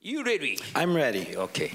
You ready? I'm ready. 오케이.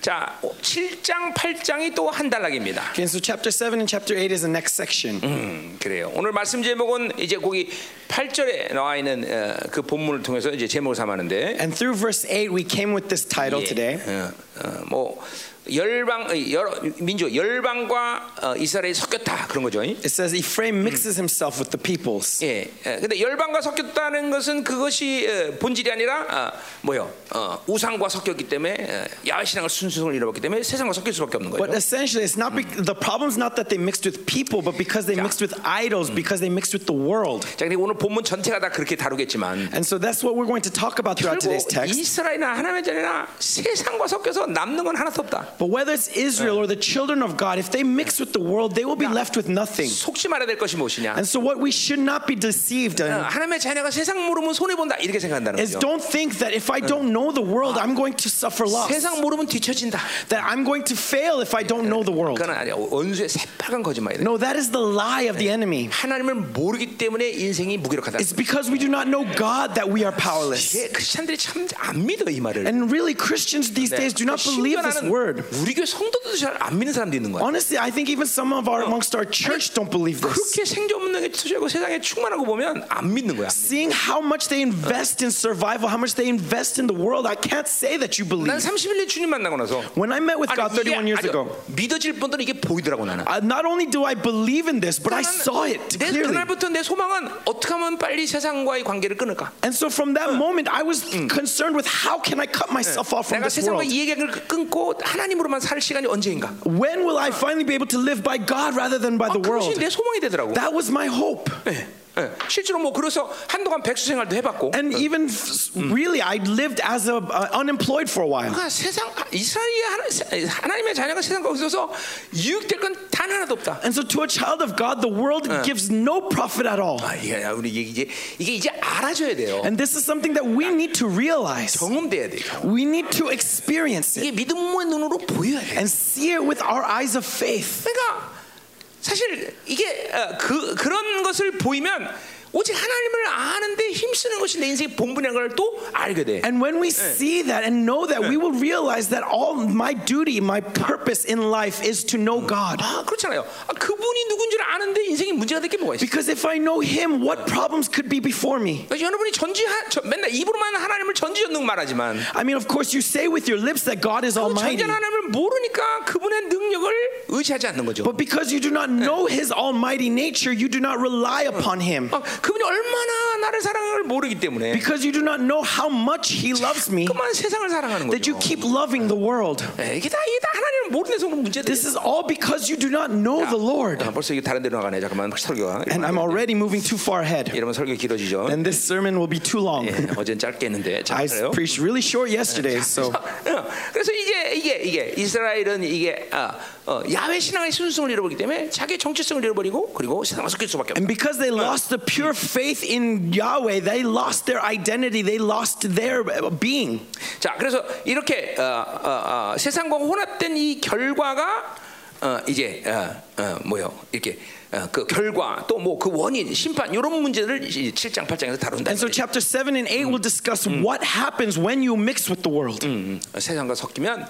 자, 7장, 8장이 또 한 단락입니다. Okay, so chapter 7 and chapter 8 is the next section. 음, 그래요. 오늘 말씀 제목은 이제 거기 8절에 나와 있는 어, 그 본문을 통해서 이제 제목을 삼았는데 And through verse 8, we came with this title 예, today. 어, 어, 뭐 열방 어, 여러 민족 열방과 어, 이스라엘이 섞였다 그런 거죠. 이? It says Ephraim mixes himself with the peoples. 예. 어, 근데 열방과 섞였다는 것은 그것이 어, 본질이 아니라 어, 뭐요? 어, 우상과 섞였기 때문에 어, 야외 신앙을 순수성을 잃어버렸기 때문에 세상과 섞일 수밖에 없는 거예요. But essentially, it's not be- the problem's not that they mixed with people, but because they mixed with idols, because they mixed with the world. 자, 근데 오늘 본문 전체가 다 그렇게 다루겠지만 And so that's what we're going to talk about throughout 결국 today's text. 이스라엘이나 하나님의 자리나 세상과 섞여서 남는 건 하나도 없다. But whether it's Israel or the children of God, if they mix with the world, they will be left with nothing. 속지 말아야 될 것이 무엇이냐? And so what we should not be 어, deceived in 하나님의 자녀가 세상 모르면 손해 본다 이렇게 생각한다는 is 거죠. don't think that if I don't know the world, I'm going to suffer loss. 세상 모르면 뒤처진다. That I'm going to fail if I don't know the world. 그건 아니야. 원수의 새빨간 거짓말이네. No, that is the lie of the enemy. 하나님을 모르기 때문에 인생이 무기력하다. It's because we do not know God that we are powerless. 예, 크리스천들이 참 안 믿어 이 말을. 네. And really, Christians these days do not believe this 심지어는 word. 우리 교회 성도들도 잘 안 믿는 사람도 있는 거야. Honestly, I think even some of our amongst our church don't believe this. 그렇게 생존능에 투자하고 세상에 충만하고 보면 안 믿는 거야. Seeing how much they invest in survival, how much they invest in the world, I can't say that you 난 believe. 31년 주님 만나고 나서 When I met with God 아니, 이게 31 years 아주 ago, 믿어질 분들은 이게 보이더라고 나는. I, not only do I believe in this, but I 나는 saw it 내, clearly. 그날부터 내 소망은 어떻게 하면 빨리 세상과의 관계를 끊을까? And so from that moment, I was concerned with how can I cut myself off from 내가 this 세상과 world? 이 얘기를 끊고 하나님으로만 살 시간이 언제인가? When will I finally be able to live by God rather than by 아, the 그것이 world? 내 소망이 되더라고. That was my hope. 예, 예. 실제로 뭐 그래서 한동안 백수 생활도 해봤고. And even f- really, I lived as a, uh, unemployed for a while. 그러니까 세상 이스라엘의 하나, 세- 하나님의 자녀가 세상과 없어서 유익될 건 단 하나도 없다. And so, to a child of God, the world gives no profit at all. 아, 이게 우리 이게 이제 이게 이제 알아줘야 돼요. And this is something that we need to realize. 경험돼야 돼요. We need to experience it 이게 믿음의 눈으로 보여야 돼. and see it with our eyes of faith. 그러니까 사실 이게 어, 그 그런 것을 보이면 오직 하나님을 아는데 힘쓰는 것이 내 인생의 본분이라는 걸 또 알게 돼. And when we see that and know that, we will realize that all my duty, my purpose in life is to know God. 아 그렇잖아요. 아, 그분이 누군지를 아는데 인생에 문제가 될 게 뭐가 있어? Because if I know Him, what problems could be before me? 그러니까 여러분이 전지 하, 저, 맨날 입으로만 하나님을 전지전능 말하지만 I mean, of course, you say with your lips that God is 그 Almighty. 전전 하나님을 모르니까 그분의 능력을 의지하지 않는 거죠. But because you do not know his almighty nature, you do not rely upon him. 어, 그분이 얼마나 나를 사랑하는 걸 모르기 때문에 Because you do not know how much he loves me, 그만 세상을 사랑하는 that you 거죠. keep loving the world. 예, 이게 다 이게 다 하나님을 모르는 데서 오는 문제들. This is all because you do not know the Lord. 아, 벌써 이게 다른 데로 나가네. 잠깐만 설교가. And I'm already moving too far ahead. 이러면 설교 길어지죠. And this sermon will be too long. 예, 어젠 짧게 했는데 자, I 그래요. preached really short yesterday, so. 어, 그래서 이제 이게 이게 이스라엘은 이게 아, 어, 야외 신앙의 순수성을 잃어버리기 때문에 자기 의 정체성을 잃어버리고 그리고 세상과 섞일 수밖에 없다. And because they lost the pure faith in Yahweh, they lost their identity, they lost their being. 자, 그래서 이렇게 어, 어, 어, 세상과 혼합된 이 결과가 어, 이제 어, 어, 뭐요? 이렇게 어, 그 결과 또 뭐 그 원인, 심판 이런 문제를 이제 7장 8장에서 다룬다. And so, chapter 7 and 8 will discuss what happens when you mix with the world. 음, 음. 세상과 섞이면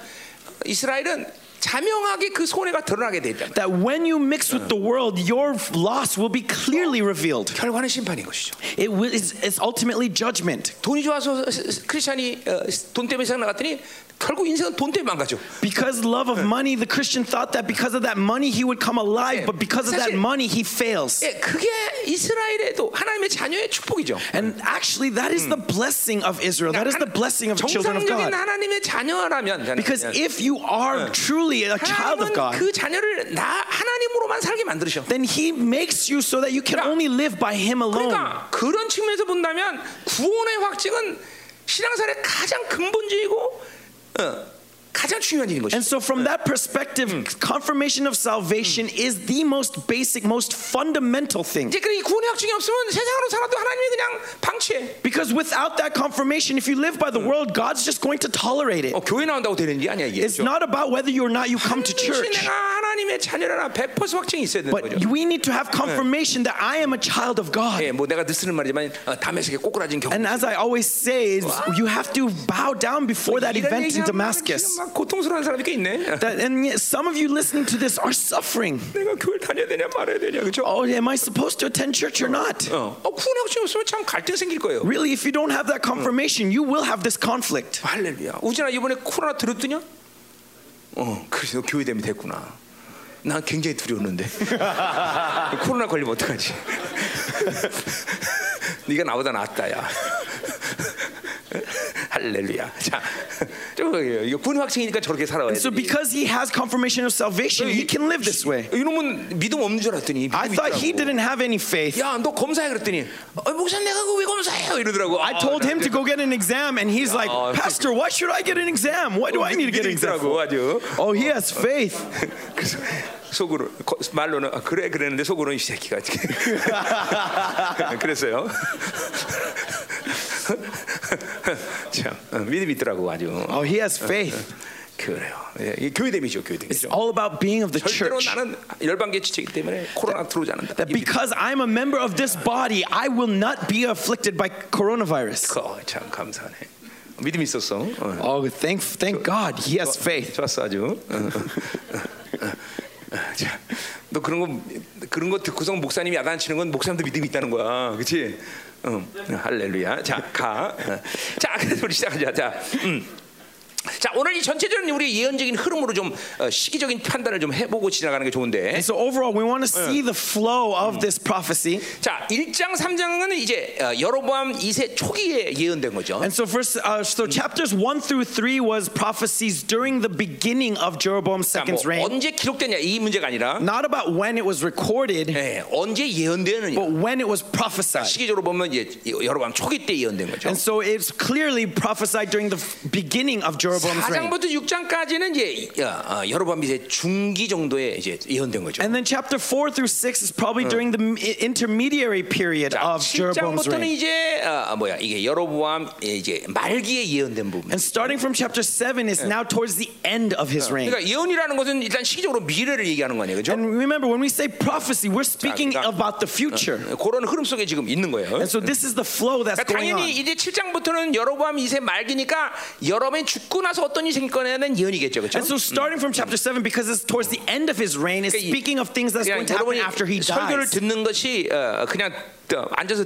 이스라엘은 자명하게 그 손해가 드러나게 돼 있다. that when you mix with the world, your loss will be clearly revealed. 결과는 심판인 것이죠. It will, it's, it's ultimately judgment. 돈이 좋아서 크리스천이 어, 돈 때문에 세상 나갔더니 결국 인생은 돈 때문에 망가져. Because love of money, the Christian thought that because of that money he would come alive, but because of that money he fails. 예, 그게 이스라엘에도 하나님의 자녀의 축복이죠. And actually, that is the blessing of Israel. That is the blessing of the children of 그러니까 정상적인 God. 하나님의 자녀라면 저는 예. Because if you are truly a child of 하나님은 God, 그 자녀를 나 하나님으로만 살게 만드셔. then He makes you so that you can only live by Him alone. 그러니까 그런 측면에서 본다면 구원의 확증은 신앙생활의 가장 근본적이고 어, 가장 중요한 일인 것이죠. And so, from that perspective, confirmation of salvation is the most basic, most fundamental thing. 이제 그래 이 구원의 확증이 없으면 세상으로 살아도 하나님이 그냥 방치해. Because without that confirmation, if you live by the world, God's just going to tolerate it. 어, 교회 나온다고 되는 게 아니야 이게. It's not about whether you or not you come to 혹시 church, 내가 하나님의 자녀라나 100% 확증이 있어야 되는 거죠. but we need to have confirmation that I am a child of God. 예, 뭐 내가 늘 쓰는 말이지만 어, 담에색에 꼬꾸라진 경우. And as I always say, is you have to bow down before that 이런 event 얘기하면 지금 in Damascus. 막 고통스러운 사람이 꽤 있네. That, and yet some of you listening to this are suffering. 내가 교회 다녀야 되냐 말아야 되냐 그죠? Oh, am I supposed to attend church or not? 어, 어 구원 확증 없으면 참 갈등 생길 거예요. Really, if you don't have that confirmation, you will have this conflict. 할렐루야. 우진아 이번에 코로나 들었더냐? 어, 그래서 교회 되면 됐구나. 난 굉장히 두려웠는데 코로나 걸리면 어떡하지? 네가 나보다 낫다야. 할렐루야. 자, 저거예요. 이거 군 확증이니까 저렇게 살아와야 돼. So, because he has confirmation of salvation, he can live this way. 이놈은 믿음 없는 줄 알았더니 믿음 I thought he 있더라고. didn't have any faith. 야, 너 검사해 그랬더니 어, 목사님 내가 그왜 검사해요? 이러더라고. 아, I told him to go get an exam, and he's like, Oh, Pastor, why should I get an exam? Why do I need to get an exam? 믿더라고 for?" 아주. Oh, he has faith. 그래서 속으로 거- 말로는 아, 그래 그랬는데 속으로는 이 새끼가 그랬어요. 참 어, 믿음이 있더라고 아주. Oh, he has faith. 그래요. 예, 이게 교회됨이죠 It's 교회됨이죠. all about being of the 절대로 church. 나는 열방계 지체이기 때문에 코로나 들어오지 않는다. That because I'm a member of this body, I will not be afflicted by coronavirus. 거, 참 감사하네. 믿음이 있었어. 어. Oh, thank, thank God, he has faith. 좋았어 아주. 어, 어, 어, 어. 자, 너 그런 거 그런 거 듣고서 목사님이 야단치는 건 목사님도 믿음이 있다는 거야, 그렇지? 응, 할렐루야. 자, 가. 어. 자, 그래서 우리 시작하자. 자, 음. 자, 오늘 이 전체적인 우리 예언적인 흐름으로 좀 어, 시기적인 판단을 좀 해보고 지나가는 게 좋은데. And so overall, we want to see the flow of this prophecy. 자, 1장 3장은 이제 어, 여로보암 2세 초기에 예언된 거죠. And so first, uh, so Mm. chapters one through three was prophecies during the beginning of Jeroboam's 그러니까 second 뭐 reign. 언제 기록되냐 이 문제가 아니라 Not about when it was recorded, 예, 언제 예언되느냐. but when it was prophesied. 시기적으로 보면 이제 여로보암 초기 때 예언된 거죠. And so it's clearly prophesied during the f- beginning of Jeroboam's reign. 4장부터 6장까지는 이제 어, 어, 여로보암 이제 중기 정도에 이제 예언된 거죠. And then chapter four through six is probably during the m- i- intermediary period of Jeroboam's 7장부터는 reign. 이제 어, 뭐야 이게 여로보암 예, 이제 말기에 예언된 부분. And starting from chapter seven is now towards the end of his reign. 그러니까 예언이라는 것은 일단 시기적으로 미래를 얘기하는 거 아니에요, 그렇죠? And remember, when we say prophecy, we're speaking 그러니까- about the future. 그런 흐름 속에 지금 있는 거예요. And so this is the flow that's 그러니까 going on. 당연히 이제 7장부터는 여로보암 2세 말기니까 여러분이 죽고 나서 어떤 일이 생길 거냐는 예언이겠죠, 그렇죠? And so, starting from chapter 7, because it's towards the end of his reign, it's 그러니까 이- speaking of things that's going 그냥 to happen after he 여러분이 설교를 dies. 듣는 것이 어, 그냥 어, 앉아서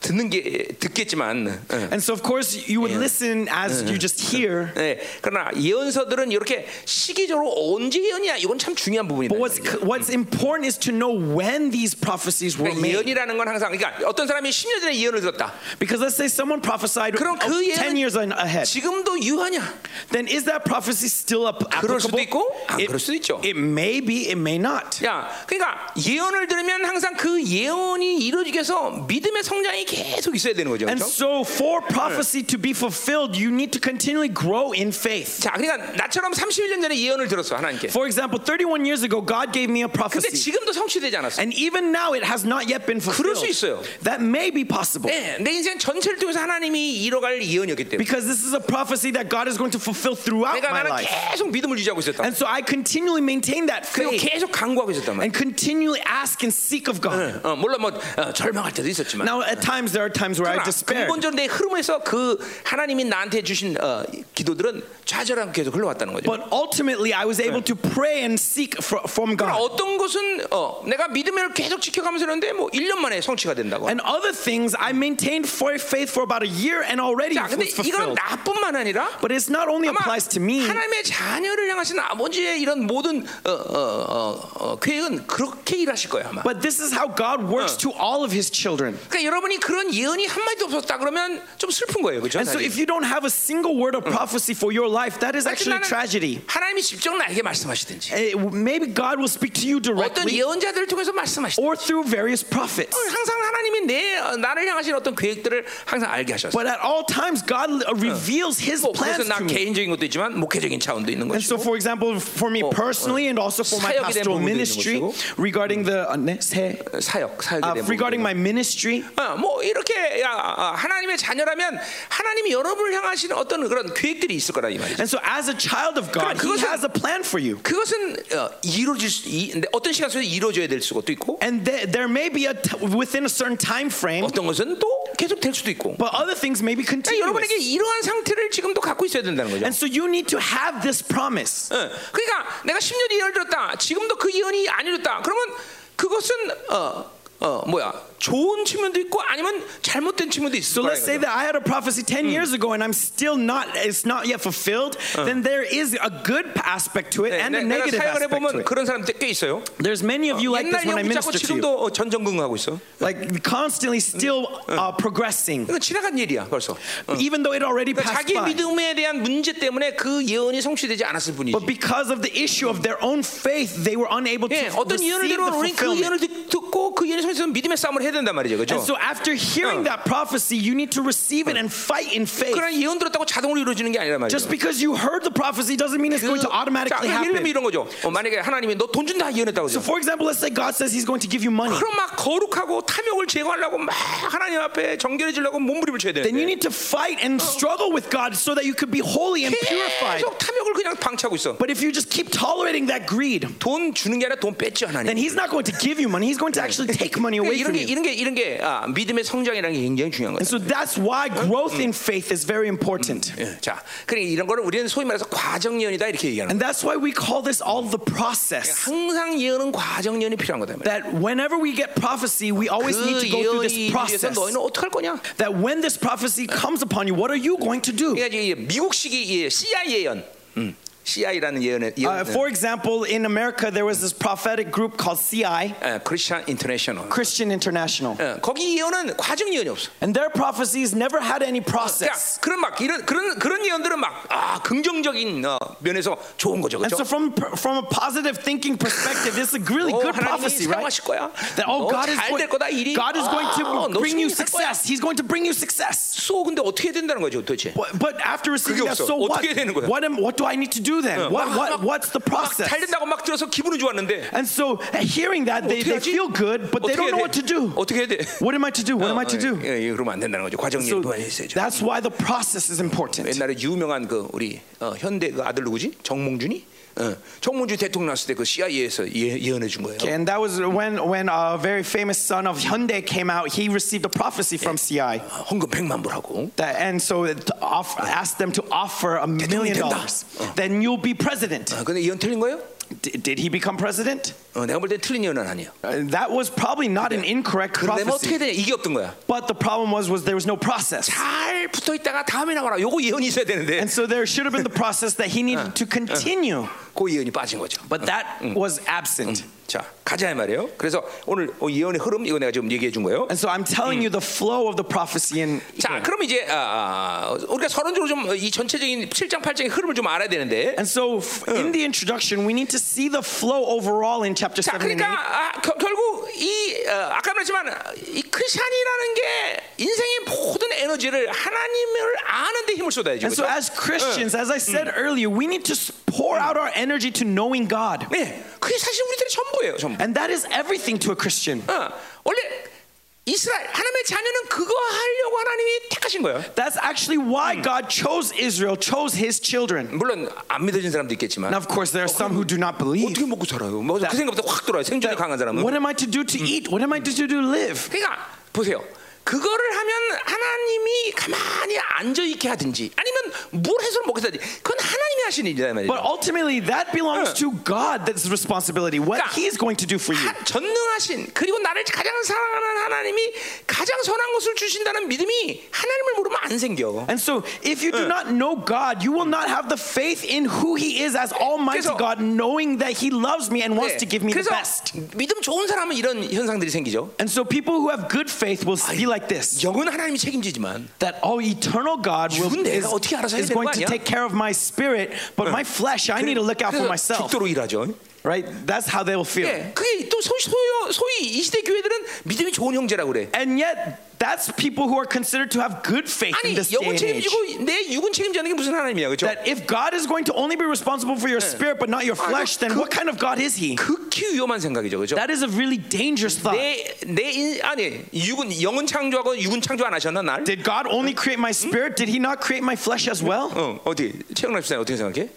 듣는 게 듣겠지만. 어. And so, of course, you would listen as you just hear. 예, 그러나 예언서들은 이렇게 시기적으로 언제 예언이야 이건 참 중요한 부분이다. 그러니까 But what's, what's important is to know when these prophecies were 그러니까 made. 예언이라는 건 항상 그러니까 어떤 사람이 10년 전에 예언을 들었다. Because let's say someone prophesied 그럼 oh, 그 10 years 예언은 on- ahead. 지금도 유하냐? Then is that prophecy still up- 그럴 수도 applicable? 있고 안 그럴 수도 It, 있죠. it may be, it may not. 야, 그러니까 예언을 들으면 항상 그 예언이 이루어지기 위해서 믿음의 성장이 계속 있어야 되는 거죠. And 그렇죠? so, for prophecy to be fulfilled, you need to continually grow in faith. 자, 그러니까 나처럼 31년 전에 예언을 들었어 하나님께. For example, 31 years ago, God gave me a 근데 prophecy. 지금도 성취되지 않았어. And even now it has not yet been 그럴 수 fulfilled. 있어요. That may be possible. 네, 내 인생 전체를 통해서 하나님이 이뤄갈 예언이었기 때문에 Because this is a prophecy that God is going to fulfill throughout 내가 my 나는 life. 계속 믿음을 유지하고 있었다. And so I continually maintain that 그리고 faith 계속 강구하고 있었단 말이야. and continually ask and seek of God. 어, 물론 뭐 어, 절망할 때도 있었지만 Now, at times, there are times where I 그러나 despair. 근본적으로 내 흐름에서 그 하나님이 나한테 주신 어, 기도들은 좌절하고 계속 흘러왔다는 거죠. But ultimately, I was able to pray and seek fr- from God. 어떤 것은 어, 내가 믿음을 계속 지켜가면서 그런데 뭐 1년 만에 성취가 된다고. And other things, I maintained for faith for about a year and already 자, it 근데 was 이건 fulfilled. 나뿐만 아니라 But it's not only 아마 applies to me. 하나님의 자녀를 향하신 아버지의 이런 모든 어, 어, 어, 어, 계획은 그렇게 일하실 거예요 아마. But this is how God works to all of his children. 그러니까 여러분이 그런 예언이 한 마디도 없었다 그러면 좀 슬픈 거예요, 그렇죠? And so if you don't have a single word of prophecy for your life, that is actually tragedy. 하나님이 직접 나에게 말씀하시든지 Eh, maybe God will speak to you Oh, 어떤 directly 예언자들을 통해서 말씀하시든지 or through various prophets. 항상 하나님이 내 어, 나를 향하신 어떤 계획들을 항상 알게 하셨어요. But at all times, God uh, reveals His 뭐 plans 그래서 나 to me. 개인적인 것도 있지만 목회적인 차원도 있는 And so, 것이고 for example, for me personally, and also for my 사역에 대한 pastoral 부분도 있는 ministry, 것이고. regarding the uh, 네, 새, 사역 사역에 uh, 대한 regarding my ministry, 어, 뭐 이렇게 야, 아, 하나님의 자녀라면 하나님이 여러분을 향하시는 어떤 그런 계획들이 있을 거라 이 말이죠. and so as a child of God, He 그것은- has a plan for you. 그것은 어, 이루어질 수, 이, 근데 어떤 시간 속에 이루어져야 될 수도 있고 And there, there may be a t- within a certain time frame, 어떤 것은 또 계속 될 수도 있고. but other things may be 그러니까 여러분에게 continuous. 이러한 상태를 지금도 갖고 있어야 된다는 거죠. And so you need to have this promise. 어, 그러니까 내가 10년 예언을 들었다. 지금도 그 예언이 안 이뤘다. 그러면 그것은 어, 어, 뭐야? 좋은 측면도 있고 아니면 잘못된 측면도 있을 So 거라 let's say 이거죠. that I had a prophecy 10 Hmm. years ago and I'm still not, it's not yet fulfilled, then there is a good aspect to it 네, and a 내- 내가 negative 사역을 aspect to 해보면 it. 그런 사람들 꽤 있어요. There's many of you like this 옛날 when I 예언 붙잡고 minister to you. 지금도 어, 전전긍긍하고 있어. Like constantly still uh, progressing, 이건 그러니까 지나간 일이야 벌써. even though it already 그러니까 passed 자기 by. 믿음에 대한 문제 때문에 그 예언이 성취되지 않았을 뿐이지. But because of the issue of their own faith, they were unable to 예, 어떤 예언을 receive 들으면 the 우리는 그 fulfillment. 예언을 듣- 듣고 그 예언이 성취되면 믿음의 싸움을 해야 된단 말이죠, And 그렇죠? so after hearing that prophecy, you need to receive it and fight in faith. 그런 그러니까 예언 들었다고 자동으로 이루어지는 게 아니란 말이죠. Just because you heard the prophecy doesn't mean it's going to 자, automatically 예를 들면 happen. 그 이런 거죠. 어, 만약에 하나님이 너 돈 준다 예언했다고 그죠. So for example, let's say God says He's going to give you money. 그럼 막 거룩하고 탐욕을 제거하려고 막 하나님 앞에 정결해지려고 몸부림을 쳐야 then 되는데 you need to fight and struggle with God so that you could be holy and purified. 계속 탐욕을 그냥 방치하고 있어. But if you just keep tolerating that greed, 돈 주는 게 아니라 돈 뺏지 then 하나님. 그러니까 He's not going to give you money. He's going to actually take money away 이런 from 게 you. 이런 게 이런 게 아, 믿음의 성장이라는 게 굉장히 중요한 거예요. And so that's why growth in faith is very important. 예, 자, 그러니까 이런 거를 우리는 소위 말해서 과정 예언이다 이렇게 얘기하는 And that's why we call this all the 거예요. process. 항상 예언은 과정 예언이 필요한 거다 말이야. That whenever we get prophecy, we always need 그 to go 예언이 through this 위해서 process. 너희는 어떻게 할 거냐? That when this prophecy comes upon you, what are you going to do? 그러니까 이제 미국식이 예, CI 예언, 음, CI라는 예언의 Uh, 예언, for example, in America, there was this prophetic group called CI, 예, Christian International. Christian International. 예, 거기 예언은 과정 예언이 없어. And their prophecies never had any 그러니까 process. 그런 막 이런 그런 그런 예언들은 막 아 긍정적인 어, 면에서 좋은 거죠, And so, 그렇죠? from from a positive thinking perspective, this is a really 어, good 하나님이 prophecy, right? 사용하실 거야. That oh, God is 너잘될 going, 거다 일이. God is 아, going to 너 bring you 승리할 거야. success. He's going to bring you success. 쏘 근데 어떻게 된다는 거죠, 도대체? But, but after receiving 그게 that, 없어. so what? 어떻게 되는 거야? What am, what do I need to do then? What what what's the process? 막잘 된다고 막 들어서 기분은 좋았는데 And so, hearing that, they, 어떻게 they 하지? feel good, but they don't 어떻게 해야 know what to do. 돼? 어떻게 해야 돼? What am I to do? What am I to do? 예, 예, 그러면 안 된다는 거죠. 과정이 So 그만 있어야죠. that's why the process is important. 옛날에 유명한 그 우리 어, 현대 그 아들 누구지? 정몽준이? 어, 정몽준 대통령 났을 때 그 CIA에서 예, 예언해 준 거예요. And that was when when a very famous son of Hyundai came out. He received a prophecy from CI. 어, 헌금 100만 불하고 That, and so it off, asked them to offer a million 된다. dollars. Then you'll be president. 어, 근데 예언 틀린 거예요? D- did he become president? 어, 내가 볼 땐 틀린 예언은 아니에요. Uh, that was probably not an incorrect 그런데 뭐 어떻게 prophecy. 되냐? 이게 없던 거야. But the problem was, was there was no process. 잘 붙어 있다가 다음에 나와라. 요거 예언이 있어야 되는데 And so there should have been the process that he needed to continue. 그 예언이 빠진 거죠. But that was absent. 자, 가자 이 말이에요. 그래서 오늘 어, 예언의 흐름 이거 내가 지금 얘기해 준 거예요. And so I'm telling you the flow of the prophecy. And 자, 그럼 이제 아, 아, 우리가 서론적으로 좀 이 전체적인 7장 8장의 흐름을 좀 알아야 되는데. and so f- in the introduction, we need to see the flow overall in chapter 자, 7 그러니까 and 8. 아, 겨- 결국 이 어, 아까 말했지만 이 크리스천이라는 게 인생의 모든 에너지를 하나님을 아는 데 힘을 쏟아야죠. And so, 그렇죠? as Christians, as I said earlier, we need to s- pour out our energy to knowing God. 네. 그게 사실 우리들의 전부예요, 전부. And that is everything to a Christian. 어, 원래 이스라엘 하나님의 자녀는 그거 하려고 하나님이 택하신 거예요. That's actually why God chose Israel, chose his children. 물론 안 믿어진 사람도 있겠지만 Now, of course, there are some who do not believe. 어떻게 먹고 살아요? 뭐, 그 생각보다 확 돌아요. 생존이 강한 사람은. What am I to do to eat? What am I to do to live? 그러니까 보세요. 그거를 하면 하나님이 가만히 앉아 있게 하든지 아니면 물 해서 먹게 하든지 그건 하나님의 하신 일이다 이 But 말이죠. ultimately, that belongs to God. That's the responsibility. What 그러니까 He's going to do for you. 하- 전능하신 그리고 나를 가장 사랑하는 하나님이 가장 선한 것을 주신다는 믿음이 하나님을 모르면 안 생겨. And so, if you do not know God, you will not have the faith in who He is as Almighty 그래서- God, knowing that He loves me and wants 네. to give me the 그래서 best. 믿음 좋은 사람은 이런 현상들이 생기죠. And so, people who have good faith will be like this 영은 하나님이 책임지지만 that all eternal God will, 죽은 내가 is, 어떻게 알아서 해야 is 되는 going 거 to 아니야? take care of my spirit, but my flesh, I need to look out 그래서 for myself. 죽도록 일하죠. Right? That's how they will feel. 예, 그게 또 소위, 소요- 소위 이 시대 교회들은 믿음이 좋은 형제라고 그래. And yet, that's people who are considered to have good faith in 아니 this day 영은 and age. 책임지고 내 육은 책임지는 게 무슨 하나님이야, 그렇죠? That if God is going to only be responsible for your spirit but not your 아, flesh, then 그- what kind of God is He? 극히 위험한 생각이죠, 그렇죠? That is a really dangerous thought. 내내 아니 육은 영은 창조하고 육은 창조 안 하셨나 날? Did God only create my spirit? Did He not create my flesh as well? 어 어디 최영남 집사님 어떻게 생각해?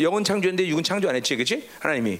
영은 창조했는데 육은 창조 안 했지, 그렇지? 하나님이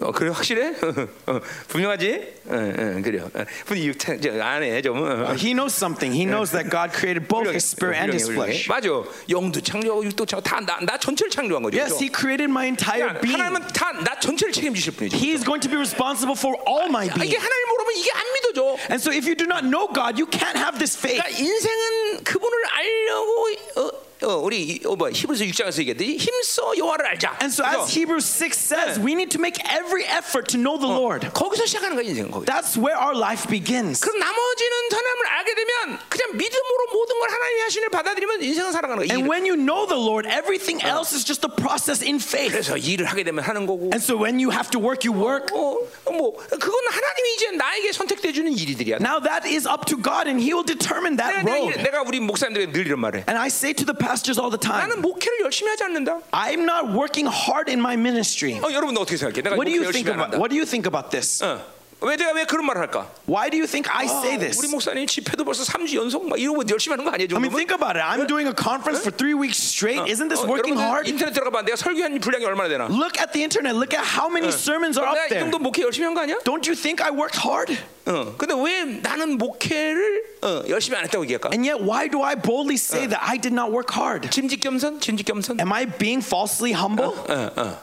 어 그래 확실해? 어, 분명하지? 응응 그래요. 어, 분이 육안해 좀. 어. He knows something. He knows that God created both His spirit and His flesh. 맞아. 영도 창조하고 육도 창조 다나나 전체를 창조한 거죠. 그렇죠? Yes, He created my entire 그냥 being. 하나님은 다 나 전체를 책임지실 분이죠. He is going to be responsible for all my 아, 이게 being. 하나님 모르면 이게 안 믿어져. And so, if you do not know God, you can't have this faith. 그러니까 인생은 그분을 알려고 어, 어, 우리 이- 어, 뭐 히브리서 6장에서 얘기했듯이 힘써 여호와를 알자. And so, as 그래서 Hebrews 6 says, we need to make every effort to know the Lord. 거기서 시작하는 거야 인생은 거기. That's where our life begins. 그럼 나머지는 하나님을 알게 되면 그냥 믿음으로 모든 걸 하나님의 하신을 받아들이면 인생은 살아가는 거야. And 일, when you know the Lord, everything else is just a process in faith. 그래서 일을 하게 되면 하는 거고. And so, when you have to work, you work. 어, 뭐 그건 하나님이 이제 나에게 선택돼 주는 일이들이야. Now, that is up to God, and He will determine 내가, that 내가, road. 이- 내가 우리 목사님들에게 늘 이런 말을 해. And I say to the pastors all the 나는 time, 목회를 열심히 하지 않는다. 어, I'm not working hard in my ministry. 여러분 너 어떻게 생각해? 내가 What do 목회 you think 열심히 안 한다. about what do you think about this? 어. 왜 내가 왜 그런 말을 할까? 아, Why do you think I say 우리 this? 목사님 집회도 벌써 3주 연속 막 이러고 뭐 열심히 하는 거 아니에요? I mean, 정도면? think about it. I'm doing a conference for three weeks straight. Isn't this 어, working 여러분들 hard? 인터넷 들어가봐. 내가 설교한 분량이 얼마나 되나? Look at the internet. Look at how many sermons are 내가 up 이 there. 정도 목회 열심히 한 거 아니야? Don't you think I worked hard? 어. 근데 왜 나는 목회를 어, 열심히 안 했다고 얘기할까? And yet, why do I boldly say that I did not work hard? 짐짓겸손? 짐짓겸손? Am I being falsely humble? 어, 어.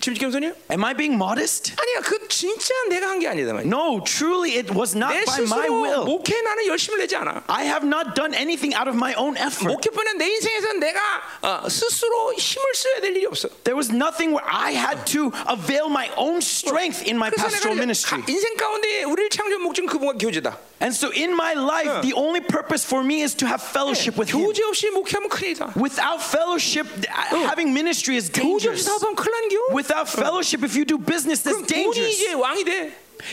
짐짓겸손이야? Am I being modest? 아니야. 그 진짜 내가 한 게 아니다 말이야. No, truly, it was not 내 by my 스스로 will. 목회 나는 열심을 내지 않아. I have not done anything out of my own effort. 목회뿐은 내 인생에서 내가 어, 스스로 힘을 써야 될 일이 없어. There was nothing where I had to avail my own strength in my 그래서 pastoral 내가 이제 ministry. 가- 인생 가운데 우리를 창조한 목적은 그분과 교제다. And so in my life, the only purpose for me is to have fellowship with Him. 교제 없이 목회하면 큰일이다. Without fellowship, th- having ministry is 교제 없이 dangerous. 사업하면 큰일 난겨. Without fellowship, if you do business, that's 그럼 돈이 dangerous. 이제 왕이 돼.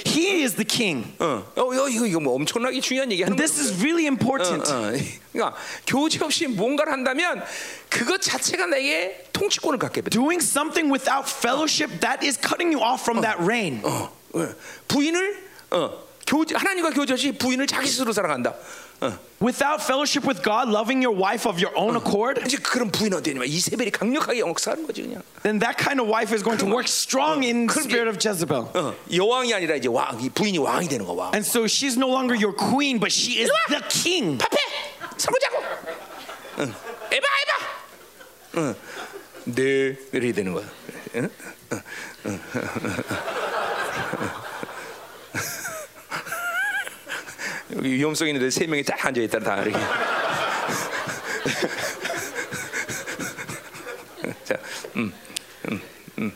He is the king. 어, 어 이거 이거 뭐 엄청나게 중요한 얘기하는 This 거야. is really important. 어, 어. 그러니까 교제 없이 뭔가를 한다면 그것 자체가 내게 통치권을 갖게 돼. Doing something without fellowship, that is cutting you off from that reign. 어, 어. 부인을 어, 교제 하나님과 교제 없이 부인을 자기 스스로 사랑한다. 어. Without fellowship with God, loving your wife of your own accord, 이제 그런 부인 어떻게 되냐? 이세벨이 강력하게 영역사하는 거지 그냥. then that kind of wife is going to work strong in the 그럼 이제- spirit of Jezebel. 어. 여왕이 아니라 이제 왕, 이 부인이 왕이 되는 거 왕. And so she's no longer your queen, but she is the king. 밥해 설거지하고. 응. 에바 에바. 응. 네 이렇게 되는 거야. 응? 응. 응. 여기 위험성 있는데 세 명이 딱 앉아 있다 다 이렇게. 자, 음, 음, 음.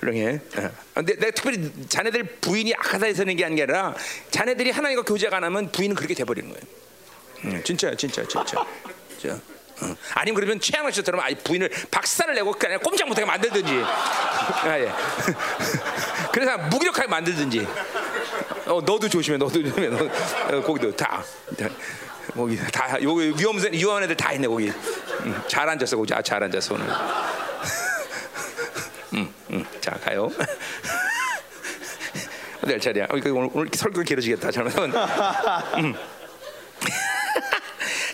그러게. 근데 내가 특별히 자네들 부인이 악하다 해서 는게 아닌 게 아니라 자네들이 하나님과 교제가 안 하면 부인은 그렇게 돼버리는 거예요. 음, 진짜야, 진짜, 진짜. 진짜. 어. 아니면 그러면 최양락 씨처럼 아예 부인을 박살을 내고 그냥 꼼짝 못하게 만들든지. 아, 예. 그래서 무기력하게 만들든지. 어, 너도 조심해, 너도 조심해, 너, 어, 거기도 다. 다 거기 다 여기 위험한 위험한 애들 다 있네 거기. 음, 잘 앉았어, 거기 아, 잘 앉았어 오늘. 음, 음, 자 가요. 어디 할 자리야? 어, 이거 오늘, 오늘 설교 길어지겠다. 잘못하면. 음.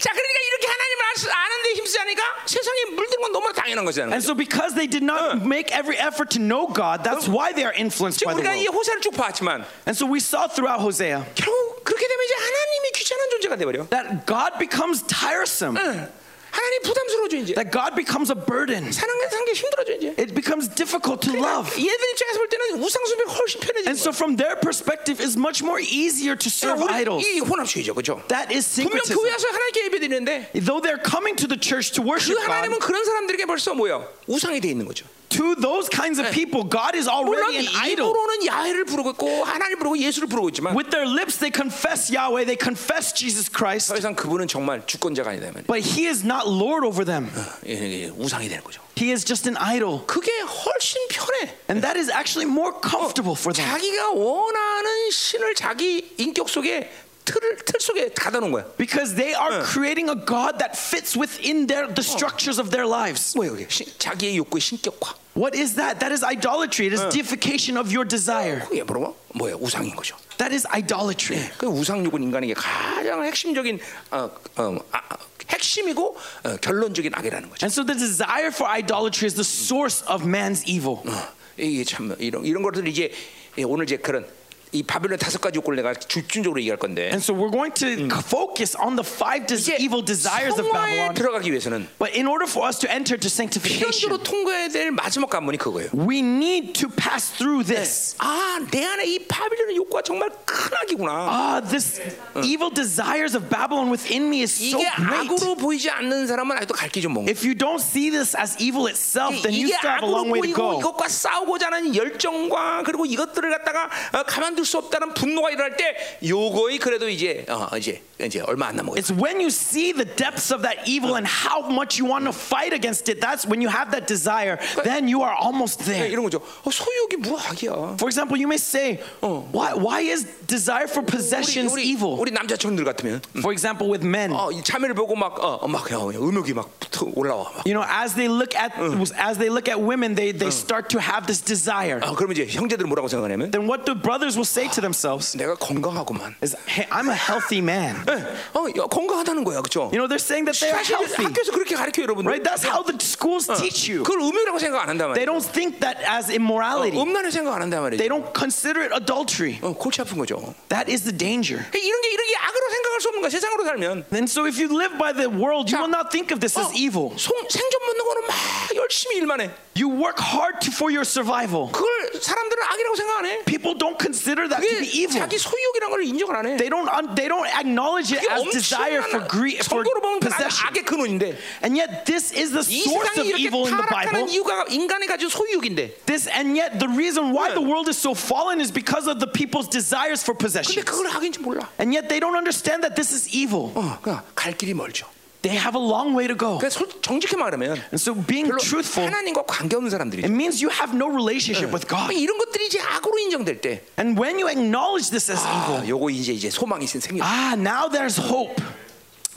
자, 그러니까 이렇게 하나님을 알- 아는데 힘쓰니까 세상에 물든 건 너무나 당연한 거잖아요. And so, because they did not make every effort to know God, that's why they are influenced 지금 by the 우리가 이 world. 호세를 쭉 봤지만 And so, we saw throughout Hosea 결국 그렇게 되면 이제 하나님이 귀찮은 존재가 돼버려. Uh. that God becomes tiresome. 응. 하나님 부담스러워져 이제. that God becomes a burden. 사는 게 사는 게 힘들어져 이제. It becomes difficult to love. 얘들 입장에서 볼 때는 우상 숭배가 훨씬 편해지는 And so, from their perspective, it's much more easier to serve idols. 이 혼합주의죠, 그렇죠? That is 분명 교회 syncretism. 와서 하나님께 예배드리는데 Though they're coming to the church to 그 worship God, 하나님은 그런 사람들에게 벌써 뭐요? 우상이 돼 있는 거죠. to those kinds of people, God is 물론 already an idol. 입으로는 야훼를 부르고 있고 하나님 부르고 예수를 부르고 있지만 With their lips, they confess Yahweh, they confess Jesus Christ, 더 이상 그분은 정말 주권자가 아니다 말이에요. but He is not Lord over them. 예, 예, 우상이 되는 거죠. He is just an idol. 그게 훨씬 편해. And that is actually more comfortable for them 자기가 원하는 신을 자기 인격 속에 틀을 틀 속에 가다 놓은 거야. because they are creating a God that fits within their, the structures of their lives. 뭐예요, 이게? 신- 자기의 욕구의 신격화. What is that? That is idolatry. It is deification of your desire. 그게 뭐라고? 뭐예요? 우상인 거죠. That is idolatry. 그 우상욕은 인간에게 가장 핵심적인 어, 어, 아, 아, 핵심이고 어, 결론적인 악이라는 거죠. And so the desire for idolatry is the source of man's evil. 어, 이게 참 이런 이런 것들 이제 예, 오늘 이제 그런 이 바빌론 다섯 가지 욕구를 내가 집중적으로 얘기할 건데 And so we're going to focus on the five des- 이제 evil desires of 성화에 Babylon. 들어가기 위해서는 But in order for us to enter to sanctification, 필연적으로 통과해야 될 마지막 관문이 그거예요. we need to pass through this. 아, 내 안에 이 바빌론의 욕구가 정말 큰 악이구나. Ah, this evil desires of Babylon within me is so 이게 great. 악으로 보이지 않는 사람은 아직도 갈 길 좀 먼. 거야. If you don't see this as evil itself, then you 이게 still have a 악으로 long way to 보이고 go. 이것과 싸우고자 하는 열정과 그리고 이것들을 갖다가 어, 가만둘 수 없다는 분노가 일어날 때 요거의 그래도 이제 어, 이제 이제 얼마 안 남은 거예요. It's when you see the depths of that evil and how much you want to fight against it. That's when you have that desire. Then you are almost there. 이런 거죠. 어, 소유욕이 무악이야. For example, you may say, why, why is desire for 우리, possessions 우리, evil? 우리 남자친구들 같으면 For example, with men, 어, 이 자매를 보고 막어막 음욕이 막 붙어 올라와. 막. you know, as they look at as they look at women, they, they start to have this desire. 아, 그러면 이제 형제들은 뭐라고 생각하냐면 Then what the brothers will say to themselves 내가 건강하구만. is, hey, I'm a healthy man. 예, 어, 야, 건강하다는 거야, 그렇죠? You know, they're saying that they're 사실 healthy, 학교에서 그렇게 가르쳐 여러분들. right? That's how the schools teach you. 그걸 음욕이라고 생각 안 한단 말이야. They don't think that as immorality. 음란을 생각 안 한단 말이야. They don't consider it adultery. 어, 골치 아픈 거죠. That is the danger. 그러니까 이런 게 이런 게 악으로 생각할 수 없는 거야. 세상으로 살면. 어, And so if you live by the world, you will not think of this as Oh. evil. 송- 생존 먹는 거는 막 열심히 일만 해. You work hard to, for your survival. 그걸 사람들은 악이라고 생각 안 해. People don't consider that to be 그게 evil. 자기 소유욕이라는 걸 인정을 안 해. They don't un- they don't acknowledge it 그게 as desire for 엄청난 greed for 성도로 보면 그 악- possession. 악의 근원인데 And yet this is the 이 source of 세상이 이렇게 evil in the 타락하는 Bible. 이유가 인간이 가진 소유욕인데 This and yet the reason why the world is so fallen is because of the people's desires for 근데 possession. 그걸 악인지 몰라 And yet they don't understand that this is evil. 어, 그러니까 갈 길이 멀죠 They have a long way to go. 그러니까 솔- 정직히 말하면 And so being 별로 truthful 하나님과 관계없는 It 사람들이죠 means you have no relationship with 그러니까 God. 이런 것들이 이제 악으로 인정될 때 And when you acknowledge this as 아, evil, 요거 이제 이제 소망이 있으면 생겨 ah, now there's hope.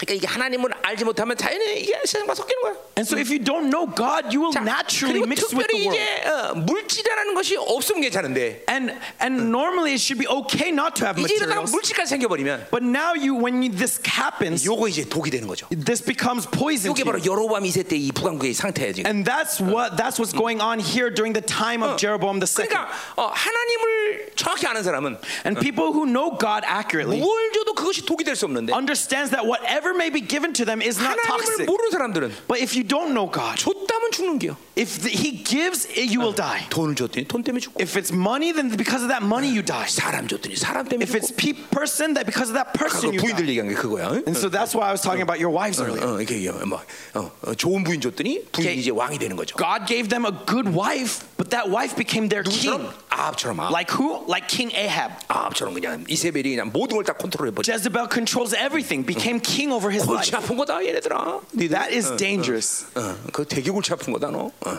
그러니까 이게 하나님을 알지 못하면 당연히 이게 세상과 섞이는 거야 And so if you don't know God, you will 자, naturally 그리고 mix with 특별히 the world. 이제 어, 물질이라는 것이 없으면 괜찮은데 And and normally it should be okay not to have 이제 이러다가 materials. 물질까지 생겨버리면 But now you when you, this happens, 요거 이제 독이 되는 거죠. this becomes poison. 요게 to you. 바로 여로보암 2세 때 이 북왕국의 상태예요 지금. And that's what that's what's going on here during the time of Jeroboam the second. 그러니까 어, 하나님을 정확히 아는 사람은 And people who know God accurately 뭘 줘도 그것이 독이 될 수 없는데 understands that whatever may be given to them is 아, not 하나님을 toxic. 모르는 사람들은 But if you don't know God, 줬다면 죽는 게요. if the, He gives, you will die. 돈을 줬더니 돈 때문에 죽고 If it's money, then because of that money you die. 사람 줬더니 사람 때문에 If it's 죽고. pe- person, that because of that 아까 person 그 you 부인들 die. 얘기한 게 그거야. 응? And so that's why I was talking about your wives earlier. 어, 이렇게 얘기하면 막 어, 어, 좋은 부인 줬더니 부인 Okay. 이제 왕이 되는 거죠. God gave them a good wife, but that wife became their king. 누구처럼 아합처럼 아합. Like who? Like King Ahab. 아합처럼 그냥 이세벨이 그냥 모든 걸 다 컨트롤해 버려. Jezebel controls everything, became king over his 골치 life. 아픈 거다 얘네들아. That is dangerous. 어, 그 되게 골치 아픈 거다 너. 어.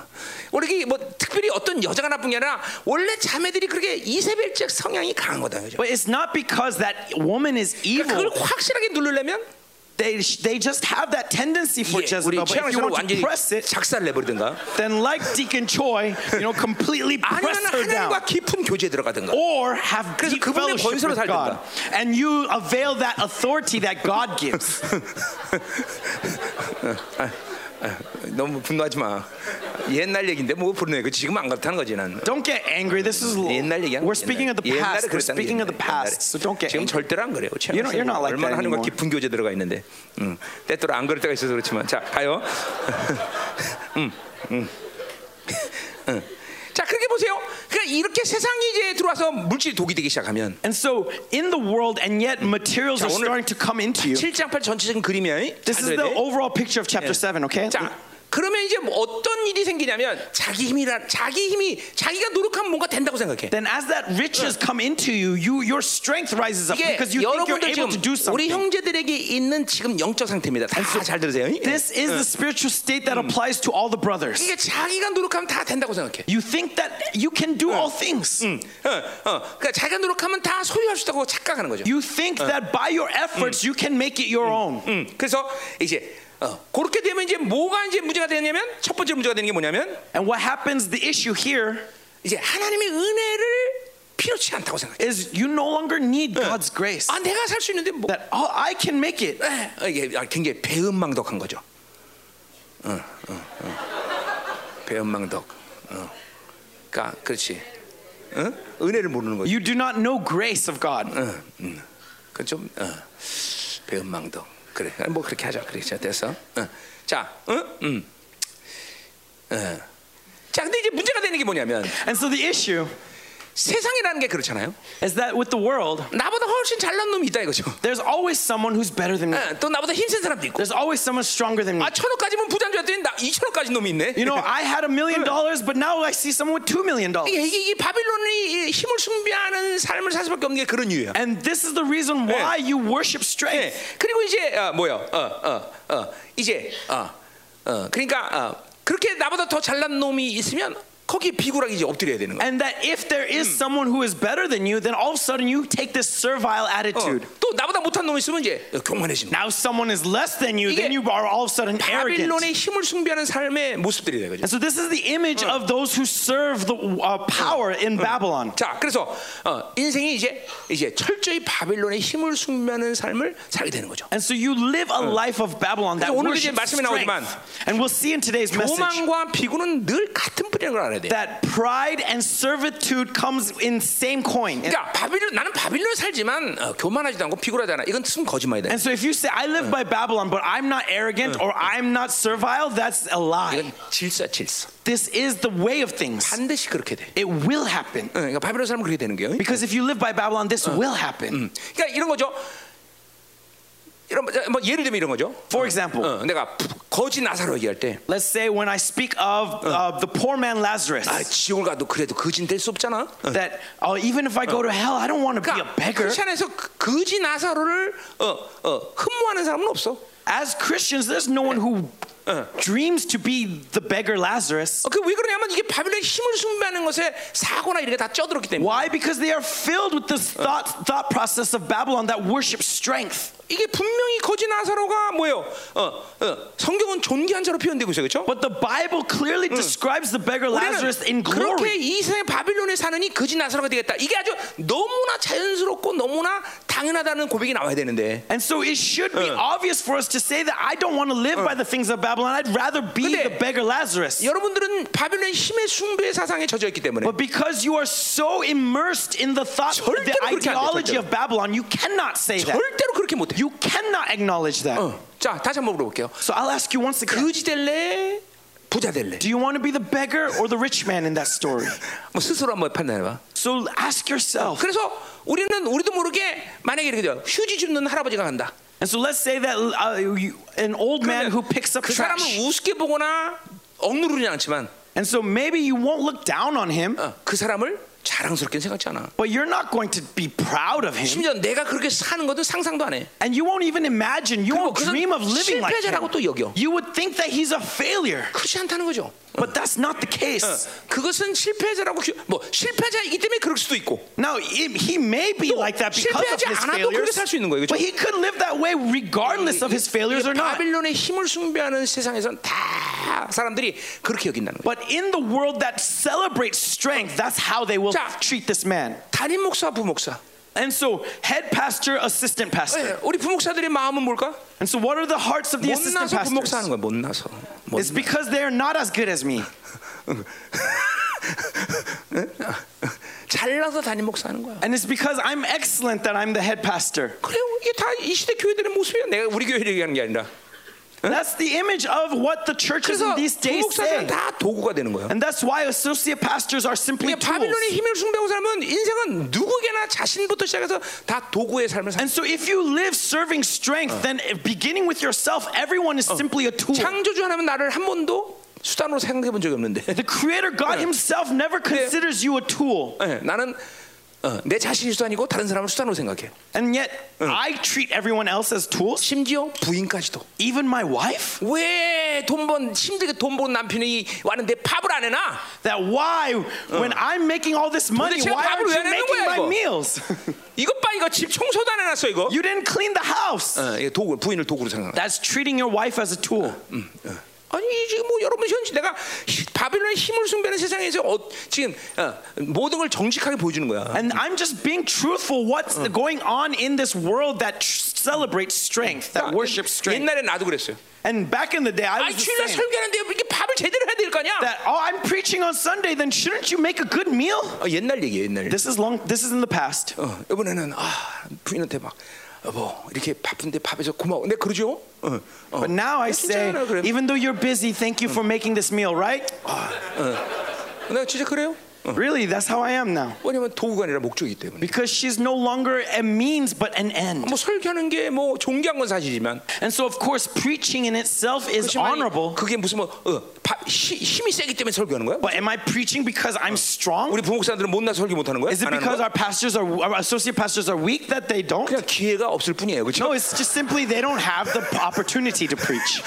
원래 이게 뭐 특별히 어떤 여자가 나쁜 게 아니라 원래 자매들이 그렇게 이세벨적 성향이 강한 거다 그죠. But it's not because that woman is 그러니까 그걸 evil. 확실하게 누르려면 They, they just have that tendency for 이게 우리 Jezebel. But 최양 if you 씨를 want to 완전히 press it, 작살 내버리든가 then like Deacon Choi, you know, completely 아니면 press her down. 하나님과 깊은 교제에 들어가든가. or have 그래서 deep 그분의 fellowship 권세로 with God. And you avail that authority that God gives. 아, 너무 분노하지 마. 옛날 얘기인데 뭐 분노해? 그 지금 안 그렇다는 거지 난. Don't get angry. This is 옛날 얘기야. 뭐, we're speaking of the past. We're speaking of the past. So don't get 지금 angry. 절대로 안 그래요. You don't- you're not like 얼마나 that 하는 거 anymore. 깊은 교제 들어가 있는데. 음. 때때로 안 그럴 때가 있어서 그렇지만 자 가요. 음, 음. 음. 자 그렇게 보세요. 그러니까 이렇게 세상이 이제 들어와서 물질이 독이 되기 시작하면 And so in the world, and yet materials 자, are 오늘 starting to come into you. 7장 8 전체적인 그림이야. 이. This is 잘 the 들어야 돼. overall picture of chapter seven. Okay. 자, 그러면 이제 뭐 어떤 일이 생기냐면 자기 힘이라 자기 힘이 자기가 노력하면 뭔가 된다고 생각해. Then as that riches come into you, you your strength rises up 이게 because you think you're 여러분들 able to do 지금 우리 something. 형제들에게 있는 지금 영적 상태입니다. 다 잘 들으세요. 이? This is the spiritual state that applies to all the brothers. 이게 자기가 노력하면 다 된다고 생각해. You think that you can do all things. 응, 어, 어. 그러니까 자기가 노력하면 다 소유할 수 있다고 착각하는 거죠. You think that by your efforts you can make it your own. 응, 음. 그래서 이제 어, 그렇게 되면 이제 뭐가 이제 문제가 되냐면 첫 번째 문제가 되는 게 뭐냐면 And what happens, the issue here 이제 하나님의 은혜를 필요치 않다고 생각해. is you no longer need God's grace. 아, 내가 살 수 있는데 뭐 That oh, I can make it. 에, 아, 이게 굉장히 배은망덕한 거죠. 응, 응, 응. 어. 배은망덕. 응. 그러니까 그렇지. 응? 은혜를 모르는 거죠. You do not know grace of God. 응, 응. 그좀 어, 배은망덕. 그래. 뭐 그렇게 하자. 그래. 자, 됐어. 응. 자, 응, 응. 응. 자, 근데 이제 문제가 되는 게 뭐냐면 And so the issue 세상이라는 게 그렇잖아요. is that with the world, 나보다 훨씬 잘난 놈이 있다 이거죠. there's always someone who's better than me. 응, 또 나보다 힘센 사람도 있고. There's always someone stronger than me. 아, 천 원까지면 부자인 줄 알았더니 나 이천 원까지 놈이 있네. You know, I had a million dollars, but now I see someone with two million dollars. 이게, 이게 이 바빌론이 이 힘을 숭배하는 삶을 살 수밖에 없는 게 그런 이유야. And this is the reason why you worship strength. 그리고 이제 어, 뭐야? 어, 어, 어, 이제 어, 어, 그러니까 어, 그렇게 나보다 더 잘난 놈이 있으면 거기 비굴하게 이제 엎드려야 되는 거야. And that if there is someone who is better than you, then all of a sudden you take this servile 어, attitude. 또 나보다 못한 놈이 있으면 이제 어, 교만해지는 거야. Now someone is less than you, then 이게 you are all of a sudden arrogant. 바빌론의 힘을 숭배하는 삶의 모습들이 되거든. And so this is the image of those who serve the uh, power in Babylon. 자, 그래서 어, 인생이 이제 이제 철저히 바빌론의 힘을 숭배하는 삶을 살게 되는 거죠. And so you live a life of Babylon that 그래서 오늘 이제 worships 말씀에 나오지만 strength. And we'll see in today's message 교만과 비굴은 늘 같은 뿌리라는 걸 알아야 돼. that pride and servitude comes in same coin. And, 그러니까 바빌론 나는 바빌론 살지만 어, 교만하지도 않고 비굴하잖아. 이건 순 거짓말이다. and so if you say I live by Babylon but I'm not arrogant or I'm not servile, that's a lie. 이건 질서 질서. This is the way of things. 반드시 그렇게 돼. It will happen. 응, 그러니까 바빌론 사람은 그렇게 되는 거예요. Because if you live by Babylon, this will 음, happen. 그러니까 이런 거죠. 이런 뭐, 뭐 예를 들면 이런 거죠. For example, 어, 내가 부- 거지 나사로 얘기할 때 Let's say when I speak of uh, the poor man Lazarus, 아, 지옥을 가도 그래도 거진 될 수 없잖아. that oh, even if I go to hell, I don't want to be a 그러니까 beggar. 크리스천에서 그- 거지 나사로를 어, 어, 흠모하는 사람은 없어. As Christians, there's no one who dreams to be the beggar Lazarus. 그 왜 그러냐면 이게 바빌론의 힘을 숭배하는 것에 사고나 이런 게 다 쪄들었기 때문에. Why? Because they are filled with this thought, thought process of Babylon that worships strength. 이게 분명히 거지 나사로가 뭐예요? 어, 어, 성경은 존귀한 자로 표현되고 있어요, 그렇죠? But the Bible clearly describes the beggar Lazarus in 우리는 그렇게 glory. 이 세상 바빌론에 사느니 거지 나사로가 되겠다. 이게 아주 너무나 자연스럽고 너무나 당연하다는 고백이 나와야 되는데. And so it should be obvious for us to say that I don't want to live by the things of Babylon. I'd rather be 근데 the beggar Lazarus. 여러분들은 바빌론의 힘의 숭배 사상에 젖어 있기 때문에 But because you are so immersed in the thought, 절대로 the 그렇게 안 돼, ideology 절대로. of Babylon, you cannot say that. 절대로 그렇게 못해. You cannot acknowledge that. 어. 자, 다시 한번 물어볼게요. So I'll ask you once again 거지 될래? 부자 될래? Do you want to be the beggar or the rich man in that story? 뭐 스스로 한번 판단해봐. So ask yourself. 그래서 우리는 우리도 모르게 만약에 이렇게 돼요. 휴지 줍는 할아버지가 간다. And so let's say that uh, you, an old man who picks up 그 trash. 사람을 우습게 보거나 억누르지 않지만 And so maybe you won't look down on him, 어, 그 사람을 자랑스럽게 생각지 않아. but you're not going to be proud of him. 심지어 내가 그렇게 사는 것도 상상도 안 해. And you won't even imagine, you 그리고 won't 그는 dream of living like 실패자라고 또 여겨. him. You would think that he's a failure, 그렇지 않다는 거죠. 어, but that's not the case. 그것은 실패자라고 규- 뭐 실패자이기 때문에 그럴 수도 있고 Now it, he may be like that because 실패하지 of his 않아도 그렇게 failures, 살 수 있는 거예요, 그죠? but he could live that way regardless of his failures or not. 바빌론의 힘을 숭배하는 세상에선 다 사람들이 그렇게 여긴다는 거예요. But in the world that celebrates strength, that's how they will 자. treat this man. 담임 목사 부목사 And so, head pastor, assistant pastor. 예, 우리 부목사들의 마음은 뭘까? And so, what are the hearts of 네. the assistant 못나서 부목사하는 pastors? 거야. 못나서. 못- It's because they're not as good as me. 잘나서 담임 목사하는 거야. And it's because I'm excellent that I'm the head pastor. 그래요. 이게 다 이 시대 교회들의 모습이야. 내가 우리 교회를 얘기하는 게 아니라. That's the image of what the churches 그래서 in these days 부목사들은 say. 다 도구가 되는 거야. And that's why associate pastors are simply 그러니까 tools. 바빌론의 힘을 숭배하고 사람은 인생은 누구에게나 자신부터 시작해서 다 도구의 삶을 사. And so if you live serving strength, then beginning with yourself, everyone is simply a tool. 창조주 하나면 나를 한 번도 수단으로 생각해 본 적이 없는데. The creator God himself never considers you a tool. 예, 나는 어, 내 자신이 수단이고 다른 사람을 수단으로 생각해. And yet I treat everyone else as tools, 심지어 부인까지도. even my wife. 왜 돈 번 힘들게 돈 번 남편이 왔는데 밥을 안 해놔? That why when I'm making all this money, 도대체 why 밥을 aren't 왜 you 내는 making 거야, my 이거? meals? 이것 봐 이거 집 청소도 안 해놨어 이거. you didn't clean the house. 어, 이게 도구 부인을 도구로 생각해. That's treating your wife as a tool. 아니 지금 뭐 여러분 현실 내가 히- 바빌론의 힘을 숭배하는 세상에서 어, 지금 어, 모든 걸 정직하게 보여주는 거야. And I'm just being truthful what's going on in this world that tr- celebrates strength, that worships strength. 옛날에 나도 그랬어요. And back in the day, I 아니 was the 주일날 same. 설교하는데 이렇게 밥을 제대로 해야 될 거냐? that oh i'm preaching on sunday then shouldn't you make a good meal 어, 옛날 얘기예요 옛날. this is long this is in the past 어, 이번에는 아, 부인한테 막 여보 이렇게 바쁜데 밥에서 고마워. 내 그러죠? 어, 어. but now i 야, say 진짜잖아, 그래. even though you're busy thank you for making this meal right 내가 아, 어. 진짜 그래요? really that's how i am now 왜냐면 도구가 아니라 목적이기 때문에. because she's no longer a means but an end 뭐 설교하는 게 뭐 존귀한 건 사실이지만 and so of course preaching in itself is 그렇지만 honorable 그게 무슨 뭐 어, 바, 히, 힘이 세기 때문에 설교하는 거야? but am i preaching because i'm strong 우리 부목사들은 못나 설교 못하는 거야? is it 안 하는 because 거야? our pastors are our associate pastors are weak that they don't 그냥 기회가 없을 뿐이에요, 그렇죠? no it's just simply they don't have the opportunity to preach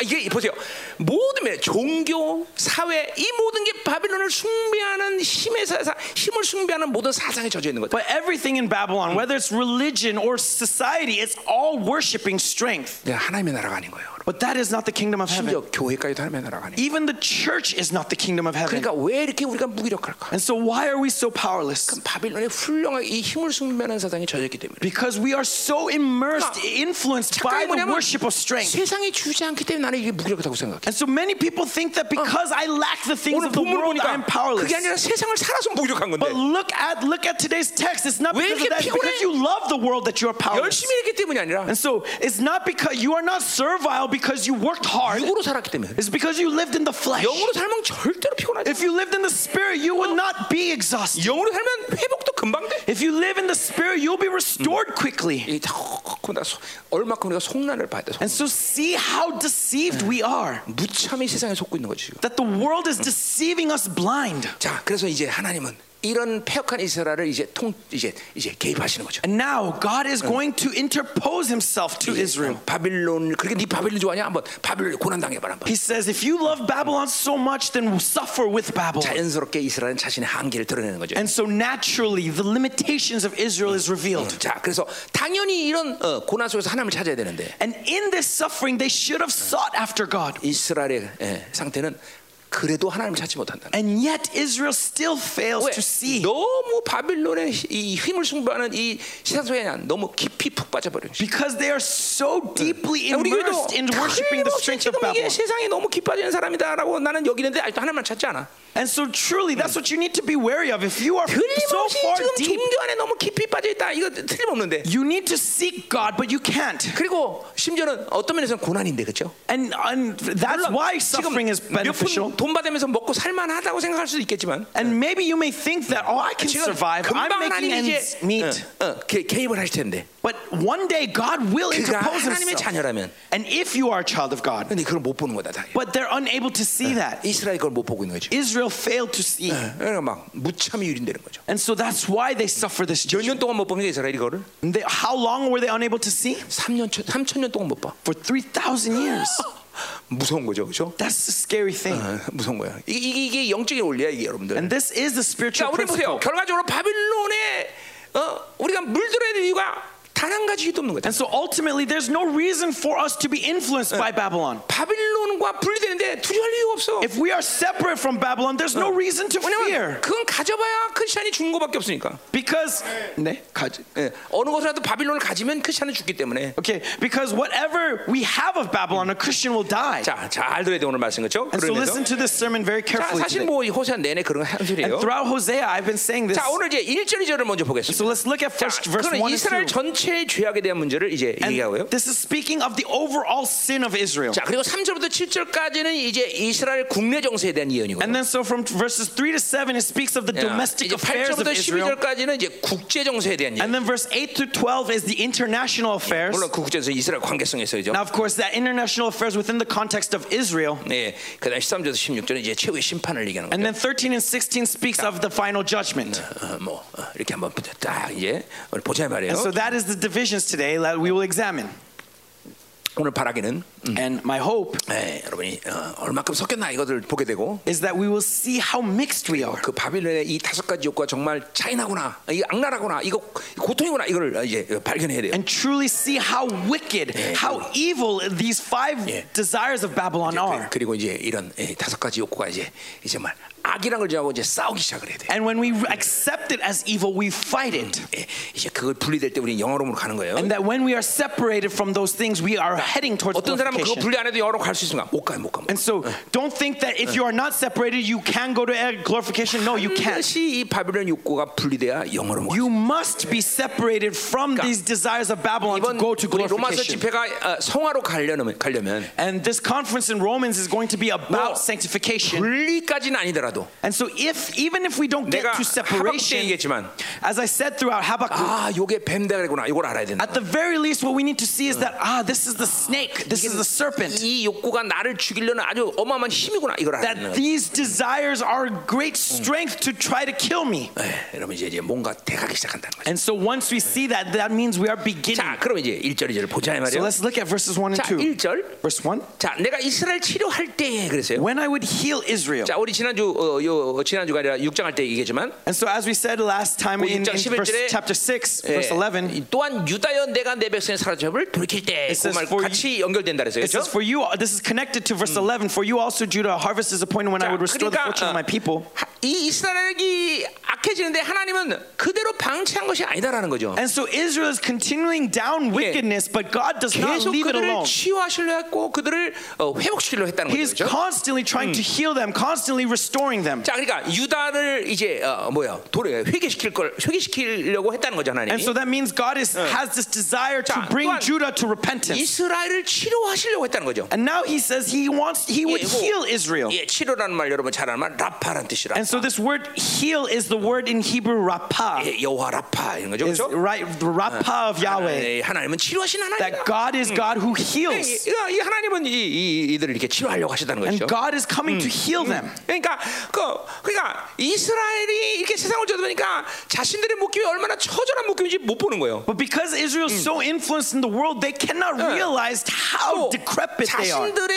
아, 이게 보세요. 모든 면 종교, 사회 이 모든 게 바빌론을 숭배하는 힘의 사사, 힘을 숭배하는 모든 사상에 젖어 있는 거죠. But everything in Babylon, whether it's religion or society, it's all worshiping strength. 내가 네, 하나님의 나라가 아닌 거예요. 여러분. But that is not the kingdom of 심지어 heaven. 교회까지도 하나님의 나라가 아니에요. Even the church is not the kingdom of heaven. 그러니까 왜 이렇게 우리가 무기력할까? And so, why are we so powerless? 바빌론의 훌륭한 이 힘을 숭배하는 사상에 젖었기 때문에. Because we are so immersed, 그러니까 influenced 착각이 by the 뭐냐면 worship of strength. 그러니까 세상이 주지 않기 때문에 나는 이게 무기력하다고 생각해. And so, many people think that because I lack the things 오늘 of the 본문을 world, I am 보니까 powerless. 그게 아니라 세상을 살아서 무기력한 건데 But look at look at today's text. It's not 왜 이렇게 because of that. It's 피곤해? because you love the world that you are powerless. 열심히 했기 때문이 아니라 And so, it's not because you are not servile because you worked hard. 육으로 살았기 때문에 It's because you lived in the flesh. 영으로 살면 절대로 피곤하지. If you lived in the spirit, you would not be exhausted. 영으로 살면 회복도 금방 돼. If you live in the spirit, you'll be restored quickly. 이 자꾸 나 속- 얼마큼 우리가 속난을 봐야 돼. 속- And so see how deceived we are. 무참히 세상에 속고 있는 거지 지금. That the world is deceiving us blind. 자, 그래서 이제 하나님은 이런 폐역한 이스라엘을 이제 통 이제 이제 개입하시는 거죠. And now God is going to interpose himself to Israel. 어, 바빌론 그렇게 네 바빌론 좋아하냐? 한번 바빌론 고난 당해봐라 한번. He says, if you love Babylon so much, then suffer with Babylon. 자연스럽게 이스라엘은 자신의 한계를 드러내는 거죠. And so naturally, the limitations of Israel is revealed. 자, 그래서 당연히 이런 어, 고난 속에서 하나님을 찾아야 되는데 And in this suffering, they should have sought after God. 이스라엘의 예, 상태는 그래도 하나님을 찾지 못한다. And yet Israel still fails 왜? to see. 너무 바빌론의 히- 이 힘을 숭배하는 이 세상 속에 그냥 너무 깊이 푹 빠져버린 거죠. Because they are so deeply 우리 교회도 immersed in worshiping the 틀림없이 strength of 지금 이게 Babylon. 세상에 너무 깊어지는 사람이다라고 나는 여기는데 아직도 하나만 찾지 않아. And so, truly, that's what you need to be wary of. If you are so 틀림없이 far 지금 deep, 종교 안에 너무 깊이 빠져 있다. 이거 틀림없는데. you need to seek God, but you can't. 그리고 심지어는 어떤 면에서는 고난인데 그렇죠? And, and that's why suffering is beneficial. 몇푼돈 받으면서 먹고 살만하다고 생각할 수도 있겠지만 And maybe you may think that, oh, I can 지금 survive. I'm 금방 making 하나님 이제 ends meet. 어, 어, 개- 개입을 하실 텐데 But one day, God will 그가 interpose 하나님의 Himself. 자녀라면 And if you are a child of God, 근데 그걸 못 보는 거다 다. but they're unable to see that, 이스라엘 그걸 못 보고 있는 거죠. Israel failed to see. 그러니까 막 무참히 유린되는 거죠. And so that's why they suffer this 몇 년 judgment. 동안 못 보면 이스라엘이 그거를 And they- How long were they unable to see? 3년 3천 년 동안 못 봐. for 3,000 years. 무서운 거죠, 그렇죠? 아, That's a scary thing. 무서운 거야. 이게, 이게, 이게 영적인 원리야 이게 여러분들. And this is the 자, spiritual 우리 보세요. principle. 결과적으로 바빌론에 어, 우리가 물들어야 될 이유가 단 한 가지 이유도 없는 거다. And so ultimately, there's no reason for us to be influenced by Babylon. 바빌론과 분리되는데 두려울 이유가 없어. If we are separate from Babylon, there's no Uh. reason to 왜냐면 fear. 그건 가져봐야 크리스천이 죽는 것밖에 없으니까. Because, 네, 가지. 예, 어느 것이라도 바빌론을 가지면 크리스천은 죽기 때문에. okay, because whatever we have of Babylon, a Christian will die. 자, 잘 들어야 돼 오늘 말씀 그렇죠? And so 그러면서 listen to this sermon very 자, carefully. 사실 today. 뭐이 호세아 내내 그런 한 소리예요. And throughout Hosea, I've been saying this. 자, 오늘 이제 1절 2절을 먼저 보겠습니다. So let's look at first 자, verse 그는 1 이스라엘 and 2. 전체의 죄악에 대한 문제를 이제 얘기하고요. And this is speaking of the overall sin of Israel. 자, 그리고 3절부터 7절까지는 이제 이스라엘 국내 정세에 대한 예언이고요. And then so from verses 3 to 7, it speaks of the 야, domestic 이제 affairs of 8절부터 Israel. 12절까지는 이제 국제 정세에 대한 얘기. And then verse 8 to 12 is the international affairs. 물론 그 국제에서 이스라엘 관계성에서죠. Now, of course, that international affairs within the context of Israel. 네, 그다음 13절부터 16절은 이제 최후의 심판을 얘기하는 And 거예요. then 13 and 16 speaks of the final judgment. 어, 뭐 어, 이렇게 한번 딱 이제 오늘 보자 말이에요. And so that is the divisions today that we will examine. 오늘 바라기는 And my hope 네, 여러분이 어, 얼마큼 섞였나 이것을 보게 되고 is that we will see how mixed we are. 그 바빌론의 이 다섯 가지 욕구가 정말 차이나구나, 이 악랄하구나, 이거 고통이구나 이걸 이제 발견해야 돼요. And truly see how wicked, how evil these five Yeah. desires of Babylon 그, are. 그리고 이제 이런 예, 다섯 가지 욕구가 이제 이제 말 악이랑 걸 정하고 이제 싸우기 시작을 해야 돼. And when we accept it as evil, we fight it. 예, 이제 그걸 분리될 때 우리 영어로으로 가는 거예요. And that when we are separated from those things, we are heading towards 어떤 사람은 그거 glorification. 분리 안 해도 영어로 갈 수 있습니까? 못 가요, 못 가. 못 가. And so don't think that if you are not separated, you can go to glorification. No, you can't. 반드시 이 바빌론 욕구가 분리돼야 영어로 가. You must be separated from these desires of Babylon to 이번 go to 우리 로마서 glorification. 집회가 어, 성화로 가려면 가려면 And this conference in Romans is going to be Well, about sanctification. 분리까지는 아니더라도 And so if even if we don't 내가 get to 하박 때 separation, 얘기했지만 as I said throughout Habakkuk, 아, 요게 뱀다그랬구나. 이걸 알아야 된다. at the very least what we need to see is that ah, this is the snake, this is the serpent. 이 욕구가 나를 죽이려는 아주 어마어마한 힘이구나. 이걸 알아야 된다. That these desires are great strength to try to kill me. 예, 여러분 이제 이제 뭔가 돼가기 시작한다는 거죠. And so once we see that, that means we are beginning. 자, 그럼 이제 1절 2절을 보자 이 음. So 말이에요. let's look at verses 1 and 자, 2. 1절. Verse 1 자, 내가 이스라엘 치료할 때 그랬어요. When I would heal Israel. 자, 우리 지난주 어, 요 지난주가 아니라 6장 할 때 얘기했지만 And so, as we said last time in, in Well, 6장 verse, 11 절에, chapter 6, 예, verse 11, 또한 유다여 내가 내 백성의 사라져을 돌이킬 때그 says 정말 for 같이 연결된다 그랬어요. it 그렇죠? says, For you, this is connected to Mm. verse 11, for you also, Judah, a harvest is appointed when I 자, would restore the fortune 그러니까 of my people. 어, 하- 이 이스라엘이 악해지는데 하나님은 그대로 방치한 것이 아니다라는 거죠. And so, Israel is continuing down wickedness, but God does not 계속 leave it 그들을 alone. 치유하시려 했고 그들을 어, 회복시키려 했다는 He is 거죠. 그렇죠? constantly trying to heal them, constantly restoring them. 자, 그러니까 유다를 이제 어, 뭐야 도래 회개시킬 걸 회개시키려고 했다는 거죠 하나님이. And so, that means God is, has this desire to 자, bring 또한 Judah to repentance. 이스라엘을 치료하시려고 했다는 거죠. And now He says He wants, He 예, would 뭐, heal Israel. 예, 치료라는 말 여러분 잘 아는 말 라파란 뜻이라. And so, this word heal is the word in Hebrew rapah, 예, 여호와 라파 이런 거죠. is 그렇죠? right, the rapah of Yahweh. 예, 하나님은 치료하신 하나님. 예, 아, that God is God who heals. 이 하나님은 이, 이 이들을 이렇게 치료하려고 하시다는 And 거죠. God is coming to heal them. 그러니까 그 그러니까 이스라엘이 이렇게 세상을 쳐다보니까 자신들의 목숨이 얼마나 처절한 목숨인지 못 보는 거예요. But because Israel is so influenced in the world, they cannot realize 또 how decrepit they are. 자신들의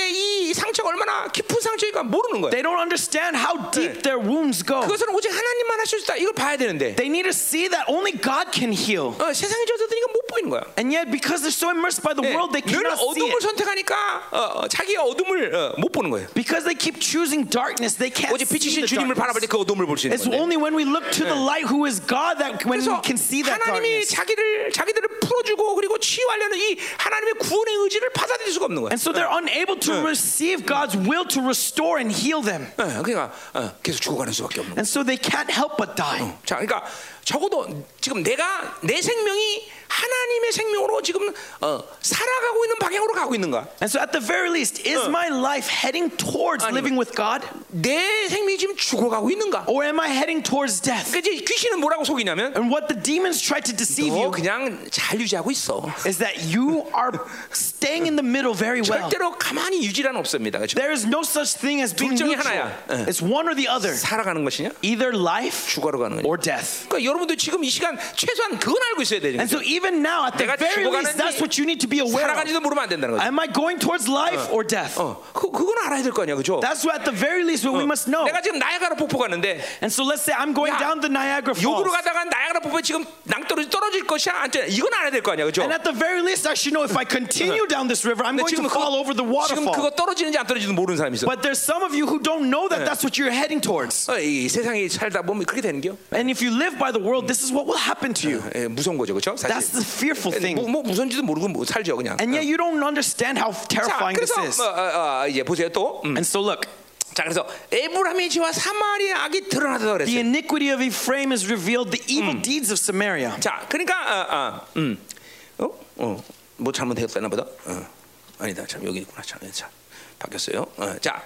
이 상처가 얼마나 깊은 상처인가 모르는 거예요. They don't understand 네. how deep their wounds go. 그것은 오직 하나님만 할 수 있다. 이걸 봐야 되는데 They need to see that only God can heal. 어, 세상이 쳐다보니까 못 보이는 거야. And yet, because they're so immersed by the 예, world, they 늘 cannot see 어둠을 it. 선택하니까 어, 어, 자기의 어둠을 어, 못 보는 거예요. Because they keep choosing darkness, they can't 오직 see 빛이신 the 주님을 바라볼 darkness. 때 그 어둠을 볼 수 있는 It's 건데. only when we look to the light who is God that when we 그래서 can see that 하나님이 darkness. 자기를 자기들을 풀어주고 그리고 치유하려는 이 하나님의 구원의 의지를 받아들일 수가 없는 거야. And so they're unable to receive God's will to restore and heal them. 예, 그러니까 어, 계속 죽어가는 수밖에 없는 거야. And so they can't help but die. 자, 그러니까 적어도 지금 내가 내 생명이 하나님의 생명으로 지금 어, 살아가고 있는 방향으로 가고 있는가? And so, at the very least, is my life heading towards 아니면- living with God 내 생명이 지금 죽어가고 있는가? or am I heading towards death? 그러니까 이제 귀신은 뭐라고 속이냐면 And what the demons try to deceive 너 you 그냥 잘 유지하고 있어. is that you are staying in the middle very well. 절대로 가만히 유지란 없습니다. 그렇죠? There is no such thing as being 둘 중에 neutral, 하나야. it's one or the other 살아가는 것이냐? either life 죽어로 가는 거냐? or death. 그러니까 여러분도 지금 이 시간 최소한 그건 알고 있어야 되는 And 거죠. so even now, at the 내가 very 죽어가는지 least, that's what you need to be aware of. 살아가는지도 모르면 안 된다는 거죠. Am I going towards life or death? 어, 그, 그건 알아야 될 거 아니야, 그죠? That's what at the very least what we must know. 내가 지금 나야가라 폭포 가는데 And so let's say I'm going 야, down the Niagara 욕으로 Falls. 가다가 나야가라 폭포에 지금 낭떠러지 떨어질 것이야, 안 떨어질- 이건 알아야 될 거 아니야, 그죠? And at the very least, I should know if I continue down this river, I'm 근데 going 지금 to fall over the 그거, 지금 그거 waterfall. 떨어지는지 안 떨어지는지 모르는 사람이 있어. But there's some of you who don't know that that's what you're heading towards. 어, 이 세상에 살다 보면 그렇게 되는 게요. And if you live by the world, this is what will happen to you. 예, 무서운 거죠, 그렇죠? That's 사실 the fearful 뭐, thing. 뭐 무서운지도 모르고 뭐 살죠, 그냥. And yet you don't understand how 자, terrifying this is. 그래서 어, 어, 어, 이제 보세요 또. 음. And so look, 자, 그래서 에브라임의 죄와 사마리아 악이 드러나다 the 그랬어요. iniquity of Ephraim is revealed, the evil deeds of Samaria. 자, 그러니까 어, 어, 음. 어? 어. 뭐 잘못되었다나 보다. 어. 아니다. 참 여기 있구나. 참. 예, 자. 바뀌었어요. 어, 자.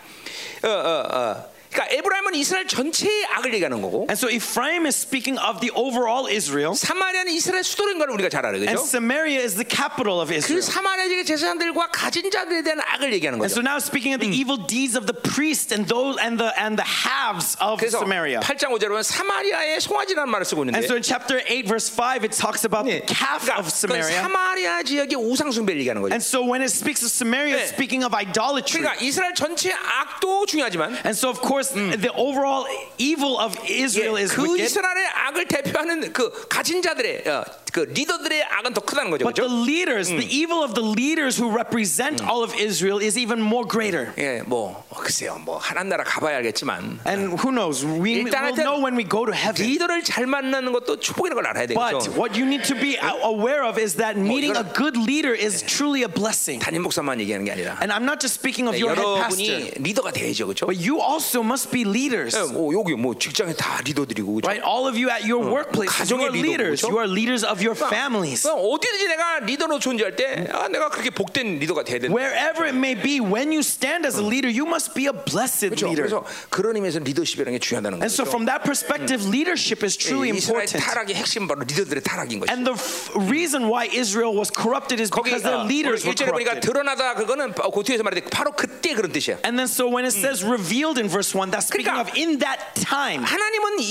어, 어, 어. 그러니까 에브라임은 이스라엘 전체의 악을 얘기하는 거고 And so Ephraim is speaking of the overall Israel, 사마리아는 이스라엘 수도인 걸 우리가 잘 알아요. and 그죠? Samaria is the capital of 그 Israel. 사마리아의 제사장들과 가진 자들에 대한 악을 얘기하는 And so 거죠. now speaking of the evil deeds of the priests and those and the and the halves of 그래서 Samaria. 8장 5절에 보면 사마리아의 송아지라는 말을 쓰고 And 있는데 so in chapter 8 verse 5 it talks about the calf 그러니까 of 그 Samaria. 사마리아 지역의 우상 숭배를 얘기하는 거죠. And so when it speaks of Samaria 네. it's speaking of idolatry. 그러니까 이스라엘 전체 악도 중요하지만 And so of course the overall evil of 예, Israel is 그 wicked. 이스라엘의 악을 대표하는 그 가진 자들의 어, 그 리더들의 악은 더 크다는 거죠. But the 그렇죠? leaders, the evil of the leaders who represent all of Israel is even more greater. 예, 뭐 어, 글쎄요. 뭐 하나님 나라 가봐야 알겠지만 And who knows? We 일단 will 하여튼 know when we go to heaven. 리더를 잘 만나는 것도 축복이라는 걸 알아야 네. But 되겠죠. what you need to be a- aware of is that meeting a 이거는- good leader is truly a blessing. 담임 목사만 얘기하는 게 아니라 And I'm not just speaking of your head pastor, 여러분이 리더가 돼야죠. 그렇죠? but you also must be leaders. 예, 뭐 여기 뭐 직장에 다 리더들이고 그죠? Right? All of you at your workplace, you 가정의 are 리더고, leaders. 그렇죠? You are leaders of your families. 그럼 어디든지 내가 리더로 존재할 때 아, 내가 그렇게 복된 리더가 돼야 된다. Wherever it may be, when you stand as a leader, you must be a blessed 그렇죠? leader. 그래서 그런 의미에서 리더십이라는 게 중요하다는 And so, 거죠. from that perspective, leadership is 예, truly 이스라엘 important. 타락의 핵심 바로 리더들의 타락인 거죠. And the f- reason why Israel was corrupted is 거기 because their leaders were 일절에 보니까 corrupted. 드러나다 그거는 고티에서 말했듯 바로 그때 그런 뜻이야. And then, so when it says revealed in verse 1, that's speaking 그러니까- of in that time. 하나님은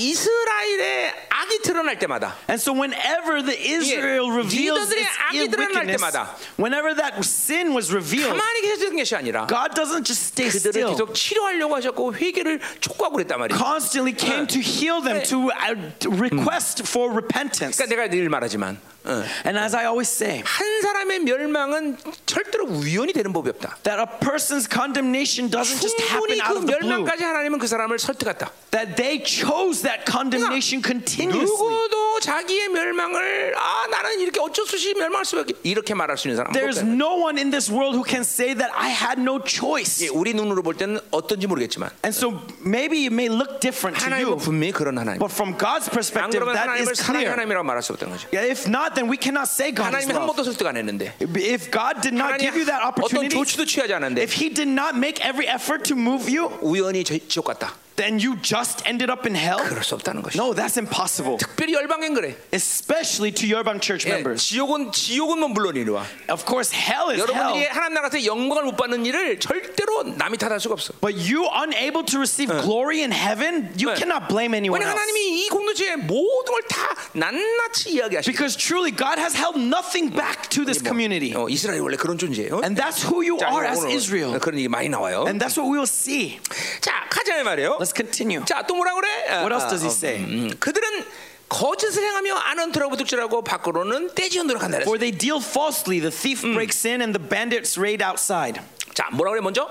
이스라엘의 악이 드러날 때마다 And so whenever the Israel reveals 리더들의 its 악이 ill 드러날 wickedness, 때마다 whenever that sin was revealed, 가만히 계셨던 것이 아니라 God doesn't just stay 그들을 still. 계속 치료하려고 하셨고 회개를 촉구하고 그랬단 말이야. Constantly came to heal them, to uh, to request for repentance. 그러니까 내가 늘 말하지만 어, And as I always say, 한 사람의 멸망은 절대로 우연히 되는 법이 없다. that a person's condemnation doesn't just happen 충분히 out 그 of the blue. 멸망까지 하나님은 그 사람을 설득했다. 그러니까 That they chose that condemnation continuously. 누구도 자기의 멸망을 아 나는 이렇게 어쩔 수 없이 멸망할 수밖에 이렇게 말할 수 있는 사람 There's 아무도 없다. no one in this world who can say that I had no 예, choice. 우리 눈으로 볼 때는 어떤지 모르겠지만 And so maybe it may look different to 하나님은 you, 분명히 그런 하나님. but from God's 안 perspective, 그러면 that 하나님을 is 사랑의 clear. 하나님이라고 말할 수 없다는 거죠. Yeah, If not, then we cannot say God is 하나님이 한 love. 번도 설득 안 했는데 If God did not 하나님 give you that 어떤 opportunity, 조치도 취하지 않았는데 if He did not make every effort to move you, 우연히 저- 지옥 갔다. then you just ended up in hell. 그럴 수 없다는 것이. No, that's impossible. 특별히 열방엔 그래. Especially to Yerbang church 예, members. 지옥은 지옥은 뭐 물론 이리와. Of course, hell is 여러분들이 hell. 하나님 나라에서 영광을 못 받는 일을 절대로 남이 탓할 수가 없어. But you unable to receive glory in heaven, you 예. cannot blame anyone 왜냐 else. 하나님이 이 공동체의 모든 걸 다 낱낱이 이야기하시. Because truly, God has held nothing back to this community. 어, 이스라엘 이 원래 그런 존재예요. And that's who you 자, are as 오늘 Israel. 그런 얘기 많이 나와요. And that's what we will see. 자, 가자 말이에요. Let's continue. 자, 또 뭐라 그래? What else 아, does he 어, say? 음, 그들은 거짓을 행하며 안언트라고 부득질하고 밖으로는 떼지언도록 한다 그랬어. For they deal falsely. The thief breaks in and the bandits raid outside. 자, 뭐라 그래 먼저?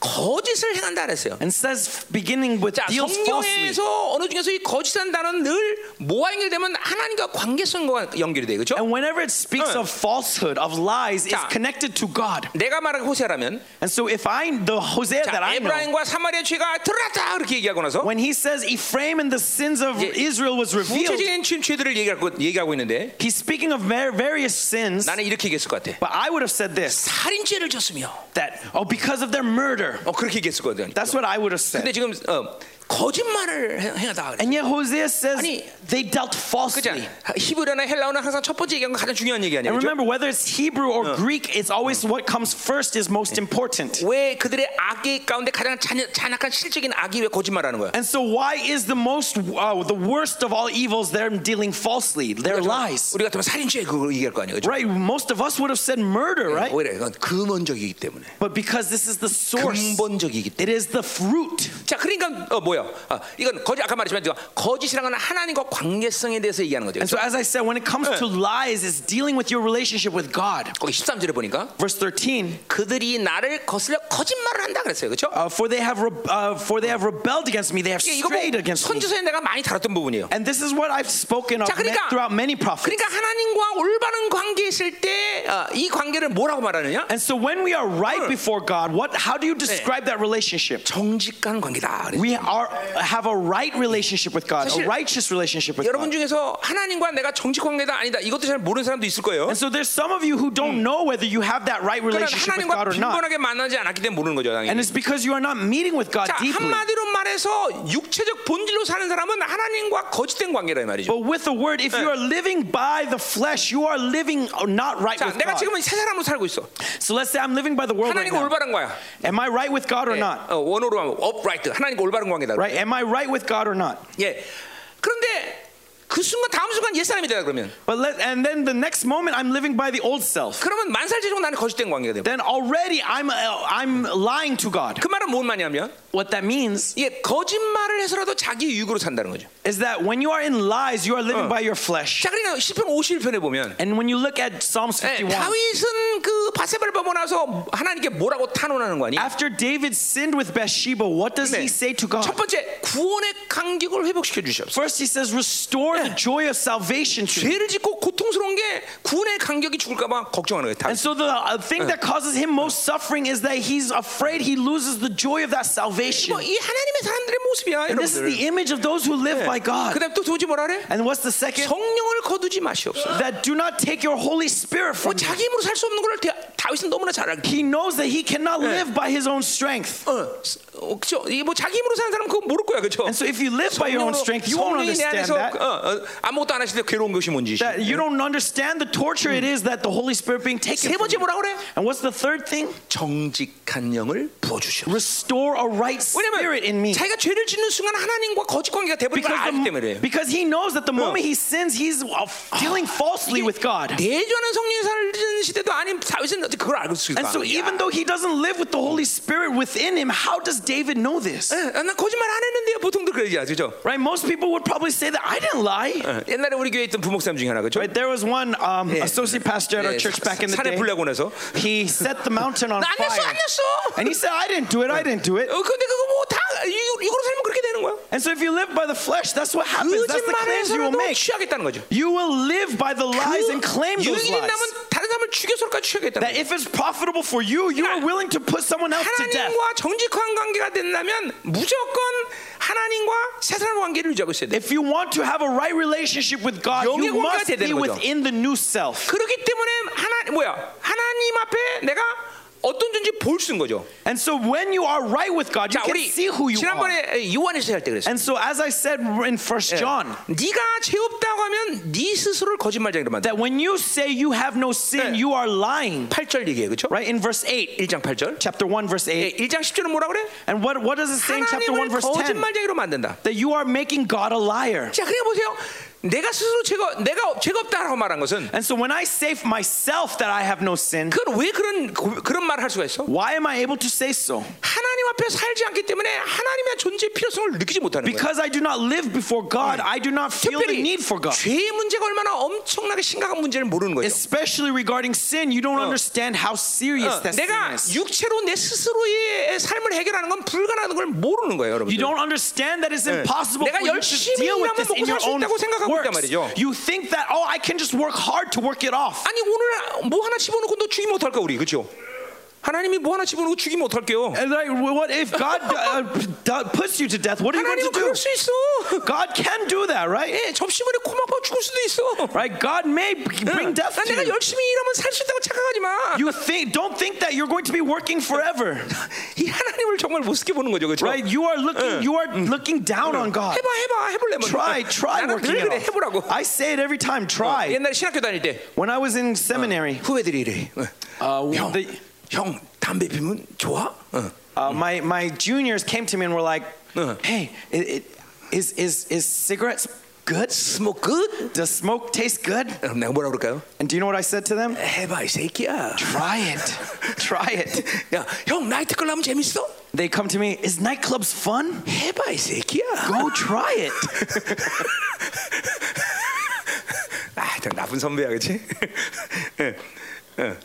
거짓을 행한다 그랬어요. And says, beginning with 자, deals falsely. 성경에서 어느 중에서 이 거짓이라는 단어는 늘 뭐와 연결되면 하나님과 관계성과 연결이 돼요. 그렇죠? And whenever it speaks 응. of falsehood, of lies, it's 자. connected to God. 내가 말한 호세라면 And so if I, the Hosea that 자, I know, 에브라임과 사마리아 죄가 드러났다 그렇게 얘기하고 나서 when he says Ephraim and the sins of Yeah. Israel was revealed, 구체적인 죄- 죄들을 얘기하고, 얘기하고 있는데 he's speaking of var- various sins. 나는 이렇게 얘기했을 것 같아. But I would have said this, 살인죄를 졌으며 that, oh, because of their murder. 어, 그렇게 얘기했을 거거든. That's what I would have said. 근데 지금 어, 거짓말을 해- 행하다 그래. And yet Hosea says 아니, they dealt 그죠? falsely. 히브리어나 헬라어나 항상 첫 번째 얘기한 건 가장 중요한 얘기 아니에요. 네. And 그죠? remember, whether it's Hebrew or Greek, it's always what comes first is most important. 왜 그들의 악의 가운데 가장 잔- 잔악한 실적인 악이 왜 거짓말하는 거야? And so, why is the most, uh, the worst of all evils, they're dealing falsely, their lies? 우리 같으면 살인죄 그걸 얘기할 거 아니에요. 그죠? Right? Most of us would have said murder, right? 오히려 이건 근원적이기 때문에. But because this is the source, 근본적이기 때문에. it is the fruit. 자, 그러니까 어 뭐야? 아, 이건 거짓 아까 말했지만 이거 거짓이라는 건 하나님과 관계성에 대해서 얘기하는 거죠. And so, as I said, when it comes to lies, it's dealing with your relationship with God. 거기 13절에 보니까 Verse 13. 그들이 나를 거슬려 거짓말을 한다 그랬어요. 그렇죠? Uh, for they have re- uh, for they have rebelled against me. They have 이게 이거 뭐 strayed against me. 선지서에 내가 많이 다뤘던 부분이에요. And this is what I've spoken of 자, 그러니까 ma- throughout many prophets. 그러니까 하나님과 올바른 관계 있을 때 아, 이 관계를 뭐라고 말하느냐? And so when we are right 응. before God, what how do you describe that relationship? 정직한 관계다. 그랬어요. We are have a right relationship with God, 사실 a righteous relationship with 여러분 God. 중에서 하나님과 내가 정직 관계다 아니다 이것도 잘 모르는 사람도 있을 거예요. And so there's some of you who don't know whether you have that right 그러니까 relationship with 하나님과 God or not. 빈번하게 만나지 않았기 때문에 모르는 거죠. 당연히. And it's because you are not meeting with God 자 deeply. 한마디로 말해서 육체적 본질로 사는 사람은 하나님과 거짓된 관계라 이 말이죠. But with the word, if you are living by the flesh, you are living uh, not right 자 with 내가 God. 지금은 새 사람으로 살고 있어. So let's say I'm living by the world right 하나님과 now. 올바른 거야. Am I right with God or 예, not? 어, 원어로 하면 upright 하나님과 올바른 관계다. Right? Am I right with God or not? 예. 그런데 그 순간 다음 순간 옛 사람이 되다 그러면 But let, and then the next moment, I'm living by the old self. 그러면 만살지로 나는 거짓된 관계가 됩니다. Then already I'm uh, I'm lying to God. 그 말은 뭔 말이냐면 What that means 이게 거짓말을 해서라도 자기 유익으로 산다는 거죠. is that when you are in lies, you are living by your flesh. 자 그러니까 시편 51편에 보면 And when you look at Psalms 예, 51, 다윗은 그 바세바를 보고 나서 하나님께 뭐라고 탄원하는 거 아니야? after David sinned with Bathsheba, what does he say to 첫 God? 번째 구원의 간격을 회복시켜 주시옵소서. First, he says, "Restore the joy of salvation to me." 죄를 짓고 고통스러운 게 구원의 간격이 죽을까봐 걱정하는 거예요. And 다윗. so the uh, thing that causes him most suffering is that he's afraid he loses the joy of that salvation. 뭐이 하나님의 사람들의 모습이야, And this is 여러분들. the image of those who live by God. 그다음 또 도지 뭐라 그래? And what's the second? 성령을 거두지 마시옵소서. That do not take your Holy Spirit 뭐 from you. 자기 힘으로 살 수 없는 걸 대- 다윗은 너무나 잘 알기. He knows that he cannot live by his own strength. 어, 어 그죠? 이뭐 자기 힘으로 사는 사람 은 그거 모를 거야, 그죠? And so if you live by your own strength, you won't 성령이 내 understand 안에서 that. 어, 어, 아무것도 안 하실 때 괴로운 것이 뭔지. That you don't understand the torture it is that the Holy Spirit being taken 세 from 번째 Hmm. you. 뭐라 그래? And what's the third thing? 정직한 영을 부어 주시옵소서. Restore a right spirit 왜냐면 in me. 자기가 죄를 짓는 순간 하나님과 거짓 관계가 돼버린 걸 Because, 알기 the, 때문에 그래요. mo- because he knows that the moment he sins, he's uh, dealing falsely with God. 대전한 성령이 살던 시대도 아닌 다윗은 어떻게 그걸 알고 있을까? And so, even though he doesn't live with the Holy Spirit within him, how does David know this? 예, 나 거짓말 안 했는데요. 보통들 그러지 않죠? Right? Most people would probably say that I didn't lie. 예, 옛날에 우리 교회 있던 부목사님 중에 하나 그죠? Right? There was one um, Yeah. associate pastor at our 예, church 사- back in the 산에 day. 불나고 나서 He set the mountain on 나 안 냈어, 안 fire. 냈어. And he said, I didn't do it, I didn't do it. 어, 근데 그거 뭐 다 이거로 살면 그렇게 되는 거야? And so, if you live by the flesh, that's what happens. That's the claims you will 거짓말에서라도 make. 취하겠다는 거죠. You will live by the lies and claim those 유일인 lies. 남은 다른 사람을 죽여서까지 취하겠다는 That 거죠. if it's profitable for you, you are willing to put someone else to death. 하나님과 정직한 관계가 된다면 무조건 하나님과 세상 관계를 유지하고 있어야 돼. If you want to have a right relationship with God, 영의 you 관계가 must 돼야 be 되는 거죠. within the new self. 그렇기 때문에 하나 뭐야 하나님 앞에 내가 어떤 존재 볼 수 있는 거죠. And so when you are right with God, you 자 can 우리 see who you are. 지난번에 요한에서 할때 그랬어. And so as I said in First John, 네가 죄 없다고 하면 네 스스로를 거짓말쟁이로 만든. that when you say you have no sin, 네. you are lying. 8절 얘기해 그렇죠? Right in verse 8, 1장 8절. chapter 1 verse 예, 8. 1장 10절은 뭐라 그래? And what what does it say in chapter 1 하나님을 verse 10? 거짓말쟁이로 만든다. That you are making God a liar. 자, 그래 보세요. 내가 스스로 죄가 내가 죄가 없다라고 말한 것은 And so when I say for myself that I have no sin, 그건 왜 그런 그- 그런 말을 할 수가 있어? why am I able to say so? 하나님 앞에 살지 않기 때문에 하나님의 존재 필요성을 느끼지 못하는 거예요. Because I do not live before God, I do not feel the 특별히 need for God. 죄의 문제가 얼마나 엄청나게 심각한 문제를 모르는 거죠. Especially regarding sin, you don't understand how serious 어, that sin 내가 is. 육체로 내 스스로의 삶을 해결하는 건 불가능한 걸 모르는 거예요, 여러분들. You don't understand that it's impossible 내가 for you to 열심히 deal with 일하면 this in 먹고 your 살수 own 있다고 생각하고 있단 말이죠. works. You think that oh, I can just work hard to work it off. 아니 오늘 뭐 하나 집어넣고 너 죽이면 어떡할까 우리 그렇죠? 하나님이 뭐 하나 집어넣고 죽이면 어떡할게요? And like, well, what if God uh, d- puts you to death? What are you 하나님은 going to 그럴 do? 수 있어. God can do that, right? 예, 접시물에 코 막고 죽을 수도 있어. Right? God may b- 응. bring death 난 to 내가 you. 열심히 일하면 살 수 있다고 착각하지 마. You think don't think that you're going to be working forever. 이 하나님 하나님을 정말 우습게 보는 거죠, 그렇죠? Right? You are looking you are looking down on 해봐, God. 해봐, 해보려면 Try, try 나는 working 늘 그래, it 해보라고. off. I say it every time. Try. 옛날에 신학교 다닐 때 When I was in seminary, uh, 후배들이 이래. 어. 아, 우- 형, 근데- 형 담배 피면 좋아? 어. uh, my my juniors came to me and were like, Uh. "Hey, it, it, is is is cigarettes good? 스모크 끝? Does smoke taste good?" 그럼 내가 뭐라 그럴까요? And do you know what I said to them? 해봐 이 새끼야. Try it. Try it. 야, 형 나이트클럽 하면 재밌어? They come to me, "Is nightclubs fun? 해봐 이 새끼야. Go try it." 아, 참 나쁜 선배야, 예, 그렇지?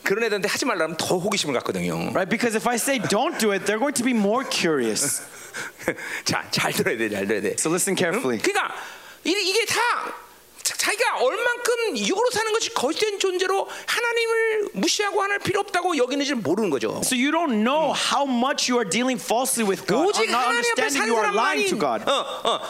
그런 애들한테 하지 말라면 더 호기심을 갖거든요. Right? Because if I say don't do it, they're going to be more curious. 자, 잘 들어야 돼, 잘 들어야 돼. So listen carefully. 그러니까 이- 이게 다 자- 자기가 얼만큼 육으로 사는 것이 거짓된 존재로 하나님을 무시하고 하나님 필요 없다고 여기는지 모르는 거죠. So you don't know how much you are dealing falsely with God, 오직 not 하나님 앞에 understanding 사는 you are lying 사람만이 to God. 어, 어.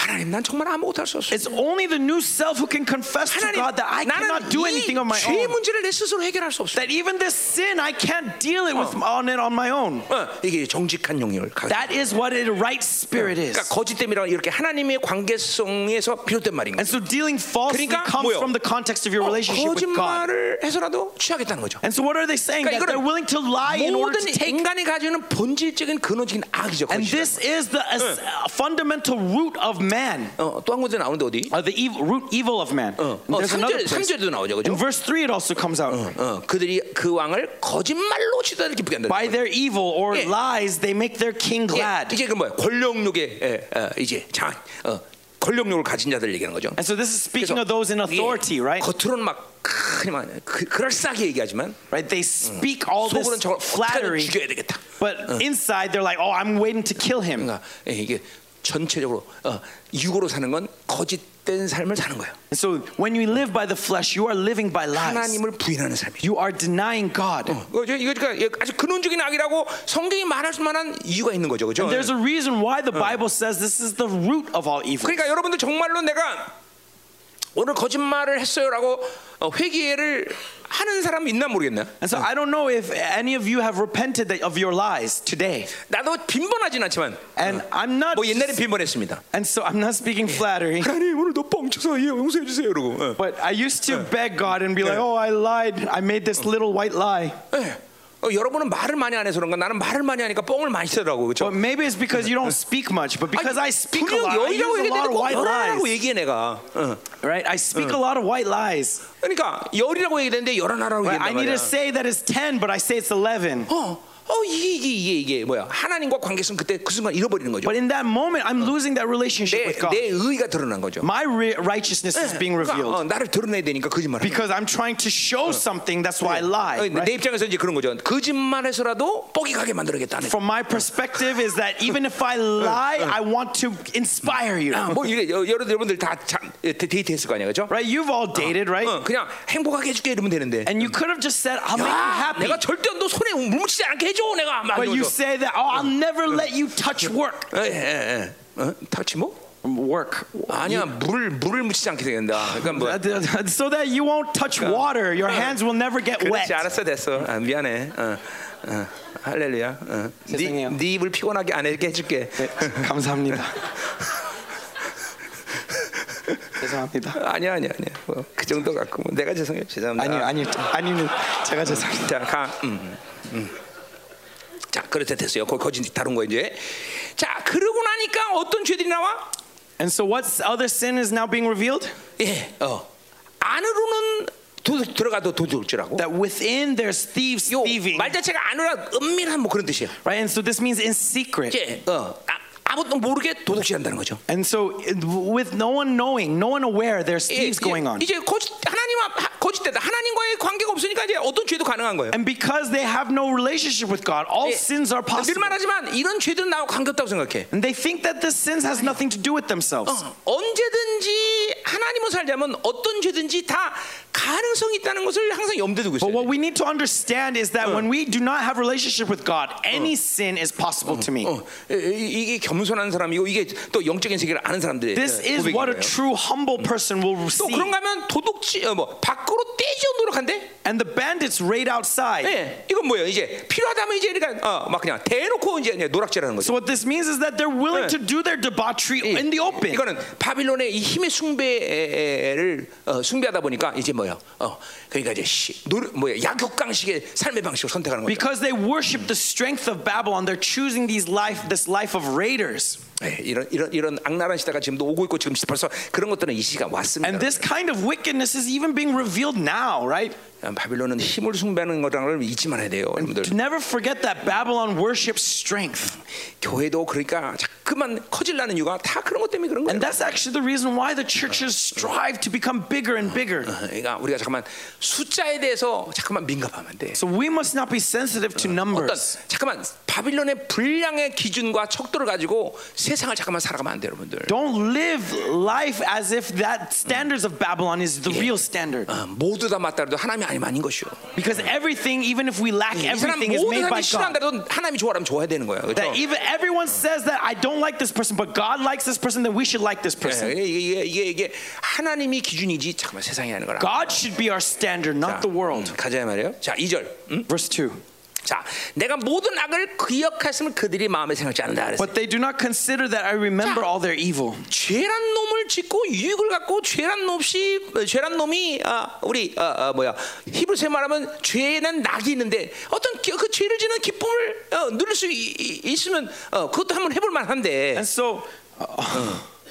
하나님 난 정말 아무것도 할 수 없어. It's only the new self who can confess to 하나님 God that I cannot do anything of 나는 my 이죄 own. 문제를 내 스스로 해결할 수 없어. That even this sin, I can't deal it with on it on my own. 어, 이게 정직한 영역을 가. That is what a right spirit is. 그러니까 거짓됨이랑 이렇게 하나님의 관계성에서 비롯된 말인 거예요. And so dealing falsely 그러니까 comes 뭐요? from the context of 어, your relationship with God. 거짓말을 해서라도 취하겠다는 거죠. And so what are they saying? 그러니까 That they're 이거는 willing to lie in order to 모든 take. 인간이 가지는 본질적인 근원적인 악이죠. And 거짓이라는 this is the as- fundamental root of man, 어, 또한 군데 나오는데 어디? or the evil, root evil of man. 어, And There's another 3절, place. 3절도 나오죠. 그죠? In verse 3, it also comes out. 어, 그들이 그 왕을 거짓말로 치도록 기쁘게 한다. By their evil or 예. lies, they make their king 예, glad. 이제 그 뭐야? 권력욕에 예, 어, 이제 자 어, 권력욕을 가진 자들 얘기하는 거죠. And so this is speaking 그래서 of those in 예, authority, right? 겉으로는 막 그냥 그, 그럴싸하게 얘기하지만 Right? They speak all this 속으로는 저걸 어떻게든 flattery, 죽여야 되겠다. but inside they're like, "Oh, I'm waiting to kill him." 그러니까 예, 이게 전체적으로 어, 육으로 사는 건 거짓된 삶을 사는 거예요. And so when you live by the flesh, you are living by lies. 하나님을 부인하는 삶이죠. You are denying God. 어, 이거 이거 그러니까 아주 근원적인 악이라고 성경이 말할 만한 이유가 있는 거죠, 그렇죠? And there's a reason why the Bible says this is the root of all evil. 그러니까 여러분들 정말로 내가 오늘 거짓말을 했어요라고 어, 회개를 하는 사람 있나 모르겠나? And so I don't know if any of you have repented that- of your lies today. 나도 빈번하진 않지만 And I'm not 뭐 옛날엔 빈번했습니다. and so I'm not speaking flattery. 하나님 오늘 너 뻥쳐서 예, 용서해 주세요 이러고. 어. But I used to beg God and be like, Yeah. Oh. "Oh, I lied. I made this little white lie." 예. 어, 여러분은 말을 많이 안 해서 그런가? 나는 말을 많이 하니까 뻥을 많이 쓰더라고 그렇죠? But maybe it's because you don't speak much, but because I speak a lot, 여기라고 I use a lot 얘기했는데 of 꼭 white 열하라고 lies. 얘기해 내가. 어. Right? I speak a lot of white lies. 그러니까 열이라고 얘기했는데 열하나라고 Right? I 얘기한단 need 말이야. to say that it's 10, but I say it's 11. 어, 어 이게 이게 이게 이게 뭐야? 하나님과 관계성 그때 그 순간 잃어버리는 거죠. But in that moment, I'm losing that relationship 내, with God. 내 의가 드러난 거죠. My ri- righteousness is being 그러니까, 어, revealed 나를 드러내야 되니까 거짓말. because I'm trying to show something. That's why I lie. 내 right? 그 입장에서 이제 그런 거죠. 거짓말해서라도 뻑이가게 만들겠다는. From my perspective, is that even if I lie, I want to inspire you. 뭐 이게 여- 여러 여러분들 다 참, 예, 데- 데이트했을 거 아니야, 그죠? Right? You've all dated, 어, right? 그냥 행복하게 해줄게 이러면 되는데. And you could have just said, "I'll make you 야, happy." 내가 절대 너 손에 뭉치지 않게 해줘, 내가. 막 But you 이러면서. say that, oh, I'll never let you touch work. 예, 예, 예. 어? 터치 뭐? Work. 아니야, 물을 물을 묻히지 않게 된다. 그러니까 뭐. So that you won't touch water. Your hands will never get wet. 그렇지 알았어 됐어 아, 미안해 어, 어, 할렐루야 어. 네, 죄송해요. 네 입을 피곤하게 안 하게 해줄게 네, 감사합니다. 죄송합니다. 아니야 아니야 아니야 뭐, 그 정도 갖고 뭐, 내가 죄송해요 죄송합니다 아니요, 아니요, 아니요. 제가 죄송합니다. 자가 음. 음. 자 그렇게 됐어요 거, 거짓 다른 거 이제 자 그러고 나니까 어떤 죄들이 나와 And so, what other sin is now being revealed? 예어 안으로는 도둑 들어가도 도둑 줄 알고 That within there's thieves thieving, 요말 자체가 안으로 은밀한 뭐 그런 뜻이에요 right? And so this means in secret. 예어 아, 아무도 모르게 도둑질한다는 거죠 And so, it- with no one knowing, no one aware, there's 예, thieves going on. 예, 이제 거짓 하나님 앞 하- 거짓되다 하나님과의 관계가 없으니까 이제 어떤 죄도 가능한 거예요. And because they have no relationship with God, 예, all sins are 늘 possible. 말하지만 이런 죄들은 나와 관계없다고 생각해. And they think that the sins has nothing to do with themselves. 어, 언제든지 하나님을 살자면 어떤 죄든지 다 가능성이 있다는 것을 항상 염두에 두고 있어요. But what we need to understand is that when we do not have relationship with God, any sin is possible to me. 어, 이- 이- 이게 겸손한 사람이고 이게 또 영적인 세계를 아는 사람들의 This 예, is 고백인 what a 거예요. true humble person will 또 receive. 그런가면 도둑질 어, 뭐 밖으로 떼지어 노력한대. And the bandits raid outside. 예, 이건 뭐예요? 이제 필요하다면 이제 그러니까 어, 막 그냥 대놓고 이제 그냥 노락질하는 거죠. So what this means is that they're willing Yeah. to do their debauchery 이- in the open. 이거는 바빌론의 이 힘의 숭배를 어, 숭배하다 보니까 이제 뭐야? 어, 그러니까 이제 시, 노르, 뭐야? 약육강식의 삶의 방식을 선택하는 거죠. Because they worship the strength of Babylon, they're choosing these life, this life of raiders. 예, 이런 이런 이런 악랄한 시대가 지금도 오고 있고 지금 벌써 그런 것들은 이 시기가 왔습니다. And this kind of wickedness is even being revealed now, right? 아, 바빌론은 힘을 숭배하는 거라는 걸 잊지만 해야 돼요, 여러분들. To never forget that Babylon worships strength. 교회도 그러니까 자꾸만 커질라는 이유가 다 그런 것 때문에 그런 거예요. And that's actually the reason why the churches strive to become bigger and bigger. 어, 그러니까 우리가 잠깐만 숫자에 대해서 잠깐만 민감하면 안 돼. So we must not be sensitive to 어떤 numbers. 잠깐만 바빌론의 불량의 기준과 척도를 가지고 세상을 잠깐만 살아가면 안 돼요, 여러분들. Don't live life as if that standards of Babylon is the real standard. 어, 모두 다 맞다라도 하나님이 아니면 아닌 것이요. Because everything, even if we lack 이 사람 everything, is 모든 made by 사람이 God. 싫어한다라도 하나님이 좋아하면 좋아야 되는 거예요. 그렇죠? That even everyone says that I don't like this person, but God likes this person, then we should like this 예, person. 이게, 이게 이게 이게 하나님이 기준이지 잠깐만 세상이 하는 거라. 음, God should be our standard, not the world. 가자 말이에요. 자, 2절. 음? Verse 2. 자, 내가 모든 악을 기억하시면 그들이 마음에 생각지 않는다 그랬어요. But they do not consider that I remember all their evil. 죄란 놈을 짓고 유익을 갖고 죄란 놈 없이 어, 죄란 놈이 아, 우리 아, 아, 뭐야 히브리서 말하면 죄는 낙이 있는데 어떤 기- 그 죄를 지는 기쁨을 어, 누릴 수 이- 이- 있으면 어, 그것도 한번 해볼 만한데 And so,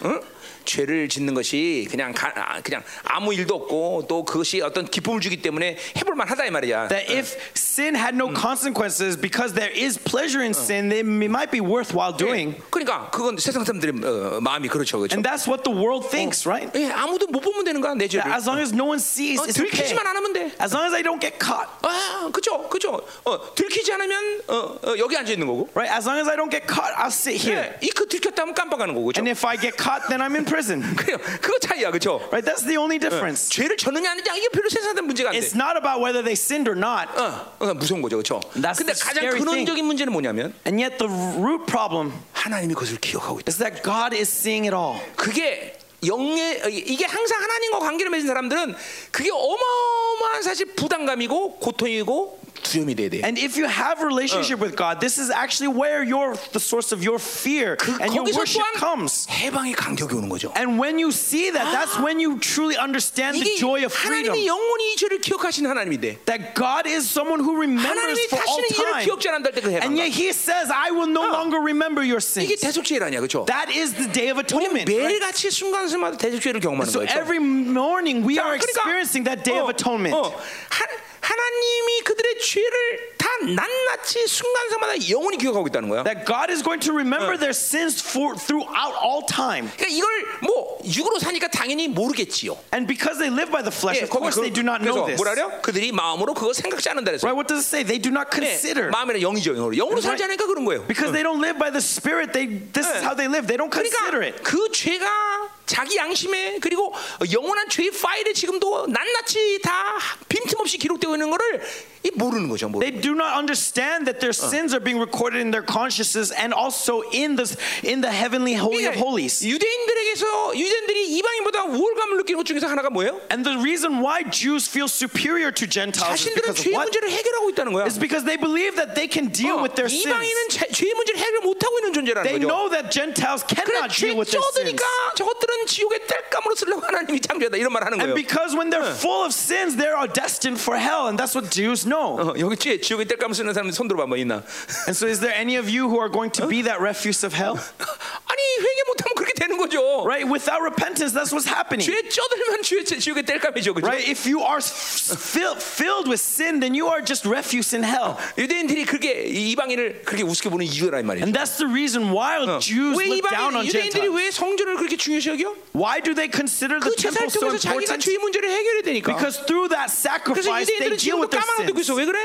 응? 죄를 짓는 것이 그냥 가, 아, 그냥 아무 일도 없고 또 그것이 어떤 기쁨을 주기 때문에 해볼 만하다 이 말이야. that if sin had no consequences, because there is pleasure in sin, then it might be worthwhile doing. 그러니까 그건 세상 사람들의 어, 마음이 그렇죠, 그렇죠. And that's what the world thinks, right? 예, 아무도 못 보면 되는 거야 내 죄를. As long as no one sees, 어, it's okay. 들키지만 않으면 돼. As long as I don't get caught, 아, 그죠, 그죠. 어, 들키지 않으면 어, 어, 여기 앉아 있는 거고. right? As long as I don't get caught, I'll sit here. 예, 이그 들켰다면 깜빡하는 거고, 그죠? And if I get caught, then I'm in prison, 그래요. 그거 차이야, 그죠? right? That's the only difference. 죄를 졌느냐 안 했냐 이게 별로 세상에 문제가 안 돼. It's not about whether they sinned or not. 어, 어, 무서운 거죠, 그렇죠? That's 근데 the 가장 scary 근원적인 thing. 문제는 뭐냐면 And yet, the root problem 하나님이 그것을 기억하고 있다. is that God is seeing it all. 그게 영의 어, 이게 항상 하나님과 관계를 맺은 사람들은 그게 어마어마한 사실 부담감이고 고통이고 두려움이 돼야 돼. And if you have relationship with God, this is actually where your the source of your fear 그 and your 거기서 worship 또한 comes. 해방의 감격이 오는 거죠. And when you see that, that's when you truly understand the 이게 joy of 하나님이 freedom. 영원히 이 죄를 기억하시는 하나님이 돼. That God is someone who remembers 하나님이 for all 다시는 이를 time. 기억지 않는다 할때그 And yet 해방. He says, "I will no longer remember your 이게 sins." 대속죄일 아니야, 그렇죠? That is the Day of Atonement. 매일 right? 같이 순간순간마다 대속죄를 경험하는 거예요. So 그렇죠? every morning we 자, are 그러니까, experiencing that Day of 어, Atonement. 어, 하, 하나님이 그들의 죄를 다 낱낱이 순간순간마다 영원히 기억하고 있다는 거야. That God is going to remember their sins for, throughout all time. 그러니까 이걸 뭐 육으로 사니까 당연히 모르겠지요. And because they live by the flesh, 예, of course 거기 they 아, do not 그래서 know this. 뭐라요? 그들이 마음으로 그거 생각지 않는다 그래서. Right? What does it say? They do not 예, consider. 마음에는 영이죠, 영으로. 영으로 살지 않으니까 그런 거예요. Because they don't live by the Spirit, they this 예. is how they live. They don't consider 그러니까 it. 그 죄가 자기 양심에 그리고 영원한 죄의 파일에 지금도 낱낱이 다 빈틈없이 기록되고 있는 거를 이 모르는 거죠. 모르. They do not understand that their sins are being recorded in their consciences and also in this in the heavenly holy of holies. 그러니까 유대인들에게서 유대인들이 이방인보다 우월감을 느끼는 것 중에서 하나가 뭐예요? And the reason why Jews feel superior to Gentiles Oh, is 자신들은 아, because 죄 of 의 what? 문제를 해결하고 있다는 거야. It's because they believe that they can deal 어, with their sins. 이방인은 자- 죄의 문제를 해결 못하고 있는 존재라는 They 거죠. know that Gentiles 그래 cannot 죄 deal with their sins. 쪄드니까 저것들은 지옥의 땔감으로 쓰려고 하나님이 창조했다 이런 말 하는 거예요. And because when they're full of sins, they are destined for hell, and that's what Jews know. 어, 여기 죄 지옥의 땔감 쓰는 사람 손 들어봐 뭐 있나? And so, is there any of you who are going to be that refuse of hell? 아니 회개 못하면 그렇게 되는 거죠. Right? Without repentance, that's what's happening. 죄 쪄들면 죄 죄- 지옥의 땔감이죠, 그죠? Right? If you are f- fill, filled with sin, then you are just refuse in hell. 유대인들이 그렇게 이 이방인을 그렇게 우습게 보는 이유란 말이죠. And that's the reason why Jews 왜 look down 이방인 on 유대인들이 Gentiles. 왜 성전을 그렇게 중요시 여겨? Why do they consider the 그 제사를 temple so 통해서 자기가 important? 죄의 문제를 해결해야 되니까. Because through that 그래서 sacrifice, 유대인들은 they deal 지금도 with their 까만 옷 입고 sins. 있어. 왜 그래?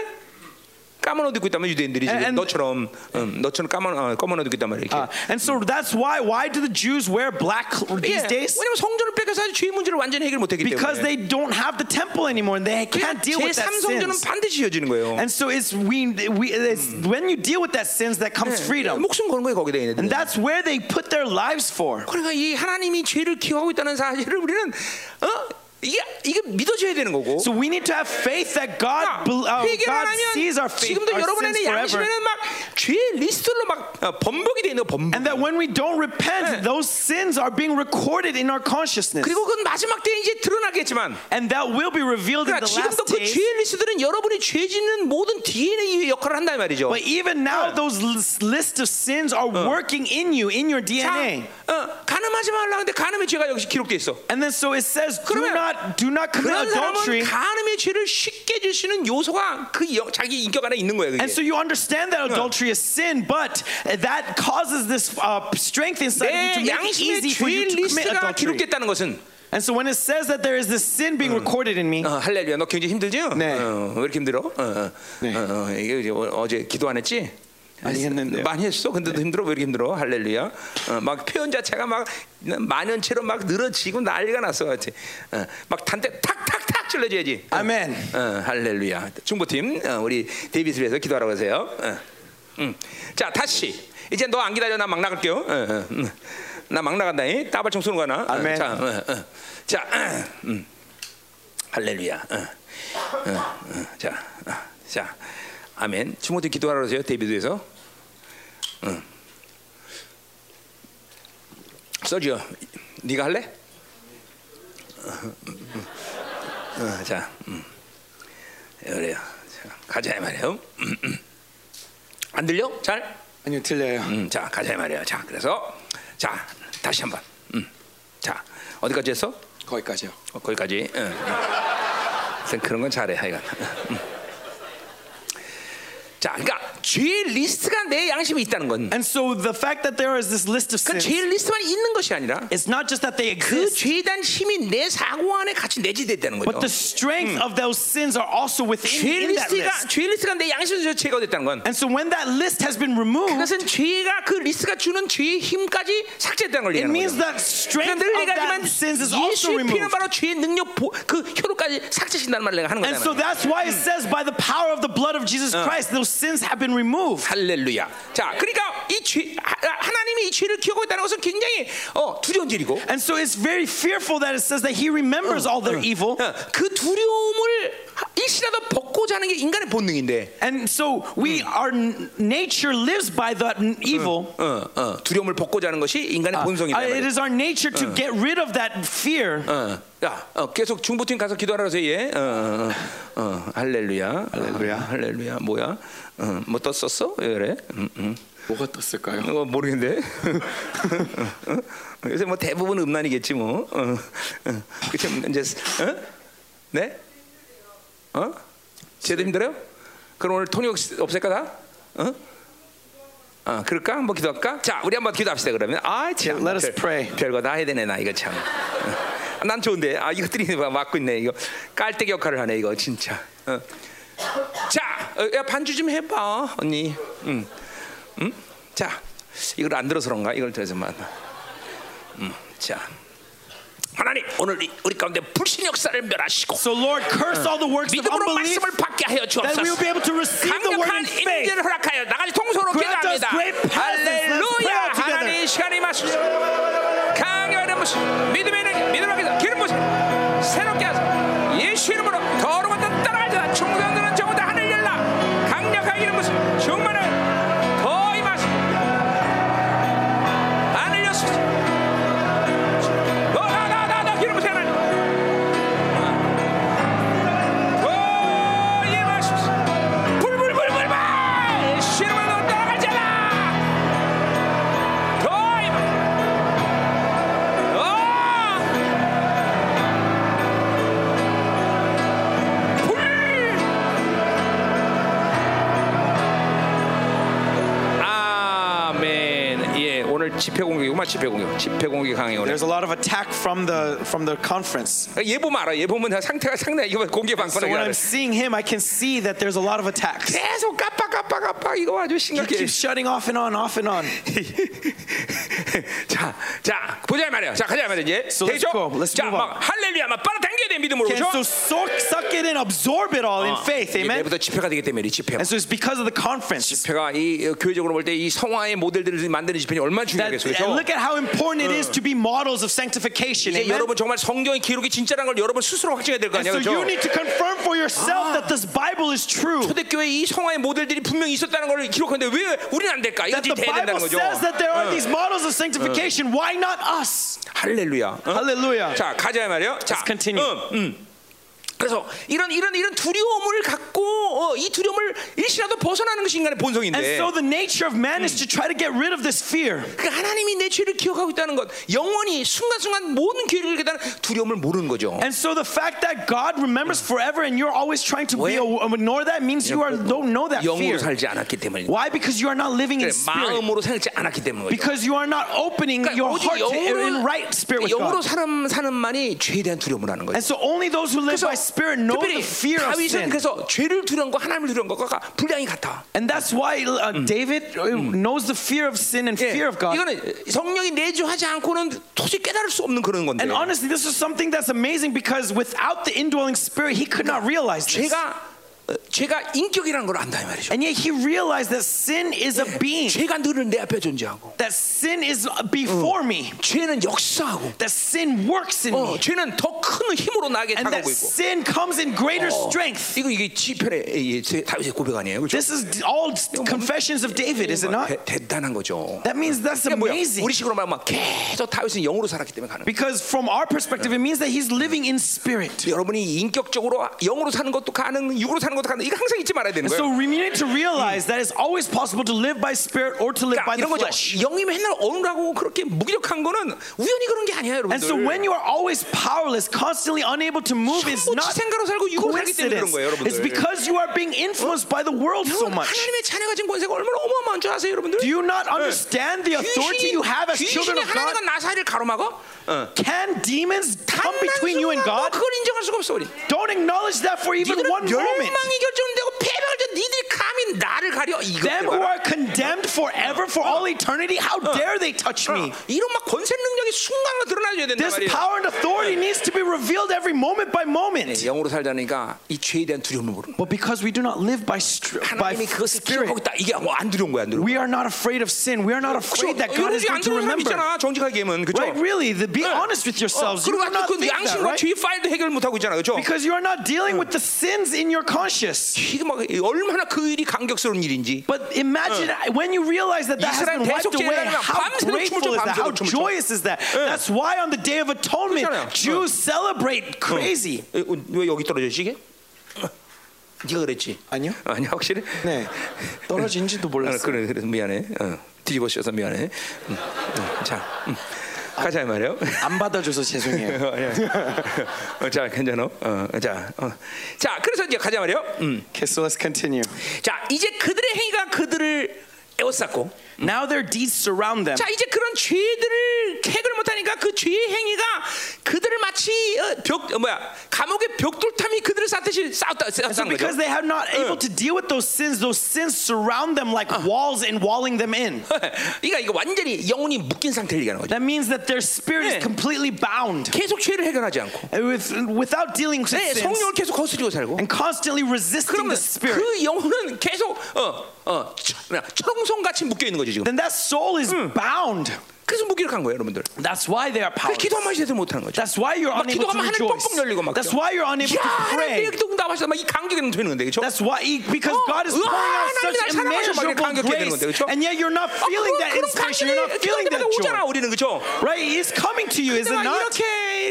까만 옷 입고 있다면 유대인들이 지금 And- and- 너처럼 음, 너처럼 까만 어, 검은 옷 입고 있단 말이야. 이렇게. Uh, and so that's why why do the Jews wear black cl- 예, these days? 왜냐면 성전을 뺏겨서 아직 죄의 문제를 완전히 해결 못하기 때문에. Because they don't have the temple anymore, and they can't deal with that 제3성전은 sins. 반드시 이어지는 거예요. And so it's we, we it's, Hmm. when you deal with that sins that 예, comes freedom, 목숨 거는 거예요 거기다 얘네들. and that's where they put their lives for. 그러니까 이 하나님이 죄를 기억하고 있다는 사실을 우리는 어? 이게 이게 믿어져야 되는 거고. So we need to have faith 야, that God, bel- uh, 회개를 안 God sees our 하면 faith, 지금도 our sins 여러분의 forever. 양심에는 막죄 리스트로 막 어, 번복이 돼 있는 거, 번복. And that when we don't repent, those sins are being recorded in our consciousness. 그리고 그건 마지막 때에 이제 드러나겠지만 And that will be revealed in 그러니까 the 지금도 last 그 days. 죄의 리스트들은 여러분이 죄 짓는 모든 DNA의 역할을 한단 말이죠. But even now, those l- list of sins are working in you, in your 자, DNA. 어, 가늠하지 말라 근데 가늠의 죄가 역시 기록돼 있어. And then so it says, do 그러면 not, do not 그런 commit 사람은 adultery. 가늠의 죄를 쉽게 질 수 있는 요소가 그 여- 자기 인격 안에 있는 거예요. 그게. And so you understand that adultery is sin, but that causes this uh, strength inside 내 of you to make it 양심의 easy 죄 for you to commit 리스트가 adultery. 기록됐다는 것은 And so when it says that there is this sin being recorded in me, 어, 할렐루야 너 굉장히 힘들지? 네. 어, 왜 이렇게 힘들어? 어, 어, 네. 어, 어, 이게 이제 어, 제 기도 안 했지? 많이 했는데요. 네. 많이 했어. 근데도 힘들어. 왜 이렇게 힘들어? 할렐루야. 어, 막 표현 자체가 막 만연체로 막 늘어지고 난리가 났어 같이. 어, 막 단대 탁탁탁 찔러줘야지. 어, 아멘. 어, 할렐루야. 중보팀 어, 우리 데이비스를 위해서 기도하라고 하세요. 어. 음. 자 다시 이제 너 안 기다려 나 막 나갈게요. 어, 음. 나 막 나간다. 이 따발총 쏘는 거나. 아멘. 자, 어, 어. 자 음. 할렐루야. 어. 어, 어. 자, 어. 자, 아멘. 주모들 기도하러 오세요. 데이비드에서. 어. 응. 서지요. 네가 할래? 음, 어, 자, 음. 그래요. 자, 가자 이 말이에요. 음, 음. 안 들려? 잘? 아니요 틀려요. 음, 자, 가자 이 말이에요. 자, 그래서 자, 다시 한번. 음. 자, 어디까지 했어? 거기까지요. 어, 거기까지. 응. 응. 하여튼 그런 건 잘해. 하여간. 응. 자, 그러니까 죄의 리스트가 내 양심에 있다는 건. And so the fact that there is this list of 그 sins, 죄의 리스트만 있는 것이 아니라 it's not just that they 그 exist, 죄에 대한 힘이 내 사고 안에 같이 내재돼 있다는 but 거죠. the strength of those sins are also 죄의 within in that 리스트가 list. 죄의 리스트가 내 양심에서 죄가 됐다는 건. And so when that list has been removed, 그것은 죄가 그 리스트가 주는 죄의 힘까지 삭제됐다는 걸 it 얘기하는 means 거죠. that 그러니까 strength 늘 of that 얘기하지만 sins is also 예수의 피는 removed. 바로 죄의 능력 보- 그 효로까지 삭제신다는 말을 내가 하는 And so 거잖아요. that's why it says, by the power of the blood of Jesus Christ, those sins have been removed. 할렐루야. 자, 그러니까 이 죄, 하- 하나님이 이 죄를 기억하고 있다는 것은 굉장히 어, 두려운 일이고 And so it's very fearful that it says that he remembers all their evil. 어, 그 두려움을 일시라도 벗고자 하는 게 인간의 본능인데 And so we, our n- nature lives by that n- evil. 어, 어, 두려움을 벗고자 하는 것이 인간의 본성이다. Uh, it is our nature to get rid of that fear. 어, 야, 어, 계속 중보팀 가서 기도하라 그래서 얘. 어, 어, 어, 어, 할렐루야. 어, 할렐루야. 할렐루야. 뭐야? 어, 뭐 떴었어? 왜 그래? 음, 음. 뭐가 떴을까요? 어, 모르겠는데. 어, 어, 요새 뭐 대부분 음란이겠지 뭐. 어, 어. 그치 이제 어? 네? 어? 제대로 힘들어요? 그럼 오늘 통역 없앨까 다? 어? 아, 그럴까? 한번 기도할까? 자, 우리 한번 기도합시다 그러면. 아, 참. Let us pray. 별거 다 해야 되네 나 이거 참. 어. 난 좋은데. 아, 이것들이 막 막고 있네. 이거 깔때기 역할을 하네 이거 진짜. 어. 자, 어, 야 반주 좀해 봐. 언니. 음. 음? 자. 이걸 안 들어서 그런가? 이걸 들어서만. 음. 자. 하나님, 오늘 이- 우리 가운데 불신 역사를 멸하시고 So, Lord, curse all the works of 믿음으로 unbelief 말씀을 받게 하여 that we will 주옵소서. be able to receive the word 강력한 in faith. 임재를 허락하여 나같이 통소로 Grant us 기도합니다. great presence. Let's pray 할렐루야. all together. 하나님 시간이 맞습니다. 강력한 모습, 믿음의 능력, 믿음을 기도, 기름 모습, 새롭게 하소서. 예수 이름으로 더러운 것들 따라가자. 충성들은 전부 다 하늘 열라. 강력한 기름 모습, 충만을 더 임하소서. 하늘 열소서. 더, 더, 더, 더, 더 기름 모습 하나님. 더 임하소서. 불불불불불 예수 이름으로 따라가자. 더 임하소서. 아멘. 예, 오늘 집회 공격이구만 집회 공격. 집회 공격 강해 오늘. There's a lot of attack from the from the conference. 얘 보면 알아. 얘 보면 상태가 상당히 이거 공개 So when 방송이야. I'm seeing him, I can see that there's a lot of attacks. 계속 까빡 까빡 까빡 이거 아주 He 심각해. keeps shutting off and on, off and on. 자, 자, 보자 이 말이야. 자, 가자 이 말이야 이제. So let's 되죠? go. Let's 자, move on. 막 할렐루야, 막 빨아 당겨야 돼 믿음으로. Okay, 그죠? so soak, suck it in, absorb it all in faith. 이게 Amen. 내일부터 집회가 되기 때문에 이 집회. And so it's because of the conference 집회가 이 어, 교회적으로 볼 때 이 성화의 모델들을 만드는 집회는 얼마나 that 중요하겠어 and 그렇죠? look at how important it is to be models of sanctification. 이제 Amen? 여러분 정말 성경의 기록이 진짜라는 걸 여러분 스스로 확증해야 될 거 And 아니에요 so you 그렇죠? need to confirm for yourself that this Bible is true. 초대교회 이 성화의 모델들이 분명히 있었다는 걸 기록하는데 왜 우리는 안 될까? That 이것이 the 돼야 된다는 Bible 거죠 says that there are these models of sanctification. Why not us? 할렐루야 어? Hallelujah. 자 가자 말이요. 자, Let's continue. 음, 음. 그래서 이런 이런 이런 두려움을 갖고 어, 이 두려움을 일시라도 벗어나는 것이 인간의 And 본성인데. so the nature of man is to try to get rid of this fear. 그러니까 하나님이 내 죄를 기억하고 있다는 것, 영원히 순간순간 모든 기회를 갖다는 두려움을 모르는 거죠. And so the fact that God remembers forever and you're always trying to be 왜? aw- ignore that means you are don't know that 영으로 fear. 살지 않았기 때문에. Why? Because you are not living in spirit. 마음으로 살지 않았기 때문에. Because you are not opening 그러니까 your 오직 heart to in right spirit with 영으로 God. 사람 사는만이 죄에 대한 두려움을 하는 거예요. And so only those who live by spirit know the fear of 다윗은 sin. 그래서 죄를 두려운 거 하나님을 두려운 것과 분량이 같아. And that's why uh, David uh, knows the fear of sin and 예, fear of God. 이거는 성령이 내주하지 않고는 도저히 깨달을 수 없는 그런 건데. And honestly, this is something that's amazing because without the indwelling spirit, he could not realize this. 죄가 어, 죄가 인격이라는 걸 안다 이 말이죠. And yet he realized that sin is a being, 죄가 늘 내 앞에 존재하고, that sin is before me, 죄는 역사하고, that sin works in 어, me, 죄는 더 큰 힘으로 나에게 네. and that 다가오고 있고. sin comes in greater 어, strength. 이거 이게 지편의 이- 이- 제- 다윗의 고백 아니에요, 그렇죠? This is all confessions of David, is it not? 대- 대단한 거죠. That means that's 그러니까 뭐야? amazing. 우리식으로 말하면 막 계속 다윗은 영으로 살았기 때문에 가능. Because from our perspective, it means that he's living in spirit. 여러분이 인격적으로 영으로 사는 것도 가능, 육으로 사는 것도 가능. 이거 항상 잊지 말아야 되는 And 거예요. so we need to realize that it's always possible to live by spirit or to live 그러니까 by the 이런 거죠. flesh. 영이 맨날 어눌하고 그렇게 무기력한 거는 우연히 그런 게 아니야, 여러분들. And so when you are always powerless, constantly unable to move, it's 전부 not 지 생각으로 살고 육으로 살기 때문에 그런 coincidence. 거예요, 여러분들. It's because you are being influenced by the world so 여러분, much. 그러니까 하나님의 자녀가 지금 권세가 얼마나 어마어마한 줄 아세요, 여러분들? Do you not understand the authority you have as 귀신이 children of God? 하나님과 나사를 가로막어? Can demons come 단 between you and 순간 너 God? 그걸 인정할 수가 없어 우리. Don't acknowledge that for even 니들은 one moment. 멸망이 결정되고 패배할 때 니들이 감히 나를 가려 Them who 이거 are condemned forever for all eternity, how dare they touch me? 어, 이런 막 권세 능력이 순간으로 드러나줘야 된단 This 말이에요. power and authority needs to be revealed every moment by 네, moment. 영으로 살자니까 이 죄에 대한 두려움을 모르는. 거야. But because we do not live by, str- by 하나님이 그것을 spirit, 기억하고 있다. 이게 뭐 안 두려운 거야, 안 두려운. we are not afraid of sin. We are not afraid that God is 안 going to 두려운 사람 remember. 있잖아. 정직하게 하면 그죠? Right? Really? The, be honest with yourselves. You 그리고 do 아까 not 그 think that, 양심과 right? 죄 파일도 해결 못 하고 있잖아, 그죠? Because you are not dealing with the sins in your conscience. 이게 막 얼마나 그 일이 감격스러운 일인지. But imagine when you realize that that has 이스라엘 been wiped 대속죄라는 away, 건 how 밤새도록 grateful 춤을 is 춰, that? How 밤새도록 춤을 춰. joyous is that? That's why on the Day of 그렇잖아요. Atonement, Jews celebrate crazy. 에, 어. 왜 여기 떨어졌지 이게? 네가 그랬지? 아니요. 아니 확실히? 네. 떨어진지도 아, 몰랐어요. 그래 그래서 미안해. 어, 뒤집어씌워서 미안해. 음, 음, 자 음. 가자 말이요. 안 받아줘서 예. 죄송해요. 어, 자 괜찮아. 어, 자, 어. 자 그래서 이제 가자 말이요. 음. Okay, so let's continue. 자 이제 그들의 행위가 그들을 애워쌌고, Now their deeds surround them. 자 이제 그런 죄들을 해결 못하니까 그 죄의 행위가 그들을 마치 어, 벽 어, 뭐야 감옥의 벽돌탐이 그들을 쌓듯이 쌓았다 So 쌓았다는 거죠. because they have not able to deal with those sins, those sins surround them like walls and walling them in. 그러니까 이거 완전히 영혼이 묶인 상태를 얘기하는 거죠. That means that their spirit Yeah. is completely bound. 계속 죄를 해결하지 않고 And With, without dealing with 네, sins 성령을 계속 거스리고 살고 and constantly resisting 그러면 the spirit, 그 영혼은 계속 어어 청송같이 묶여 있는 거죠 지금. then that soul is bound. 그래서 무기력한 거예요, 여러분들. That's why they are 그래서 powerless. 기도 한마디 제대로 못하는 거죠. That's why you're 막 unable to 기도하면 하늘 뻥뻥 열리고 막. rejoice. That's why you're unable 야, to 하나님 pray. 내 기도 응답하시다. 막이 감격에는 되는 건데, 그렇죠? That's why, he- because 어, God is 으아, pouring out 하나님 such 날 사랑하셔. 막 이렇게 immeasurable 감격해야 되는 건데, grace, 그렇죠? and yet you're not Oh, feeling that 어, 그런 inspiration. You're not 감격이 기도 feeling 때마다 that 오잖아, joy. 우리는 그렇죠? Right? It's coming to you, is it 근데 막 not? 이렇게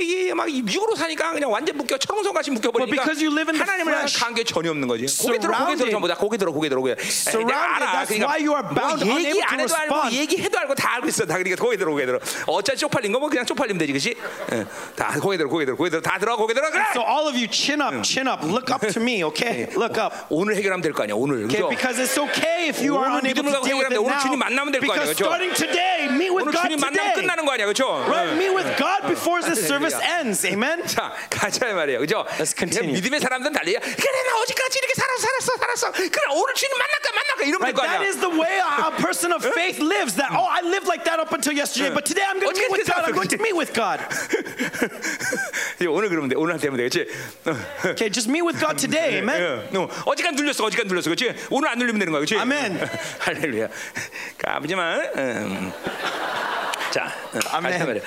이게 막 육으로 사니까 그냥 완전 묶여 청성같이 묶여버리니까 But because you live in the 하나님을 향한 flesh, 관계 전혀 없는 거지 고개 들어 고개 들어 surrounded- 전부 다 고개 들어 고개 들어 고개 에이, 내가 surrounded, 알아 그러니까 that's why you are bound, 뭐 얘기 unable 안 to 해도 알고 respond. 얘기해도 알고 다 알고 있어 다 그러니까 고개 들어 고개 들어 어차피 쪽팔린 거면 뭐 그냥 쪽팔리면 되지 그치? 예, 다 고개 들어 고개 들어 고개 들어 다 들어 고개 들어 그래 So all of you, chin up, chin up. Look up to me, okay? Look up. 오늘 해결하면 될 거 아니야 오늘 Okay, 그죠? because it's okay if you 오늘 are 믿음을 unable to 갖고 deal with 해결하는데 it 오늘 주님 now. 만나면 될거 아니에요, Because 그죠? starting today, meet with 오늘 God 주님 만나면 today. 끝나는 거 아니야 그죠? Right? Meet with God before this service 할렐루야. ends. Amen. 자 가자 이 말이에요 그죠? Let's continue. 믿음의 사람들은 달리야 그래 나 어제까지 이렇게 살았어 살았어 살았어 그래 오늘 주님 만날까 만날까 이러면 Right, 될거 아니야 that is the way a a person of faith lives. That oh, I lived like that up until yesterday, but today I'm going to meet with God. I'm going to meet with God. 이제 오늘 그러면 돼. 오늘 되면 돼. 그렇지? Okay, just meet with God today. Amen. 어, 어지간 눌렸어. 어지간 눌렸어. 그렇지? 오늘 안 눌리면 되는 거야. 그렇지? 아멘. 할렐루야. 까부지만 음. 아멘. 말이야.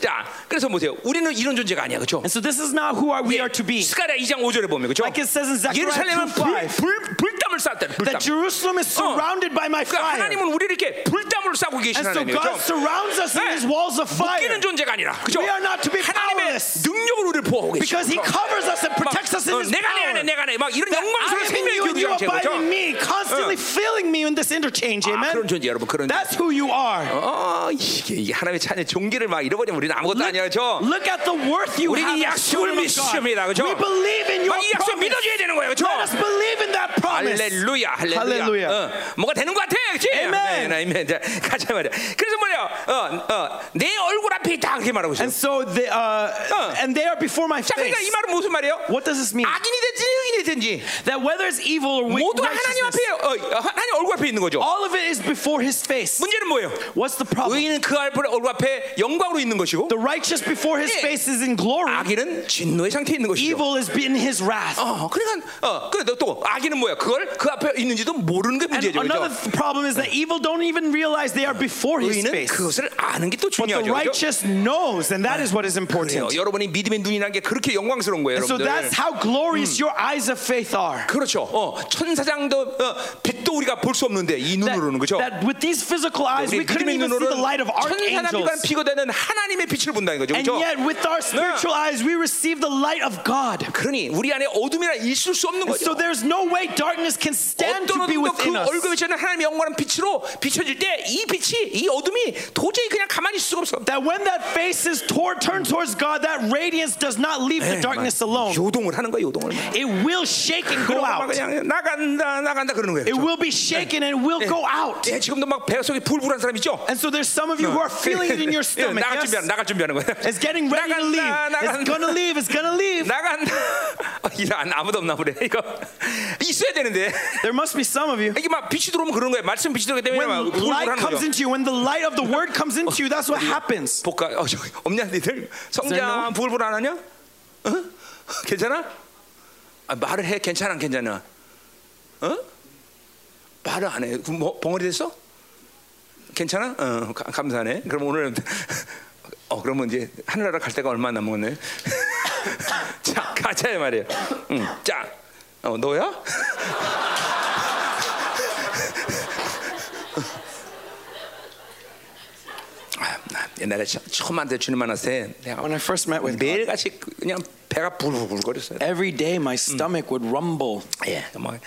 자, 그래서 보세요. 우리는 이런 존재가 아니야, 그렇죠? And so this is not who are, we are to be. 스가랴 2장 5절에 보면 그렇죠? Like it says in Zechariah 예루살렘은 2:5. 불, 불, 불담을 쌓았다. 불담. That Jerusalem is surrounded by my 그러니까 fire. 하나님은 우리를 이렇게 불담으로 싸고 계신 And so 하나님이죠. God surrounds us in 네. his walls of fire 묶이는 존재가 아니라, 그렇죠? We are not to be 하나님의 powerless. 능력으로 우리를 보호하고 계시죠. because he covers us and 막, protects us in 어, his 내가 내 안에 power. 내가 내 막 이런 그 네, I 영광스러운 am in 생명의 you and you 교제가 abide in 그렇죠? me, constantly Uh. filling me in this interchange. 아, 그런 Amen. 존재 여러분 그런 That's who you are. 어 이게, 이게 하나님의 자녀 종기를 막 잃어버리면 우리는 아무것도 아니야 그렇죠? 그죠? Look at the worth you 우리는 have. 이 as children 약속을 of God. 믿습니다, 그죠? We believe in your 막이 약속 promise. 믿어줘야 되는 거예요 그죠? Let us believe in that promise. 할렐루야 할렐루야, 할렐루야. 어, 뭐가 되는 것 같아 그치? 아멘. 아멘 자, 가자 말이야 그래서 뭐냐 어, 어, 내 얼굴 앞에 있다 그렇게 말하고 있어요 And so they, uh, and they are before my 자 그러니까 이 face. 말은 무슨 말이에요? What does this mean? 악인이 됐든지 의인이 됐든지 That whether it's evil or wi- 모두 하나님 righteousness, 어. 앞에 어, 하나님 얼굴 앞에 있는 거죠 all of it is before His face. 문제는 뭐예요? What's the problem? 의인은 그 얼굴 얼굴 앞에 영광으로 있는 것이고 The righteous before His 예. face is in glory. 악인은 진노의 상태에 있는 것이죠 Evil is in His wrath. 어, 그러니까 어, 그또 래서 악인은 뭐야? 그걸 그 앞에 있는지도 모르는 게 And 문제죠. another 그죠? th- problem is that evil don't even realize they are before His 의인은 face. 그것을 아는 게 또 But the 중요하죠. 그죠? righteous knows, and that is what is important. 그래요. 여러분이 믿음의 눈이라는 게 그렇게 영광스러운 거예요, So 여러분들. that's how Mm. glorious your eyes of faith are. 그렇죠. 어, 천사장도 어, 빛도 우리가 볼 수 없는데 이 눈으로는 그죠? That with these physical eyes, 우리 we couldn't 믿음의 even see the 눈으로는 light of 천사장과 archangels. 비교되는 하나님의 빛을 본다는 거죠, And 그죠? yet, with our spiritual eyes, we receive the light of God. 그러니 우리 안에 어둠이라 있을 수 없는 So 거죠. there's no way darkness can stand 어떤 to be 어둠도 그 within us. 얼굴 비치는 하나님의 영광한 빛으로 비춰질 때 이 빛이 이 어둠이 도저히 그냥 가만히 있을 수가 없어. That when that face is tor- turned towards God, that radiance does not leave the darkness alone. 요동을 하는 거야, 요동을. It will shake and go 그러고 막 out. 그냥 나간다 나간다 그러는 거예요. It 그렇죠? will be shaken and it will go out. 예, 지금도 막 배 속에 불불한 사람 있죠? And so there's some of you who are feeling it in 예, your stomach. 나갈 yes? 준비하는 나갈 준비하는 거예요. It's getting ready to leave. 나간다, It's gonna leave. It's gonna leave. 나간다. 어, 이거 안- 아무도 없나 보네. 이거 있어야 되는데 There must be some of you. 이게 막 빛이 들어오면 그런 거예요. 말씀 빛이 들어오기 때문에 막 When light 불불하는 comes 거죠. into you, when the light of the word comes into you, that's what happens. 복가 어, 저기 없냐 니들 성장 no? 불불 안 하냐? 어? 괜찮아? 아, 말을 해 괜찮아 안 괜찮아? 어? 말을 안 해. 그럼 뭐 벙어리 됐어? 괜찮아? 어, 가- 감사하네. 그럼 오늘 어 그러면 이제 하늘나라 갈 때가 얼마 남았네. 자 가자야 말이에요. 응, 자, 어 너야? 아, 나 옛날에 처- 처음 만날 주님 만났을 때 내가 When I first met with God, 매일 같이 그냥 배가 불불불거렸어요. every day my stomach would rumble 예, 뭐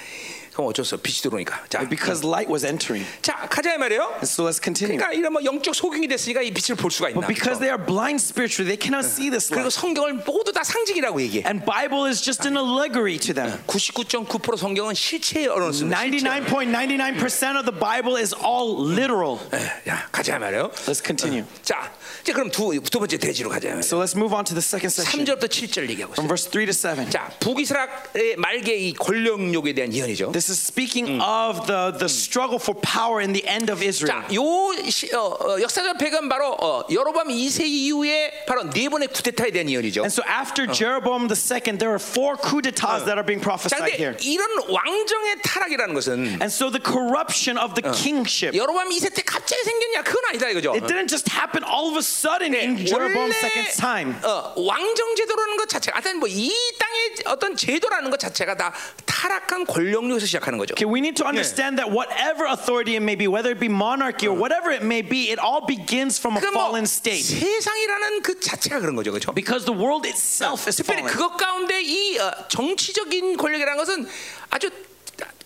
그럼 어쩔 수 없어 빛이 들어오니까. 자, because light was entering. 자 가자 이 말이에요. And so let's continue. 그러니까 이런 뭐 영적 소경이 됐으니까 이 빛을 볼 수가 있나. But 그렇죠? because they are blind spiritually, they cannot see this 그리고 light. 성경을 모두 다 상징이라고 얘기해. And Bible is just an allegory to them. 99.9% 성경은 실체의 언어를 쓰는 99.99% of the Bible is all literal. 실체. 예, 야, 가자 말이에요. Let's continue. 자, 이제 그럼 두, 두 번째 대지로 가자. 말이에요. So let's move on to the second section 3절부터 7절 얘기하고 있어요. from verse 3 to 7. 자, 북이스라엘의 말기에 이 권력욕에 대한 예언이죠. This is speaking of the, the struggle for power in the end of Israel. 자, 요 시- 어, 어, 역사적 배경 바로 어, 여로밤 2세 이후에 바로 네 번의 쿠데타에 대한 예언이죠. And so after Jeroboam the second, there are four coups d'etats that are being 자, 근데 prophesied here. 이런 왕정의 타락이라는 것은 And so the corruption of the kingship, 여로밤 2세 때 갑자기 생겼냐? 그건 아니다 이거죠. it didn't just happen all of a sudden in Jeroboam's second time. 어, 왕정 제도라는 것 자체가 하여튼 뭐이 땅의 어떤 제도라는 것 자체가 다 타락한 권력력에서 시작하는 거죠. Okay, we need to understand that whatever authority it may be, whether it be monarchy or whatever it may be, it all begins from a 그러니까 뭐 fallen state. 세상이라는 그 자체가 그런 거죠, 그렇죠? Because the world itself is 특별히 fallen. 그것 가운데 이 어, 정치적인 권력이라는 것은 아주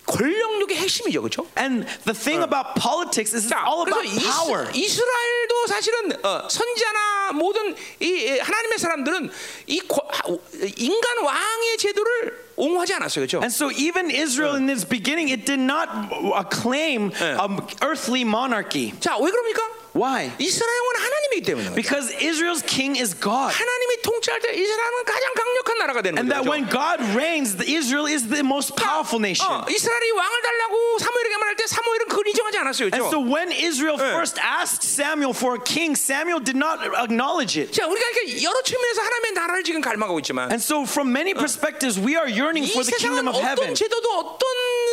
권력력의 핵심이죠, 그렇죠? And the thing about politics is it's 자, all 그래서 about power. 이스, 라엘도 사실은 어, 선지자나 모든 이, 이 하나님의 사람들은 이 고- 하- 인간 왕의 제도를 옹호하지 않았어요, 그렇죠? And so even Israel in its beginning, it did not uh, claim um, earthly monarchy. 자, 왜 그럽니까? Why? 이스라엘 왕은 하나님이기 때문에 그래요. Because Israel's king is God. 하나님이 통치할 때 이스라엘은 가장 강력한 나라가 되는 And that 거죠. Uh, when God reigns, the- Israel is the most powerful nation. 어, 이스라엘이 왕을 달라 하고 사무엘에게 말할 때 사무엘은 그걸 인정하지 않았어요. And so 그렇죠? when Israel Yeah. first asked Samuel for a king, Samuel did not acknowledge it. 자, 우리가 이렇게 여러 측면에서 하나님의 나라를 지금 갈망하고 있지만 And so from many perspectives, we are yearning 이 for the 세상은 kingdom of 어떤 heaven. 제도도 어떤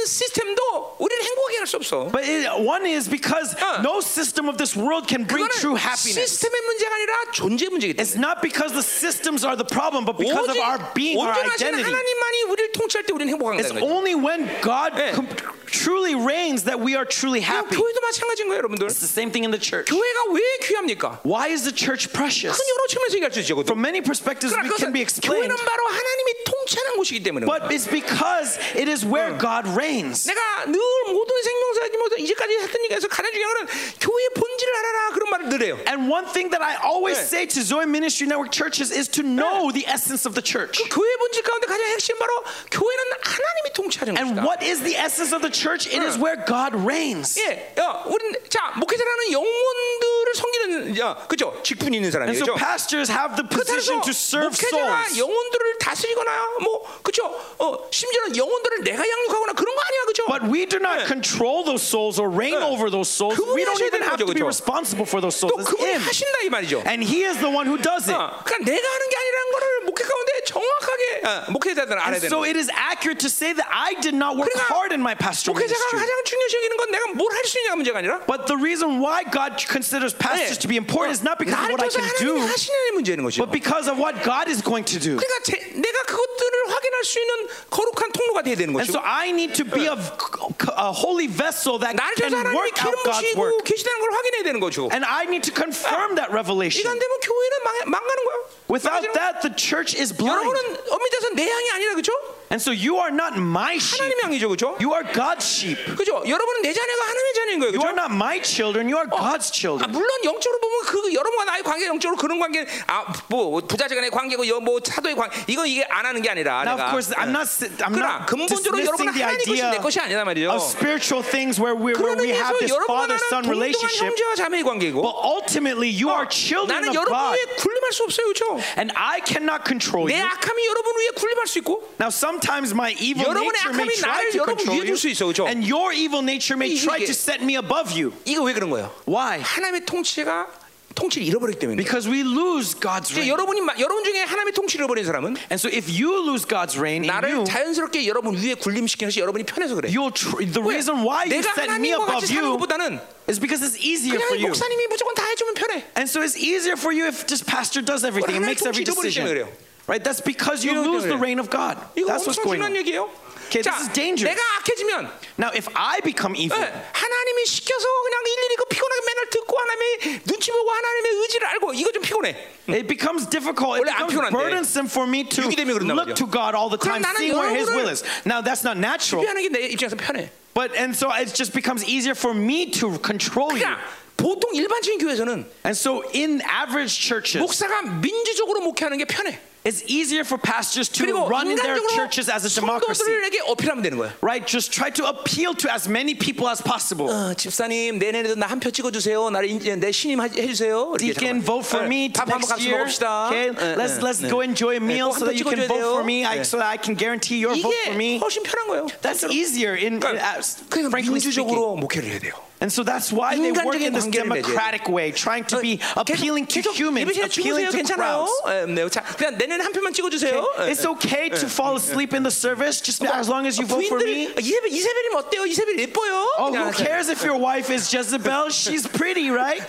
시스템도 우리를 행복하게 할 수 없어. But it, one is because Yeah. no system of this world can bring true 그거는 happiness. 시스템의 문제가 아니라 존재 문제이기 It's 때문에. not because the systems are the problem, but because of 오직 our being, our 온전하신 identity. 하나님만이 우리를 통치할 때 우리는 행복한 It's 거예요. only when God Yeah. com- truly reigns that we are truly happy. 교회도 마찬가지인 거예요, 여러분들. It's the same thing in the church. 교회가 왜 귀합니까? Why is the church precious? 큰 여러 측면에서 얘기할 수 있죠, 그것도. From many perspectives, 그러나 we 그것은 can 교회는 be explained. 바로 하나님이 통치하는 곳이기 때문에. 그런 But it's because it is where God reigns. 내가 늘 모든 생명사지 모든 이제까지 했던 얘기에서 가장 중요한 거는 교회의 본질을 알아라 그런 말을 늘 해요. And one thing that I always Yeah. say to Zoe Ministry Network churches is to know the essence of the church. 교회 본질 가운데 가장 핵심 바로 교회는 하나님이 통치하는 And 것이다. what is the essence of the church? It is Yeah. where God reigns. 예, 어, 우린 자 목회자라는 영혼들을 섬기는 야, 그죠? 직분이 있는 And 사람이죠. so pastors have the 그래서 position to serve 목회자가 souls. 영혼들을 다스리거나 뭐 그죠? 어, 심지어는 영혼들을 내가 양육하거나 그런 거 아니야, 그죠? But we do Yeah. not control those souls or reign Yeah. over those souls. 그분이 We don't 하셔야 even 되는 have to 거죠, be 그죠? responsible for those 또 souls. It's 그분이 Him. 하신다 이 말이죠. And He is the one who does it. 어, 그러니까 내가 하는 게 아니라는 거를 목회 가운데 정확하게 어, 목회자들은 알아야 And 되는 so 거예요. it is accurate to say that I did not work 그러니까 hard in my pastoral 목회자가 ministry. 가장 중요시 여기는 건 내가 뭘 할 수 있냐가 문제가 아니라 네. But the reason why God considers pastors to be important is not because of 나를 what I 통해서 can 하나님이 do, 하시는 문제인 거죠. but because of what God is going to do. 그러니까 제- 내가 그것들을 확인할 수 있는 거룩한 통로가 돼야 되는 And 거죠. so I need to be a, a holy vessel that 나를 통해서 can 하나님이 work out 기름 God's 부시고 work. 계시다는 걸 확인해야 되는 거죠. And I need to confirm that 이거 revelation. 안 되면 교회는 망, 망가는 거야. Without 망가지는 거야. that, the church is blind. 여러분은 엄밀해서 내 양이 아니라 그죠? And so you are not my sheep. 하나님의 양이죠, 그죠? You are God's sheep. 그죠? 여러분은 내 자녀가 하나님의 자녀인 거예요, You 그죠? are not my children. You are 아, God's children. 물론 영적으로 보면 그 여러분과 나의 관계 영적으로 그런 관계 아뭐 부자지간의 관계고 여, 뭐 사도의 관계 이거 이게 안 하는 게 아니라 Now, 내가 of course, I'm 예. not. I'm 그러나 not 근본적으로 dismissing 여러분은 the 하나님 것이 내 idea 것이 아니란 말이죠. of spiritual things where we where 그런 we have 의미에서 this 여러분과 나는 father-son 동등한 relationship. 형제와 자매의 관계이고 But ultimately, you are children 나는 of God, 여러분 위에 군림할 수 없어요, 그렇죠? and I cannot control 내 you. 악함이 여러분 위에 군림할 수 있고 Now, sometimes my evil 여러분의 nature may 악함이 try 나를 to 여러분 control 위에 you, 둘수 있어, 그죠? and your evil nature may 이게- try to set me above you. 이거 왜 그런 거예요? Why? 하나님의 통치가 통치를 잃어버리기 때문에. Because we lose God's 이제 reign. 여러분이 마- 여러분 중에 하나님의 통치를 잃어버린 사람은 And so, if you lose God's reign in 나를 you, 자연스럽게 여러분 위에 군림시키는 것이 여러분이 편해서 그래. you'll tr- the 왜? reason why you 내가 set me 하나님과 같이 above 사는 you 것보다는 is because it's easier for 그냥 이 you. 목사님이 무조건 다 해주면 편해. And so it's easier for you if just pastor does everything, and 하나님 makes 통치 every 잃어버리기 때문에 decision. 그래요. Right? That's because you 이러기 lose the 때문에. reign of God. 이거 That's what's 엄청 going 중요한 on. 얘기예요. Okay, 자, this is dangerous. 내가 악해지면 Now, if I become evil, 예, 하나님이 시켜서 그냥 일일이 그 피곤하게 맨날 듣고 하나님의 눈치 보고 하나님의 의지를 알고 이거 좀 피곤해. it becomes difficult. It 원래 안 becomes 피곤한데. burdensome for me to 육이 되면 그런단 look 말이야. to God all the time, 그럼 나는 seeing where His 여러분을 will is. Now, that's not natural. 집요하는 게 내 입장에서 편해. But and so it just becomes easier for me to control you. 그러니까 보통 일반적인 교회에서는 And so, in average churches, 목사가 민주적으로 목회하는 게 편해. it's easier for pastors to 그리고 run their 인간적으로 churches as a democracy. 성도들에게 어필하면 되는 거야. Right? Just try to appeal to as many people as possible. 어, 집사님 내년에도 나 한 표 찍어주세요. 나를 인, 예, 내 신임 하- 해주세요. 이렇게 잠깐만. Deacon, vote for 예, me 밥 한번 next 같이 year. 먹읍시다. Okay, 예, 예, let's let's 예. go enjoy a meal 꼭한 so that you can 찍어줘야 vote for me, 돼요. I, 예. so that I can guarantee your vote for 이게 me. 훨씬 편한 거예요. That's easier in, in 그러니까 as- 그러니까 frankly speaking. 민주적으로 목회를 해야 돼요. And so that's why they work in this 인간적인 관계를 맺어야 democratic way, trying to be 어, appealing to 계속 humans, 예배시간에 appealing 주무세요. to 괜찮아요. crowds. 예, 네, 자, 그냥 내년에 한 표만 찍어주세요. 예, It's okay to fall asleep in the service, just as long as you vote for me. 부인들 아, 이세벨 이세벨이면 어때요? 이세벨 예뻐요. Oh, 그냥 who 하세요. cares if your wife is Jezebel? She's pretty, right?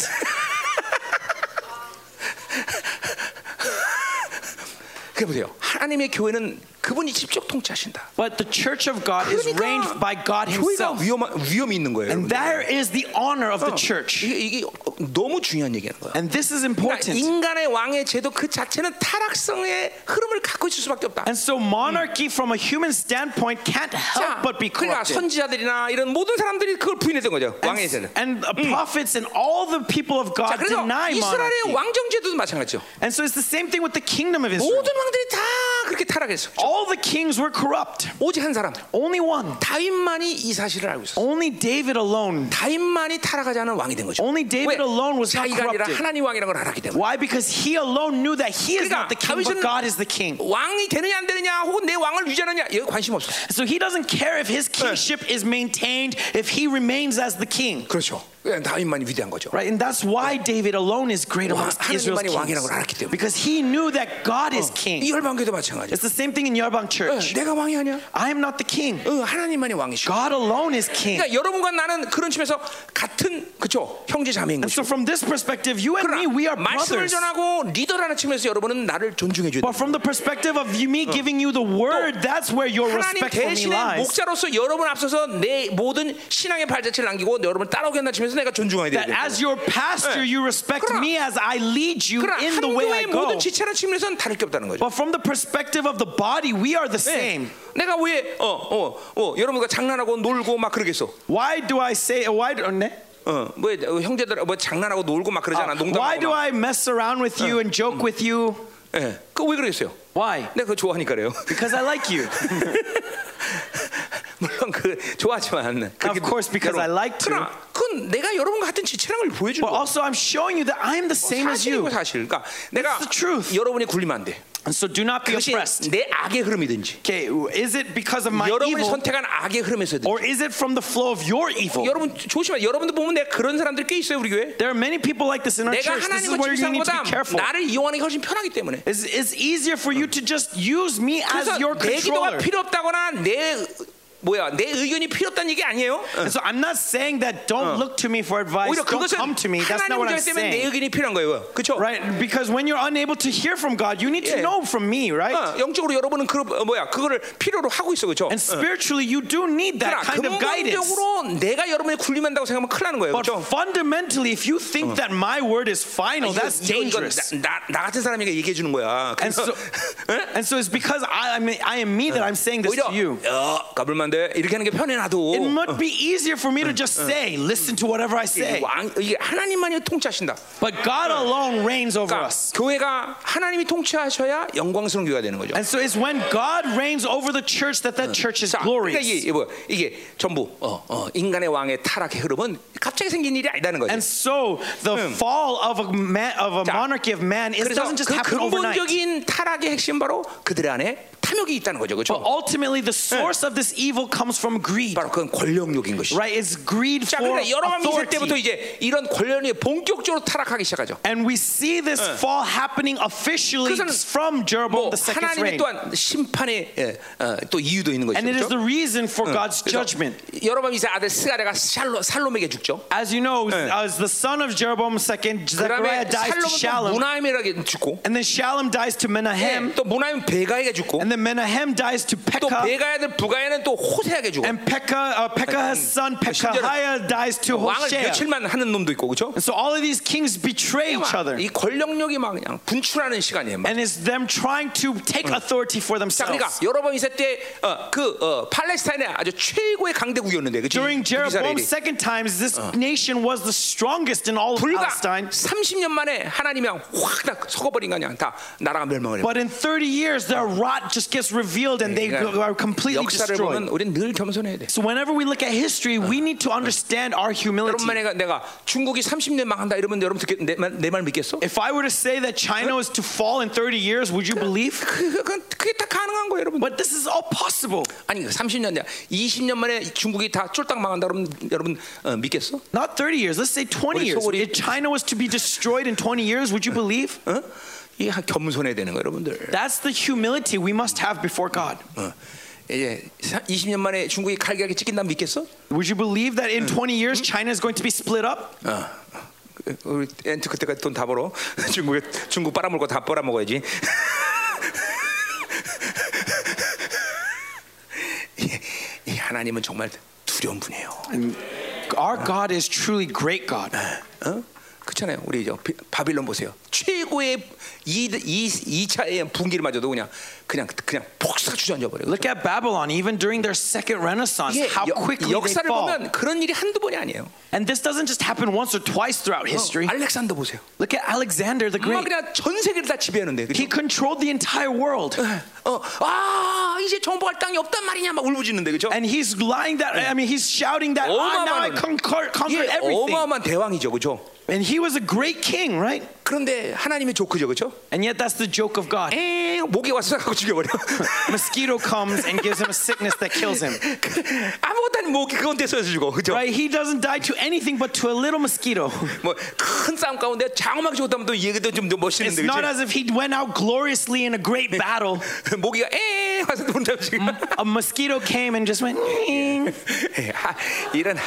그래 보세요. 하나님의 교회는 그분이 직접 통치하신다. 그러니까 But the church of God is reigned by God 교회가 Himself. 위험 위험이 있는 거예요. And there is the honor of the 여러분들. church. 이게, 이게 너무 중요한 얘기하는 거야. And this is 그러니까 important. 인간의 왕의 제도 그 자체는 타락성의 흐름을 갖고 있을 수밖에 없다. And so monarchy from a human standpoint can't help but be 그러니까 corrupted. 선지자들이나 이런 모든 사람들이 그걸 부인했던 거죠. 왕의 And, 제는. and the prophets and all the people of 자, God 그래서 deny 이스라엘의 monarchy. 왕정 제도도 마찬가지죠. And so it's the same thing with the kingdom of Israel. 모든 왕들이 다 그렇게 타락했어. All the kings were corrupt. 오직 한 사람 Only one. 다윗만이 이 사실을 알고 있었어. Only David alone. 다윗만이 타락하지 않은 왕이 된 거죠. Only 왜? David alone was not 자기가 아니라 corrupted. 하나님 왕이라는 걸 알았기 때문에. Why? Because he alone knew that he is 그러니까 not the king, 다윗은- but God is the king. 왕이 되느냐 안 되느냐 혹은 내 왕을 유지하느냐 여기 관심 없어. So he doesn't care if his kingship is maintained, if he remains as the king. 그렇죠. 그냥 다윗만이 위대한 거죠. Right? And that's why David alone is great amongst 하나님만이 Israel's 왕이라고 알았기 kings. 때문에. Because he knew that God 이 is king. 열방교도 마찬가지. 예, It's the same thing in Yerbang Church. 내가 왕이 아니야. I am not the king. 어, 하나님만이 왕이시고. God alone is king. 그러니까 여러분과 나는 그런 측면에서 같은 그쵸 형제 자매인 And 거죠. so from this perspective, you and me, we 그러나 are 말씀을 brothers. 전하고 리더라는 측면에서 여러분은 나를 존중해 줘야 돼. But from the perspective of you, me giving you the word, that's where your 하나님 respect for me 대신에 lies. 목자로서 여러분 앞서서 내 모든 신앙의 발자취를 남기고 여러분 따라오게 한다 치면서 내가 존중해야 That 돼. as your pastor, you respect 그러나- me as I lead you 그러나 in the way I 한교의 go. 모든 지체라는 측면에서는 다를 게 없다는 거죠. 네. But from the perspective of the body, we are the same. 내가 왜 어, 어, 어, 여러분과 장난하고 놀고 막 그러겠어? Why do I say? Why do, 네? 어, 뭐 어, 형제들 뭐 장난하고 놀고 막 그러잖아. why do 농담하고. 막. I mess around with you and joke with you? 예. 그왜 그러겠어요? Why? 내가 그거 좋아하니까 그래요. Because I like you. 물론 그 좋아하지만 그렇게 course, because I like to. 그러나 그건 내가 여러분과 같은 지체랑을 보여주는 But 거야. also, I'm showing you that I am the same as 사실이고 you. 사실. 그러니까 내가 the truth. 여러분이 굴리면 안 돼. And so, do not be 그것이 oppressed. 내 악의 흐름이든지 Okay, is it because of my 여러분이 evil, 선택한 악의 흐름에서든 or is it from the flow of your evil? 여러분 조심해. 여러분들 보면 내가 그런 사람들 꽤 있어요 우리 교회. There are many people like this in our 내가 church. This is 하나님과 where you need to be 집사보다 careful. 나를 이용하는 게 훨씬 편하기 때문에. It's, it's easier for you to just use me 그래서 as your 내 기도가 controller. 필요 없다거나 내 뭐야 내 의견이 필요 없다는 얘기 아니에요. And so I'm not saying that don't look to me for advice. 오히려 Don't 그것은 come to me. That's 하나님 not what I'm 문제 때문에 내 saying. 의견이 필요한 거예요. 그렇죠? Right? Because when you're unable to hear from God, you need Yeah. Uh, to know from me, right? 어, 영적으로 여러분은 그 어, 뭐야 그거를 필요로 하고 있어 그렇죠? And spiritually, you do need 그러나 that kind of guidance. 근본적으로 내가 여러분의 굴림한다고 생각하면 큰일 나는 거예요. But 그렇죠? fundamentally, if you think that my word is final, that's dangerous. 나, 나- 나 같은 사람에게 얘기해 주는 거야. And so, Eh? and so it's because I, I, mean, I am me that I'm saying this 오히려 to you. 어, 까불만데 이렇게 하는 게 편해 나도. It might be easier for me to just Uh. say, listen to whatever I say. 왕, 이게 하나님만이 통치하신다. But God Uh. alone reigns over 그러니까 us. 교회가 하나님이 통치하셔야 영광스러운 교회가 되는 거죠. And so it's when God reigns over the church that Uh. that church is 자, 그러니까 이게, 이게, glorious. 뭐, 이게 전부 어, 어, 인간의 왕의 타락의 흐름은 갑자기 생긴 일이 아니다는 거죠. And so the Hmm. fall of a man, of a 자, monarchy of man, it 그래서 doesn't just 그 happen overnight. 근본적인 타락의 핵심 바로 그들 안에 탐욕이 있다는 거죠, But 그렇죠? ultimately, the Hmm. source of this evil comes from greed, 바로 그건 권력욕인 것이. right? It's greed 자, for 그러니까 여러분 미세 때부터 authority. 이제 이런 권력이 본격적으로 타락하기 시작하죠. And we see this Uh. fall happening officially 그것은 from 뭐 Jeroboam the second's 하나님의 reign. 또한 심판의 예, 어, 또 이유도 있는 것이죠. And it is 그렇죠? Uh. the reason for God's judgment. 여러분 이제 아들 스가랴가 샬로, 살롬에게 죽죠. As you know, as the son of Jeroboam II, 그다음에 Zechariah dies to 살롬은 또 Shallum, 문하임에게 죽고, and then Shallum dies to Menahem. 예, 또 문하임 베가에게 죽고, And then Menahem dies to 또 Pekah. 베가의 아들 부가에는 또 호세에게 죽고. And Pekah, uh, Pekah's son Pekahiah dies to 왕을 Hoshea. 며칠만 하는 놈도 있고, 그렇죠? And so all of these kings betray each other. 이 권력력이 막 그냥 분출하는 시간이에요. 막. And it's them trying to take authority for 자, 그러니까 themselves. 여로보암 2세 때그 어, 그, 어, 팔레스타인의 아주 최고의 강대국이었는데 그치? During 북이스라엘이. Jeroboam's second times, this nation was the strongest in all of 불과 Palestine. 30년 만에 하나님이 확다 섞어버린 거 아니야 다 나라가 멸망을 해 But in 30 years, their rot just gets revealed and they are completely 역사를 보면 destroyed. 우리는 늘 겸손해야 돼 So whenever we look at history, we need to understand our humility. 여러분만 내가, 내가 중국이 30년 망한다 이러면 여러분 듣겠, 내말 내 말 믿겠어? If I were to say that China is to fall in 30 years, would you believe? 그, 그, 그게 다 가능한 거예요 여러분 But this is all possible. 아니 그 30년 내 20년 만에 중국이 다 쫄딱 망한다 그러면 여러분 어, 믿겠어? Not 30 years, let's say 20 우리 years. 소울이- If China was to be destroyed in 20 years, would you believe? 어? 이게 겸손해야 되는 거예요 여러분들 That's the humility we must have before God. 어. 이제 20년 만에 중국이 칼기하게 찍힌다면 믿겠어? Would you believe that in 20 years China is going to be split up? 어. 그, 우리 엔트 그때까지 돈 다 벌어. 중국에 중국 빨아먹고 다 빨아먹어야지. 이- 이 하나님은 정말 두려운 분이에요. Our God is truly great God. 어? 그렇잖아요. 우리 저 비- 바빌론 보세요. 최 최고의 이이 차의 분기를 맞아도 그냥 그냥 그냥 폭삭 주저앉아 버려. Look at Babylon, even during their second renaissance, 이게 how 역- quickly they 역사를 fall. 보면 그런 일이 한두 번이 아니에요. 어, And this doesn't just happen once or twice throughout history. 알렉산더 보세요. Look at Alexander the 막 Great. 그냥 전 세계를 다 지배하는데. 그죠? He controlled the entire world. 어, 아 이제 정복할 땅이 없단 말이냐 막 울부짖는데 그죠? And he's lying that, I mean, he's shouting that, oh, now I 어마어마한- conquer, conquered 예, everything. 어마어마한 대왕이죠, 그죠? And he was a great king, right? 그런데 하나님의 조크죠, 그죠? And yet that's the joke of God. 에 목이 와서 하고 죽여버려. Mosquito comes and gives him a sickness that kills him. 그 아무것도 아닌 목이 그건 대서서 죽어, 그죠? Right? He doesn't die to anything but to a little mosquito. 뭐 큰 싸움 가운데 장엄하게 죽었다면 또 얘기도 좀 It's 멋있는데 not 그죠? as if he went out gloriously in a great battle. 모기가 에 와서 혼자 지금 A mosquito came and just went. "Nying." 예, 이런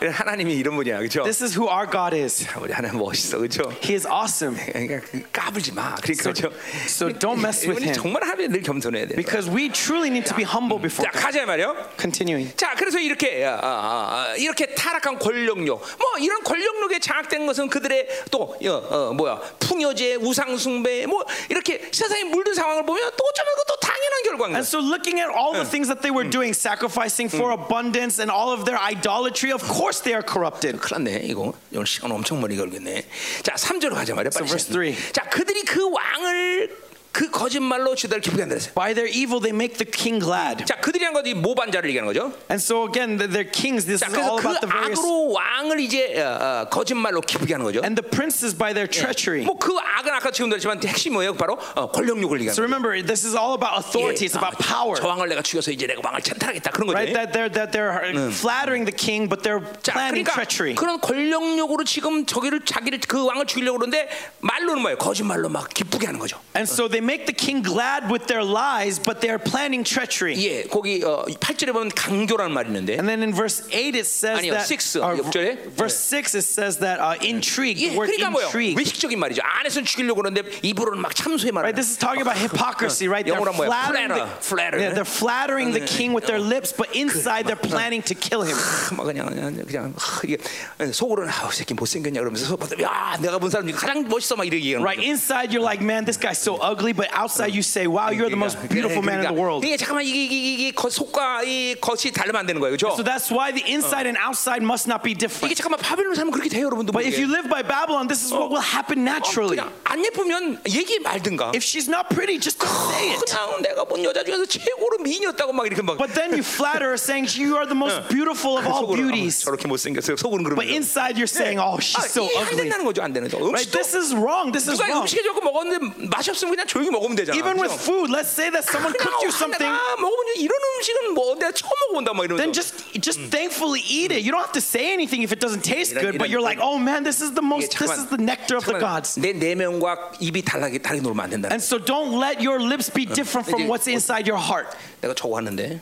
이런 하나님이 이런 분이야, 그죠? 아, This is who our God is. 우리 하나님 멋있어, 그죠? He is awesome. 그러니까 그 까불지 마. 그러니까 So- 그죠? so don't mess with 이분이 him. 정말 하루에 늘 겸손해야 돼. Because we truly need to be humble before 자 God. 가자 말이요. Continuing. 자, 그래서 이렇게 아, 아, 아, 이렇게 타락한 권력력, 뭐 이런 권력력에 장악된 것은 그들의 또 어, 어, 뭐야 풍요제, 우상숭배, 뭐 이렇게 세상에 물든 상황을 보면 또 어쩌면 그것도 당연한 결과인 거야. And so, looking at all the things that they were doing, sacrificing for abundance and all of their idolatry, of course they are corrupted. 큰일 났네 이거 오늘 시간 엄청 많이 걸겠네 자 3절로 가자 말이야 빨리 So verse 시작해. three. 자 그들이 그 왕을 그 거짓말로 주다를 기쁘게 한다 그랬어요 By their evil, they make the king glad. 자 그들이 한 거지 모반자를 얘기하는 거죠 And so, again, the- their kings, this 자 is 그래서 all 그 about the various. 악으로 왕을 이제 어, 어, 거짓말로 기쁘게 하는 거죠 And the princes, by their treachery. 뭐 그 악은 아까 지금 들었지만 핵심 뭐예요 바로 어, 권력욕을 얘기하는 거죠 So, remember, this is all about authority, it's 아, about power. 저 왕을 내가 죽여서 이제 내가 왕을 찬탈하겠다 그런 거죠 Right? That they're, that they're flattering the king, but they're Hmm. 자, planning 그러니까 treachery. 그런 권력욕으로 지금 저기를 자기를 그 왕을 죽이려고 그러는데 말로는 뭐예요? 거짓말로 막 기쁘게 하는 거죠. And so they make the king glad with their lies, but they're planning treachery. 예, 거기 어, 8절에 보면 강조라는 말이 있는데 And then in verse 8, it says 아니요, that. six, or 옆절에. verse 6, it says that uh, intrigue, 예, the word 그러니까 뭐예요? intrigue. 외식적인 말이죠. 안에서는 죽이려고 그러는데 입으로는 막 참소에 말하는 Right, this is talking about hypocrisy, right? They're 영어로 뭐야? flattering, the, Flatter, flatter. Yeah, they're flattering the king with their lips, but inside they're planning to kill him. 막 그냥 그냥, 그냥 하, 이게 예, 속으로는 아우 새끼 못생겼냐 그러면서 속으로 야 내가 본 사람 중에 가장 멋있어 막 이렇게 얘기하는 Right, 거죠. inside you're like, man, this guy's so ugly, but outside you say, wow, you're the most beautiful man in the world. 그러니까 이게 잠깐만 이게 이게, 이게 겉- 속과 이 겉이 다르면 안 되는 거예요, 그렇죠? So that's why the inside and outside must not be 이게 different. 잠깐만 바벨론 살면 그렇게 돼요, 여러분도. But if 모르게. you live by Babylon, this is what will happen 어, naturally. 그냥 안 예쁘면 얘기 말든가. 예, If she's not pretty, just don't say it. 그냥 내가 본 여자 중에서 최고로 미인이었다고 막 이렇게 막 But then you flatter her, saying you are the most beautiful of all 속으로 아, beauties. 저렇게 못생겼어요. 속으로는 그러면 But inside you're saying, oh, she's 아, so 이게 안 ugly. 된다는 거죠, 안 되는 거죠. 음식도 Right? This is wrong. This is 누가 wrong. 음식에 조금 먹었는데 맛이 없으면 그냥 조용히 먹으면 되잖아. Even with 그죠? food, let's say that someone cooked 그냥 you 아, something, 내가 먹으면 이런 음식은 뭐 내가 처음 먹어본다 막 이러면서 then just just thankfully eat it. You don't have to say anything if it doesn't taste 이런- good, but 이런- you're Mm. like, oh man, this is the 이게 most, this 잠깐만- is the nectar of the 잠깐만 gods. 내 내면과 입이 다르게 다르게 놀면 안 된다. And so don't let your lips be different from 이제- what's inside your heart. 내가 저거 하는데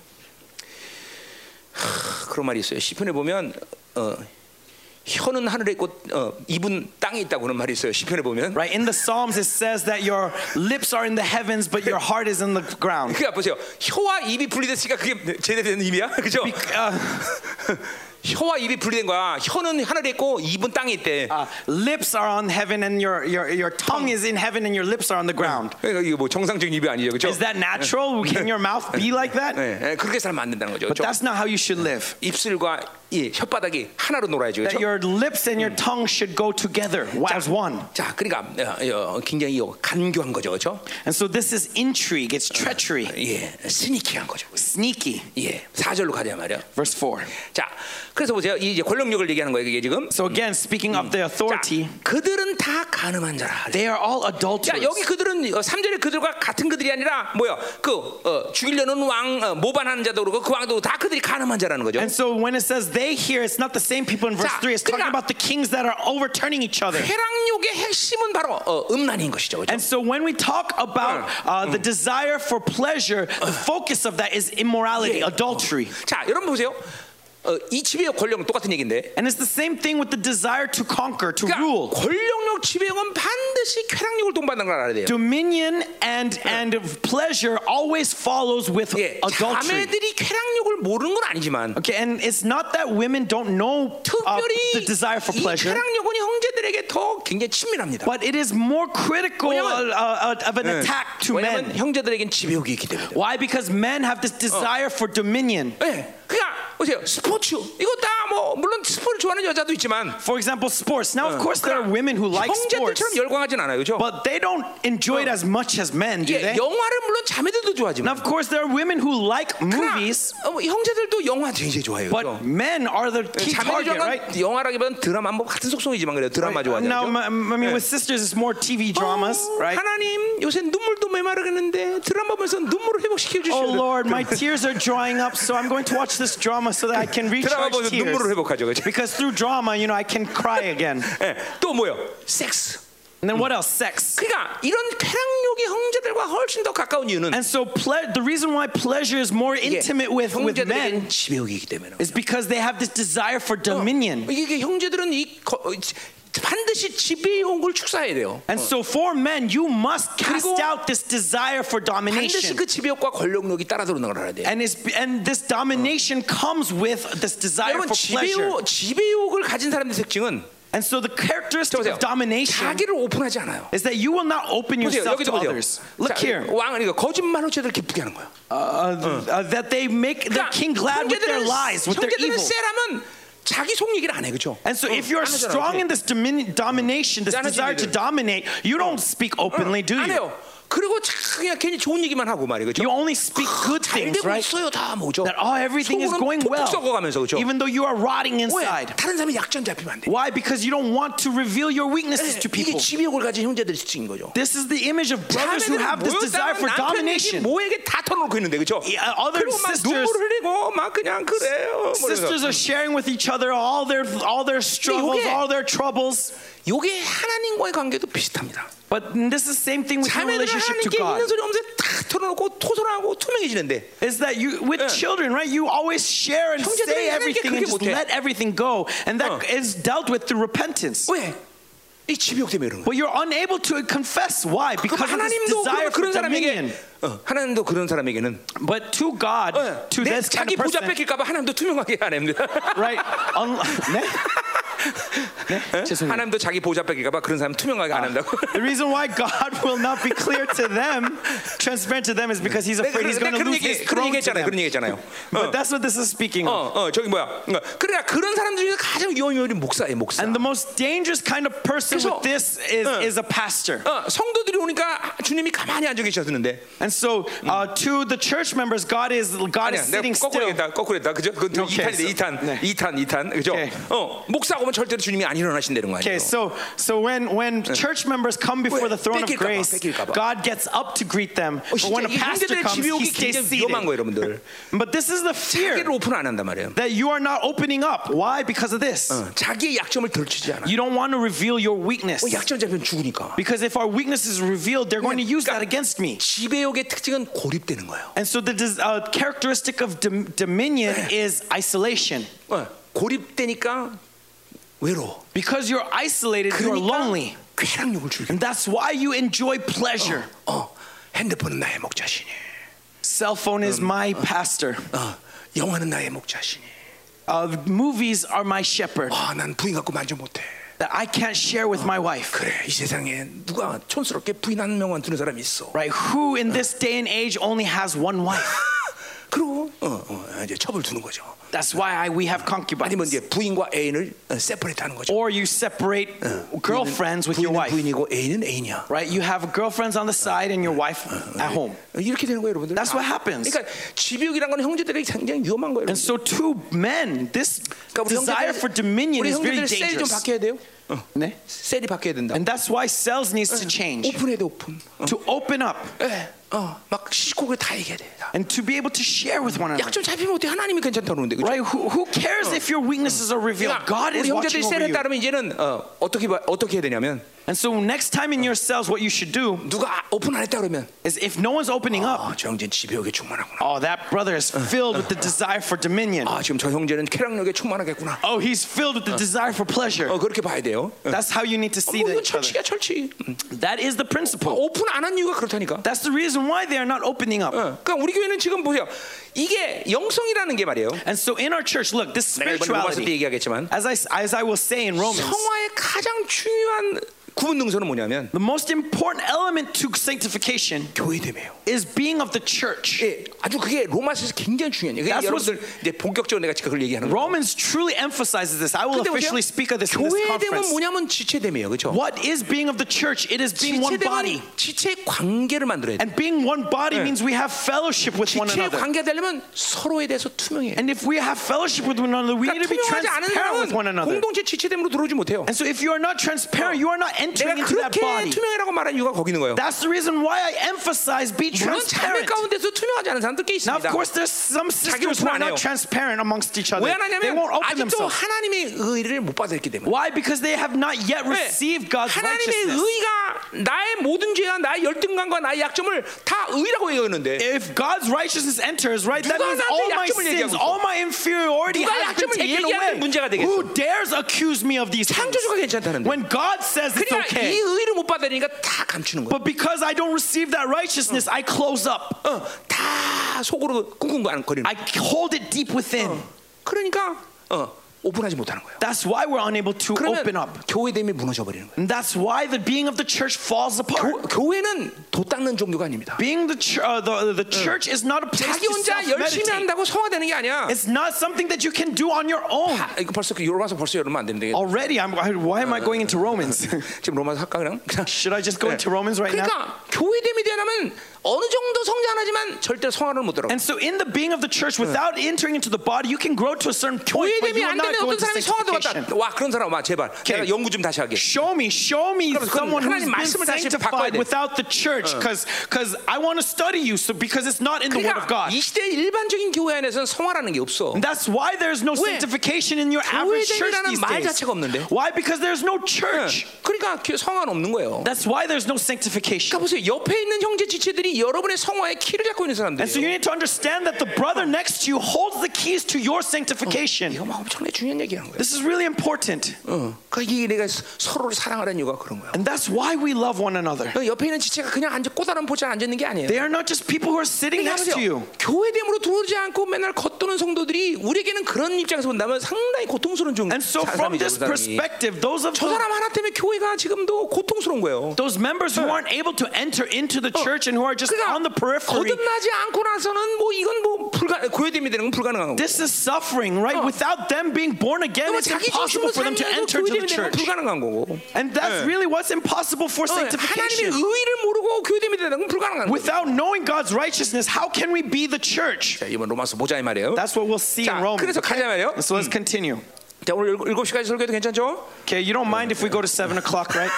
하, 그런 말이 있어요. 시편에 보면 어, 혀는 하늘에 있고 어, 입은 땅에 있다고 그런 말이 있어요. 시편에 보면 Right? In the Psalms, it says that your lips are in the heavens, but your heart is in the ground. 그러니까 보세요. 혀와 입이 분리됐으니까 그게 제대로 된 입이야, 그죠? 혀와 입이 분리된 거야. 혀는 하늘에 있고 입은 땅에 있대. Uh, lips are on heaven, and your, your, your tongue is in heaven, and your lips are on the ground. 그러니까 이거 뭐 정상적인 입이 아니죠, 그죠? Is that natural? Can your mouth be like that? 예, 예, 그렇게 살면 안 된다는 거죠. 그죠? But that's not how you should live. 입술과 이 혓바닥이 하나로 놀아야죠, that 그죠? your lips and your tongue should go together as one. 자, 그러니까 어, 어, 굉장히 어, 간교한 거죠, 그죠? And so this is intrigue, it's treachery, 예, 스니키한 거죠. sneaky. 예, 4절로 가자 말이야. Verse 4. 자, 그래서 보세요. 이 이제 권력력을 얘기하는 거예요, 이게 지금. So again, speaking of the 자, authority, 그들은 다 가능한 자라. they are all adulterers. 자, 여기 그들은 어, 3절에 그들과 같은 그들이 아니라 뭐야? 그 어, 죽이려는 왕 어, 모반하는 자도 그렇고 그 왕도 다 그들이 가늠한 자라는 거죠. And so when it says they here, it's not the same people in 자, verse 3. It's talking 그러니까- about the kings that are overturning each other. 회랑욕의 핵심은 바로 어, 음란인 것이죠. 그죠? And so when we talk about uh, the desire for pleasure, the focus of that is immorality, Yeah. adultery. 자, 여러분 보세요. 어, 이 지배의 권력은 똑같은 얘기인데. And it's the same thing with the desire to conquer, to 그러니까 rule. 권력력 지배형은 반드시 쾌락욕을 동반하는 걸 알아야 돼요. dominion and and pleasure always follows with 예, adultery. 자매들이 쾌락욕을 모르는 건 아니지만 Okay, and it's not that women don't know uh, 특별히 the desire for 이 pleasure, 쾌락욕은 형제들 사람들에게 더 굉장히 친밀합니다. But it is more critical 왜냐면- uh, uh, of an attack to 왜냐하면 men. 형제들에겐 지배욕이 있기 때문에. Why? Because men have this desire for dominion. 예, 그러니까 보세요 스포츠 이거 다 뭐 물론 스포를 좋아하는 여자도 있지만 For example, sports. Now, of course, there are 그러니까 women who like sports, 형제들처럼 열광하진 않아요, 그죠 but they don't enjoy it as much as men, do 예, they? 영화를 물론 자매들도 Now, 좋아하지만 of course, there are women who like 그러나, movies, 어, 뭐 형제들도 영화 굉장히 좋아해요. 그죠? but men are the key 자매들은 target, right? 영화라기보다는 드라마 뭐 같은 속성이지만 그래요. 드라마 Now, 좋아하잖아요. I mean, with sisters, it's Oh, more TV dramas, 어, right? 하나님 요새 눈물도 메마르겠는데 드라마 보면서 눈물을 회복시켜 주시오. Oh Lord, my tears are drying up, so I'm going to watch this drama so that I can 드라마 recharge 보면서 tears. 눈물을 회복하죠. 그죠? Because through drama, you know, I can cry again. 예, 또 뭐요? 섹스. And then what else? Sex. 그러니까 이런 쾌락욕이 형제들과 훨씬 더 가까운 이유는 And so ple- the reason why pleasure is more 이게 intimate with, with men 형제들은 지배욕이기 때문에. is because they have this desire for dominion. 어, 이게 이게 형제들은 이 거- 어, 지- 반드시 지배욕을 축사해야 돼요. And so for men, you must 그리고 cast out this desire for 반드시 도mination. 그 지배욕과 권력욕이 따라 들어오는 걸 알아야 돼요. And, it's, and this domination comes with this desire 여러분 for pleasure. 지배욕, 지배욕을 가진 사람의 특징은 And so the 저 characteristic 보세요. of domination 자기를 오픈하지 않아요. is that you will not open 보세요. yourself 여기도 to 보세요. others. Look here. 왕은 이거 거짓말로 죄들 기쁘게 하는 거예요. 그러니까 uh, th- uh, that they make the king glad with 형제들은- their lies, with their 형제들은 evil. 세라면 자기 속 얘기를 안 해, 그렇죠? And so, if you are strong in this domin- domination, this 안 하지, desire to 니들. dominate, you don't speak openly, do 안 you? 해요. 그리고 참 그냥 괜히 좋은 얘기만 하고 말이에요, 그렇죠? You only speak good 잘 things, 되고 right? 있어요, 다 뭐죠? That oh, everything is 속으로는 going 푹푹 well, 썩어가면서, 그렇죠? even though you are rotting 왜? inside. 다른 사람이 약점 잡히면 안 돼. Why? Because you don't want to reveal your weaknesses to 이게 people. 지배욕을 가진 형제들의 특징인 거죠. This is the image of brothers who 자매들은 have this 모여 desire 따르면 남편 for 얘기 domination. 모에게 다 털어놓고 있는데, 그렇죠? Yeah, other 그리고 막 sisters- 눈물 흘리고 막 그냥 그래요. 뭐 이래서. Sisters are sharing with each other all their all their struggles, 이게- all their troubles. 요게 하나님과의 관계도 비슷합니다. But this is the same thing with your 자매들은 relationship 하나님께 to God. 있는 소리 없는데 탁 털어놓고 토설하고 투명해지는데 is that you with children, right? You always share and 형제들은 say 하나님께 everything 그렇게 and just 못해. let everything go, and that is dealt with through repentance. 왜? 이 집욕 때문에 그런 거예요. But you're unable to confess why 그럼 because of this 하나님도 그런, desire for 그런 dominion. 사람에게 어, 하나님도 그런 사람에게는 But to God, 어, to 내 this kind 자기 of 보좌 person, 뺏길까봐 하나님도 투명하게 안 합니다. right? Un- 네? 네? 죄송해요. 아. 하나님도 자기 보좌 뺏길까봐 그런 사람 투명하게 안 한다고. The reason why God will not be clear to them, transparent to them, is because He's 내가 afraid 네, 그런, He's 내가 그러니까 going to 그런 lose 얘기 His 그런 throne 얘기 to 했잖아요. 그런 them. 얘기 했잖아요. But that's what this is speaking 어, of. 어, 저기 뭐야? 그러니까 그런 사람 중에서 가장 위험이 오는 목사예요, 목사. And the most dangerous kind of person 그래서- with this is, is a pastor. 어, 성도들이 오니까 주님이 가만히 앉아 계셨는데 And so, uh, to the church members, God is 아니야 God is 내가 sitting 거꾸로 still. 했다 거꾸로 했다 그죠? 그건 오케이, 2탄인데 2탄 네. 2탄 2탄 그죠? 오케이. 어 목사 오면 절대로 주님이 안 일어나신다는 거 아니에요? Okay, so so when when church members come before 왜? the throne of 뺏길까 봐, grace, 뺏길까 봐. God gets up to greet them. 어, But when 진짜 a 이 pastor 형제들의 comes, he 지배욕이 stays 굉장히 위험한 거예요 seated. 여러분들 But this is the 자기를 fear 오픈 안 한단 말이에요 that you are not opening up. Why? Because of this. 어, 자기의 약점을 들추지 않아 You don't want to reveal your weakness. 어, 약점 잡히면 죽으니까 Because if our weakness is revealed, they're going to use 그러니까- that against me. 지배욕의 특징은 고립되는 거예요 And so the dis- uh, characteristic of dom- dominion is isolation. 어, 고립되니까 외로워 Because you're isolated, you're lonely. 그러니까 쾌락욕을 즐겨 And that's why you enjoy pleasure. 어, 핸드폰은 나의 목자시니 Cell phone is my pastor. 어, 영화는 나의 목자시니 Uh, movies are my shepherd 아, 난 부인 갖고 만져 못해 that I can't share with my wife. 그래 이 세상에 누가 촌스럽게 부인 한 명만 두는 사람이 있어 Right? Who in this day and age only has one wife? 그리고 어, 어, 이제 첩을 두는 거죠 That's why I, we have 아니면 concubines. 이제 부인과 애인을 세퍼레이트 하는 거죠 Or you separate girlfriends with your 부인은 wife. 부인이고 애인은 애인이야 Right? You have girlfriends on the side and your wife at home. 이렇게 되는 거예요 여러분들 That's what happens. 그러니까 집욕이란 건 형제들에게 굉장히 위험한 거예요 그러니까 And so, two men, this 우리 desire 형제들- for dominion 우리 is very 형제들 셀이 좀 dangerous. 바뀌어야 돼요 네? 셀이 바뀌어야 된다 And that's why cells needs to change. 오픈해야 돼 오픈 어, To open up 예, 어, 막 시시콜콜 다 얘기해야 돼 다. and to be able to share with one another. 약점 잡히면 어떻게 하나님이 괜찮다고 그러는데 그죠? Right? Who, who cares if your weaknesses are revealed? 그러니까 God 우리 is 형제들이 watching over 셀에 you. 따르면 이제는 어, 어떻게 봐- 어떻게 해야 되냐면 And so next time in yourselves, what you should do 누가 오픈 안 했다 그러면 is if no one's opening up, 아, 저 형제는 지배욕에 충만하구나. oh, that brother is filled with the desire for dominion. 아, 지금 저 형제는 쾌락력에 충만하겠구나. Oh, he's filled with the desire for pleasure. 어, 그렇게 봐야 돼요. 어, That's how you need to see 뭐 이건 the each 철칙이야, other. 철칙. 음. That is the principle. 오픈 안 한 이유가 그렇다니까. That's the reason why they are not opening up. 어, 그러니까 우리 교회는 지금 보세요. 이게 영성이라는 게 말이에요. And so in our church, look, this 내가 이번에 로마서 때 spirituality, 얘기하겠지만 as I, as I will say in Romans, 성화의 가장 중요한 구분 능선은 뭐냐면 the most important element to sanctification 교회됨이에요. is being of the church. 예, 아주 그게 로마서에서 굉장히 중요한 얘기예요. That's 그러니까 what's- 여러분들 이제 본격적으로 내가 지금 그걸 얘기하는 거예요. Romans truly emphasizes this. I will 근데 보세요. officially speak of this in this 교회됨은 conference. 뭐냐면 지체됨이에요. 그렇죠? What is being of the church? It is being one body. 지체됨은 지체 관계를 만들어야 돼. And being one body means we have fellowship with one 지체 another. 관계 되려면 서로에 대해서 투명해요. 그러니까 And if we have fellowship with one another, we need to be 투명하지 않은 transparent with one 사람은 another. 공동체 지체됨으로 들어오지 못해요. And so if you are not transparent, you are not entering 내가 into that 그렇게 body. 투명이라고 말한 이유가 거기 있는 거예요. That's the reason why I emphasize be 물론 자매 transparent. 가운데서 투명하지 않은 사람들 꽤 Now, of 있습니다. course, there's some sisters who 오픈 are 안 해요. not transparent amongst each other. 왜 They 하냐면 won't open 아직도 themselves. 하나님의 의를 못 받았기 때문에. Why? Because they have not yet 왜? received God's 예. 하나님의 righteousness. 의가 나의 모든 죄와 나의 열등감과 나의 약점을 다 의라고 여겼는데 If God's righteousness enters, right, that 누가 means 나한테 all my 약점을 sins, 얘기하고 all my inferiority 누가 has been 약점을 taken 얘기하는 문제가 away. 되겠어? Who dares accuse me of these things? 창조주가 괜찮다는데. When God says it's 그러니까 이 okay, 의를 못 받으니까 다 감추는 거야. but because I don't receive that righteousness, I close up. 어, 다 속으로 꿍꿍거리는 거야. I hold it deep within. Oh. 그러니까 어, 오픈하지 못하는 거예요. That's why we're unable to open 그러면 up. 교회됨이 무너져 버리는 거예요. And that's why the being of the church falls apart. 교- 교회는 도 닦는 종교가 아닙니다. Being the, ch- uh, the, the church is not a place 자기 to 혼자 열심히 self-meditate. 한다고 성화되는 게 아니야. It's not something that you can do on your own. 아, 이거 벌써 그 로마서 벌써 열으면 안 되는데 Already, I'm, I- why am I going into Romans? 지금 로마서 할까 그냥? 그냥 네. Should I just go into Romans right now? 그러니까 교회됨이 되려면 어느 정도 성장하지만 절대 성화를 못 들어. And so, in the being of the church, without entering into the body, you can grow to a certain point, but 그 교회됨이 you will 안 되면 not go 어떤 into 사람이 성화도 sanctification. 같다. 와 그런 사람 와 제발 내가 연구 좀 다시 하게. Show me, show me 그럼 someone 하나님 who's been 말씀을 다시 바꿔야 sanctified 돼. without the church, because I want to study you. So because it's not in the Word of 그러니까 이 God. 시대 일반적인 교회 안에서는 성화라는 게 없어. And that's why there's no sanctification in your average church 교회됨이라는 these 말 days. 자체가 없는데. Why? Because there's no Uh. church. 그러니까 교- 성화는 없는 거예요. That's why there's no sanctification. 그러니까 보세요 옆에 있는 형제 지체들이 여러분의 성화의 키를 잡고 있는 And so you 사람들이에요. need to understand that the brother next to you holds the keys to your sanctification. 이거 어, 막 엄청나게 중요한 얘기하는 거예요. This is really important. 어, 그러니까 이게 내가 서- 서로를 사랑하는 이유가 그런 거야. And that's why we love one another. 어, 옆에 있는 지체가 그냥 앉아 꼬다란 보자 앉아 있는 게 아니에요. 그러니까 They are not just people who are sitting next to you. 교회됨으로 들어오지 않고 맨날 겉도는 성도들이 우리에게는 그런 입장에서 본다면 상당히 고통스러운 종. And so from 사람이죠, this 그 사람이. perspective, those of 저 the- 사람 하나 때문에 교회가 지금도 고통스러운 거예요. those members who aren't able to enter into the church and who are just on the periphery, 그러니까 거듭나지 않고 나서는 뭐 이건 뭐 불가 교회됨이 되는 건 불가능한 거고. this is suffering, right? Without them being born again, 그러면 it's 자기 중심으로 impossible for them to 살면서 enter into 교회됨이 the 되는 건 church. 불가능한 거고. And that's really what's impossible 어, for 하나님의 sanctification. 의를 모르고 교회됨이 되는 건 불가능한 거고. Without knowing God's righteousness, how can we be the church? 자, 이번 로마서 보자 이 말이에요. That's what we'll see 자, in Romans. 그래서 가자 말이에요. So let's continue. 자, 오늘 일곱- 일곱 시까지 설교해도 괜찮죠? Okay, you don't mind if we go to seven o'clock, right?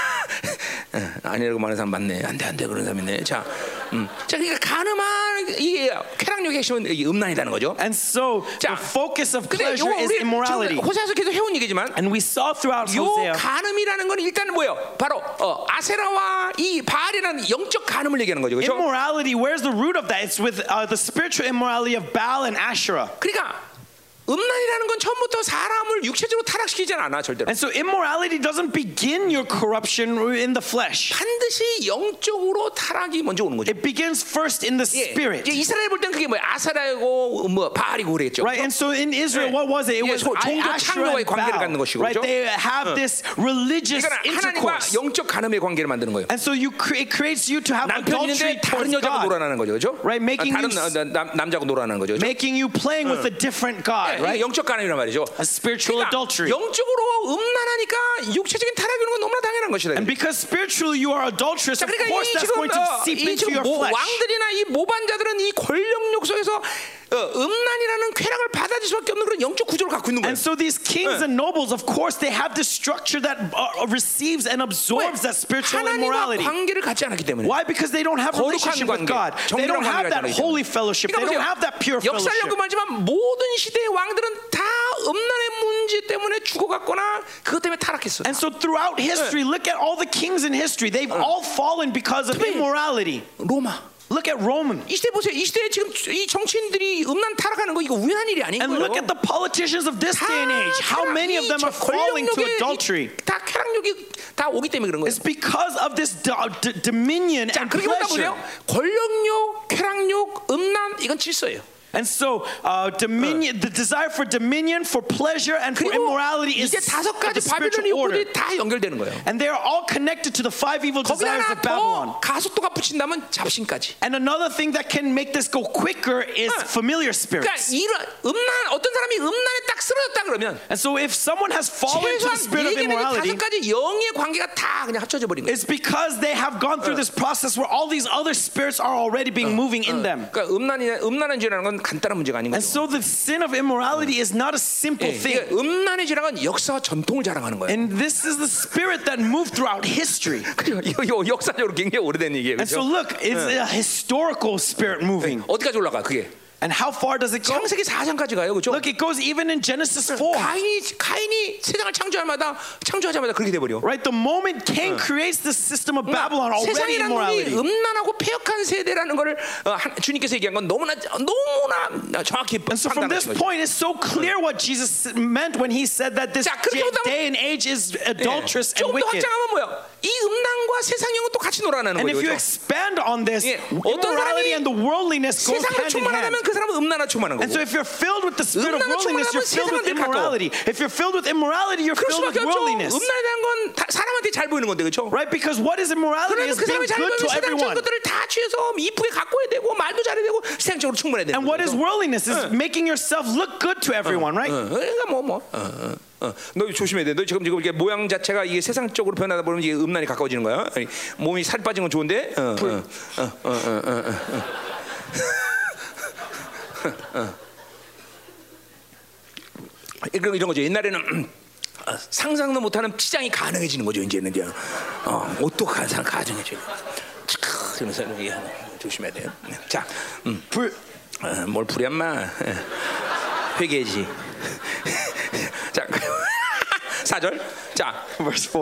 예, 아니라고 말하는 사람 많네. 안돼 안돼 그런 사람 있네. 자, 음. 자 그러니까 가늠한 이게 쾌락력의 핵심은 이 음란이라는 거죠. And so the 자, focus of 근데 pleasure 이거 is 우리 immorality. 지금 호세아서 계속 해온 얘기지만 And we saw throughout 요 Hosea 가늠이라는 건 일단 뭐예요? 바로 어, 아세라와 이 바알이라는 영적 가늠을 얘기하는 거죠, 그렇죠? immorality. Where's the root of that? It's with uh, the spiritual immorality of Baal and Asherah. 그러니까 음란이라는 건 처음부터 사람을 육체적으로 타락시키지 않아 절대로. And so immorality doesn't begin your corruption in the flesh. 반드시 영적으로 타락이 먼저 오는 거죠. It begins first in the 예, spirit. 이제 이스라엘 볼 땐 그게 뭐야? 아세라고 뭐 바알이고 그랬죠. Right, and so in Israel, what was it? It 예, was 소- 종교 Asherah 창조와의 and 관계를 Baal. 갖는 것이고, Right, 그죠? they have this religious 그러니까 하나님과 intercourse. 영적 가늠의 관계를 만드는 거예요. And so you cre- it creates you to have 남편이 adultery 있는데 다른 towards 여자하고 God, 놀아나는 거죠, 그렇죠? Right, making 다른 you 나- 나- 남, 남자하고 놀아나는 거죠, 그렇죠? making you playing with a different God, 예, 이게 right? 영적 가늠이란 말이죠. A spiritual 그러니까 adultery. 영적으로 음란하니까 육체적인 타락이 오는 건 너무나 당연한 것이다. And because spiritually you are 자, adulterous, of 그러니까 이 course that's 지금, going to 어, seep 이 into 지금 your 모- flesh. 왕들이나 이 모반자들은 이 권력욕 속에서 어, 음란이라는 쾌락을 받아들일 수밖에 없는 그런 영적 구조를 갖고 있는 거예요. And so these kings and nobles, of course, they have this structure that uh, receives and absorbs that spiritual 하나님과 immorality. 관계를 갖지 않았기 때문에. Why? Because they don't have 거룩한 relationship with 관계, God. They don't 정결한 have that 관계가 있잖아요, 그러니까 holy fellowship. They don't have that pure 역사력은 fellowship. 말지만 모든 시대의 왕들은 다 음란의 문 문제 때문에 죽어갔거나 그것 때문에 타락했어요. And so throughout history, look at all the kings in history. They've all fallen because of 특별히- immorality. 로마. Look at Rome. 이 시대 보세요. 이 시대에 지금 이 정치인들이 음란 타락하는 거 이거 우연한 일이 아닌 And 거예요. look at the politicians of this 다 day and age. How 타락, many 이 of them 저 are falling to 권력력의 이- adultery? 다 쾌락력이 다 오기 때문에 그런 거예요. It's because of this do- d- dominion 자, and 그렇게 보다 pleasure. 보세요. 권력력, 쾌락력, 음란 이건 질서예요. And so, uh, dominion, the desire for dominion, for pleasure, and for 그리고 immorality is 이제 다섯 of the 가지 바빌론 spiritual order. 이후들이 다 연결되는 거예요. And they are all connected to the five evil 거기다 desires 하나 of Babylon. 더 가속도가 붙인다면 잡신까지. And another thing that can make this go quicker is 응. familiar 그러니까 spirits. 이런 음란 어떤 사람이 음란에 딱 쓰러졌다 그러면 And so, if someone has fallen to the 최소한 spirit of 얘기는 이 다섯 immorality, 가지 영의 관계가 다 그냥 합쳐져 버린 거예요. it's because they have gone through this process where all these other spirits are already Uh, being moving in them. 그러니까 음란이 음란한 죄라는 건 간단한 문제가 아닌 거죠. And so the sin of immorality is not a simple 예, thing. 이게 음란의 죄라는 건 역사와 전통을 자랑하는 거예요. And this is the spirit that moved throughout history. 그래요. 이거, 이거 역사적으로 굉장히 오래된 얘기예요. And so 그렇죠? look, it's a historical spirit moving. 어디까지 올라가 그게? And how far does it go? 창세기 4장까지 가요. 그렇죠? Look, it goes even in Genesis 4. 가인이 가인이 세상을 창조하마다 창조하자마자 그렇게 돼 버려. 그러니까 Right? The moment Cain creates the system of Babylon, already 세상이라는 놈이 immorality. 음란하고 폐역한 세대라는 것을 주님께서 얘기한 건 너무나 너무나 정확히 And so from this 판단하신 거죠. point, it's so clear what Jesus meant when he said that this 자, 그렇게 j- 보다 보면- day and age is 예. adulterous and 조금 더 wicked. 확장하면 뭐야? 이 음란과 세상 영은 또 같이 놀아나는 And 거죠. if 그렇죠? you expand on this, 예. 어떤 사람이 immorality and the worldliness goes 세상을 hand in hand. 충만하다면 그 사람은 음란을 충만한 And 거고. so if you're filled with the spirit of 음란에 worldliness, you're 충만하면 세상은 filled with 늘 immorality. If you're filled with immorality, you're 그럴 filled 수밖에 with 없죠. worldliness. 음란에 대한 건 다, 사람한테 잘 보이는 건데 그렇죠? Right? Because what is immorality 그러면 is 그 사람이 being 잘 good 보면 to 세상적인 everyone. 것들을 다 취해서 이쁘게 갖고 해야 되고 말도 잘해야 되고 세상적으로 충만해야 되는 And what 거죠. is worldliness? Is making yourself look good to everyone, right? 어, 그러니까 뭐 뭐. 어, 어, 어. 너 조심해야 돼. 너 지금 지금 이게 모양 자체가 이게 세상적으로 변하다 보면 이게 음란이 가까워지는 거야. 아니, 몸이 살 빠진 건 좋은데. 어, 어, 어, 어, 어, 어, 어, 어. 어. 이런 이런 거죠. 옛날에는 음, 어, 상상도 못하는 치장이 가능해지는 거죠. 이제는 그냥 어, 옷도 가장 가능해져. 그러면서 이게 조심해야 돼요. 자, 음. 불- 어, 뭘 부렸마 회개지 자 4절 자, Verse 4.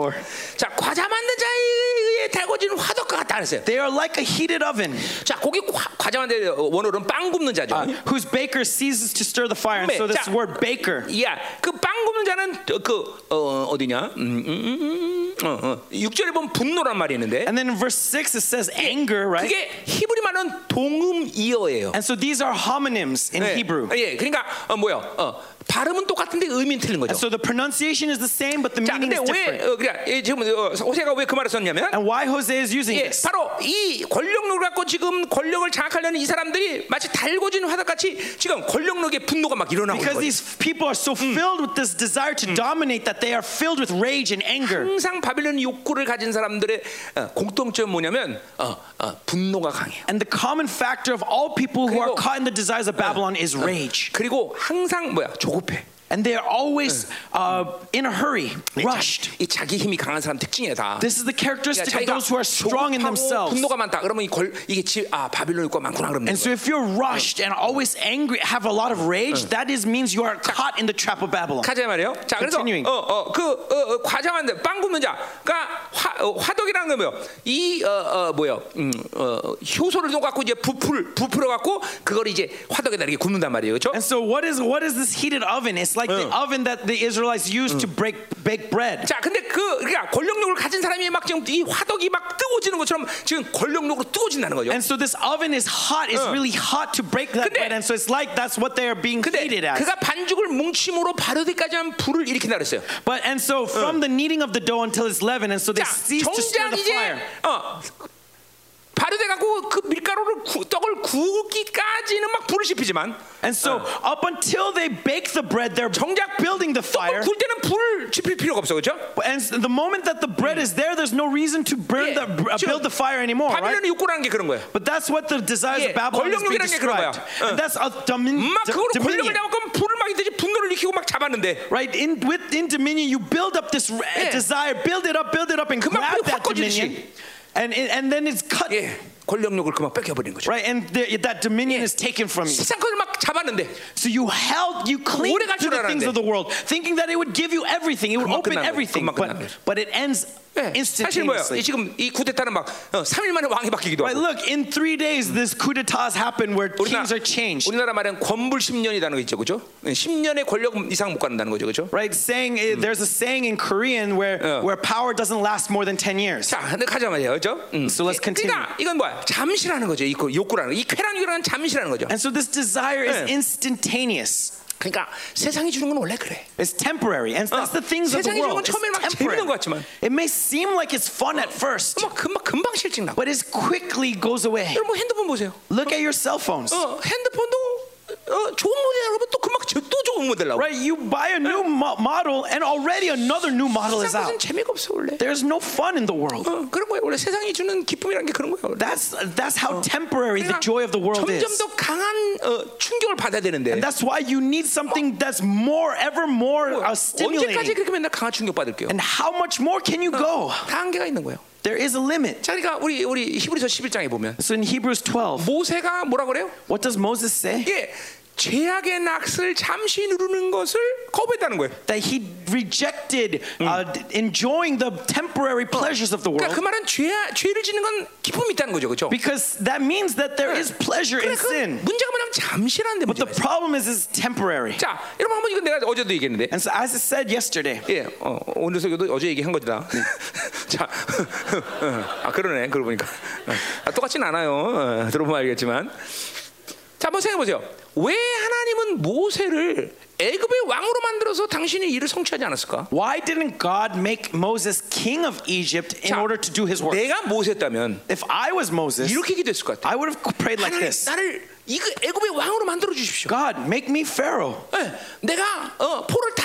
자 과자 만든 자에 의해 달궈지는 화덕과 같다 그랬어요 They are like a heated oven 자 거기 과, 과자 만든 자, 원어로는 빵 굽는 자죠 uh, whose baker ceases to stir the fire. And so this 자. word baker. 야, 그 빵 굽는 자는 어, 그 어, 어디냐? 음, 음, 음, 음, 어, 어. 6절에 보면 분노란 말이 있는데 And then in verse 6 it says anger, right? 그게 히브리 말은 동음이어예요. And so these are homonyms in 예, Hebrew. 예, 그러니까 어, 뭐야? 어, 발음은 똑같은데 의미는 틀린 거죠. And so the pronunciation is the same, but the 자, 근데 meaning is 왜 different. 어, 그래? 예, 지금 어, 호세가 왜 그 말을 썼냐면 And why Jose is using 예, this. 바로 이 권력력을 갖고 지금 권력을 장악하려는 이 사람들이 마치 달궈진 화덕같이 지금 권력력의 분노가 막 일어나고 있는 거예요. Because these people are so filled with this desire to dominate that they are filled with rage and anger. 항상 바빌론 욕구를 가진 사람들의 어, 공통점은 뭐냐면 어, 어, 분노가 강해요. And the common factor of all people who are 그리고- caught in the desires of Babylon is rage. 그리고 항상 뭐야 조급해. And they are always uh, in a hurry, rushed. 이 자기 힘이 강한 사람 특징이야 다. This is the characteristic of 자기가 those who are strong in 조급하고 themselves. 분노가 많다. 그러면 이 걸, 이게 지, 아 바빌론 욕구가 많구나 그러면. 되는 And so if you're rushed and always angry, have a lot of rage, that is means you are caught in the trap of Babylon. 가자 말이에요. 자, 그래서 Continuing. 어어그 어, 어, 과자만들 빵 굽는 자가 화 어, 화덕이라는 건 뭐요? 이어어 뭐요? 음어 효소를 좀 갖고 이제 부풀 부풀어 갖고 그걸 이제 화덕에다 이렇게 굽는단 말이에요, 그렇죠? And so what is what is this heated oven? It's like the oven that the Israelites used to break bake bread. 자, 근데 그 그러니까 권력력을 가진 사람이 막 지금 이 화덕이 막 뜨거워지는 것처럼 지금 권력력으로 뜨거워진다는 거죠. And so this oven is hot, it's really hot to break that 근데- bread. And so it's like that's what they are being 근데 heated as. 그가 반죽을 뭉침으로 발효되까지 한 불을 일으킨다 그랬어요. But and so from the kneading of the dough until it's leavened, and so they 자, cease to stir 정작 the 이제 fire. 어 발효돼 갖고 그 밀가루를 구, 떡을 구우기까지는 막 불을 씹히지만 And so up until they bake the bread, they're 정작 building the fire. 굴 때는 불을 지필 필요가 없어 그렇죠? And so the moment that the bread is there, there's no reason to burn Hmm. Yeah. the, uh, 지금 build the fire anymore, right? 바빌론의 욕구라는 게 그런 거예요. But that's what the desires Yeah. of Babylon is being 권력욕이라는 게 그런 described. 거야. And that's a domin- 막 do- 그거로 권력을 dominion. 잡고 불을 막 이듯이 분노를 일으키고 막 잡았는데 Right in within dominion, you build up this re- Yeah. desire, build it up, build it up, and 그만 grab 불이 that 확 꺼지듯이. dominion, and and then it's cut 예 권력력을 그만 뺏겨버린 거죠. right? And the, that dominion is taken from you. 세상 것을 막 잡았는데 예, So you held, you cling 오래 갈줄 to the things 알았는데. of the world, thinking that it would give you everything, it would 금방 open 끝나는 거예요. everything, 금방 끝나는 but, 거예요. but it ends 예, 사실 뭐요? instantaneously. 지금 이 쿠데타는 막 어, 3일 만에 왕이 바뀌기도 Right, 하고 look, in three Mm. days, this coup d'etats happen where 우리나- kings are changed. 우리나라 말은 권불 10년이라는 거 있죠, 그죠? 10년의 권력 이상 못 간다는 거죠, 그죠? Right, saying eh, there's a saying in Korean where, Mm. Yeah. where power doesn't last more than 10 years. 자, 근데 가자 말이에요, 그죠? 음. So let's continue. 그러니까 이건 뭐야? 잠시라는 거죠, 이 그 욕구라는 거. 이 쾌락 욕구라는 잠시라는 거죠. And so this desire is Yeah. instantaneous. 그러니까 세상이 주는 건 원래 그래. It's temporary, and that's 어. the things of the Uh. 세상에 주는 world. 건 처음에 막 It's temporary. 재밌는 것 같지만. It may seem like it's fun at first, 막뭐 금방 금방 실증 나고. but it quickly goes away. 여러분 뭐 핸드폰 보세요. Look at your cell phones. 어, 핸드폰도 어, 좋은 모델 여러분 또 금방 저- 또 좋은 모델 나오고. Right, you buy a new mo- model, and already another new model is 세상 것은 out. 재미가 없어 원래. There's no fun in the world. 어, 그런 거예요. 원래 세상이 주는 기쁨이라는 게 그런 거예요. 원래. That's that's how temporary the 그러니까 joy of the world Uh. 점점 is. 더 강한 어, 충격을 받아야 되는데. And that's why you need something that's more, ever more uh, 뭐, 언제까지 stimulating. 그렇게 맨날 강한 충격 받을게요? And how much more can you go? 다 한계가 있는 거예요. There is a limit. 자, 그러니까 우리 우리 히브리서 11장에 보면 So in Hebrews 12, 모세가 뭐라 그래요? what does Moses say? 이게 죄악의 낚을 잠시 누르는 것을 거부했다는 거예요. That he rejected uh, d- enjoying the temporary pleasures of the 그러니까 그 world 말은 죄 죄를 짓는 건 기쁨이 있다는 거죠, 그렇죠? 그 because that means that there is pleasure in sin. 문제가 뭐냐면 잠시라는데 But the 문제가 있어요. problem is, it's temporary. 자, 여러분 한번 이거 내가 어제도 얘기했는데. And so, as I said yesterday, 예, 어, 오늘 설교도 어제 얘기한 거다. 자, 어, 아 그러네. 그러고 보니까 아, 똑같진 않아요. 어, 들어보면 알겠지만, 자 한번 생각해 보세요. 왜 하나님은 모세를 애굽의 왕으로 만들어서 당신의 일을 성취하지 않았을까? why didn't God make Moses king of Egypt in 자, order to do his work? 내가 모세였다면 If I was Moses, 이렇게 기도했을 것 같아. I would have prayed like 하나님 this 나를 이그 애굽의 왕으로 만들어 주십시오. God, make me Pharaoh. 예, 내가 어, 포를 다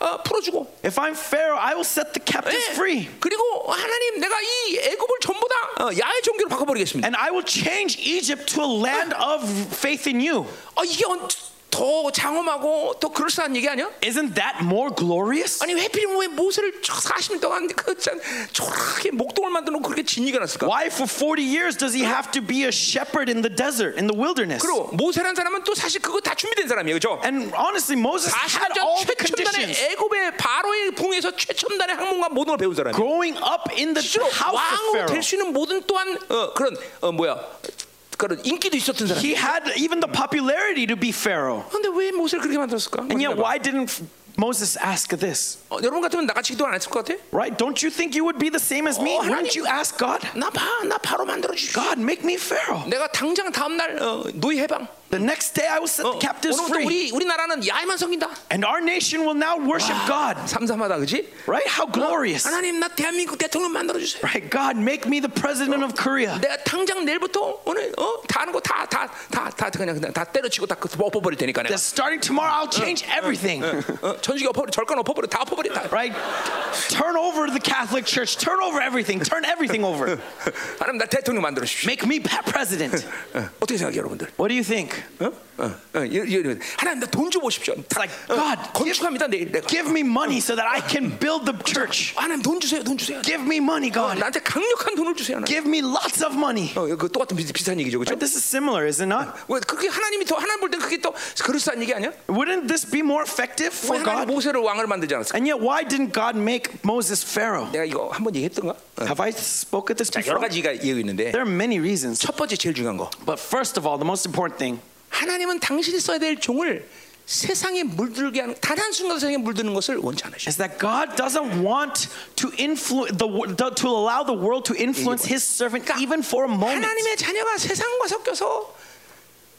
어, 풀어주고. If I'm Pharaoh, I will set the captives 예, free. 그리고 하나님 내가 이 애굽을 전부 다 어, 야외 종교로 바꿔버리겠습니다. And I will change Egypt to a land of faith in you. 아 이게 언- 더 장엄하고 더 그럴싸한 얘기 아니야? Isn't that more glorious? 아니 해필이면 왜 모세를 40년 동안 그참 초라하게 목동을 만들어 놓고 그렇게 진이가 났을까? Why, for 40 years, does he have to be a shepherd in the desert, in the wilderness? 그리고 모세라는 사람은 또 사실 그거 다 준비된 사람이에요, 그죠? And honestly, Moses had 40년 all 전 the 최첨단의 conditions. 애굽의 바로의 궁에서 최첨단의 항문과 모든 걸 배운 사람이에요. Growing up in the 실제로 house 왕으로 of 될 Pharaoh, 수 있는 모든 또한 어, 그런 어, 뭐야 그런 인기도 있었던 사람. he had even the popularity to be Pharaoh. 그런데 왜 모세를 그렇게 만들었을까? And yet, 생각해봐. why didn't Moses ask this? 어, 여러분 같으면 나같이 기도 안 했을 것 같아? Right? Don't you think you would be the same as me? Oh, Wouldn't 하나님. you ask God? 나 봐, 나 바로 만들어 주십시오. God, make me Pharaoh. 내가 당장 다음 날 어, 노예 해방. 어, The next day I will set Oh, the captives 오늘부터 free. 우리 우리나라는 야외만 섬긴다. And our nation will now worship God. 삼삼하다, 그렇지? Right? How glorious. 하나님 나 대한민국 대통령 만들어 주세요. Right? God, make me the president of Korea. 내가 당장 내일부터 오늘 어, 다 하는 거 다 다 다 다 그냥 그냥 다 때려치고 다 엎어버릴 테니까 내가 That starting tomorrow I'll change everything. 어, 전주기 엎어버려 절간 엎어버려 다 엎어버려 다. Right? Turn over the Catholic Church. Turn over everything. Turn everything over. 하나님 나 대통령 만들어 주십시오. Make me pa- president. 어, 어떻게 생각해 여러분들? What do you think? 어? 어, 어, 이- 이- 이- 하나님 나 돈 줘 보십시오. 다, Like, God, give- 건축합니다 내일 내가. Give me money so that I can build the church. 하나님 돈 주세요 돈 주세요. Give me money, 어, God. 나한테 강력한 돈을 주세요 하나님. Give me lots of money. 어, 그 똑같은 비, 비슷한 얘기죠 그렇죠? Right? This is similar, is it not? 왜 그게 하나님이 더 하나님 볼 땐 그게 또 그럴싸한 얘기 아니야? Wouldn't this be more effective 왜 for 하나님 Oh God? 모세를 왕을 만들지 않았을까? And yet, why didn't God make Moses Pharaoh? 내가 이거 한 번 얘기했던가? Have I spoke at this 자, 여러 before? 가지가 이유 있는데 There are many reasons. 첫 번째 제일 중요한 거 But first of all, the most important thing 하나님은 당신이 써야 될 종을 세상에 물들게 하는 단 한 순간 세상에 물드는 것을 원치 않으셔. is that God doesn't want to influence the wor- to allow the world to influence His servant even for a moment. 하나님의 자녀가 세상과 섞여서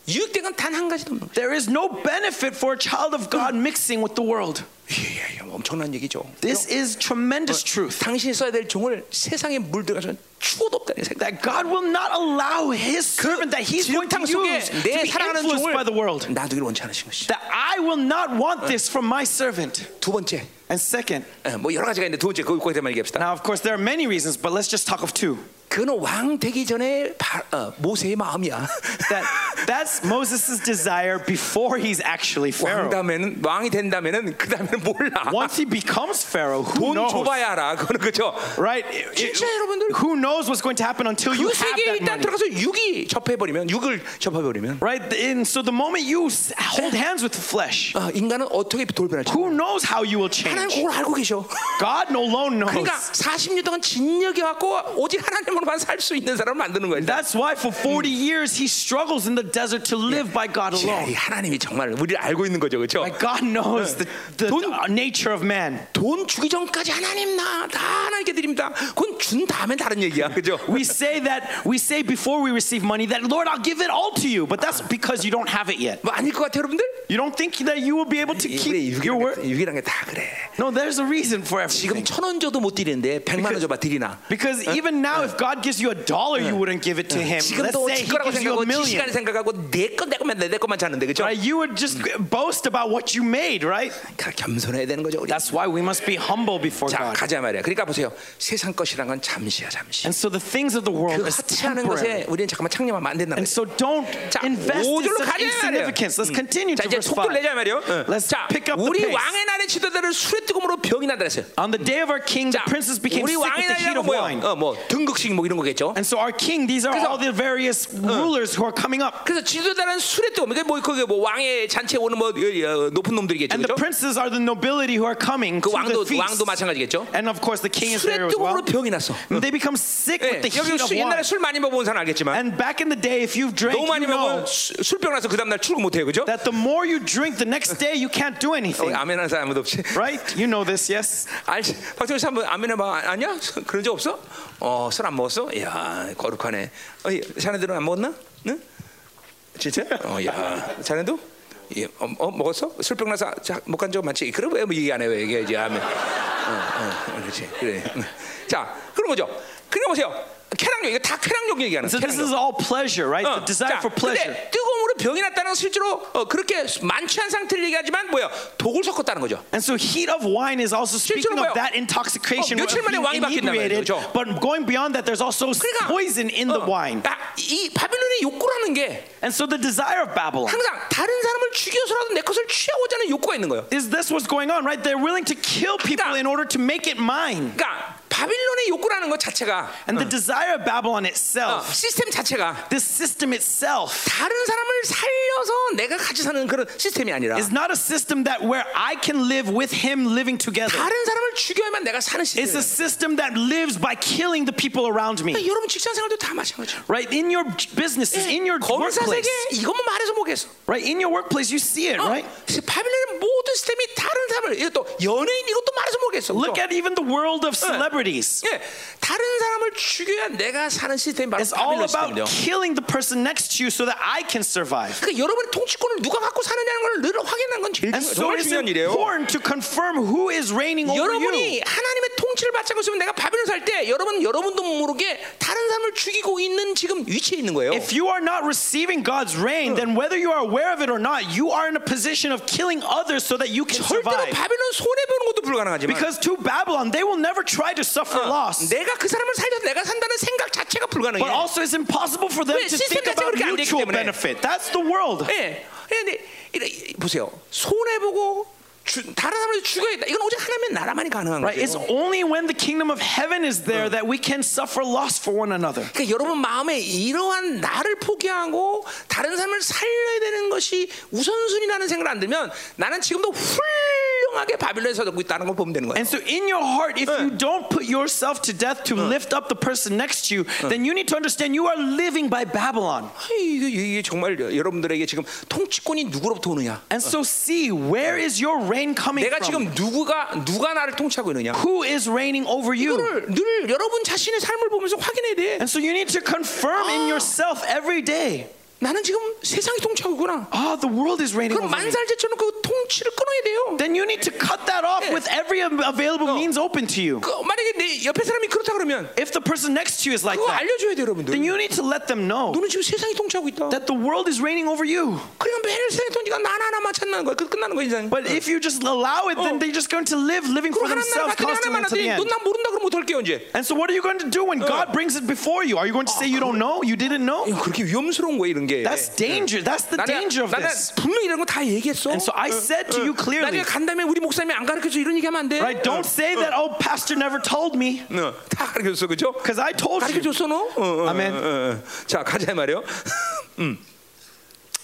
유익된 건 단 한 가지도 없는 거죠. There is no benefit for a child of God mixing with the world. 예, 예, 예, 엄청난 얘기죠. This is tremendous truth. 당신이 써야 될 종을 세상에 물들어서 추워도 없다는 생각. That God will not allow His servant that He's going to 지옥탕 속에 use to be 내 사랑하는 influenced 종을 by the world. 놔두기를 원치 않으신 것이. That I will not want this from my servant. 두 번째, And second, 예, 뭐 여러 가지가 있는데 두 번째 그거 거기서만 얘기합시다. now of course there are many reasons, but let's just talk of two. 그는 왕 되기 전에 바, 어, 모세의 마음이야. That that's Moses' desire before he's actually 왕 Pharaoh. 다음에는 왕이 된다면은 그 다음에는 몰라. Once he becomes Pharaoh, 돈 who knows? 줘봐야 알아. 그거는 그죠. Right? It- it- 진짜 여러분들 who knows what's going to happen until you 그 have 세계에 that 일단 money? 들어가서 육이 접해버리면 육을 접해버리면 Right? And so the moment you s- hold hands with the flesh, 아, 인간은 어떻게 돌변할지 who knows how you will 하나님 change? 그걸 알고 계셔. God alone knows. 그러니까 40년 동안 진력이 왔고 오직 하나님으로만 살 수 있는 사람을 만드는 거예요. That's why for 40 years he struggles in the desert to live by God 이 alone. 하나님이 정말 우리를 알고 있는 거죠, 그렇죠? Like God knows the, the, Don't- the nature of man. 돈 주기 전까지 하나님 나 다 하나님께 드립니다. 그건 준 다음에 다른 얘기야, 그죠? We say that we say before we receive money that Lord I'll give it all to you, but that's because you don't have it yet. 뭐 아닐 것 같아, 요 여러분들? You don't think that you will be able to 우리 keep your 유기란 게- word? 유기란 게 다 그래. No, there's a reason for 지금 everything. 천 원 줘도 못 드리는데 백만 원 줘봐 드리나? Because even now, if God gives you a dollar, you wouldn't give it to Him. Let's 지금도 say 지 He 거라고 gives you 생각하고 a 지 시간 million. 생각하고 내건 내것만내 것만 찾는데 그죠? Right? You would just boast about what you made, right? 그러니까 겸손해야 되는 거죠 우리. That's why we must be humble before 자 God. 가자 말이야. 그러니까 보세요 세상 것이란 건 잠시야 잠시. And so the things of the world 그 is 하찮은 것에 temporary. 우리는 잠깐만 창념하면 안 된다는 And 거예요. so don't 자, invest in 5절로 such 가자 insignificance. Let's continue 자 to 이제 verse 속도를 5. 내자 말이요. Let's 자 pick up the 우리 pace. 왕의 날의 지도자를 술에 뜨거움으로 병이 난다 그랬어요. On the day of our king, the 자 princes became 우리 sick with 왕의 the heat 날이라고 of wine. 뭐요? 어뭐 등극식 뭐 이런 거겠죠. And so our king, these are 그래서- all the various rulers who are coming up. 그래서 지도자는 술에 뜨거움. 그게 뭐 그게 뭐 왕의 잔치에 오는 뭐 어, 어, 높은 놈들이겠죠. And the 그죠? princes are the nobility who are coming 그 to the 왕도 feast. 왕도 마찬가지겠죠. And of course, the king is there 술에 as 뜨거움으로 well. 병이 났어. And They become sick 예, with the 여기 heat of 술, 옛날에 wine. 술 많이 먹어본 사람 알겠지만 And back in the day, if you've drank, 너무 많이 you know 먹으면 수- 술병 나서 그 다음날 출근 못해요 그죠? that the more you drink, the next day you can't do 어, anything. 아멘 하는 사람 아무도 없지 Right? You know this, yes? 알지? 박정희 씨한번 아멘 해봐 아니야? 그런 적 없어? 어, 술 안 먹었어? 이야 거룩하네 어, 이, 자네들은 안 먹었나? 응? 진짜? 어, 야 자네도? 예, 어, 어, 먹었어? 술병 나서 못 간 적 많지? 그럼 왜뭐 얘기 안 해? 왜 얘기하지? 아멘 어, 어, 그렇지 그래 응. 자 그런 거죠 그래 보세요 쾌락욕 이거 다 쾌락욕 얘기하는 So 거예요 this is all pleasure, right? 어, The 자, desire for pleasure. 근데 뜨거움으로 병이 났다는 건 실제로 어, 그렇게 만취한 상태를 얘기하지만 뭐야 독을 섞었다는 거죠. And so heat of wine is also speaking 뭐예요? of that intoxication 어, of 며칠 만에 왕이 바뀐단 being inebriated. 말이죠. But going beyond that, there's also 그러니까 poison in 어, the wine. 아, 이 바빌론의 욕구라는 게 And so the desire of Babylon. 항상 다른 사람을 죽여서라도 내 것을 취하고자 하는 욕구가 있는 거예요. Is this what's going on, right? They're willing to kill people 그러니까- in order to make it mine. 그러니까 바빌론의 욕구라는 것 자체가 And the desire of Babylon 어, itself, 시스템 자체가 this system itself, 다른 사람을 살려서 내가 같이 사는 그런 시스템이 아니라 is not a system that where I can live with him living together. 다른 사람을 죽여야만 내가 사는 It's a 시스템. system that lives by killing the people around me. 여러분 직장 생활도 다 마찬가지죠. Right? In your businesses, in your 검사 세계 workplace. 이것만 말해서 뭐겠어? Right? In your workplace, you see it, 어, right? 바빌론의 모든 시스템이 다른 사람을 이거 또 연예인 이것도 말해서 모르겠어. 그죠? Look at even the world of celebrities. 예, 다른 사람을 죽여야 내가 사는 시스템이 바로 It's all 바빌론 about 시스템이죠. killing the person next to you so that I can survive. 그러니까 여러분의 통치권을 누가 갖고 사느냐는 걸 늘 확인한 건 제일 And 중요- so 정말 it's 중요한 일이에요. important to confirm who is reigning over 여러분이 Oh, you. 하나님의 통치를 받자고 있으면 내가 바빌론 살 때 여러분 여러분도 모르게 다른 사람을 죽이고 있는 지금 위치에 있는 거예요. If you are not receiving God's reign, then whether you are aware of it or not, you are in a position of killing others so that you can 절대로 survive. 바빌론 손해 보는 것도 불가능하지만 Because to Babylon, they will never try to suffer Uh, loss. 내가 그 사람을 살려서 내가 산다는 생각 자체가 불가능해. But also, it's impossible for them 왜? to 시스템 think about 자체가 그렇게 안 되기 mutual 때문에. benefit. That's the world. 예. 근데 이래- 보세요. 손해 보고 주- 다른 사람을 죽여야겠다. 이건 오직 하나님의 나라만이 가능한 Right? It's 거예요. only when the kingdom of heaven is there that we can suffer loss for one another. 그러니까 여러분 마음에 이러한 나를 포기하고 다른 사람을 살려야 되는 것이 우선순위라는 생각을 안 들면 나는 지금도 훌륭하게 바빌론에 서고 있다는 걸 보면 되는 거예요. And so, in your heart, if you don't put yourself to death to lift up the person next to you, then you need to understand you are living by Babylon. 아이, 이게, 이게 정말 여러분들에게 지금 통치권이 누구로부터 오느냐? And so, see where is your reign coming 내가 from? 지금 누구가 누가 나를 통치하고 있느냐? Who is reigning over you? 이거를 늘 여러분 자신의 삶을 보면서 확인해야 돼. And so, you need to confirm in yourself every day. 나는 지금 세상이 통치하고 있구나. Oh, the world is reigning 그럼 네. over me. 만살 제쳐놓고 그 통치를 끊어야 돼요. Then you need to cut that off with every available means open to you. 그 만약에 내 옆에 사람이 그렇다 그러면 If the person next to you is like 그러니까. 그거 that, 알려줘야 돼요, 여러분들. then you need to let them know 너는 지금 세상이 통치하고 있다. that the world is reigning over you. 그냥 매일 세상이 통치가 나 하나만 찾는 거야. 그 끝나는 거야 인생. But if you just allow Oh. it, then they're just going to live living for 그럼 하나님 나라 themselves 같은 하나만 constantly to the 하더니 end. 넌난 모른다 그러면 어떨게 언제? And so, what are you going to do when God brings it before you? Are you going to say you don't know? You didn't know? 그렇게 위험스러운 거야 이런 게. That's danger. That's the 나는 danger of 나는 this. 분명 이런 거 다 얘기했어. And so I said to 나중에 you clearly, 간 다음에 우리 목사님이 안 가르쳐줘 이런 얘기하면 안 돼. right? Don't say that. Oh, pastor never told me, 어, 다 가르쳐줬어 그죠? because I told you. 가르쳐줬어 너? 어, 어, 아멘. 어, 어, 어. 자 가자 말이요. 음.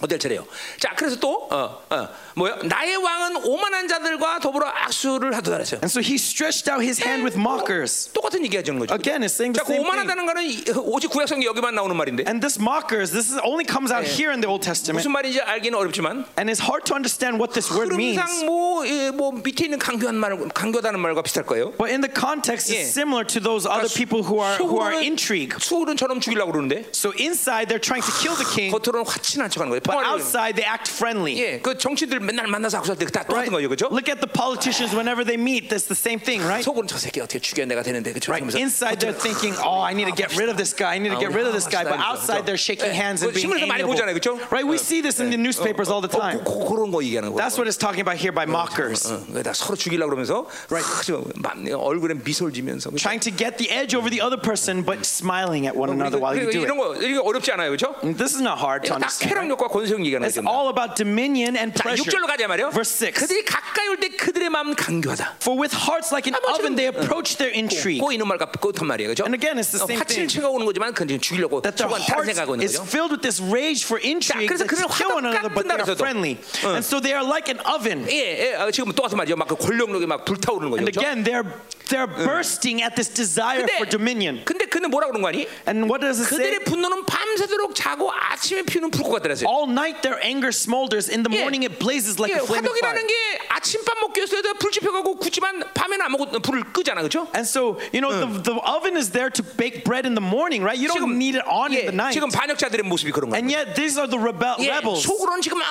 어떨 차례요. 자 그래서 또 어, 어, 뭐요? 나의 왕은 오만한 자들과 더불어 악수를 하도다 그랬어요. And so he stretched out his hand with mockers. 똑같은 얘기 하는 거죠. Again, it's saying the 자, 그 same thing. 오만하다는 거는 이- 그 오직 구약성경 여기만 나오는 말인데 And this mockers, this is, only comes out here in the Old Testament. 무슨 말인지 알기는 어렵지만 And it's hard to understand what this word means. 흐름상 뭐, 예, 뭐 밑에 있는 강교한 말, 강교다는 말과 비슷할 거예요. But in the context, Yeah. it's similar to those other people who are who are intrigue. 수호른처럼 죽이려고 그러는데 So inside, they're trying to kill the king, 겉으로는 화친한 척하는 거예요. but 평화를- outside, they act friendly. 예, 그 정치들 맨날 만나서 악수할 때 다 똑같은 Right? 거예요, 그죠? Look at the politicians whenever they meet. That's the same thing, right? 속은 저 새끼 어떻게 죽여 내가 되는데 그죠? Right. Inside they're thinking, "Oh, I need to get rid of this guy. I need to get rid of this guy." But outside they're shaking hands and being 신문에서 많이 amiable. Uh, 보잖아요, 그죠? Right? We see this in the newspapers all the time. 그런 거 얘기하는 거예요. That's what it's talking about here by mockers, 어, 그다 서로 죽이려고 그러면서 크, 저 마- 얼굴에 미소를 지면서 그죠? trying to get the edge over the other person, but smiling at one another while you 그리고 do 그러니까 이런 it. 거 이게 어렵지 않아요, 그렇죠? And This is not hard 다 to understand. right? 쾌락력과 권세형 얘기하는 It's 거죠. 뭐. all about dominion and 자, pressure. 6절로 가자 말이요. Verse six. 그들이 가까이 올 때 그들의 마음은 간교하다. For with hearts like an Ah, 맞아요. oven, they approach their intrigue. 고 이놈 말과 똑같은 말이에요, 그렇죠? And again, it's the same 화칠 thing. 채가 오는 거지만 그건 지금 죽이려고 that their 저건 다른 heart 생각하고 있는 is 거죠. filled with this rage for intrigue 그래서 that to 그들은 kill one 화가 another, but 깎는다 they are 그래서 또. friendly. And so they are like an oven. 예, 예, 아, 지금 똑같은 말이죠. 막그 권력력이 막 불타오르는 거죠. And 그렇죠? again, they're they're Mm. bursting at this desire for dominion. 근데 그는 뭐라 그런 거 아니? And what does it say? 그들의 분노는 밤새도록 자고 아침에 피우는 불꽃 같더라고요. All night their anger smolders. In the Yeah. morning it blazes like 이게 a flame of fire. 화덕이라는 게 아침밥 먹기 위해서 불 지펴가고 굳지만 밤에는 아무것도 불을 끄잖아, 그렇죠? And so, you know, Mm. the, the oven is there to bake bread in the morning, right? You don't need it on in the night. 예, 지금 반역자들의 모습이 그런 거예요. And yet, these are the rebel, 예, rebels. 속으로는 지금 막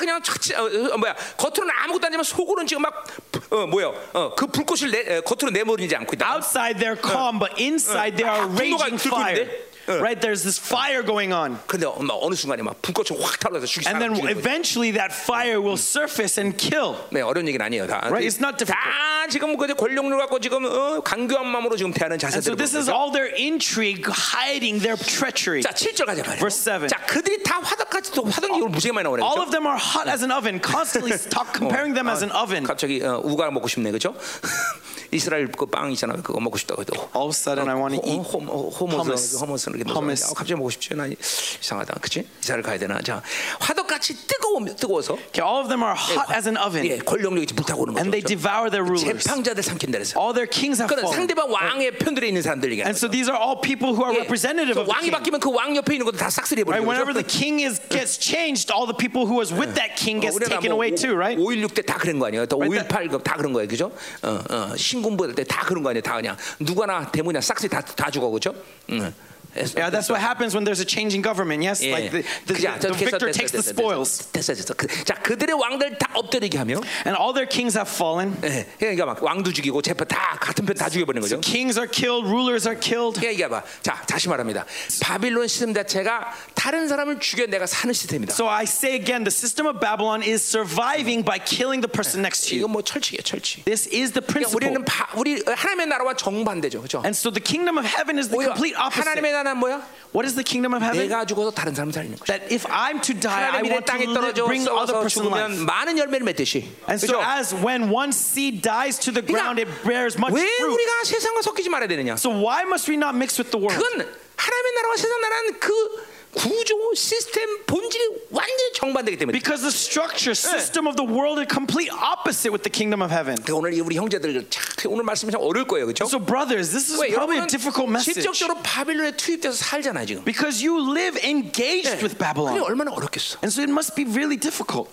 그냥 착지- 어, 어, 뭐야 겉으로는 아무것도 아니지만 속으로는 지금 막 어, 뭐야 어, 그 불꽃을 내, 어, 겉으로 내몰리지 않고 있다. Outside they're calm, but inside they 아, are 분노가 raging 들끓는데? fire. 어. Right? There's this fire going on. 그런데 어, 막 어느 순간에 막 불꽃이 확 타올라서 죽이 And 사람 then 죽이는 거지. eventually that fire will surface and kill. 네, 어려운 얘기는 아니에요. 다, Right, it's not difficult. 다 지금 그 권력을 갖고 지금 어, 강교한 마음으로 지금 대하는 And 자세들. so this is all their intrigue hiding their treachery. 자, 7절 가자 말이에요. Verse seven. 자, 그들이 다 화덕같이 또 화덕이 오늘 무지개 많이 나오네요. All 그렇죠? of them are hot as an oven, constantly talk, comparing them as an oven. 갑자기 어, 우가 먹고 싶네. 그렇죠? 이스라엘 그 빵 있잖아. 그거 먹고 싶다. 그래도. All of a sudden I want to eat. hummus. 호모스 호모스 이렇게 넣어서 Hummus. 아, 갑자기 먹고 싶지 나 이상하다 그치 이사를 가야 되나 자 화덕같이 뜨거워 뜨거워서 Okay, all of them are hot as an 예 oven. 권력력이 불타고 오는 거죠 And they 그렇죠? devour their rulers. 재판자들 삼킨다 그래서 All their kings have 그러니까 fallen. 상대방 왕의 편들에 있는 사람들 얘기하는 And so 거죠 these are all people who are 예, representative 그 of the 왕이 king. 바뀌면 그 왕 옆에 있는 것도 다 싹쓸이 Right? 해버리는 Whenever the king is gets changed, all the people who was with that 어, king gets taken 뭐 away too, right? 5.16 때 다 그런 거 아니에요? 또 Right, 5.18 다 그런 거예요, 그죠? 어, 어, 신군부 때다 그런 거 아니에요? 다 그냥 누가나 대문이나 싹쓸이 다, 다 죽어, 그죠? 응. Yeah, that's what happens when there's a change in government. Yes, 예. like the, the, 그자, 저 the 됐어, victor 됐어, takes the 됐어, 됐어. spoils, 됐어, 됐어. 그, 자, 그들의 왕들 다 엎드리게 하며, and all their kings have fallen. 예, 그러니까 막 왕도 죽이고 재판 다 같은 편 다 죽여버리는 거죠. Kings are killed, rulers are killed. 그러니까 이게 봐. 자, 다시 말합니다. 바빌론 시스템 자체가 다른 사람을 죽여 내가 사는 시스템이다. So I say again, the system of Babylon is surviving by killing the person next to you. 이건 뭐 철칙이에요, 철칙. This is the 그러니까 우리는 바, principle. 우리 하나님의 나라와 정반대죠, 그죠? And so the kingdom of heaven is the 오히려 complete opposite. 하나님의 나라는 뭐야? What is the kingdom of heaven? 내가 죽어서 다른 사람 살리는 거죠. That if I'm to die, I 하나님의 want to 땅에 live, 떨어져 bring other 썩어서 person life. 죽으면 많은 열매를 맺듯이. And 그죠? so, as when one seed dies to the ground, it bears much 왜 fruit. 우리가 세상과 섞이지 말아야 되느냐? So why must we not mix with the world? 그건 하나님의 나라와 세상 나라는 그 구조 시스템 본질이 완전히 정반대이기 때문에 Because the structure, system of the world is complete opposite with the kingdom of heaven. 그러니까 오늘 이 우리 형제들 참 오늘 말씀이 참 어려울 거예요 그렇죠? So, brothers, this is probably a difficult message. 실적으로 바빌론에 투입돼서 살잖아요 지금 Because Eh. you live engaged with 그게 Babylon. 얼마나 어렵겠어 And so it must be really difficult.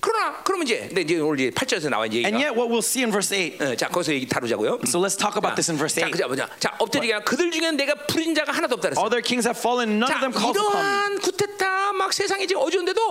그러나 그러면 이제 근데 이제 오늘 이제 8절에서 나와 이제 And 얘기가 yet, what we'll see in verse 8. 어, 자 거기서 얘기 다루자고요. So let's talk about this in verse 자, 8. 그자 보자. 자, 엎드리게 그들 중에는 내가 부린 자가 하나도 없다 그랬어. All their kings have fallen, none 자, of them calls upon me. 이러한 구테타 막 세상이 지금 어지운데도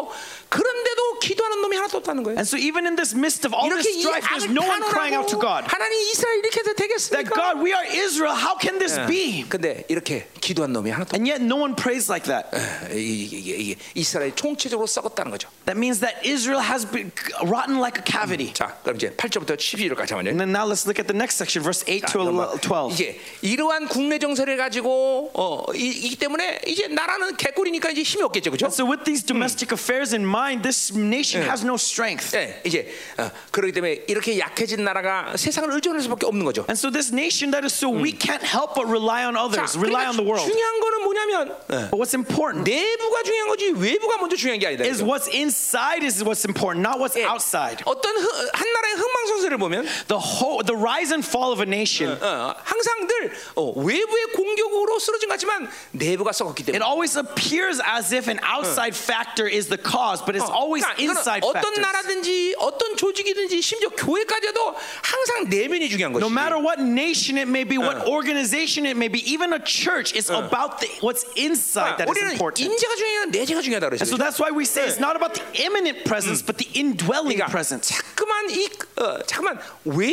그런데도 기도하는 놈이 하나도 없다는 거예요. And so, even in this midst of all 이렇게 이 this strife, there's 악을 no one crying out to 탄원하고 God. 하나님 이스라엘 이렇게 해서 That 되겠습니까? 예. God, we are Israel. How can this be? 근데 이렇게 기도한 놈이 하나도 And yet, no one prays like that. 없- 이게, 이게, 이게 이스라엘 총체적으로 썩었다는 거죠. That means that Israel has been rotten like a cavity. 자, 그럼 이제 8절부터 12절까지 하면요. And then now let's look at the next section, verse 8 자, 넘어. to 12. 이제 이러한 국내 정세를 가지고 어, 이, 이기 때문에 이제 나라는 개꿀이니까 이제 힘이 없겠죠, 그렇죠? And so, with these domestic affairs in mind, this nation has no strength. 예, 이제 어, 그렇기 때문에 이렇게 약해진 나라가 세상을 의존할 수밖에 없는 거죠. And so, this nation that is so weak can't help but rely on 자, others, rely 그러니까 on the world. 예. 중요한 거는 뭐냐면 But what's important 내부가 중요한 거지 외부가 먼저 중요한 게 아니다. is 이거죠. what's inside is what's important, not what's 예, outside. 어떤 흐- 한 나라의 흥망성쇠를 보면 The whole, the rise and fall of a nation. 어, 항상 늘 어, 외부의 공격으로 쓰러진 것 같지만 내부가 썩었기 It 때문에 always appears as if an outside factor is the cause, Oh, but it's always 그러니까 이거는 inside 어떤 factors. 나라든지 어떤 조직이든지 심지어 교회까지도 항상 내면이 중요한 것이 No matter what nation it may be, what organization it may be, even a church, it's about the, what's inside that is 우리는 important. 인재가 중요한 내재가 중요하다 And so 그랬어요. that's why we say it's not about the imminent presence, but the indwelling 그러니까 presence. 자꾸만 이 어, 자꾸만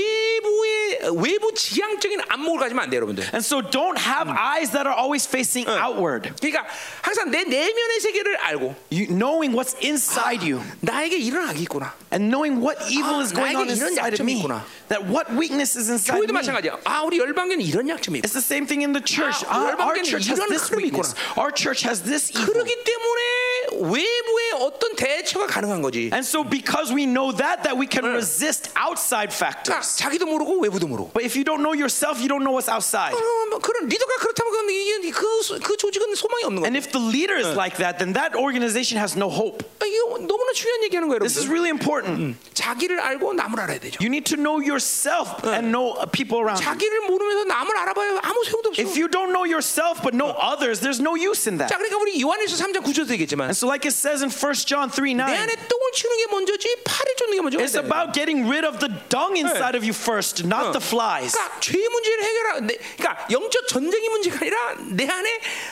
외부의 외부 지향적인 안목을 가지면 안 돼요, 여러분들. And so don't have eyes that are always facing outward, 그러니까 항상 내 내면의 세계를 알고 you, knowing what's inside you 나에게 이런 악이 있구나. and knowing what evil 아, is going 나에게 on 이런 inside of 약점이 me, 있구나. that what weakness is inside 교회도 me. 마찬가지야. 아, 우리 열방교는 이런 약점이 있고. It's the same thing in the church. 아, Our, our 열방교는 church has 이런 this 흐름이 weakness. Our church has this evil. 그러기 때문에 외부의 어떤 대처가 가능한 거지. And so because we know that, that we can resist outside 그러니까 factors. 자기도 모르고 외부도 모르고. But if you don't know yourself, you don't know what's outside. 어, 뭐 그런 리더가 그렇다면 그건 이게 그, 소- 그 조직은 소망이 없는 And 거야. if the leader is like that, then that organization has no hope. 그러니까 이거 너무나 중요한 얘기하는 거예요, This is 여러분. really Mm. important. 자기를 알고 남을 알아야 되죠. You need to know yourself and know uh, people around you. 자기를 모르면서 남을 알아봐야 아무 소용도 없어. If you don't know yourself but know others, there's no use in 자, that. 그러니까 우리 요한일서 3장 9절도 얘기했지만 And so, like it says in 1 John 3 내 9, 안에 똥을 치는 게 먼저지 팔을 쫓는 게 먼저. it's about getting rid of the dung inside of you first, not the flies. 그러니까 죄 문제를 해결하. 내, 그러니까 영적 전쟁이 문제가 아니라 내 안에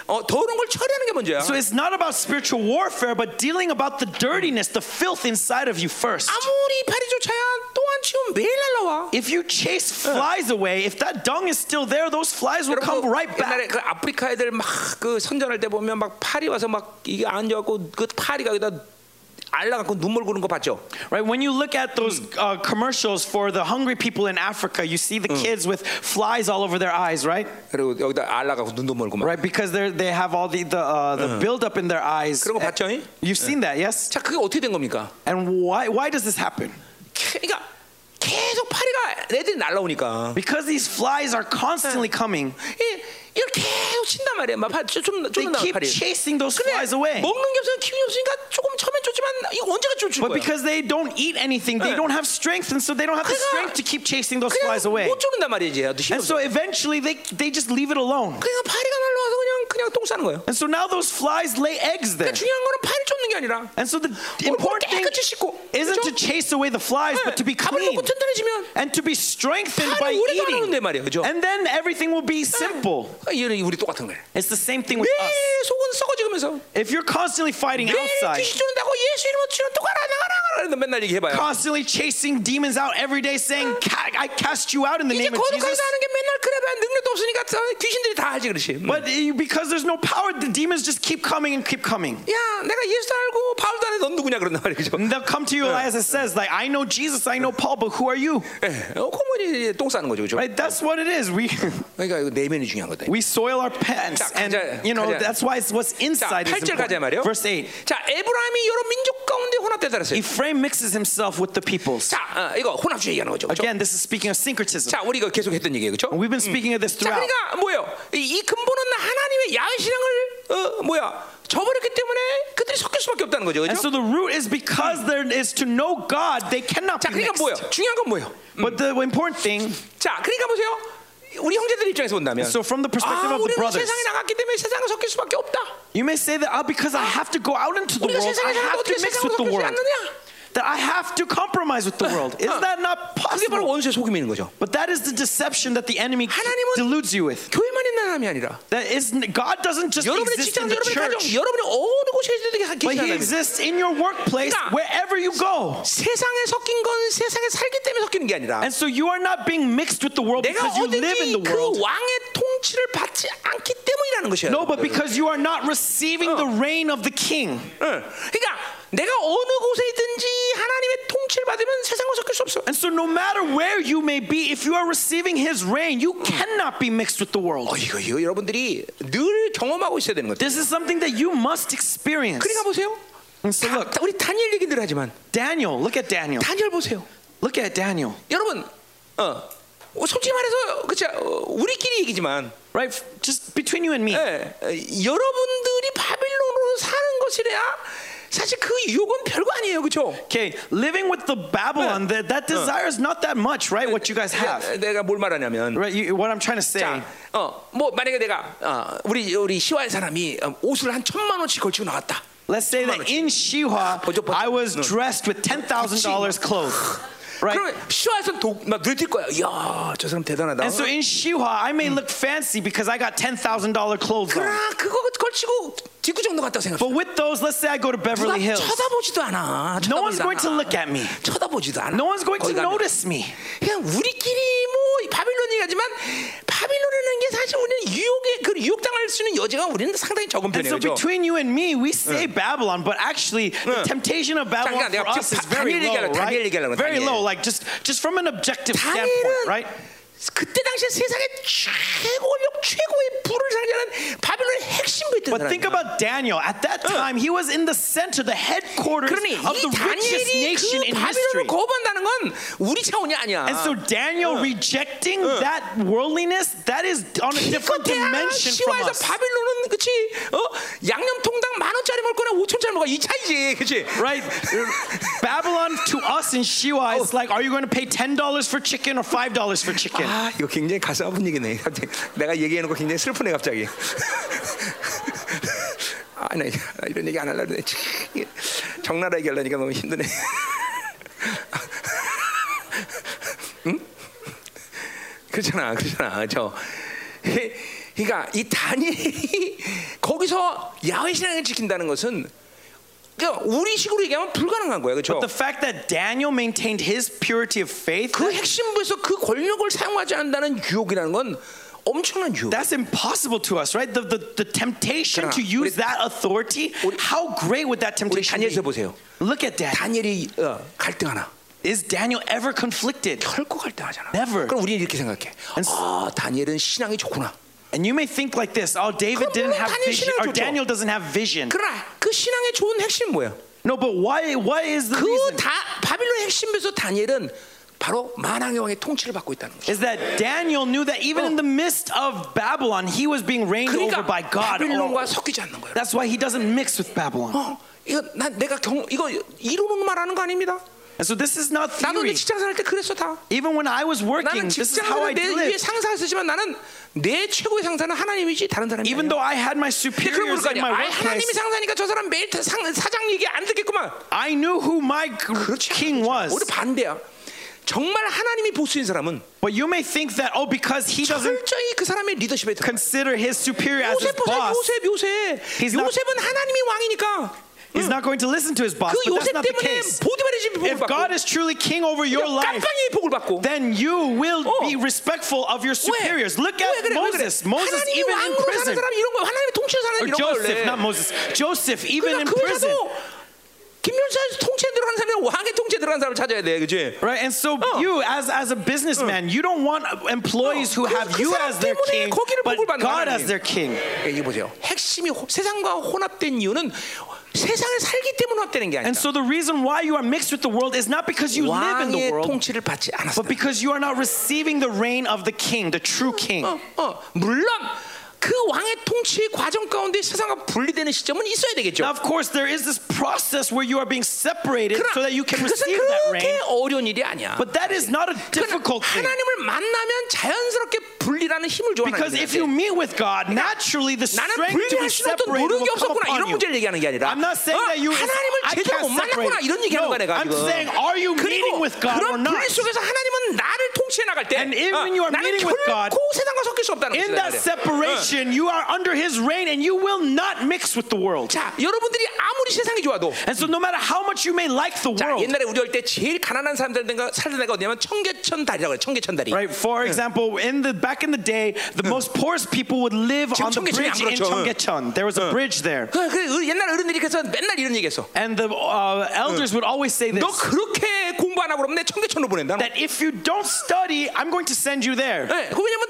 어, 더러운 걸 처리하는 게 먼저야. So, it's not about spiritual warfare, but dealing about the dirtiness, the filth inside of you first. 아무리 팔이 쫓아야 똥안 치면 매일 날라와. If you chase flies away, if that dung is still there, those flies will come 여러분 그 right 옛날에 back. 그 아프리카 애들 막 그 선전할 때 보면 막 파리 와서 막 이게 앉아갖고 그 파리가 여기다 알라갖고 눈물 구는 거 봤죠? Right? When you look at those Hmm. uh, commercials for the hungry people in Africa, you see the Hmm. kids with flies all over their eyes, right? 그리고 여기다 알라갖고 눈도 멀고 막. Right? Because they they have all the the, uh, the buildup in their eyes. Uh-huh. 그런 거 Eh, 봤죠? 잉? You've seen that, yes? 자 그게 어떻게 된 겁니까? And why why does this happen? 그러니까 계속 파리가 애들이 날라오니까 Because these flies are constantly coming. 이- 이걸 계속 친단 말이야. 막좀좀 They 쫓는다 keep 파리. chasing those flies 근데 away. 먹는 게 없으면 기운이 없으니까 조금 처음엔 쫓지만 이거 언제가 쫓을 거야? But because they don't eat anything, Yeah. they don't have strength, and so they don't have the 그러니까 strength to keep chasing those flies 그냥 away. 못 쫓는단 말이지. 힘이 And 없어. so eventually they, they just leave it alone. 그러니까 파리가 날라와서 그냥 그냥 똥 싸는 거예요. And so now those flies lay eggs there. 그러니까 중요한 거는 파리 쫓는 게 아니라 And so the 뭘 important thing 깨끗이 씻고 isn't to 그렇죠? chase away the flies, but to be 가을 clean 먹고 튼튼해지면 and to be strengthened by 파리 오래도 안 오는데 eating. 말이에요. 그죠? And then everything will be simple. 아, 이거는 우리 똑같은 거예요. 아. It's the same thing with us. 매일 속은 썩어지면서 If you're constantly fighting 매일 outside, 귀신 쫓는다고 예수 이름으로 치면 똑같아 나가라 나가라 그러는데 맨날 얘기해봐요. constantly chasing demons out every day, saying, "Ca- I cast you out in the 이제 name of Jesus. 거룩하다 하는 게 맨날 그래봐야 능력도 없으니까 다- 귀신들이 다 하지 그렇지. 음. But you- because there's no power, the demons just keep coming and keep coming. 야 내가 예수도 알고 바울도 안해 넌 누구냐 그런단 말이죠. And they'll come to you as it says, like, I know Jesus, I know Paul, but who are you? 예, 어, 코머니 똥 싸는 거죠 그죠? Right? That's what it is. We 그러니까 이거 내면이 중요한 거다. we soil our 자, pants, and 가자, you know 가자. that's why it's what's 자 inside is 8절 가자 말이요. important. Verse eight. 자 에브라임이 여러 민족 가운데 혼합되다 그랬어요. Ephraim mixes himself with the peoples. 자 어, 이거 혼합주의 얘기하는 거죠. 그죠? Again, this is speaking of syncretism. 자 우리가 계속 했던 얘기예요 그렇죠? And we've been speaking of this 자, throughout. 그러니까 뭐요? 이, 이 근본은 하나님의 야외 신앙을 어, 뭐야 저버렸기 때문에 그들이 섞일 수밖에 없다는 거죠, And so 그렇죠? the root is because there is to know God, they cannot 자, be 그러니까 mixed. 뭐요? 중요한 건 뭐요? But the important thing, 자, 그러니까 보세요. 우리 형제들 입장에서 본다면, So from the perspective 아, of the 우리는 brothers. 세상에 나갔기 때문에 세상을 섞일 수밖에 없다. you may say that ah, because I have to go out into the 우리가 world, I 세상에 살아도 have to 어떻게 mix 세상을 with 섞이지 the world. 않느냐? that I have to compromise with the world. Is 어. that not 그게 바로 possible? 원수의 속임이 있는 거죠. But that is the deception that the enemy 하나님은- deludes you with. 교회만 있는 하나님이 아니라 That is God doesn't just 여러분의 exist 직장, in the 여러분의 가정, church, 여러분의 어느 곳에 계시든 but 계신 He 하나님. exists in your workplace, 그러니까- wherever you go. 세상에 섞인 건 세상에 살기 때문에 섞이는 게 아니라 And so you are not being mixed with the world 내가 because you live in 어딘지 the 그 world. 왕의 통치를 받지 않기 때문이라는 것이야. No, but because you are not receiving the reign of the king. 그러니까 내가 어느 곳에 있든지 하나님의 통치를 받으면 세상과 섞일 수 없어. And so, no matter where you may be, if you are receiving his reign, you cannot be mixed with the 어, world. 이거, 이거 여러분들이 늘 경험하고 있어야 되는 것. This is something that you must experience. 그러니까 보세요. And so, 다, look, 다- 우리 다니엘 얘기 늘 하지만 Daniel, look at Daniel. 다니엘 보세요. Look at Daniel. 여러분, 어, 어, 솔직히 말해서 그쵸 어, 우리끼리 얘기지만 Right? Just between you and me. 예, 예, 여러분들이 바빌론으로 사는 것이래야 사실 그 유혹은 별거 아니에요, 그렇죠? Okay, living with the Babylon, that, that desire is not that much, right? What you guys have. 내가 뭘 말하냐면 Right? You, what I'm trying to say. 자, 어, 뭐 만약에 내가 어, 우리 우리 시와의 사람이 어, 옷을 한 천만 원씩 걸치고 나왔다. Let's say that in 번쩍, Shihua, 번쩍. I was 응. dressed with $10,000 clothes. Right? 그러면 시와에서 독막 눈에 띌 거야. 이야, 저 사람 대단하다. And so in Shihua, I may look fancy because I got $10,000 clothes on. 그러나 그거 걸치고 뒷구정도 갔다 생각해. But with those, let's say I go to 누가 Beverly Hills. 쳐다보지도 않아. No 쳐다보지도 one's going to 않아. look at me. 쳐다보지도 않아. No one's going to 거기 가면. notice me. 그냥 우리끼리 뭐 바빌론 얘기하지만 바빌론이라는 게 사실 우리는 유혹에 그 유혹당할 수 있는 여지가 우리는 상당히 적은 And 편이에요. so 그죠? between you and me, we say Babylon, but actually the temptation of 자, 그러니까 Babylon 내가 for us 다- is very 다니엘 low, 얘기하려고, 다니엘 right? 얘기하려고, Very 다니엘. low, like just just from an objective standpoint, 다니엘은 right? 그때 당시 세상의 최고력 최고의 불을 상징하는 바빌론의 핵심 그 부였던 But think about Daniel. At that time, he was in the center, the headquarters of 그러니 the 이 richest 다니엘이 nation 그 in 바빌론을 history. 거부한다는 건 우리 차원이 아니야. And so Daniel rejecting that worldliness, that is on a different 기껏해야 dimension from 시화에서 us. 바빌론은 그치 어? 양념통닭 만 원짜리 먹을 거나 오천짜리 먹어 이 차이지 그치 Right? Babylon to us in Shiwa is like, are you going to pay $10 for chicken or $5 for chicken? 아 이거 굉장히 가슴 아픈 얘기네 갑자기 내가 얘기하는 거 굉장히 슬프네 갑자기 아나 이런 얘기 안 하려고 그래 정나라 얘기하려니까 너무 힘드네 응? 그렇잖아 그렇잖아 저 그러니까 이 다니엘이 거기서 야외 신앙을 지킨다는 것은 그러니까 우리 식으로 얘기하면 불가능한 거야 그렇죠 The fact that Daniel maintained his purity of faith, 그 핵심부에서 그 권력을 사용하지 않는다는 유혹이라는 건 엄청난 유혹. that's impossible to us, right? The, the, the temptation 그러나 to use 우리- that authority, how great would that 우리 temptation 다니엘서 be? 보세요. Look at that. 다니엘이 어, 갈등하나? Is Daniel ever conflicted? 결코 갈등하잖아. Never. 그럼 우리는 이렇게 생각해. And so- 아, 다니엘은 신앙이 좋구나. And you may think like this oh, 그럼 David didn't 물론 have 다니엘 vision, 신앙이 or 좋죠. Daniel doesn't have vision. 그러나 그 신앙의 좋은 핵심 뭐야? No, but why, why is the 그 reason? 다 바빌론 핵심에서 다니엘은 바로 만왕의 왕의 통치를 받고 있다는 거죠. is that Daniel knew that even in the midst of Babylon, he was being reigned over 그러니까 by God. 바빌론과 섞이지 않는 거예요. That's why he doesn't mix with Babylon. 어, 이거 난 내가 경 이거 이론으로 말하는 거 아닙니다. And so this is not 나도 내 theory. 직장 살 때 그랬어 다. Even when I was working, 나는 this is how I 직장은 내 위에 lived. 상사 쓰지만 나는 내 최고의 상사는 하나님이지 다른 사람이 아니야. Even though I had my 근데 그럼 superiors 모를까 아니야. in my 아, 하나님이 workplace, 상사니까 저 사람 매일 다 상, 사장 얘기 안 듣겠구만. I knew who my king 오히려 was. 반대야. 정말 하나님이 보수인 사람은 But you may think that, oh, because he doesn't 철저히 그 사람의 리더십에 들어. consider his superior as his 요셉 보세요. boss, 요셉 요셉. He's not- 요셉은 하나님이 왕이니까 he's not going to listen to his boss. 그 But that's 요셉 not the 때문에 case. 보디발의 집이 복을 If 받고 God is truly king over your life, 깜빵이 복을 받고 then you will Oh. be respectful of your superiors. Look 왜 at 그래, 왜 그래? Moses. Moses, 하나님이 even in 왕으로 사는 prison. 사람 이런 거 하나님의 통치로 사는 Or 사람 이런 거 원래. Joseph, not Moses. Joseph, even in 그러니까 그 prison. 회사도 김연사 통치에 들어간 사람이 왕의 통치에 들어간 사람을 찾아야 돼, 그렇지? Right? And so Oh. you, as, as a businessman, you don't want employees Oh. who have 그- 그 you 사람 as their 때문에 king, 거기를 but 복을 받는 God 하나님. as their king. 그러니까 이게 보세요. 핵심이 호- 세상과 혼합된 이유는 세상을 살기 때문에 혼합되는 게 And 아니라 so the reason why you are mixed with the world is not because you live in the 왕의 world, 통치를 받지 않았어. but because you are not receiving the reign of the king, the true king. 어, 어, 물론 그 왕의 통치의 과정 가운데 세상과 분리되는 시점은 있어야 Now, 되겠죠. of course, there is this process where you are being separated so that you can 그것은 receive that 그렇게 reign. 어려운 일이 아니야. But that is not a 그건 difficult thing. 하나님을 만나면 자연스럽게 분리라는 힘을 좋아하는 Because if you 일인데 meet with God, naturally the 나는 strength to 분리할 be 수 없던 separated 노력이 will come 없었구나 upon 그런 you. 문제를 얘기하는 게 아니라 I'm not saying 어, that you. 하나님을 제대로 못 I can't separate. 만났구나 이런 얘기하는 No, 거야 내가 I'm 지금. saying, are you 그리고 meeting with God or 그런 not? 분리 속에서 하나님은 나를 통치해 나갈 때 어, And if when you are 나는 meeting with God, 결코 세상과 섞일 수 없다는 In that 거지. separation, you are under His reign, and you will not mix with the world. 자, 여러분들이 아무리 세상이 좋아도 And so, no matter how much you may like the 자, world, 옛날에 우리 할 때 제일 가난한 사람들 내가 살던 데가 어디냐면 청계천 다리라고 그래. 청계천 다리. Right. For example, in the back in the day, the most poorest people would live 지금 on the 청계천이 bridge 안 in 그렇죠. Chonggyecheon. There was a bridge there, 어, 그 어, 옛날 어른들이 그래서 맨날 이런 얘기했어. and the uh, elders would always say 너 this: 그렇게 공부 안 하고 그러면 내 청계천으로 보낸다. that if you don't study, I'm going to send you there. 예, 그 왜냐면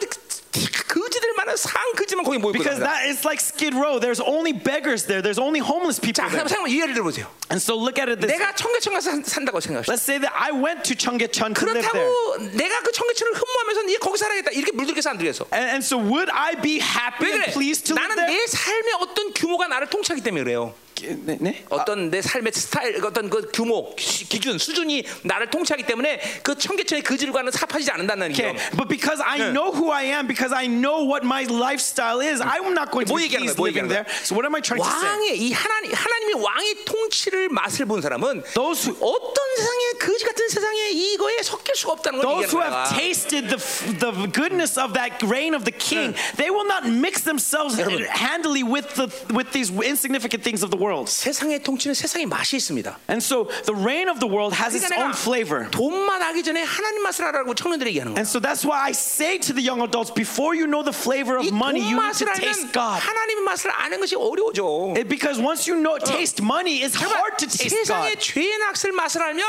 그지들만은 상 그지만 거기 모이고 Because 있습니다. that is like Skid Row. There's only beggars there. There's only homeless people 자, there. 그럼 생각 이 예를 들어보세요. And so look at it this. way. 내가 청계천 가서 산- 산다고 생각합시다. 네. Let's say that I went to Chonggyecheon to live there. 그렇다고 내가 그 청계천을 흠모하면서 이 거기 살아야겠다 이렇게 물들여서 안 들겠어. And, and so would I be happy 왜 and 그래? pleased to live 나는 there? 내 삶의 어떤 규모가 나를 통치하기 때문에 그래요. 네, 네? 어떤 내 삶의 스타일, 어떤 그 규모, 시- 기준, 수준이 나를 통치하기 때문에 그 청계천의 그질과는 삽하지 않는다는 Okay, 거예요. but because I know who I am, because I know what my lifestyle is, I'm not going 뭐 to be 얘기하는 거야, pleased 뭐 living 얘기하는 there. So what am I trying to say? 왕의 이 하나님 하나님이 왕의 통치를 맛을 본 사람은 Those who- 어떤 세상에 거지 같은 세상에 이거에 섞일 수가 없다는 걸 Those who 얘기하는 have 거야. tasted the, f- the goodness of that reign of the king, they will not mix themselves 여러분. handily with, the, with these insignificant things of the world. 세상의 통치는 세상의 맛이 있습니다. And so the reign of the world has its 그러니까 own 내가 flavor. 돈만 하기 전에 하나님 맛을 알아라고 청년들에게 얘기하는 거야. And so that's why I say to the young adults before you know the flavor of money, 이돈 you need 맛을 to taste 알면 God. 하나님의 맛을 아는 것이 어려워져. It- because once you know taste money, it's hard to taste God. 세상의 죄의 낙슬 맛을 알면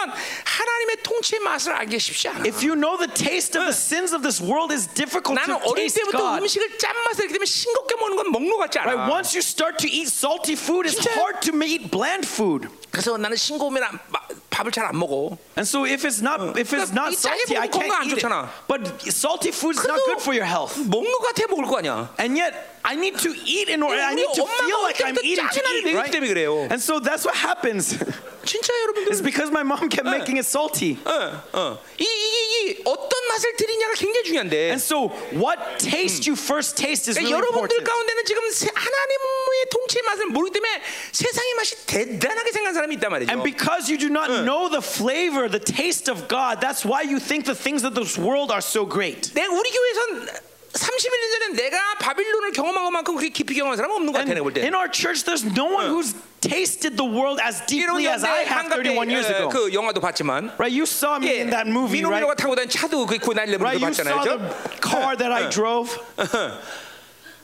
하나님의 통치의 맛을 알기 쉽지 않아. If you know the taste of the sins of this world is difficult 나는 to 어릴 taste 때부터 God. 음식을 짠맛을 알기 때문에 싱겁게 먹는 건 먹는 것 같지 않아. Right? Once you start to eat salty food, it's 진짜. hard to eat bland food. 그래서 나는 싱거우면 안- 마- 밥을 잘 안 먹어. And so if it's not if it's 그러니까 not 이 짜게 salty, I 먹으면 건강 can't 안 eat it. 좋잖아. But salty food is not 그래도 good for your health. 먹는 것 같아 먹을 거 아니야. And yet, I need to eat in order. I 우리 need to 엄마가 feel 어릴 like I'm 때부터 eating 짜게 to 나를 eat, 먹이기 right? 때문에 그래요. And so that's what happens. 진짜 It's 여러분들. 어, because my mom kept making it salty. 어어이 이게 이게 어떤 맛을 들이냐가 굉장히 중요한데. And so, what taste you first taste is 그러니까 really 여러분들 important. 가운데는 지금 세- 하나님의 통치의 맛을 모르기 때문에 세상의 맛이 대단하게 생각하는 사람이 있단 말이죠. And because you do not know the flavor, the taste of God, that's why you think the things of this world are so great. 내 우리 교회에선 31년 전에 내가 바빌론을 경험한 것만큼 그렇게 깊이 경험한 사람은 없는 것 And 같아 내가 볼 때. in our church, there's no one who's tasted the world as deeply as I have 31 years 한갑때 ago. 그 영화도 봤지만 예, Right? You saw me in that movie, 민호민호가 right? 타고 다닌 차도 그 있고 Right? 나일레브도 You saw 봤잖아요. the 그죠? car that I drove.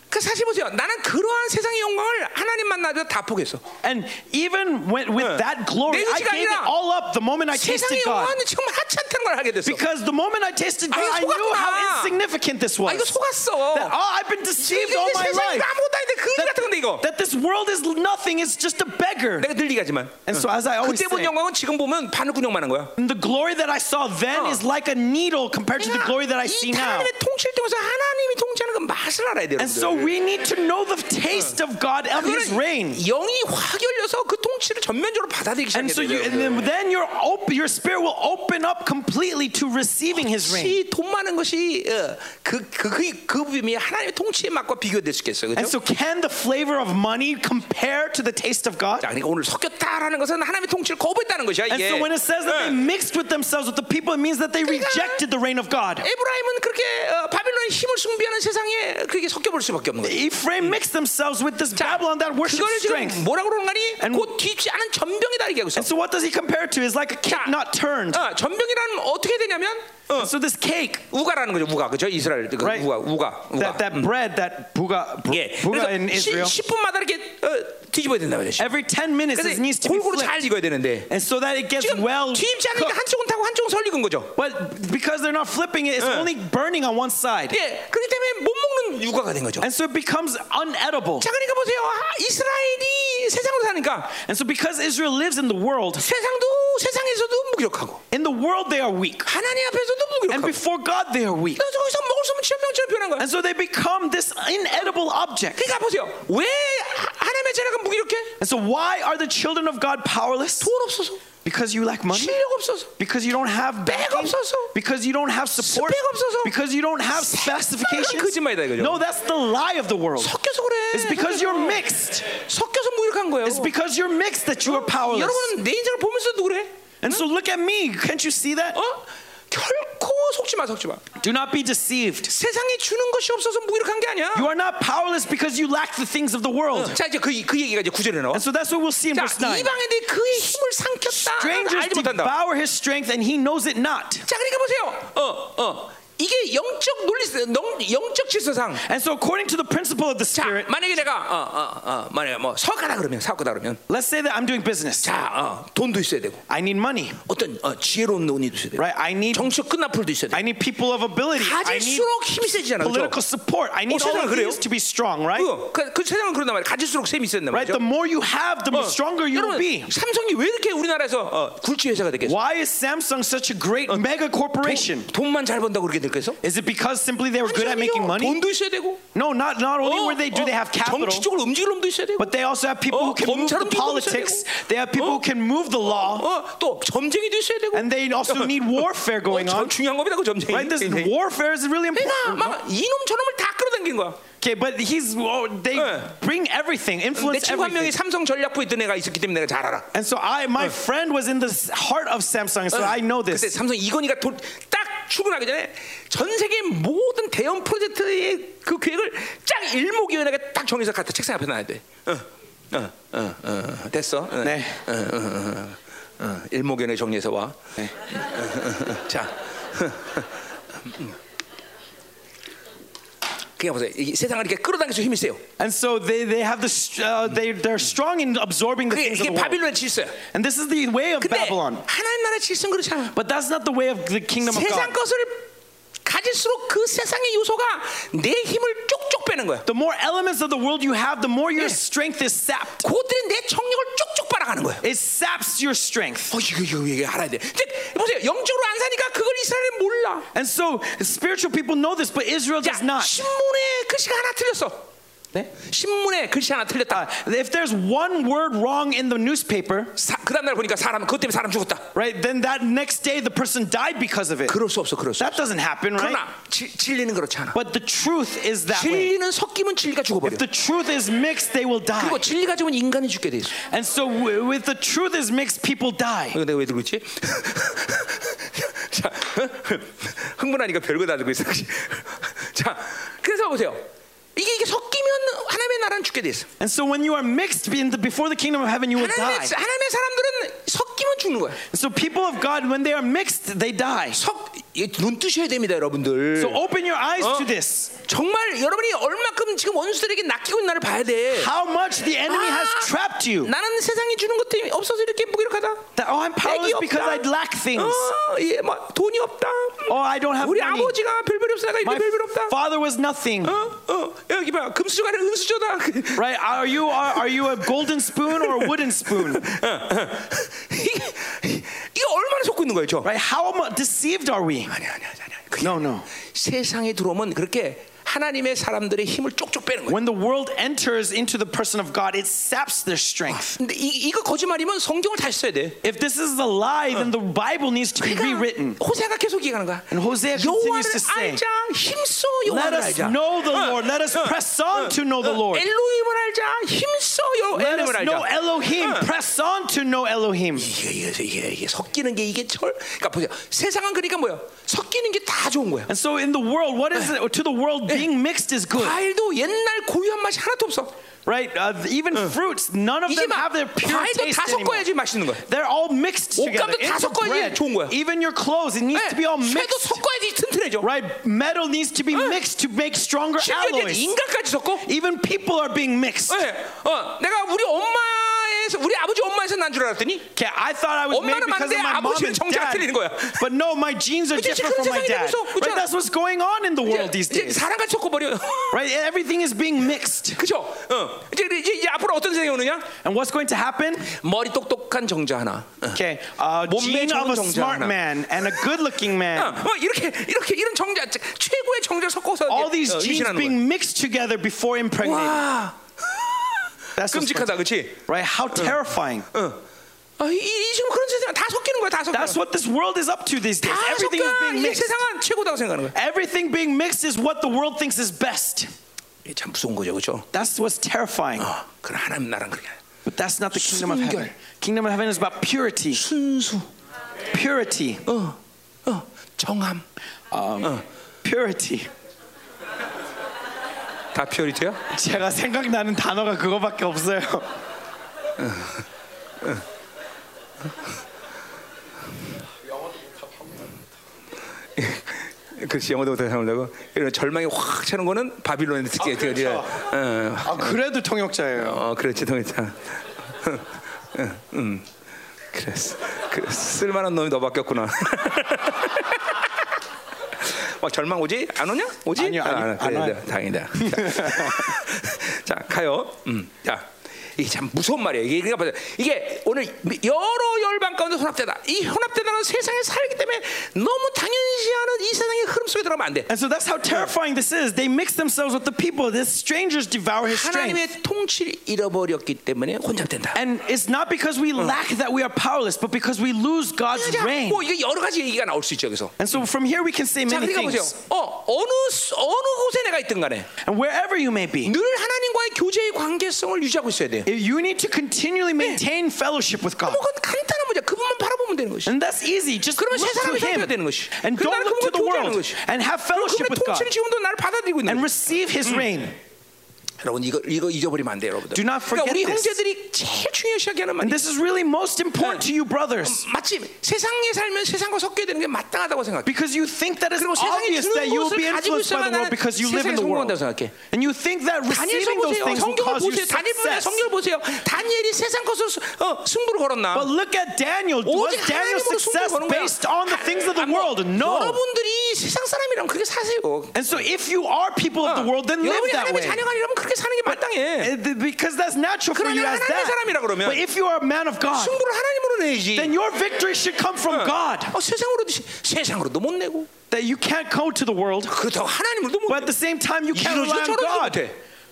그 사실 보세요. 나는 그러한 세상의 영광을 하나님 만나서 다 포기했어. And even when, with that 내 glory, I 의지가 gave it 아니라 all up the moment I tasted 세상의 God. 영광은 정말 하찮다는 걸 알게 됐어. Because the moment I tasted God, 이거 I knew 속았구나. how insignificant this 아 was. 이거 속았어. That, oh, I've been deceived 이게 all my 세상이 life. 아무것도 아닌데 그지 같은 건데 이거. that this world is nothing, it's just a beggar. 내가 늘 얘기하지만 And so, as I always 그때 본 say, 영광은 지금 보면 바늘구녕만한 거야. the glory that I saw 어. then is like a needle compared to the glory that I 이 see now. 하나님의 통치를 통해서 하나님이 통치하는 그 맛을 알아야 돼요. And so, we need to know the taste of God of His reign. 영이 확 열려서 그 통치를 전면적으로 받아들이기 And so, 시작해요. you, and then, then your, op- your spirit will open up completely to receiving His reign. 혹시 돈 많은 것이 어, 그그그 그, 부분이 하나님의 통치의 맛과 비교될 수 있겠어요. And 그렇죠? so, can the flavor of money compare to the taste of God? 자, 그러니까 오늘 섞였다라는 것은 하나님의 통치를 거부했다는 것이야 And 이게. so, when it says that they 예. mixed with themselves with the people, it means that they rejected the reign of God. 에브라임은 그렇게 어, 바빌론의 힘을 숭배하는 세상에 그렇게 섞여 볼 수밖에 없는 거예요. Ephraim mixed themselves with this Babylon that worships 그걸 지금 strength. 뭐라고 그러는가니? And- 곧 뒤지 않은 전병이다 이렇게 하고 있어. And so, what does he compare it to? It's like a cake 자, not turned. 어, 전병이라는 어떻게 되냐면 어, And so, this cake, 우가라는 거죠. 우가 그죠? 이스라엘 그 Right. 우가 우가 우가. that, that bread, that buga, bu- 예. buga in Israel, 그래서 10, 분마다 이렇게 어, 뒤집어야 된다 그러죠. every 10 minutes it needs 그래서 to be 골고루 flipped. 잘 익어야 되는데 And so that it gets 지금 well. 뒤집지 않으니까 cooked. 한쪽은 타고 한쪽은 설 익은 거죠. But because they're not flipping it, it's 예. only burning on one side. 예. 그렇기 때문에 못 먹는 육아가 된 거죠. And so, it becomes unedible. 자, 그러니까 보세요. 아, 이스라엘이 세상으로 사니까 And so, because Israel lives in the world, 세상도 세상에서도 무기력하고 in the world they are weak. 하나님 앞에서도 And 무기력하고 before God they are weak. 그래서 거기서 먹을 수 없는 치명처럼 변한 거야. And so they become this inedible object. 그러니까 보세요. 왜 하- 하나님의 자녀가 무기력해? And so why are the children of God powerless? 돈 없어서, Because you lack money? 실력 없어서, Because you don't have Bag backing? 없어서. Because you don't have support? Spec 없어서. Because you don't have specifications? 거짓말이다, 이거죠. No, that's the lie of the world. 섞여서 그래. It's because you're 섞여서. mixed. 섞여서 무기력한 믹스한 거예요. It's because you're mixed that you are powerless. 여러분은 내 인생을 보면서도 그래. And so look at me. Can't you see that? 어? 결코 속지 마, 속지 마. Oh. Do not be deceived. 세상에 주는 것이 없어서 무기력한 게 아니야. You are not powerless because you lack the things of the world. 자 이제 그, 그 얘기가 이제 구절에 나와. And so that's what we'll see in 자 verse 9. 이방인들이 그의 힘을 삼켰다. Strangers 알지 못한다. devour his strength and he knows it not. 자 그러니까 보세요. 어 어. 이게 영적 논리, 영- 영적 질서상. And so according to the principle of the 자 Spirit, 만약에 내가 어어어 만약에 뭐 사업가다 그러면 사업가다 그러면 let's say that I'm doing business. 자 어, 돈도 있어야 되고 I need money, 어떤 어, 지혜로운 논의도 있어야 되고 right? I need 정치적 끝나풀도 있어야 되고 I need people of ability. I need 가질수록 힘이 세지잖아. 그렇죠? political support. I 어, need all of 세상은 그래요? these to be strong, right? 그, 그, 그 세상은 그런단 말이야. 가질수록 셈이 있었단 Right? 말이죠. The more you have, the 어, stronger you will be. 여러분, 삼성이 왜 이렇게 우리나라에서 어, 굴지 회사가 됐겠어? Why is Samsung such a great mega corporation? 돈만 잘 번다고 그렇게 됐겠어? Is it because simply they were good at 아니요. making money? 돈도 있어야 되고. No, not not only 어, were they do 어, they have capital, 정치적으로 움직일 놈도 있어야 되고. but they also have people 어, who can move 검찰은 the 미국 politics. They have people who can move the law, 어, 또 점쟁이도 있어야 되고. and they also need warfare 어, going 저, on. 중요한 겁니다, 그 점쟁이. Right? This 굉장히. warfare is really 그러니까 important. 막 이놈 저놈을 다 끌어당긴 거야. Okay, but he's oh, they 네. bring everything, 내 influence 친구 한 명이 everything. 삼성 전략부 있던 애가 있었기 때문에 내가 잘 알아. And so I, my friend was in the s- heart of Samsung, Uh. so I know 어. 그때 this. 삼성 이건희가 도, 딱 출근하기 전에 전 세계 모든 대형 프로젝트의 그 계획을 쫙 일목요연하게 딱 정해서 갖다 책상 앞에 놔야 돼. 어, 어, 어, 어, 됐어. 어, 네. 어, 어, 어, 어, 어, 일목요연하게 정리해서 와. 네. 어, 어, 어, 자. 음. 그냥 보세요. 이 세상을 이렇게 끌어당겨서 힘이 세요. And so they, they have this, uh, they, they're strong in absorbing the 그게, things 이게 of the world. 바빌론의 질서야. And this is the way of 근데 Babylon. 하나님 나라의 질서는 그렇지 않아. But that's not the way of the kingdom of 세상 God. 것을 가질수록 그 세상의 요소가 내 힘을 쭉쭉 빼는 거야. The more elements of the world you have, the more your Yeah. strength is sapped. 그들이 내 정력을 쭉쭉 빨아가는 거야. It saps your strength. 어, 이거 이거 이거 알아야 돼. 근데 보세요, 영적으로 안 사니까 그걸 이스라엘은 몰라. And so spiritual people know this, but Israel 야, does not. 신문에 글씨가 하나 틀렸어. 네? 신문에 글씨 하나 틀렸다. Uh, If there's one word wrong in the newspaper, 사- 그다음 날 보니까 사람 그것 때문에 사람 죽었다. right, then that next day the person died because of it. 그럴 수 없어, 그럴 수. 없어. That doesn't happen, right? 그러나 지- 진리는 그렇지 않아. But the truth is that way. 진리는 섞이면 진리가 죽어버려. If the truth is mixed, they will die. 그리고 진리가 죽으면 인간이 죽게 돼 있어. And so, w- with the truth is mixed, people die. 이거 어, 내가 왜 들고 있지? 자, 어? 흥분하니까 별거 다 들고 있어. 자, 그래서 보세요. 이게, 이게 섞이면 하나님의 나라는 죽게 돼 있어. And so, when you are mixed in the, before the kingdom of heaven, you will 하나님의, die. 하나님의 사람들은 섞이면 죽는 거야. And so, people of God, when they are mixed, they die. 섞, 이게 눈 뜨셔야 됩니다, 여러분들. So, open your eyes 어? to this. 정말 여러분이 얼마큼 지금 원수들에게 낚이고 있는 나를 봐야 돼. How much the enemy Ah. has trapped you. 나는 세상이 주는 것 때문에 없어서 이렇게 무기력하다. That, oh, I'm 없다. powerless because I lack things. 어, 예, 뭐, 돈이 없다. Oh, I don't have 우리 money. 아버지가 별별이 없어 내가 이렇게 My 별별 없다. father was nothing. 어? 어? 여기 봐 금수저가 아니라 은수저다 Right? Are you are, are you a golden spoon or a wooden spoon? 예, 이게, 이게 얼마나 속고 있는 거예요 저 Right? How mu- deceived are we? 아니 아니 아니 아니 그냥 No, no. 세상에 들어오면 그렇게 하나님의 사람들의 힘을 쪽쪽 빼는 거예요 When the world enters into the person of God, it saps their strength. 근데 이, 이거 거짓말이면 성경을 다시 써야 돼 If this is a lie, then the Bible needs to be rewritten. 음. 호세가 계속 얘기하는 거야 And 여호와를 Hosea continues to say, 알자 힘써 Let 여호와를 us 알자 어, know the Lord. Let us press on to know the Ah. Lord. 엘로힘을 알자 힘써 Let 여호와를 us know 알자 Elohim. Press on to know Elohim. 이게, 이게, 이게, 이게 섞이는 게 이게 절 그러니까 보세요 세상은 그러니까 뭐야 섞이는 게 다 좋은 거야 And so, in the world, what is it to the world? Eh. Being mixed is good, 과일도 옛날 고유한 맛이 하나도 없어 right? Uh, even fruits, none of Eh. 이제 them 막 have their pure 과일도 taste 다 anymore. 섞어야지 맛있는 거야. They're all mixed together. 옷감도 다 Into 섞어야지 bread. 좋은 거야. Even your clothes, it needs to be all 네, 쇠도 mixed, 섞어야지 튼튼해져. right? Metal needs to be 응. mixed to make stronger 심지어 이제 alloys. 인간까지 섞어. Even people are being mixed. 네, 어, 내가 우리 엄마에서 우리 아버지 엄마에서 난 줄 알았더니 Okay, I thought I was made 엄마는 because 맞는데 of my mom 아버지는 and 정체가 틀리는 거야. dad. But no, my genes are 근데 지금 different from my 세상이 dad. 되면서 그렇잖아. Right? That's what's going on in the world these 이제, 이제 days. 사람같이 섞어버려. Right? Everything is being mixed. 그죠? 어. 이제, 이제, 이제 앞으로 어떤 세상이 오느냐? And what's going to happen? 머리 똑똑한 정자 하나. 어. Okay, a 몸매 gene of 좋은 a 정자 smart 하나. man and a good-looking 어, man. 뭐 이렇게 이렇게 이런 정자 즉, 최고의 정자를 섞어서 All 이제, these 어, genes 임신하는 being mixed together before 거야. impregnated. 와, That's what's going 끔찍하다, Uh. 그렇지? Right? How terrifying. 어. 아, 이, 이 지금 그런 세상 다 섞이는 거야, 다 섞여. That's what this world is up to these days. 다 Everything is 섞여. being 이 mixed. 세상은 최고다고 생각하는 거야. Everything being mixed is what the world thinks is best. 이게 참 무서운 거죠, 그렇죠? That's what's terrifying. 어, 그럼 하나님 나랑 그게 아니야. But that's not the kingdom of heaven. Uh. 순결. Kingdom of heaven is about purity. 순수, Purity. 어, 어, 정함. Uh. Um, purity. 다 퓨어리티야? 제가 생각나는 단어가 그거밖에 없어요. 그렇지 영어도 못하는 사람들고 이런 절망이 확 차는 거는 바빌론의 특징이야. 아, 그렇죠. 어, 아, 그래도 통역자예요. 어, 그렇지 동했잖아. 음, 그랬어. 그 쓸만한 놈이 너밖에 없구나. 막 절망 오지? 안 오냐? 오지? 아니요, 아니요, 아, 그래, 안 와요. 그래, 다행이다. 자, 자, 가요. 음, 자. 이게 참 무서운 말이에요. 이게 그러니까 보세요. 이게 오늘 여러 열방 가운데 혼합되다. 이 혼합되다는 세상에 살기 때문에 너무 당연시하는 이 세상의 흐름 속에 들어가면 안 돼. And so that's how terrifying this is. They mix themselves with the people. These strangers devour his strength. 하나님의 통치를 잃어버렸기 때문에 혼잡된다. And it's not because we lack that we are powerless, but because we lose God's 자, reign. 뭐 이게 여러 가지 얘기가 나올 수 있죠 여기서. And so from here we can say 자 many 그러니까 보세요. things. 어 어느 수- 어느 곳에 내가 있든 간에 And wherever you may be, 늘 하나님과의 교제의 관계성을 유지하고 있어야 돼요. if you need to continually maintain fellowship with God. 뭐 그건 간단한 문제. 그분만 바라보면 되는 것이. And that's easy. Just 그러면 세 look 사람이 to 살펴야 되는 him 것이. and 그 don't 나는 look to 그분과 the 교제하는 world 것이. and have fellowship 그분의 with God 통치를 지금도 나를 받아들이고 있는 and 거지. receive his reign. 여러분 이거 이거 잊어버리면 안 돼요, 여러분들. Do not 그러니까 우리 forget this. 형제들이 제일 중요시하게는 And 말이 this is really most important to you, brothers, 마침 세상에 살면 세상과 섞여야 되는 게 마땅하다고 생각해. because you think that it's 그리고 세상에 obvious that 주는 you will be 것을 가지고 influenced by 있어야 the world 나는 because you live 세상에 in the world. 성공한다고 생각해. And you think that 다니엘서 receiving those 보세요. things will 성경을 cause you 보세요. 다니엘 보세요. success. 성경을 보세요. 다니엘이 세상 것을 수- 어, 승부를 걸었나? But look at Daniel. Was 오직 Daniel's 하나님으로 승부를 success 거는 거야. based on the things of 아, the 뭐, world? No. 여러분들이 세상 사람이라면 그렇게 사세요. 어. And so if you are people of the world, then live 여러분이 that 하나님의 way. 자녀가 아니라면 그렇게 사는 게 마땅해. Eh, th- Because that's natural for 그러면 you as 하나님의 사람이라 that. 그러면 But if you are a man of God, 승부를 하나님으로 then 내야지. your victory should come from God. 어, 세상으로도 시- 세상으로도 못 내고 That you can't go to the world, 그렇다고 하나님으로도 못. but at the same time you can't 이러지도 rely on 저러지도 God. 못해.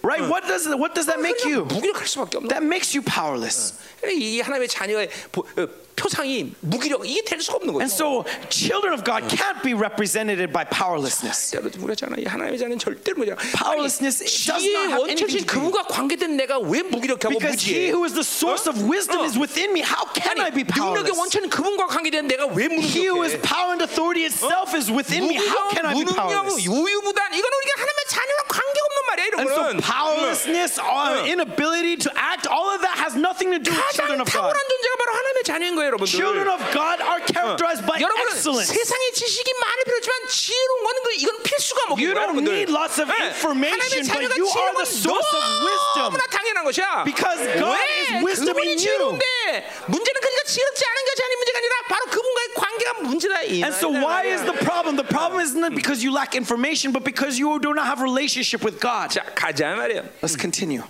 Right? What does what does that make 그냥 you? 무기력할 수밖에 없는. That makes you powerless. 거야. 이 하나님의 자녀의 보- 어, 표상이 무기력 이게 될 수가 없는 거죠. And so children of God can't be represented by powerlessness. 절대로 무기력잖아. 이 하나님의 자녀는 절대로 무기력. Powerlessness does 지의 not have anything 원천신 to do. 그분과 관계된 내가 왜 무기력하고 Because he 무지해? who is the source of wisdom 어. is within me. How can I 아니 be 능력의 powerless? 원천은 그분과 관계된 내가 왜 He who is 무기력해? power and authority itself is within me. How can I be 무능력, powerless? 우유부단 이건 우리가 하나님의 자녀랑 관계 없는 말이야 이런 And so 거는. powerlessness or inability to act, all of that has nothing to do with 가장 children of God. 탁월한 존재가 바로 하나님의 자녀인 거예요, 여러분들. Children of God are characterized by 여러분은 excellence. 세상의 지식이 많을 필요 없지만 지혜로운 거는 그- 이건 필수가 먹는 You 거야, don't 여러분들. need lots of 네. information, 하나님의 but 자녀가 you are 지혜로운 the source of wisdom. 너무나 당연한 것이야. Because God 왜? is wisdom 그분이 in you. 지혜로운데 문제는 그러니까 지혜롭지 않은 것이 아닌 문제가 아니라 바로 그분과의 관계가 문제다. 이 And so, 말이야. why is the problem? The problem is not because you lack information, but because you do not have relationship with God. 자 가자 말이에요. Let's continue.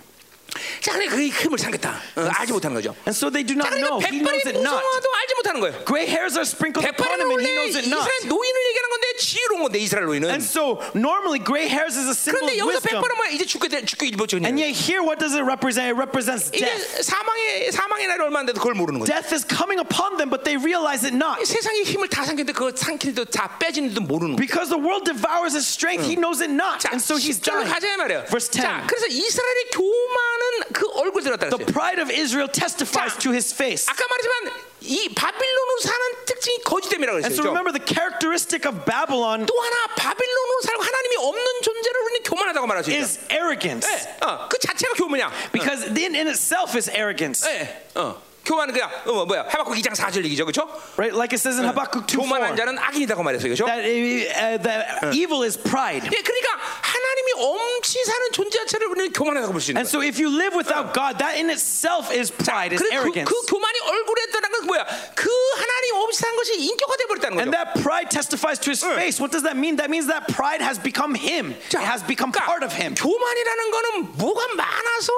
자 그래 그의 힘을 삼겠다. 어, 알지 못하는 거죠. And so they do 자 not 그러니까 know. He 백발이 knows it not. 무성화도 알지 못하는 거예요. Gray hairs are sprinkled upon 백발은 him, and 원래 he knows it not. 이스라엘 노인을 얘기하는 건데 지혜로운 건데 이스라엘 노인은. And so, normally, gray hairs is a symbol 그런데 of 여기서 wisdom. 백발은 뭐야? 이제 죽게 돼- 죽기 일보 전이야. And yet, here, what does it represent? It represents 이제 death. 사망의 사망의 날이 얼마 안 돼도 그걸 모르는 거죠. Death is coming upon them, but they realize it not. 세상의 힘을 다 삼켰는데 그거 삼키는데 다 빼지는데도 모르는 거예요. Because the world devours his strength, he knows it not. 자, And so he's 십절로 dying. 가자 이 말이에요. Verse 10. 자, 그래서 이스라엘의 교만은 그 얼굴 들었다 The 그랬어요. pride of Israel testifies 자, to his face. 아까 말했지만 이 바빌론으로 사는 특징이 거짓됨이라고 그랬어요. And so 그죠? remember the characteristic of Babylon 또 하나 바빌론으로 살고 하나님이 없는 존재를 우리는 교만하다고 말할 수 있어요. is arrogance. 예, 어, 그 자체가 교만이야. Because in, in itself is arrogance. 예, 어, 교만은 그냥 어, 뭐야? 하박국 2장 4절 얘기죠, 그렇죠? Right? Like it says in Habakkuk 2 교만한 자는 악인이라고 말했어요, 그렇죠? that, uh, that evil is pride. 예, 그러니까 하나님이 엄치 사는 존재 자체를 우리는 교만하다고 볼 수 있는 And 거예요. so if you live without God, that in itself is pride, is 그래, 그, arrogance. 그 교만이 얼굴에 떠난 건 뭐야? 그 하나님 없이 사는 것이 인격화 돼버렸다는 거죠. And that pride testifies to his face. What does that mean? That means that pride has become him. It 자, has become 그러니까 part of him. 교만이라는 거는 뭐가 많아서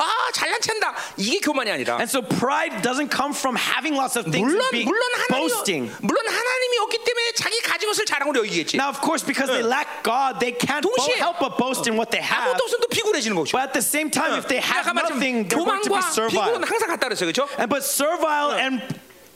아 잘난 척한다 이게 교만이 아니라 And so pride doesn't come from having lots of things, 물론 and being 물론 하나님 boasting. 물론 하나님이 없기 때문에 자기 가진 것을 자랑으로 여기겠지. Now, of course, because they lack God, they can't bo- 동시에- help but boast in what they have. 아무것도 없으면 또 비굴해지는 것이고. But at the same Mm. time, if they have 아까 말했지만 nothing, they're going to be 교만과 servile. 비굴은 항상 같다 그랬어요, 그렇죠? And but servile and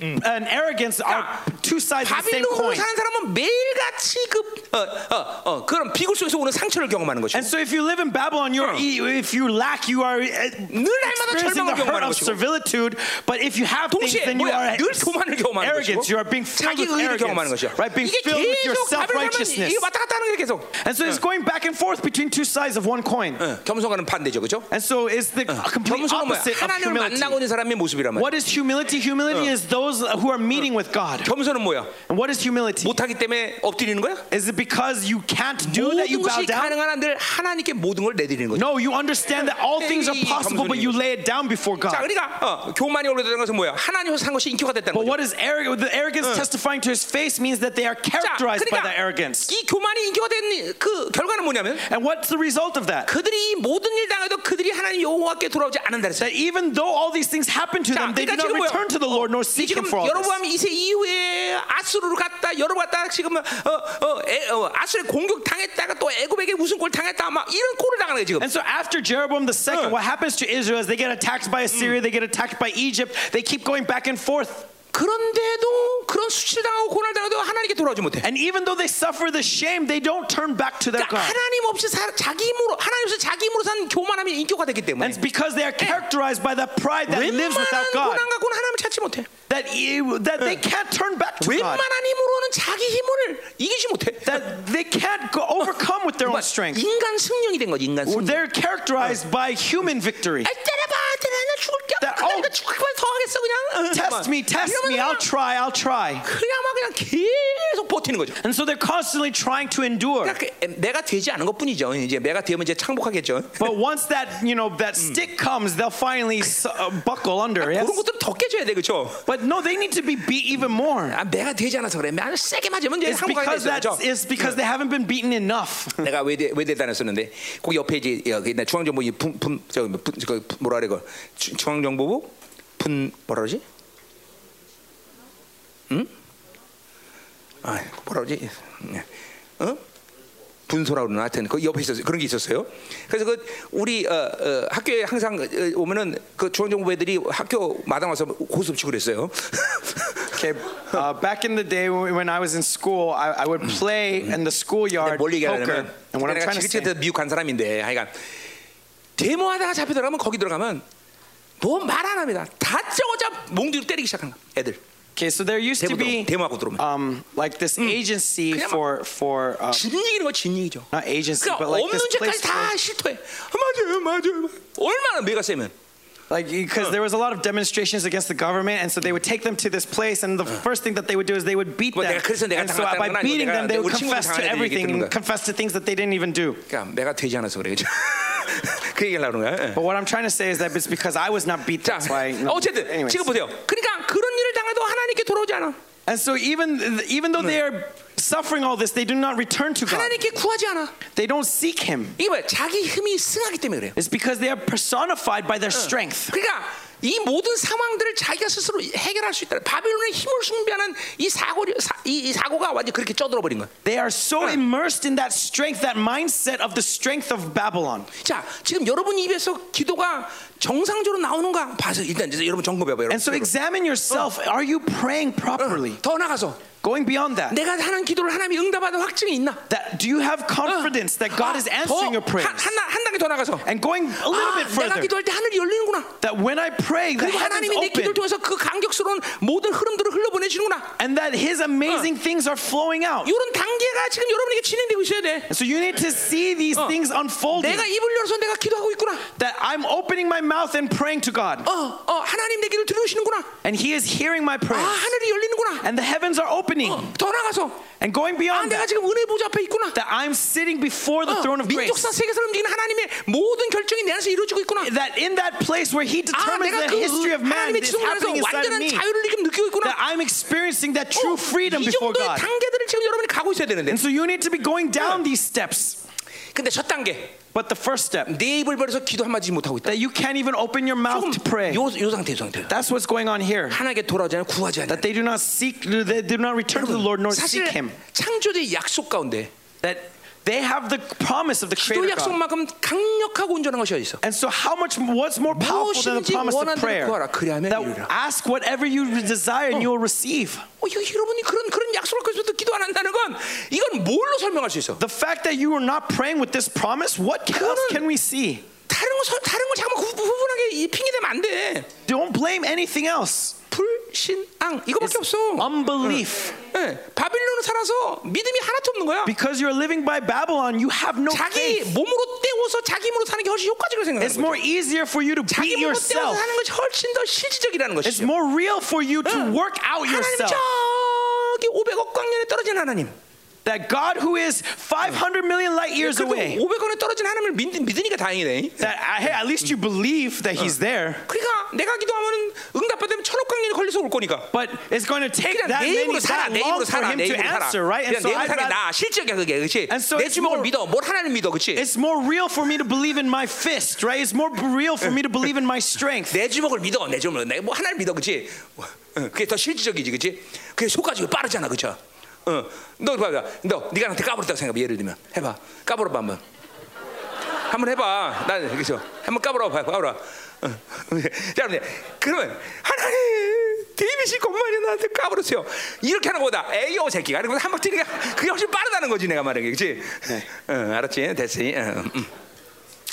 and arrogance are two sides of the same 바빌론으로 coin. 사는 사람은 매일같이 그 어, 어, 어, 그런 비굴 속에서 오는 상처를 경험하는 것이고 And so if you live in Babylon, you're, e- 어. if you lack, you are uh, 절망을 experiencing the hurt 경험하는 of 것이고. servitude. But if you have things, 동시에 then you 뭐야 are 늘 교만을 경험하는 arrogance. You 것이고 are being filled 자기 with 의를 경험하는 arrogance. 것이야 Right? Being 이게 filled with your 계속 바빌론은 self-righteousness. 이게 왔다 갔다 하는 게 계속 And so it's going back and forth between two sides of one coin. 어, 겸손과는 반대죠 그죠? And so it's the complete 겸손은 뭐야 opposite of 하나님을 만나고 humility. 있는 사람의 모습이란 말이야 What is humility? Humility is those who are meeting with God. 겸손은 뭐야 And what is humility? 못하기 때문에 엎드리는 거야? Is it because you can't do that you 모든 bow 것이 down? 가능한 한들 하나님께 모든 걸 내드리는 거죠 No, you understand that all things are possible, but you lay it down before 자 God. 그러니까 어, 교만이 올라다는 것은 뭐야 하나님으로 산 것이 인기가 됐다는 But 거죠 what is arrogance? The arrogance testifying to his face means that they are 자, characterized by 그러니까 their arrogance. 이 교만이 인기가 된 그 결과는 뭐냐면 And what's the result of that? 그들이 이 모든 일 당해도 그들이 하나님 여호와께 돌아오지 않는다 그랬어요. That even though all these things happened to 자, them, they did 그러니까 not 지금 뭐야? return to the Lord nor seek him 지금 for all this. 여로보암 2세 이후에 아수르로 갔다 여로 갔다 지금 어, 어, 에, 어, 아수르 공격 당했다가 또 애굽에게 무슨 꼴 당했다 막 이런 꼴을 당하는 거예요 지금. And so after Jeroboam the second, what happens to Israel is they get attacked by Assyria, they get attacked by Egypt, they keep going back and forth. 그런데도 그런 수치를 당하고 고난을 당해도 하나님께 돌아오지 못해. And even though they suffer the shame, they don't turn back to their 그러니까 God. 하나님 없이 사, 자기 힘으로 하나님 없이 자기 힘으로 산 교만함이 인격화됐기 때문에 And it's because they are characterized by that pride that lives without 웬만한 God, 고난 갖고는 하나님을 찾지 못해. that, you, that they can't turn back to God, 웬만한 힘으로는 자기 힘을 이기지 못해. 그러니까 that they can't go overcome with their own strength. 인간 승령이 된 거지 인간 승령. They're characterized by human victory. 아, 때려봐 때려 나 죽을 게 That- 없어 oh. 나 죽을 거더 하겠어 그냥 어, 막. Test me, test 이러면서 me, 그냥 I'll try, I'll try. 그냥 막 그냥 계속 버티는 거죠 And so they're constantly trying to endure. 그러니까 그, 에, 내가 되지 않은 것뿐이죠 이제 내가 되면 이제 창복하겠죠 But once that you know that stick comes, they'll finally s- uh, buckle under. Yes? 그런 것들은 더 깨져야 돼 그렇죠 But no, they need to be beat even more. 아, 내가 되지 않아서 그래 아주 세게 맞으면 이제 It's 항복하게 because 됐어 that 그렇죠 is because they haven't been beaten enough. 내가 외대 외대 다녔었는데 거기 옆에 이제 어, 그 옛날 중앙정보 분분저 뭐라 그래 그 중앙정보부 분 뭐라 그러지 아, 뭐라 그러지? 네. 어? 분소라고 그러나 하여튼 그 옆에 있었어요. 그런 게 있었어요. 그래서 그 우리 어, 어, 학교에 항상 어, 오면은 그 중앙정부 애들이 학교 마당 와서 고수업 치고 그랬어요. Okay, uh, back in the day when when I was in school, I, I would play in the schoolyard 뭘 poker. 얘기하냐면 And what I'm 내가 trying to say, 지긋지긋해서 미국 간 사람인데 하여간 데모하다가 잡혀 들어가면 거기 들어가면 뭐 말 안 합니다. 다짜고짜 몽둥이 때리기 시작한 거야, 애들. okay, so there used to 데모 들어, be 데모하고 들어오면 um, like this agency 그냥 막- for for uh, 진 얘기는 거 진 얘기죠. not agency, 그러니까 but like 없는 this 죄까지 place. for- 다 실토해. 아, 맞아요, 맞아요. 얼마나 매가 세면. Like, because there was a lot of demonstrations against the government, and so they would take them to this place, and the first thing that they would do is they would beat 뭐 them. 내가 그래서 내가 And so 당했다는 건 by 아니고 beating 내가 them, they 내 would 우리 친구들 confess 당하는 to 얘기 everything, 듣는 거야. and confess to things that they didn't even do. 그러니까 내가 되지 않아서 그래. 그죠? 그 얘기 하려고 그런 거야. 예. But what I'm trying to say is that it's because I was not beat. 자, That's why. no. 어쨌든 Anyways. 지금 보세요. 그러니까 그런 일을 당해도 하나님께 돌아오지 않아. And so even even though they are suffering all this, they do not return to God. 하나님께 구하지 않아. They don't seek Him. 이게 뭐야? 자기 힘이 승하기 때문에 그래요. It's because they are personified by their strength. 그러니까 이 모든 상황들을 자기가 스스로 해결할 수 있다. 바빌론의 힘을 숭배하는 이 사고 이, 이 사고가 완전 히 그렇게 쪄들어 버린 거야. They are so immersed in that strength, that mindset of the strength of Babylon. 자, 지금 여러분 입에서 기도가 정상적으로 나오는가 봐서 일단 이제 여러분 점검해 봐요. 여러분. And so examine yourself. Are you praying properly? 더 나가서 Going beyond that. 내가 하는 기도를 하나님이 응답하는 확증이 있나? That do you have confidence that God is answering your prayers? 한한 단계 더 나가서 And going a little 아, bit 내가 further, 기도할 때 하늘이 열리는구나. that when I pray, the 그리고 heavens 하나님이 내 기도를 open, 통해서 그 강격스러운 모든 흐름들을 흘려보내시는구나. and that His amazing things are flowing out. 이런 단계가 지금 여러분에게 진행되고 있어야 돼. And so you need to see these things unfolding. 내가 입을 열어서 내가 기도하고 있구나. That I'm opening my mouth and praying to 어, God, 어, 하나님 내 기도를 들으시는구나. and He is hearing 아, my prayer, 하늘이 열리는구나. and the heavens are opening. 어, 더 나가서 And going 아, beyond 내가 that, 지금 은혜 보좌 앞에 있구나. that I'm sitting before the 네. 어, throne of grace. 민족사 세계에서 움직이는 하나님의 모든 결정이 내 안에서 이루어지고 있구나. That in that place where He 아, determines 내가 그 the history of man 하나님의 is 지속에서 happening inside of 완전한 me, 자유를 지금 느끼고 that 있구나. I'm experiencing 어, that true freedom 이 before 정도의 God. 단계들을 지금 여러분이 가고 있어야 되는데. And so you need to be going down these steps. 근데 첫 단계, But the first step, 내 입을 벌여서 기도 한마디 못하고 있다. that you can't even open your mouth to pray. 요, 요 상태, 요 상태. That's what's going on here. 하나님께 돌아오지 않아 구하지 않아. That they do not seek, they do not return to the Lord nor 사실 seek Him. 창조의 약속 가운데 That They have the promise of the 또 Creator God. 약속만큼 강력하고 온전한 것이 어디 있어? And so, how much what's more powerful than the 무엇인지 promise of 원하는 prayer? 대로 구하라. 그리하면 이루리라. That ask whatever you desire and you will receive. 어, 이거 여러분이 그런 그런 약속을 가지고도 기도 안 한다는 건 이건 뭘로 설명할 수 있어? The fact that you are not praying with this promise, what else can we see? 다른 거 설- 다른 거 잠깐 구- 구분하게 이 핑계 대면 안 돼. Don't blame anything else. 불신앙 이거밖에 없어. Unbelief. 예, 바빌론을 살아서 믿음이 하나도 없는 거야. Because you're living by Babylon, you have no 자기 faith. 몸으로 때워서 자기 힘으로 사는 게 훨씬 효과적으로 It's 생각하는 more 거죠. easier for you to 자기 beat 몸으로 때워서 yourself. 사는 것이 훨씬 더 실질적이라는 It's 것이죠. more real for you to work out 하나님 yourself. 저기 500억 광년에 떨어진 하나님. That God who is 500 million light years 그래도 away. 500억에 떨어진 하나님을 믿, 믿으니까 다행이네. That I- hey, at least you believe that he's there. 그러니까 내가 기도하면 응답받으면 천억 광년이 걸려서 올 거니까. But it's going to take 그냥 that 내 many 힘으로 살아, that 내 long 힘으로 for 살아, him 내 to 힘으로 살아. answer, right? 그냥 내 And so 힘으로 I'd 살아. rather, 나 실적이야 그게, 그렇지? And so 내 it's 주먹을 more- 믿어, 뭘 하나님 믿어, 그렇지? it's more real for me to believe in my fist, right? It's more real for me to believe in my strength. 내 주먹을 믿어, 내 주먹을 내뭐 하나님 믿어, 그렇지? 그게 더 실질적이지, 그렇지? 그게 효과적이 빠르잖아, 그렇죠? 어, 너 봐봐, 너 네가 나한테 까불었다고 생각해, 예를 들면 해봐, 까불어봐 한번, 한번 해봐, 난 그렇죠? 한번 까불어봐, 까불어. 어. 자, 여러분, 그러면 하나님 데이빗이 건만이 나한테 까불었어요. 이렇게 하는 거다. 에이오 새끼가 아니고 한번 뛰니까 그게 훨씬 빠르다는 거지 내가 말하는 게, 그렇지? 어, 알았지? 됐지? 어, 음.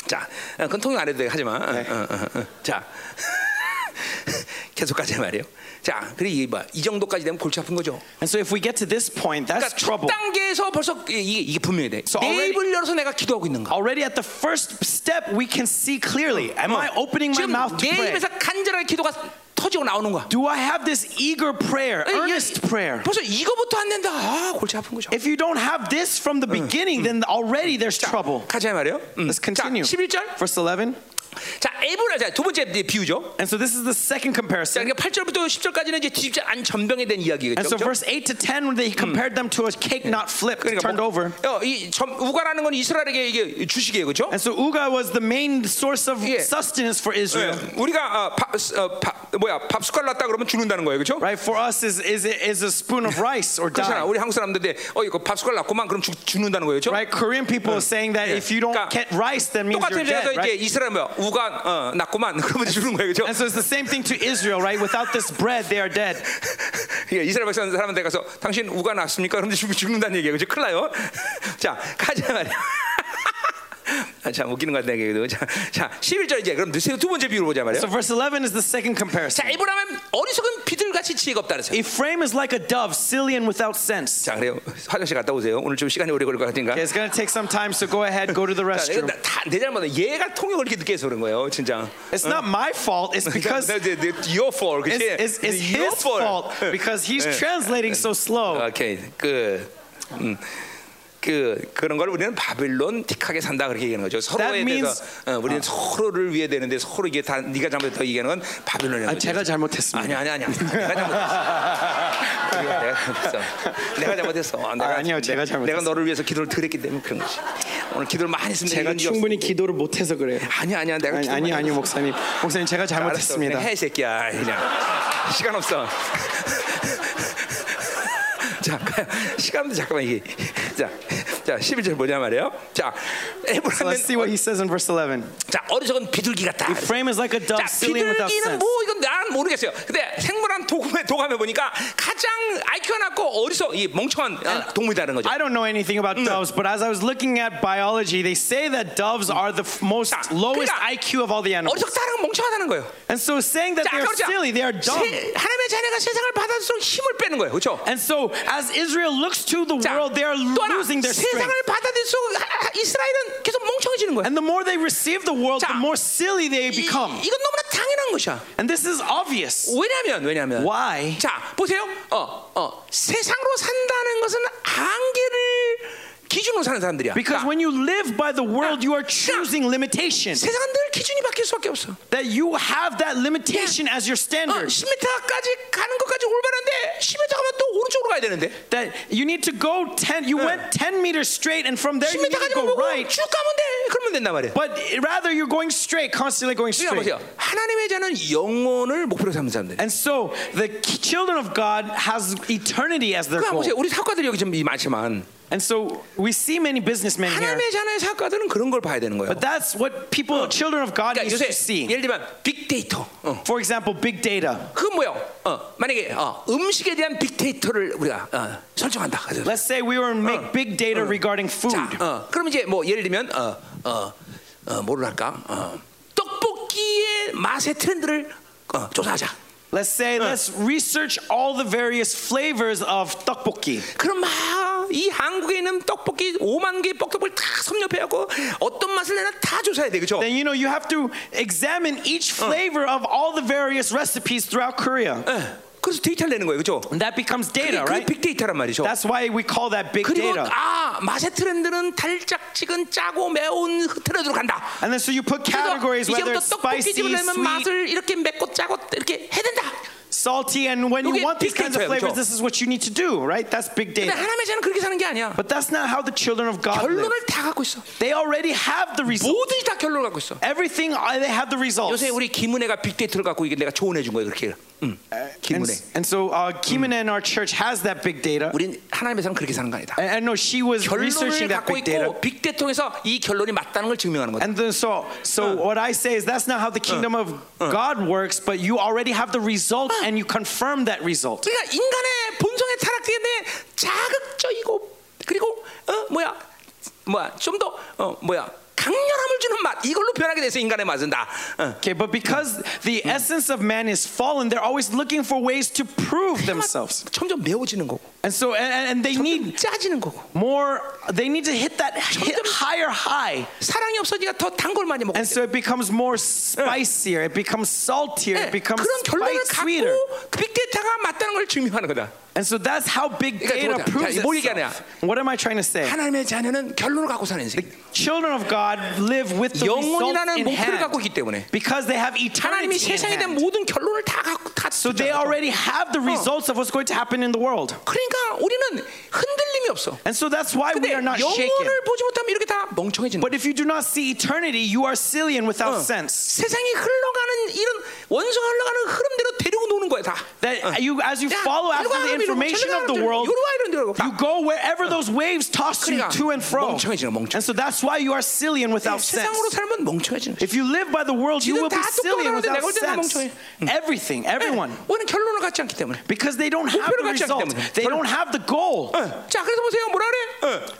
자, 어, 그건 통역 안 해도 돼, 하지마. 어, 어, 어, 어. 자. 계속하자 말이에요. 자, 그래 이 봐. 이 정도까지 되면 골치 아픈 거죠. And so if we get to this point, that's 그러니까 첫 trouble. 단계에서 벌써 이- 이게, 이게 분명히 돼. So 내 already- 입을 열어서 내가 기도하고 있는가? Already at the first step, we can see clearly. Am I opening my 지금 mouth 내 to pray? 입에서 간절한 기도가 터지고 나오는 거야. Do I have this eager prayer, 이게- earnest prayer? 벌써 이거부터 안 된다. 아, 골치 아픈 거죠. If you don't have this from the Uh, mm. beginning, then already there's trouble. 가자 말이에요. 음. Let's continue. 자, 11절. Verse 11. 자, 에브라 자, 두 번째 이제 비유죠. And so this is the second 자, comparison. 그러니까 8절부터 10절까지는 이제 뒤집자 안 전병에 대한 이야기겠죠. And so 그죠? verse 8 to 10, when they Mm. compared them to a cake not flipped, 그러니까 turned 뭐- over. 어, 이 점, 우가라는 건 이스라엘에게 이게 주식이에요. 그렇죠? And so Uga was the main source of Yeah. sustenance for Israel. 예, 우리가 어, 밥, 어, 밥, 뭐야 밥 숟갈 났다 그러면 죽는다는 거예요, 그렇죠? Right? For us, is, is, it- is a spoon of rice or 그렇잖아. die. 우리 한국 사람들한테 어 이거 밥 숟갈 났구만 그럼 죽, 죽는다는 거예요, 그렇죠? Right? Korean Uh, people are saying that if you don't 그러니까 get rice, then means 똑같은 you're 점에서 이제 dead. Right? 이스라엘 뭐야 우가 어, 났구만 그러면 죽는 거예요, 그렇죠? And so it's the same thing to Israel, right? Without this bread, they are dead. 예, 이스라엘 백성 사람한테 가서 당신 우가 났습니까? 그럼 죽, 죽는다는 얘기예요, 그렇죠? 큰일 나요. 자, 가자 말이야. 아, 참 웃기는 것 같네, 그래도. 자, 자, 11절 이제 그럼 두 두 번째 비유를 보자 말이에요. So verse 11 is the second 자, comparison. 에브라함은 어리석은 비둘같이 지혜가 없다 그랬어요. Ephraim is like a dove, silly and without sense. 자, 그래요. 화장실 갔다 오세요. 오늘 좀 시간이 오래 걸릴 것 같으니까. Okay, it's going to take some time, so go ahead, go to the 자, 이건 restroom. 다- 다내 잘못이야. 얘가 통역을 이렇게 늦게 해서 그런 거예요, 진짜. It's not my fault, it's because 네, 네, 네, your fault, 그치? it's, it's, it's 네, your his fault because he's translating so slow. 오케이, 그, 음, 그 그런 걸 우리는 바빌론 틱하게 산다 그렇게 얘기하는 거죠. 서로에 That means- 아. 대해서 어, 우리는 서로를 위해 되는데 서로 이게 다 네가 잘못했다 얘기하는 건 바빌론이라는 아, 거죠. 제가 잘못했습니다. 아니 아니 아니. 내가 아, 잘못했어. 내가 잘못했어. 내가 잘못했어. 아, 내가, 아, 아니요, 제가 내가 잘못했어요. 너를 위해서 기도를 드렸기 때문에 그런 거지. 오늘 기도를 많이 했습니다. 제가 충분히 기도를 못해서 그래요. 아니 아니야 내가 아니 기도 아니 많이 아니 목사님 목사님 제가 알았어. 잘못했습니다. 그냥 해이 새끼야. 그냥 시간 없어. 자, 가요. 시간도 잠깐만 이게. 자, 자 11절 뭐냐 말이에요. 자, So 에브라는 let's see what he says in verse 11. 자 어리석은 비둘기 같다. Frame is like a 자, dove, silly and without 비둘기는 sense. 뭐 이건 난 모르겠어요. 근데 생물학 도감에 도감해 보니까 가장 IQ가 낮고 어리석 이 멍청한 아, 동물이라는 거죠. I don't know anything about doves, but as I was looking at biology, they say that doves are the f- most 자, lowest 그러니까 IQ of all the animals. 어리석다는 건 멍청하다는 거예요. And so saying that 자, they are 아까 그랬잖아. silly, they are dumb. 세- 하나님의 자녀가 세상을 받아들수록 힘을 빼는 거예요. 그렇죠? And so as Israel looks to the 자, world, they are 또 하나, losing their strength. 세상을 받아들일수록 하- 하- 이스라엘은 계속 멍청해지는 거야. And the more they receive the world, 자, the more silly they 이, 이건 become. 너무나 당연한 것이야. And this is obvious. 왜냐하면 왜냐하면 Why? 자 보세요. 어, 어, 세상으로 산다는 것은 한계를 기준으로 사는 사람들이야. Because 그러니까 when you live by the world, you are choosing limitation. 세상은 늘 기준이 바뀔 수밖에 없어. that you have that limitation as your 어, standard. 10m까지 가는 것까지 올바른데 10m 가면 또 오른쪽으로 가야 되는데 That you need to go 10, you went 10 meters straight, and from there you need to 10m까지 go 보고 right. 쭉 가면 돼. 그러면 된단 말이야. But rather, you're going straight, constantly going 그러니까 straight. 보세요. 하나님의 자는 영혼을 목표로 삼는 사람들. And so, the k- children of God has eternity as their 그러니까 goal. 보세요. 우리 사과들이 여기 좀 많지만 And so, we see many businessmen here. 하나님의 자녀의 사과들은 그런 걸 봐야 되는 거예요. But that's what people, children of God, 그러니까 used 요새 to see. 예를 들면 빅데이터. 어. For example, big data. 그건 뭐예요? 어, 만약에 어, 음식에 대한 빅데이터를 우리가 어, 설정한다. 그래서 Let's say we were Uh, to make big data regarding 자, food. 어, 그럼 이제 뭐 예를 들면 어, 어, 어, 뭐를 할까? 어, 떡볶이의 맛의 트렌드를 어, 조사하자. Let's say let's research all the various flavors of tteokbokki. 그럼 막이 한국에 있는 떡볶이 5만 개의 떡볶이를 다 섭렵해갖고 어떤 맛을 내나 다 조사해야 되겠죠? Then you know you have to examine each flavor of all the various recipes throughout Korea. 예. 그래서 데이터를 내는 거예요, 그렇죠? And that becomes data, 그게 right? 빅데이터란 말이죠. That's why we call that big 그리고 data. 아 맛의 트렌드는 달짝지근 짜고 매운 트렌드로 간다. And then so you put 그래서 categories whether 이제부터 it's spicy, 떡볶이집을 내면 sweet, 맛을 이렇게 맵고 짜고 이렇게 해야 된다. salty, and when you 이게 want these kinds of 빅데이터예요, flavors, 그렇죠? this is what you need to do, right? That's big 근데 data. 하나님의 자는 그렇게 사는 게 아니야. But that's not how the children of God live. 결론을 다 갖고 있어. They already have the result. 모든지 다 결론을 갖고 있어. Everything uh, they have the results. 요새 우리 김은혜가 빅데이터를 갖고 이게 내가 조언해 준 거야 그렇게. 음. 응. And, 김은혜. and so uh, Kimena in our church has that big data. 우린 하나님의 사는 그렇게 사는 거 아니다. And I know she was 결론을 researching that 갖고 big data. 있고 빅데이터에서 이 결론이 맞다는 걸 증명하는 거다. And then so so what I say is that's not how the kingdom of God works, but you already have the result and you confirm that result. 그러니까 인간의 본성의 타락되는 자극적이고 그리고 어 뭐야 뭐야 좀 더 어 뭐야 강렬함을 주는 맛 이걸로 변하게 돼서 인간의 맛은 다. 어. Okay, but because the essence of man is fallen, they're always looking for ways to prove themselves. 점점 매워지는 거고 And so and, and and they need 짜지는 거고 more they need to hit that hit higher high. 사랑이 없어지니까 더 단 걸 많이 먹고. And so it becomes more spicier, it becomes saltier, 네, it Eh, becomes 그런 결론을 spice sweeter. 갖고 그 빅데이터가 맞다는 걸 증명하는 거다. And so that's how big 그러니까 data 들어보자. proves 자, 뭐 얘기하냐? itself. What am I trying to say? 하나님의 자녀는 결론을 갖고 사는 인생. Children of God live with the result 영혼이라는 in 목표를 갖고 hand 있기 때문에 because they have eternity 하나님이 in 세상에 대한 hand. 모든 결론을 다 갖고 다 So they 주잖아요. already have the results of what's going to happen in the world. 그러니까 우리는 흔들림이 없어. And so that's why 근데 we are not shaken. 영혼을 보지 못하면 이렇게 다 멍청해지는 But if you do not see eternity, you are silly and 거야. without sense. 세상이 흘러가는 이런 원성 흘러가는 흐름대로 데리고 노는 거야 다. That you, as Uh. you 야, 이리 follow 와, after the 이리 와, information 저리 와, of the 저리 와, world, 이리 와, 이런 데로 가고 다. you go wherever those waves toss you 그러니까 to and fro. 멍청해지는 거, 멍청. And so that's why you are silly and without 네, sense. 세상으로 살면 멍청해지는 거야. If you live by the world, you 지들 will be 다 silly and 똑똑하는데 without 내가 볼 때는 sense. Everything, everyone. 우리는 네, 결론을 갖지 않기 때문에. Because they don't have 목표를 the 갖지 않기 result. 때문에. They 결론. don't have the goal. 자 그래서 보세요 뭐라 그래?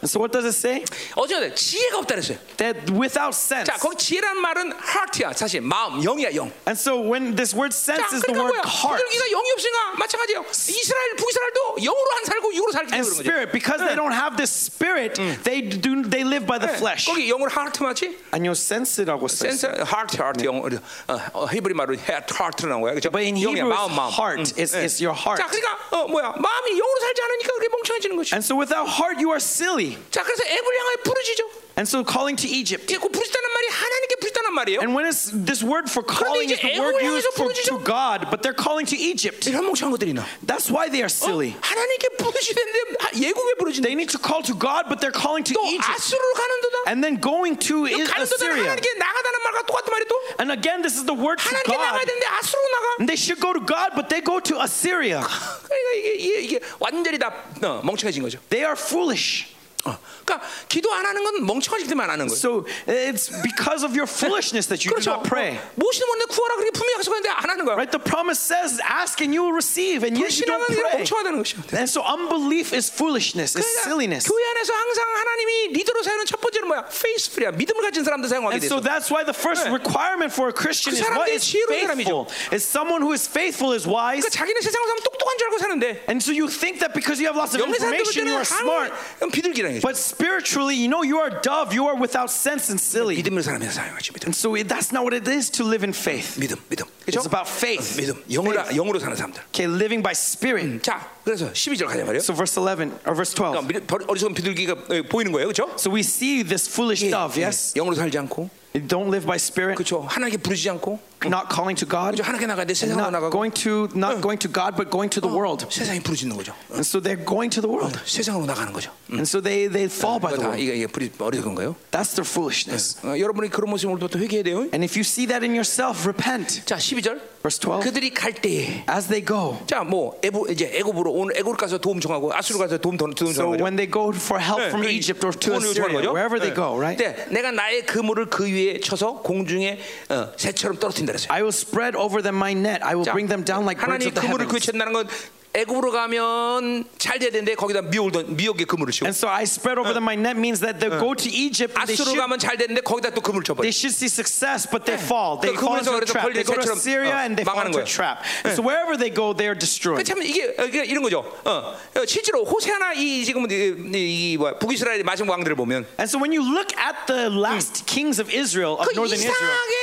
And so what does it say? 어제 지혜가 없다 그랬어요. That without sense. 자 거기 지혜란 말은 heart야 사실 마음 영이야 영. And so when this word 자, sense is the 그러니까 뭐야? word heart 부들기가 영이 없으니까 마찬가지예요. 이스라엘 북이스라엘도 영으로 안 살고 육으로 살기 때문에 and 그런 거죠. spirit, because they don't have this spirit, they do they live by the 네, flesh. 거기 영어로 heart 맞지? 아니요, sense라고 써 있어요. 센스 heart heart 영어 어, 어, 히브리 말로 heart heart로 나온 거야. 그죠? 네. But in 영이야, Hebrew, 마음 마음. 예. it's heart. It's, it's your heart. 자, 그러니까 어 뭐야? 마음이 영으로 살지 않으니까 그게 멍청해지는 거지. And so without heart, you are silly. 자, 그래서 애굽을 향해 부르짖죠. And so calling to Egypt. 이게 그 부르짖다는 말이 하나님께 부르짖다는 말이에요. And when it's this word for calling 이제 is the 애굽을 word 향해서 used for, 부르짖어? to God, but they're calling to Egypt. 이런 멍청한 것들이 나. 어, That's why they are silly. 하나님께 부르짖는데 예굽에 부르짖는 They need to call to God, but they're calling to 또 Egypt. 아수르로 가는 도다. And then going 또 to I- 가는 도다 Assyria. 하나님께 나가다는 말과 똑같은 말이 또 And again, this is the word to 하나님께 나가야 God. 되는데 아수르로 나가. And they should go to God, but they go to Assyria. 그러니까 이게 이게, 이게 완전히 다 어, 멍청해진 거죠. They are foolish. 어. 그러니까 기도 안 하는 건 멍청하기 때문에 안 하는 거예요. So it's because of your foolishness that you do 그렇죠. not pray. 어, 무엇이든 뭔데 구하라 그렇게 분명히 약속했는데 안 하는 거야. Right? The promise 사ys, ask and you will receive, and yet you 불신앙은 don't 이게 pray. 멍청하다는 것이죠. And so unbelief is foolishness, is silliness. 교회 안에서 항상 하나님이 리더로 사용하는 첫 번째는 뭐야? 페이스풀이야. 믿음을 가진 사람들 사용하게 And so 돼서. that's why the first 네. requirement for a Christian 그 is what 사람들이 is 지혜로운 faithful. Is someone who is faithful is wise. 그러니까 자기는 세상을 사면 똑똑한 줄 알고 사는데 And so you think that because you have lots of 영리 사람들 볼 information, you 때는 are smart. 항상 비둘기라는 거죠. But spiritually, you know, you are dove. You are without sense and silly. 믿음을 사람에서 사용하지 믿음. And so it- that's not what it is to live in faith. 믿음, 그렇죠? 믿음. 그죠? It's about faith. 믿음. 영으로 영으로 사는 사람들. 음, Okay, living by spirit. 자, 그래서 12절 가자 말이에요. So verse 11 or verse 12. 그러니까 어리석은 비둘기가 어, 보이는 거예요. 그렇죠? 음, So we see this foolish dove, yes? 영으로 살지 않고 Don't live by spirit, 그렇죠. 하나님께 부르지 않고 not calling to God, 그렇죠. 하나님께 나가야 돼. 세상으로 not 나가고 going to not going to God, but going to the world. 세상이 부르짖는 거죠. 어, And so they're going to the world. 세상으로 나가는 거죠. And so they, they fall by 이거 the 다 어, 아, world. 이게 이게 부리 어려운 건가요? That's their foolishness. 어, 여러분이 그런 모습을 보고 또 회개해야 돼요. And if you see that in yourself, repent. 자, 12절. Verse 12. 그들이 갈 때에 As they go. 자, 뭐 애고 이제 애고으로 오늘 애고 가서 도움 청하고 아수르 가서 도움 돈 도움 네. So 청하고 when they go for help from Egypt or to Assyria, wherever they go, right? 네, 내가 나의 그물을 그 위에 쳐서 공중에 어, 새처럼 떨어뜨린다 그랬어요. I will spread over them my net. I will 자, bring them down like birds 하나님 of the 그물을 그 위에 heavens. 친다는 건 애굽으로 가면 잘 돼야 되는데 거기다 미혹을 던- 미혹의 그물을 치고 And so I spread over them my net means that they go to Egypt, they 아수르 should, 가면 잘 되는데 거기다 또 그물 쳐버려. they should see success, but they fall. They 그 fall into a 그물에서 trap. They go 걸린 to 새처럼, Assyria 어, and they fall 망하는 into a 거예요. trap. And so wherever they go, they are destroyed. 참 이게 어, 이게 이런 거죠. 어, 어, 실제로 호세아나 이 지금 이, 이 뭐야, 북이스라엘의 마지막 왕들을 보면 And so when you look at the last kings of Israel, of 그 northern Israel, 이상하게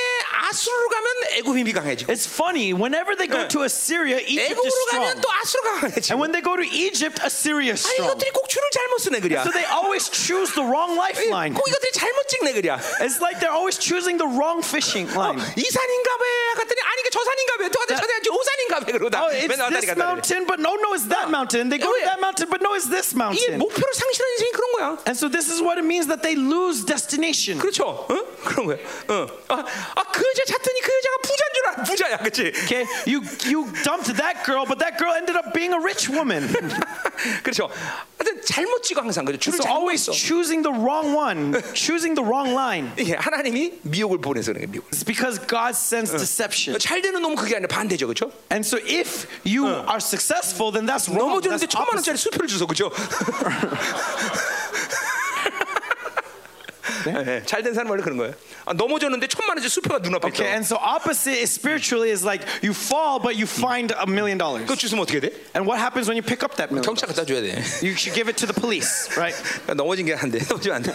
아수르로 가면 애굽이 강해지고 it's funny. Whenever they go to Assyria, Egypt is 애굽으로 strong. 가면 또 아수르가 And 강해지고 when they go to Egypt, Assyria is 아니 strong. 이것들이 꼭 줄을 잘못 쓰네 그랴. So they always choose the wrong 이- lifeline. 꼭 이것들이 잘못 찍네 그랴. It's like they're always choosing the wrong fishing line. 이 산인가 봐 갔더니 아니 이게 저 산인가 봐. 또 갔더니 저 산인가 저 산인가 봐 그러다 Oh, it's 맨날 왔다리 this 갔다 mountain, but no, no, it's that mountain. They go to Yeah. that mountain, but no, it's this 이게 mountain. 목표를 상실한 인생이 그런 거야. And so this is what it means that they lose destination. 그렇죠? 어? 그런 거예요. 어. 아, 아, 그 여자 찾더니 그 여자가 부자인 줄 알아. 부자야, 그렇지? Okay, you you dumped that girl, but that girl ended up being a rich woman. 그렇죠. 하여튼 잘못 찍어 항상 그죠. 줄을 So 잘못 always 써. choosing the wrong one, choosing the wrong line. 예, 하나님이 미혹을 보내서 그런 거예요. 미혹. It's because God sends deception. 잘 되는 놈은 그게 아니라 반대죠, 그렇죠? And so if you are successful, Uh. then that's wrong. 넘어졌는데 That's 천만 opposite. 원짜리 수표를 주소, 그렇죠? 네? 잘된 사람 원래 그런 거예요. 아, 넘어졌는데 천만 원짜리 수표가 눈앞에 Okay, 있어. and so opposite is spiritually is like you fall, but you find a million dollars. 그거 주면 어떻게 돼? And what happens when you pick up that million? 경찰 갖다 줘야 돼. You should give it to the police, right? 그러니까 넘어진 게 안 돼. 넘어지면 안 돼.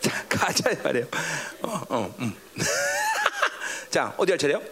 자, 가자 말이에요. 어, 어, 음. 자, 어디 할 차례요?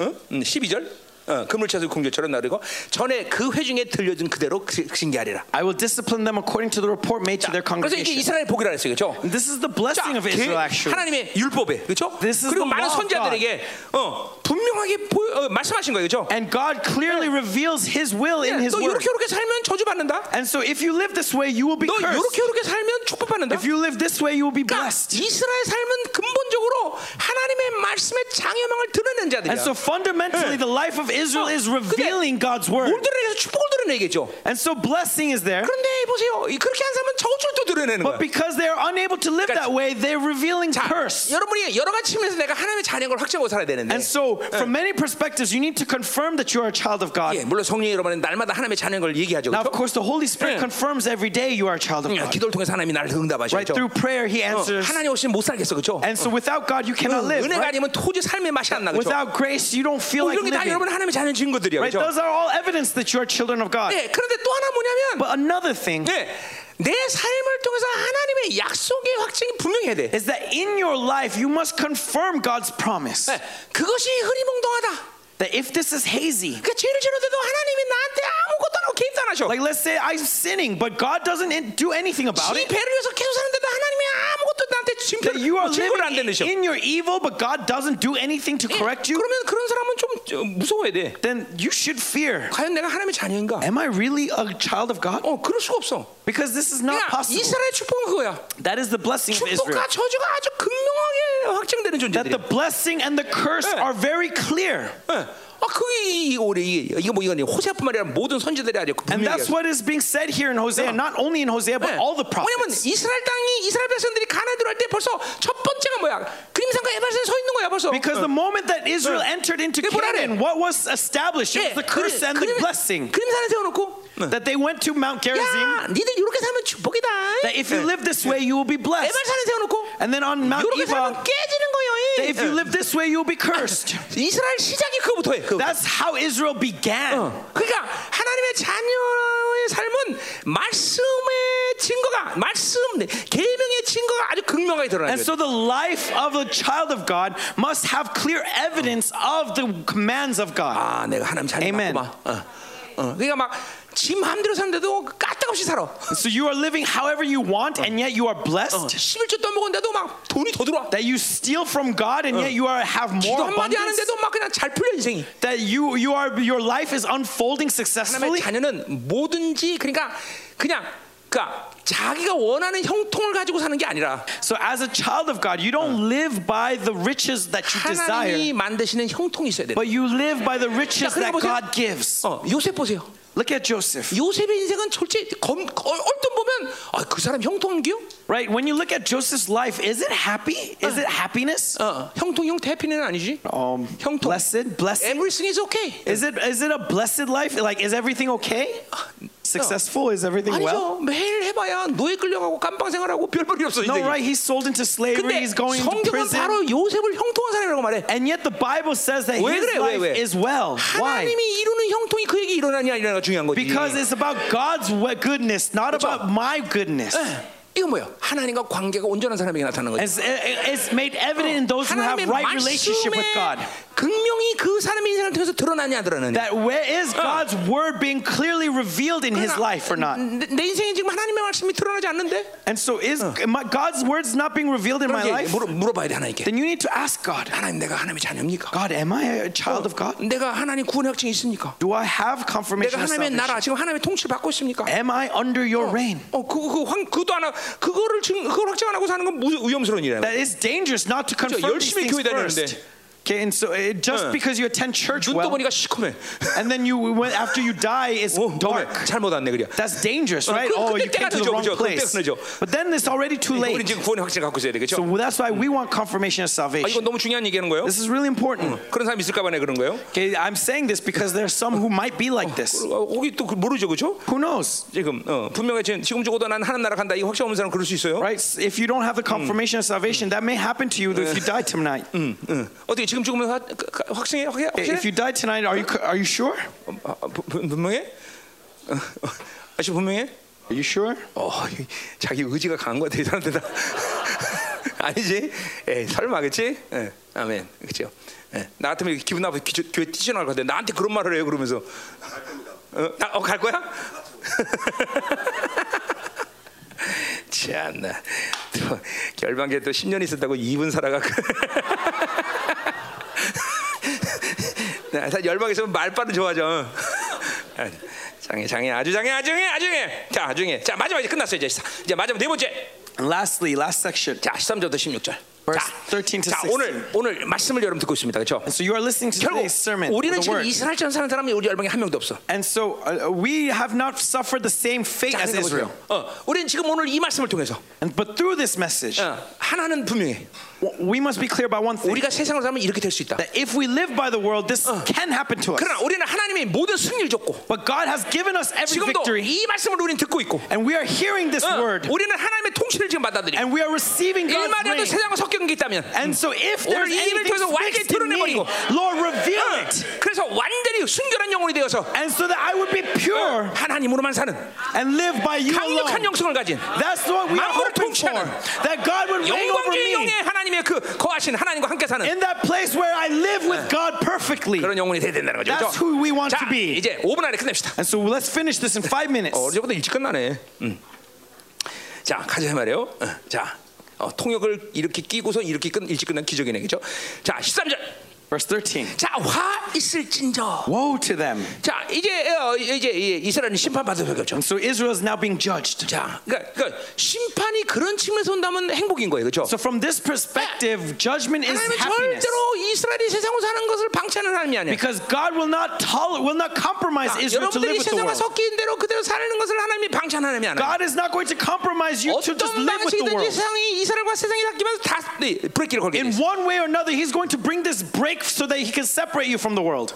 응? 음, 12절. 어, 그물 쳐서 공주처럼 나르고 전에 그 회중에 들려준 그대로 그- 징계하리라. I will discipline them according to the report made to their 그래서 이게 congregation. 이스라엘 복이라 했어요. 그렇죠? This is the 자, blessing of 개- Israel, actually. 하나님의 율법에 그렇죠? This is 그리고 the 많은 law of 선자들에게 어, 분명하게 보, 어, 말씀하신 거예요, 그렇죠? And God clearly reveals His will in His 너 word. 이렇게 이렇게 살면 저주받는다. And so if you live this way, you will 너 be cursed. 이렇게 이렇게 살면 축복받는다. If you live this way, you will be 그러니까 blessed. 이스라엘 삶은 근본적으로 하나님의 말씀의 장애망을 드러낸 자들이야. And so fundamentally, the life of 어, Israel is 근데 revealing God's 뭘 word. 드러내서 축복을 드러내겠죠. And so blessing is there. 그런데 보세요, 이- 그렇게 한 사람은 저주를 또 드러내는 거야. But because they are unable to live that way, they're revealing curse. 여러분이 여러 가지 측면에서 내가 하나님의 자녀인 걸 확정하고 살아야 되는데. And so, from many perspectives, you need to confirm that you are a child of God. 예, 물론 성령이 여러분은 날마다 하나님의 자녀인 걸 얘기하죠. Now, 그렇죠? of course, the Holy Spirit Yeah. confirms every day you are a child of 예, God. 기도를 통해서 하나님이 나를 응답하시죠. Right through prayer, He 어, answers. 하나님 없이는 못 살겠어, 그렇죠? And so, without God, you cannot live. 은혜가 right? 아니면 도저히 삶의 맛이 안 나, 그렇죠? Without grace, you don't feel like 이런 게 다 living. 여러분 하나님의 자녀인 증거들이야, Right? 그렇죠? Those are all evidence that you are children of God. 예, 그런데 또 하나 뭐냐면 But another thing 네, 내 삶을 통해서 하나님의 약속의 확증이 분명해야 돼. is that in your life, you must confirm God's promise. 네, 그것이 흐리멍덩하다. That if this is hazy, 그러니까 죄를 지는데도 하나님이 나한테 아무것도 안 하고 개입도 안 하셔. like let's say I'm sinning, but God doesn't in- do anything about 지 it. 배를 위해서 계속 사는데도 하나님이 아무것도 나한테 That 그러니까 you are 지금 증거를 안 living 내리셔. in your evil, but God doesn't do anything to correct you. 그러면 그런 사람은 좀 어, 무서워야 돼. Then you should fear. 과연 내가 하나님의 자녀인가? Am I really a child of God? 어, 그럴 수가 없어. Because this is not 그러니까 possible. 이스라엘 축복은 그거야. That is the blessing of Israel. 축복과 저주가 아주 극명하게 확정되는 That the 존재들이야. blessing and the curse Yeah. are very clear. 예. 아, 그게 이- 이- 오래 이게 이게 뭐 이건 호세뿐만 아니라 모든 선지자들이 아주 분명히 And that's what is being said here in Hosea, not only in Hosea, 네. but all the 왜냐면 prophets. 이스라엘 땅이 이스라엘 백성들이 가나에 들어갈 때 벌써 첫 번째가 뭐야? 그림상과 에발산에 서 있는 거야 벌써. Because the moment that Israel entered into 그게 뭐라 Canaan, what was established? 예, It was the curse and the 그림- blessing. 네. 그림산에 세워놓고 That they went to Mount Gerizim, 야, 니들 이렇게 살면 축복이다. that if you live this way, you will be blessed. 에발산에 세워놓고 And then on Mount 이렇게 살면 Eva, 깨지는 that if you 거예요. live this way, you will be cursed. 이스라엘 시작이 그거부터예요. 그거부터. That's how Israel began. 어. 그러니까 하나님의 자녀의 삶은 말씀의 증거가 말씀 계명의 증거가 아주 극명하게 드러나요. And so the life of a child of God must have clear evidence of the commands of God. 아, 내가 하나님 자녀 Amen. 맞구만. 어. 어. 그러니까 막 지 마음대로 사는데도 까딱 생각없이 살아. 어, So you are living however you want, and yet you are blessed. 11조 떠먹었는데도 막 돈이 더 들어와. That you steal from God, and yet you are have 기도 more 한마디 abundance. 하는데도 막 그냥 잘 풀려 인생이. That you you are your life is 하나님의 unfolding successfully. 자녀는 뭐든지 그러니까 그냥 그러니까 자기가 원하는 형통을 가지고 사는 게 아니라 So as a child of God, you don't live by the riches that you desire, 하나님이 만드시는 형통이 있어야 돼. but you live by the riches 자, 그래 that 보세요. God gives. 어, 요셉 보세요. Look at Joseph. 요셉의 인생은 솔직히 검, 어, 얼핏 보면 아, 그 사람 형통인기요? Right? When you look at Joseph's life, is it happy? Is it happiness? 어, 형통 형태 해피는 아니지. Um, 형통. blessed, blessed. Everything is okay. Is it is it a blessed life? Like is everything okay? Successful? Is everything 아니죠. well? 매일 해봐야 노예 끌려가고 깜빵 생활하고 별볼일 없어 No, 인생이. right? He's sold into slavery. 근데 He's going into 성경은 prison. 바로 요셉을 형통한 사람이라고 말해. And yet the Bible says that 왜 his 그래? 왜 life 왜? is well. Why? 하나님이 이루는 형통이 그에게 일어나냐 일어나가 중요한 거지. Because it's about God's wa- goodness, not about my goodness. Uh. 이건 뭐야? 하나님과 관계가 온전한 사람에게 나타나는 거지. It's, it's made evident in those who have 하나님의 right relationship with God. 말씀의 극명이 그 사람의 인생을 통해서 드러나냐 안 드러나냐. That where is God's word being clearly revealed in his 그러나 life or not? 내, 내 인생에 지금 하나님의 말씀이 드러나지 않는데. And so is my, God's words not being revealed in my 그럼 life? 이제 물어, 물어봐야 돼 하나님께. Then you need to ask God, 하나님 내가 하나님의 자녀입니까? God, am I a child of God? 내가 하나님 구원의 확증이 있습니까? Do I have 내가 confirmation of 하나님의 salvation? 나라 지금 하나님의 통치를 받고 있습니까? Am I under your reign? 어 그거 그거 황 그도 하나 그거를 지금 그걸 확정 안 하고 사는 건 무슨 위험스러운 일이야. That it's dangerous not to confirm these 열심히 things 교회 다녔는데. first. Okay, and so it, just 어. because you attend church 눈떠 well, 보니까 시커매. and then you went, after you die, it's 오, dark. 다음에 잘못 왔네 그래. That's dangerous, 어, right? 그- Oh, 그때 you came 때가 to the 늦어, wrong 그죠? 그때 place. 늦어. But then it's already too 우리 late. 지금 구원의 확증 갖고 있어야 되겠죠. So that's why we want confirmation of 아, 이건 salvation. 너무 중요한 얘기하는 거예요. This is really important. 그런 사람 있을까 봐네 그런 거예요. Okay, I'm saying this because there are some who might be like this. 어, 거기 또 그- 모르죠, 그렇죠? Who knows, 지금 어, 분명히 지금, 지금 적어도 난 하나님 나라 간다. 이 확신 없는 사람 그럴 수 있어요. right? If you don't have the Mm. confirmation of salvation, that may happen to you if you die tonight. 응, 응. 어떻게 지금 죽으면 확- 그- 그- 확신해? 확- Okay, 확신해? If you die tonight, are you are you sure? 어, 아, 아, 분- 분- 분명해? 어, 어, 아시 분명해? Are you sure? 어, 이- 자기 의지가 강한 것 같아 이 사람들다. 아니지? 에 설마 그치? 예, 아멘, 그죠? 예, 나 같으면 이렇게 기분 나쁘게 기- 교회 뛰쳐나갈 것 같아. 나한테 그런 말을 해요 그러면서. 어, 나, 어, 갈 거야? 참나. 또 결방계 또 10년 있었다고 2분 살아가. 나 네, 열방 있으면 말빨은 좋아져. 아, 장애 장애 아주 장애 아주 장애 아주 장애. 자, 아주 장애. 자, 마지막 이제 끝났어요, 이제. 이제 마지막 네 번째. And lastly, last section. 자, 13절부터 16절. Verse 자, 13 to 자, 16. 오늘 오늘 말씀을 여러분 듣고 있습니다. 그렇죠? And so you are listening to 결국 today's sermon, or 우리는 the 지금 word. 이스라엘처럼 사는 사람이 우리 열방에 한 명도 없어. And so uh, we have not suffered the same fate 자, as Israel. 생각해보세요. 어, 우리는 지금 오늘 이 말씀을 통해서 And, but through this message, 어, 하나는 분명해. w- we must be clear about one thing: 우리가 세상으로 살면 이렇게 될 수 있다. that if we live by the world, this can happen to us. 그러나 우리는 하나님의 모든 승리를 줬고 But God has given us every 지금도 victory, 이 말씀을 우리는 듣고 있고 and we are hearing this 어, word, 우리는 하나님의 통치를 지금 받아들이고 and we are receiving God's 일말이라도 reign. 세상과 섞인 게 있다면 And so, if 오늘 there's 이 일을 anything 통해서 완전히 fixed in me, 드러내버리고. Lord, reveal it, 그래서 완전히 순결한 영혼이 되어서 and so that I would be pure 하나님으로만 사는 and live by Uh. You 강력한 alone. 영성을 가진 That's what we are 만물을 hoping for. 통치하는 That God would reign over 영광주의 me 영의 하나님의 그 거하신 하나님과 함께 사는 in that place where I live with God perfectly. 그런 영혼이 돼야 된다는 거죠. That's 그렇죠? who we want 자, to be. 이제 5분 안에 끝냅시다. And so let's finish this in five minutes. 어제보다 일찍 끝나네. 음. 자, 가자 말이에요. 어, 자, 어, 통역을 이렇게 끼고서 이렇게 끝, 일찍 끝난 기적이네, 그죠? 자, 13절. Verse 13. 자, 화 있을진저. Woe to them. 자, 이제 어, 이제 이- 이스라엘은 심판받을 거죠. And so Israel is now being judged. 자, 그러니까, 그러니까 심판이 그런 측면에서 온다면 행복인 거예요, 그렇죠? So from this perspective, judgment is 하나님은 happiness. 절대로 이스라엘이 세상으로 사는 것을 방치하는 하나님이 아니에요. Because God will not tolerate, will not compromise 아, Israel to 여러분들이 live with the 세상과 world. 섞인 대로 그대로 사는 것을 하나님이 방치하는 하나님이 아니에요. God is not going to compromise you to just 어떤 live with 방식이든지 the world. 세상이 이스라엘과 세상이 섞이면서 다 네, 브레이크를 걸게 돼 In 있어요. one way or another, He's going to bring this break so that He can separate you from the world.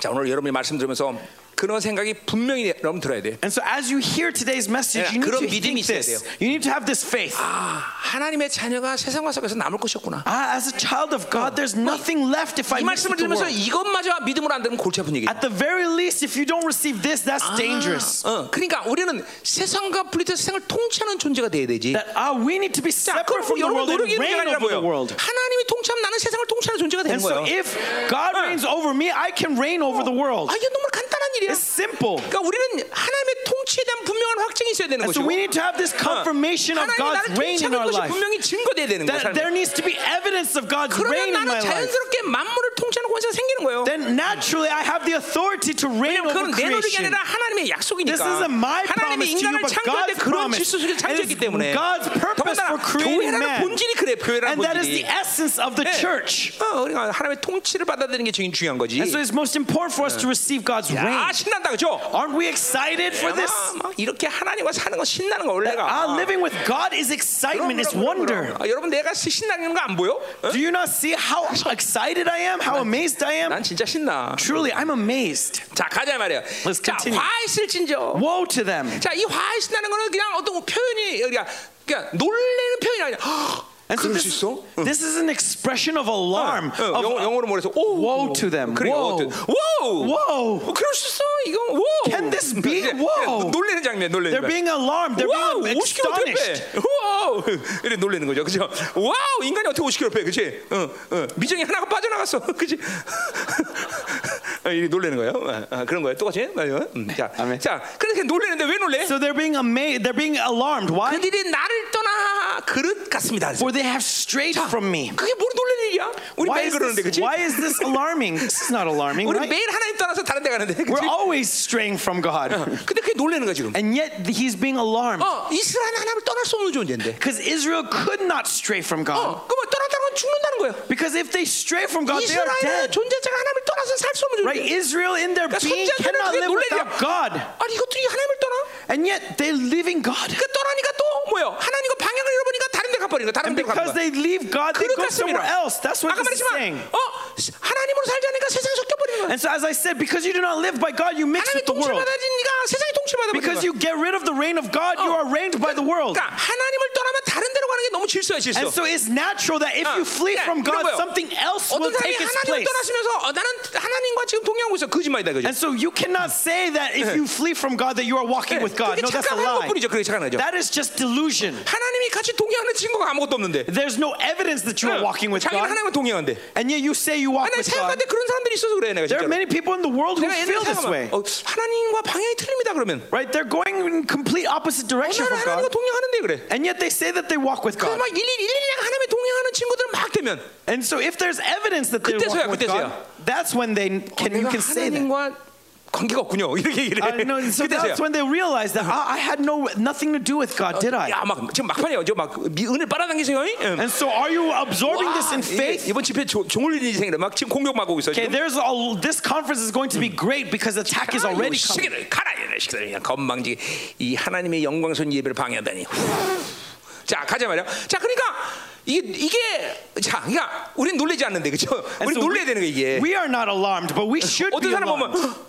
자, 오늘 여러분이 말씀 들으면서 그런 생각이 분명히 여러분 들어야 돼요. And so, as you hear today's Yeah, message, you need 그런 to 믿음이 think 있어야 this. 돼요. You need to have this faith. 아, 하나님의 자녀가 세상과 섞여서 남을 것이 없구나. Ah, as a child of God, there's nothing left if I 이 mix 말씀을 with the 들으면서 world. 이것마저 믿음으로 안 되면 골치 아픈 얘기예요. At the very least, if you don't receive this, that's dangerous. 어, 그러니까 우리는 세상과 분리돼서 세상을 통치하는 존재가 돼야 되지. That ah, we need to be 자, separate 그럼 from the 여러분 world and 노력이 있는 게 reign 아니라 over 뭐예요? the world. 하나님이 통치하면 나는 세상을 통치하는 존재가 되는 And so, 거예요. if God reigns over me, I can reign over the 아, world. 이게 너무 간단한 일이야. It's simple. 그러니까 우리는 하나님의 통치에 대한 분명한 확증이 있어야 되는 And 것이고 so we need to have this confirmation of 하나님 God's 나를 reign 통치하는 in our 것이 life. 분명히 증거돼야 되는 거예요. That 사람이. there needs to be evidence of God's 그러면 reign in 나는 my life. 자연스럽게 만물을 통치하는 권세가 생기는 거예요. Then naturally I have the authority to reign over 그건 내 노력이 creation. 아니라 하나님의 약속이니까. This isn't my 하나님이 promise to you, 인간을 but 창조할 때 God's 그런 promise. 질서 속에 창조했기 It 때문에 is God's purpose for 더군다나 creating 교회라는 man. 본질이 그래요. 교회라는 And that is the 본질이. essence of the 예. church. 어, 그러니까 하나님의 통치를 받아들이는 게 제일 중요한 거지. And so it's most important for us to receive God's 아 reign. 신난다 그죠? Aren't we excited for this? 아, 막 이렇게 하나님과 사는 건 신나는 거 원래가. Our living with God 그럼, is excitement, 그럼, it's 그럼, wonder. 그럼. 아, 여러분 내가 신나는 거 안 보여? 어? Do you not see how excited I am? How amazed I am? 난 진짜 신나. Truly, I'm amazed. 자 가자 말이야. Let's 자 continue. 화했을진저. Woe to them. 자이 화했다는 거는 그냥 어떤 표현이 그러니까 그냥 놀래는 표현이 아니야. And so 그럴 수 this, 있어? this is an expression of alarm. 어, of, 영어, 영어로 뭐래서 오, Woe to them. 그래, Woe. woe. Woe. Woe. 어, 그럴 수 있어. 이거 woe. 그러니까 Can this be? 이제 Woe. 놀래는 장면, 놀래는 they're 장면. being alarmed. They're 와우, being 50kg astonished. 대패. 와우, 이래 놀래는 거죠, 그죠? 와우, 인간이 어떻게 50kg 빼, 그지? 어, 어, 미정이 하나가 빠져나갔어, 그지? 이래 놀래는 거예요. 어, 어, 그런 거예요, 똑같이. 맞아요. 음, 자, 네. 아멘. 자, 그렇게 놀래는데 왜 놀래? So they're being amazed. They're being alarmed. Why? 그들이 나를 떠나 그릇 같습니다. For they have strayed from me. 그게 뭘 놀래는 일이야? 우리 Why 매일 is, 그러는데, this, 그지? why is this alarming? This is not alarming, 우리 right? 매일 하나님 떠나서 다른 데 가는데, 그지? We're always straying from God. 근데 그게 놀래는 거야 지금. And yet he's being alarmed. 어, 이스라엘 하나님을 떠날 수 없는 존재인데. Because Israel could not stray from God. 어, 그러면 떠났다는 건 죽는다는 거야. Because if they stray from God, they are 이스라엘 dead. 존재자가 하나님을 떠나서 살 수 없는 Right? 존재. Israel in their 그러니까 being 선지자들은 cannot 그게 live 놀래냐? without God. 네. 아니 이것들이 하나님을 떠나? And yet they're leaving God. 그 떠나니까 또 뭐야? 하나님과 방향을 잃어버리니까 다른 데 가버리는 거야. 다른 And 데 가는 because 거야. they leave God, they 그릇 go somewhere 같습니다. else. That's what 아까 this is saying. 말했지만 어 하나님으로 살자니까 세상 섞여버리는 거야. And so, as I said, because you do not live by God, you mix 하나님의 with the 통치를 world. 받아지니까 세상이 통치를 받아버리는 Because 거야. you get rid of the reign of God, you Oh. are reigned by the world. 그러니까 하나님을 떠나면 다른 데로 가는 게 너무 질서야 질서. And so it's natural that if Ah. you flee Yeah, from 이런 God, 거예요. something else will 어떤 사람이 take its 하나님을 place. 떠나시면서 어, 나는 하나님과 지금 동행하고 있어 거짓말이다 그죠? And so you cannot say that if you flee from God that you are walking 네, with God. 그게 No, that's a 착각하는 lie. 것뿐이죠. 그게 착각하죠. That is just delusion. 하나님이 같이 동행하는 증거가 아무것도 없는데. There's no evidence that you are walking with 자기는 God. 하나님과 동행한대. And yet you say you walk 아니 with God. 생각한데 그런 사람들이 있어서 그래 내가 There are 진짜. many people in the world who 내가 feel 옛날에 this way. 생각하면 어, 하나님과 방향이 틀립니다 그러면. Right? They're going in complete opposite 어, direction 나는 from 하나님과 God. 동행하는데 그래. And yet they say that they walk with 그래서 God. 막 일일 일일이랑 하나님의 동행하는 친구들 막 되면 어, And so if there's evidence that they're 그때서야, walking with God, that's when they can you 내가 can say that. 하나님과 관계가 없군요 이렇게 얘기를 Uh, 해. no, so 그때서야. that's when they realize that "Ah, I had no nothing to do with God, did I? 야막 지금 막판이에요. 저막 미- 은혜 빨아당기세요. 잉? 응. And so are you absorbing this in 이게 faith? 이번 집회 조- 종을 인생이라 막 지금 공격 막 오고 있어. Okay, 지금. there's a, this conference is going to be great because attack is 아, 이 already coming. 시기를 가라 이런 시기를 그냥 건방지게 이 하나님의 영광선 예배를 방해하다니. 후. 자 가자 말이야. 자 그러니까 이게 이게 자 그러니까 우린 놀래지 않는데 그렇죠? And 우리 so 놀래야 되는 거 이게. We are not alarmed, but we should 어떤 be 사람 보면 alarmed. "헉,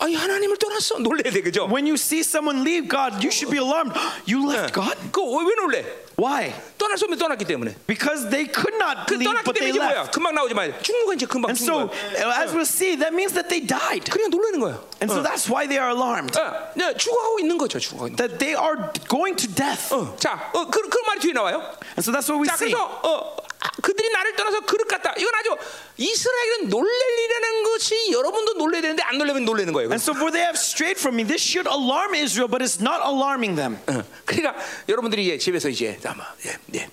아니 하나님을 떠났어 놀래야 돼 그죠? When you see someone leave God, you should be alarmed. You left God? 그왜 왜 놀래? Why? 떠날 수 없는 떠났기 때문에. Because they could not 그 leave, 떠났기 but 때문에 they 이제 뭐야? left. 금방 나오지 말. 죽는 거 이제 금방 And 죽는 so, 거. as we'll see, that means that they died. 그냥 놀라는 거야. And so that's why they are alarmed. 어, 네, 죽어가고 있는 거죠 죽어가고 있는. 거. That they are going to death. 어, 자, 어, 그, 그런 말이 뒤에 나와요. And so that's what we 자, see. 그래서 어, 아, 그들이 나를 떠나서 그릇 같다. 이건 아주 이스라엘은 놀랄이라는 것이 여러분도 놀래야 되는데 안 놀래면 놀래는 거예요. And so, for they have strayed from me. This should alarm Israel, but it's not alarming them. 어, 그러니까 여러분들이 이제 집에서 이제 아마 예, 예.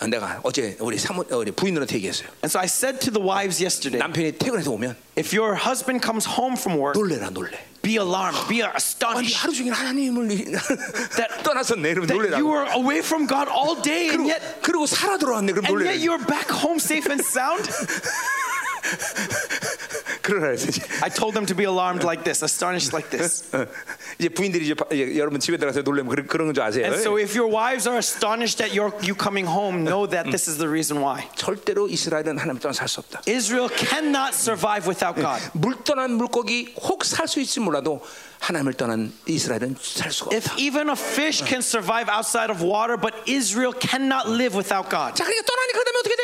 어, 내가 어제 우리 사모 어, 우리 부인들한테 얘기했어요. And so, I said to the wives yesterday 남편이 퇴근해서 오면 if your husband comes home from work, 놀래라 놀래. be alarmed, be 아니 astonished 하루 종일 하나님을 떠나섰네. 그럼 that 놀래라. you were away from God all day and 그리고, yet 그리고 살아 돌아왔네. 그럼 and yet 놀래라. you're back home safe and sound. 그러라 했지. I told them to be alarmed like this, astonished like this. 어, 이제 부인들이 이제 바- 이제 여러분 집에 들어가서 놀래면 그런 그런 건줄 아세요? And so if your wives are astonished at your you coming home, know that this is the reason why. 절대로 이스라엘은 하나님 떠나 살수 없다. Israel cannot survive without God. 물 떠난 물고기 혹 살 수 있을지 몰라도 하나님을 떠난 이스라엘은 살 수가 없다. If even a fish can survive outside of water, but Israel cannot live without God. 자, 그러니까 떠나니까 그다음에 어떻게 돼?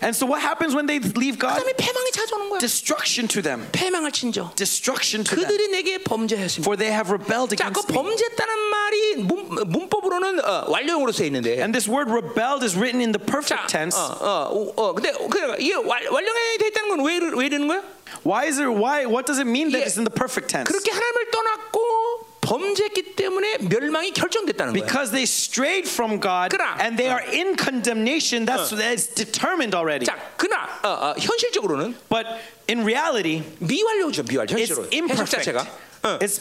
And so what happens when they leave God? 그다음에 패망이 찾아오는 거야. Destruction to them. 패망을 친저. Destruction to them. 그들이 내게 범죄하였습니다. For they have rebelled 자, 그 against me. 범죄했다는 말이 문, 문법으로는 어, 완료형으로 써 있는데. And this word rebelled is written in the 자, perfect tense. 어, 어, 어, 근데 그러니까 이게 완- 완료형이 돼 있다는 건 왜 왜 이러는 거야? Why is it why what does it mean that Yeah. it's in the perfect tense? 그렇게 하나님을 떠났고 범죄했기 때문에 멸망이 결정됐다는 거예요. Because they strayed from God 그러나- and they are in condemnation, that's, that's determined already. 자, 그나 어, 어, 현실적으로는 But in reality, 미완료죠, 미완료. it's 현실로 해석 imperfect. 자체가 어, It's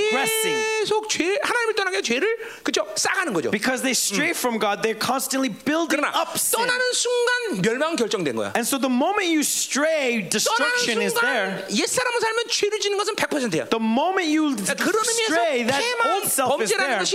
progressing. 계속 죄 하나님을 떠나게 죄를 그죠 싸가는 거죠. Because they stray from God, they're constantly building 그러나 up sin. 떠나는 순간 멸망 결정된 거야. And so the moment you stray, destruction 떠나는 is there. 순간 옛 사람을 살면 죄를 지는 것은 100%야. The moment you 그런 stray, 의미에서 that old 태만 self is 범죄라는 there. 것이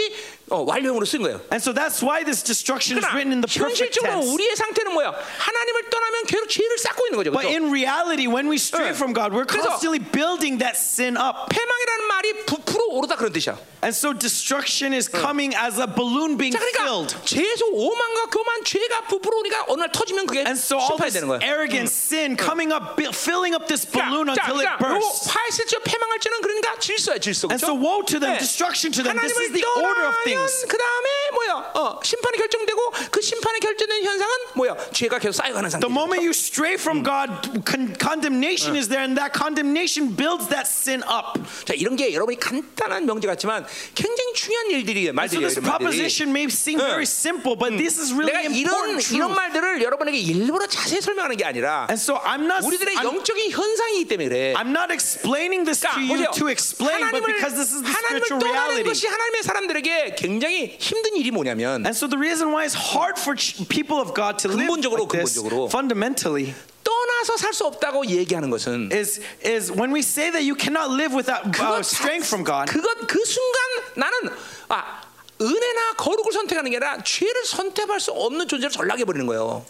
어, 완료형으로 쓴 거예요. And so that's why this destruction is 그러나 written in the perfect 현실적으로 tense. 우리의 상태는 뭐야? 하나님을 떠나면 계속 죄를 쌓고 있는 거죠. But 그렇죠? in reality, when we 예. stray from God, we're 그래서- constantly building that sin up. 패망이라는 말이 부풀어 오르다 그런 뜻이야. 자, And so destruction is coming as a balloon being filled. 그러니까 죄에서 오만과 교만, 죄가 부풀어 오니까 어느 날 터지면 그게 And so all 심판이 this 되는 거야. arrogant sin coming up, bu- filling up this balloon 자, until it 그러니까 bursts. 화했을지어 패망할지는 그러니까 질서야 질서. And so 그렇죠? woe to them, 네. destruction to them. This 하나님을 is the order of 떠나면 things. 그 다음에 뭐야? 어, 심판이 결정되고 그 심판이 결정된 현상은 뭐야? 죄가 계속 쌓여가는 상태. The moment you stray Mm. from God, con- condemnation is there, and that condemnation builds that sin up. 자 이런 게 여러분이 간단한 명제 같지만 굉장히 중요한 일들이 So 말들이에요. this 이런 말들이. proposition may seem very simple, but this is Mm. 내가 really 이런 important 이런 truth. 말들을 여러분에게 일부러 자세히 설명하는 게 아니라 And so I'm not. 우리들의 I'm- 영적인 현상이기 때문에 그래. I'm not explaining this to you 보세요. to explain, but 하나님을 because this is the 하나님을 spiritual 떠나는 reality. 것이 하나님의 사람들에게 굉장히 힘든 일이 뭐냐면 And so the reason why it's hard for ch- people of God to live 근본적으로, like this, 근본적으로. fundamentally 떠나서 살 수 없다고 얘기하는 것은 is is when we say that you cannot live without uh, 그것 자- strength from God. 그것 그 순간 나는 아 은혜나 거룩을 선택하는 게 아니라 죄를 선택할 수 없는 존재로 전락해 버리는 거예요.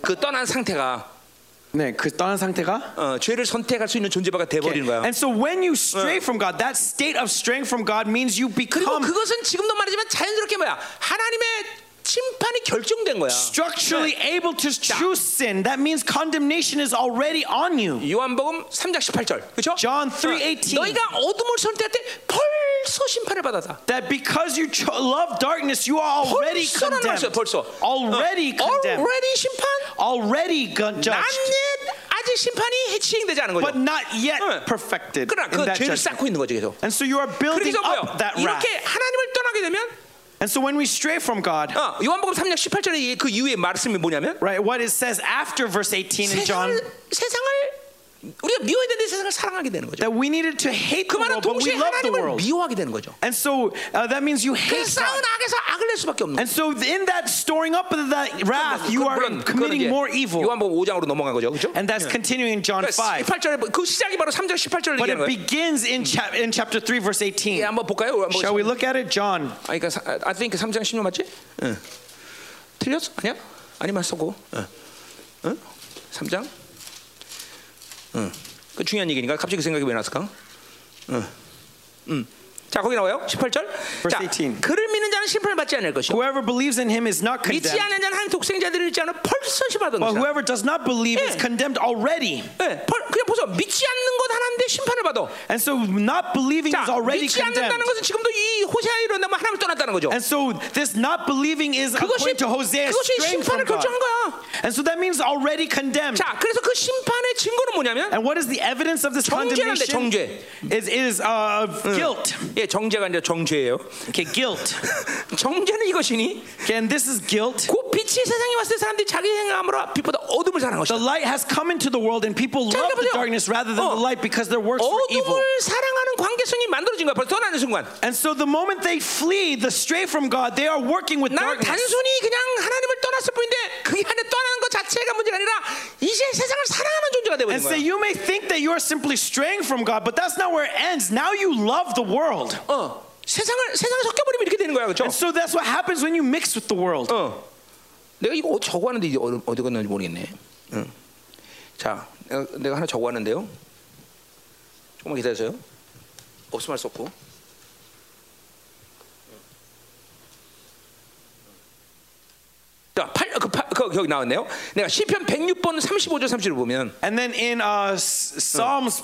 그 떠난 상태가 네, 그 떠난 상태가. 어, 죄를 선택할 수 있는 존재가 돼 버리는 거야. And so when you stray from God, that state of strength from God means you 그리고 become 그것은 지금도 말하지만 자연스럽게 뭐야? 하나님의 심판이 결정된 거야. structurally able to choose sin. That means condemnation is already on you. 요한복음 3장 18절. 그렇죠? John 3:18. 너희가 어둠을 선택할 때 벌써 심판을 받았다. That because you cho- love darkness, you are already 벌써라는 말이야, condemned. 벌써. Already 어, condemned. already 심판? already gun- 난 judged, 옛 아직 심판이 해치행되지 않은 거죠. but not 응. yet perfected 그러나 in 그 that 죄를 judgment. 쌓고 있는 거죠, 계속. And so you are building 그래서 뭐요? up that wrath. 이렇게 하나님을 떠나게 되면 And so when we stray from God, 어, 요한복음 3장 18절에 그 이후의 말씀이 뭐냐면 right, what it says after verse 18 in John, 세상을, 세상을 우리가 미워해야 되는데 세상을 사랑하게 되는 거죠. that we needed to hate 그 the 말은 world, but 동시에 we love the 하나님을 world. 미워하게 되는 거죠. And so uh, that means you 그 hate 싸운 God. 악에서 악을 낼 수밖에 없는 And so in that storing up of that wrath, you are committing more evil. 요한복음 5장으로 넘어간 거죠. 그렇죠? And that's continuing in John 5. 18절에 그 시작이 바로 3장 18절을 But 얘기하는 it 거예요. begins in, chap- in chapter 3, verse 예, 18. 한번 볼까요? 한번 Shall we look at it? John. 아, 그러니까 사- I think 3장 16 맞지? 응. 틀렸어? 아니야? 아니면 쓰고. 응. 응? 3장? 응. 그 중요한 얘기니까 갑자기 그 생각이 왜 났을까? 응. 응. 자, 거기 나와요. 18절. 자, 18. 그를 믿는 자는 심판을 받지 않을 것이요. Whoever believes in him is not 믿지 condemned. 않는 자는 하나님 독생자들을 믿지 않아 벌써 심판받은 But 것이다. whoever does not believe Yeah. is condemned already. 예, 벌, 그냥 보세요. 믿지 않는 것 하나인데 심판을 받아. And so not believing 자, is already 믿지 condemned. 않는다는 것은 지금도 이 호세아 일어나면 하나님을 떠났다는 거죠. And so this not believing is 그것이 according to Hosea 그것이 straying 심판을 from God. 결정한 거야. And so that means already condemned. 자, 그래서 그 심판의 증거는 뭐냐면 And what is the evidence of this 정죄란데, condemnation? Is is uh, guilt. 예, 정죄가 아니라 정죄예요. Okay, guilt. 정죄는 이것이니 Okay, and this is guilt. 곧 빛이 세상에 왔을 때 사람들이 자기 생각함으로 빛보다 어둠을 사랑한 The 것이다. light has come into the world, and people 자, 그러니까 love the 보세요. darkness rather than 어. the light because their works were evil. 어둠을 사랑하는 관계성이 만들어진 거야. 벌써 떠나는 순간. And so the moment they flee, the stray from God, they are working with 나는 darkness. 단순히 그냥 하나님을 떠났을 뿐인데 그게 하나님 떠나는 것 자체가 문제가 아니라 이제 세상을 사랑하는 존재가 되버린 And say 거야. you may think that you are simply straying from God, but that's not where it ends. Now you love the world. 어, 세상을 세상에 섞여버리면 이렇게 되는 거야, 그렇죠? And so that's what happens when you mix with the world. 어. 내가 이거 저거 하는데 이제 어디, 어디 갔는지 모르겠네. 응. 자, 내가, 내가 하나 저거 하는데요. 조금만 기다려주세요. 없으면 할 수 없고. 자, 팔, 그, 팔, 그, 여기 나왔네요. 내가 시편 106번 35절 30을 보면 And then in uh, S- Psalms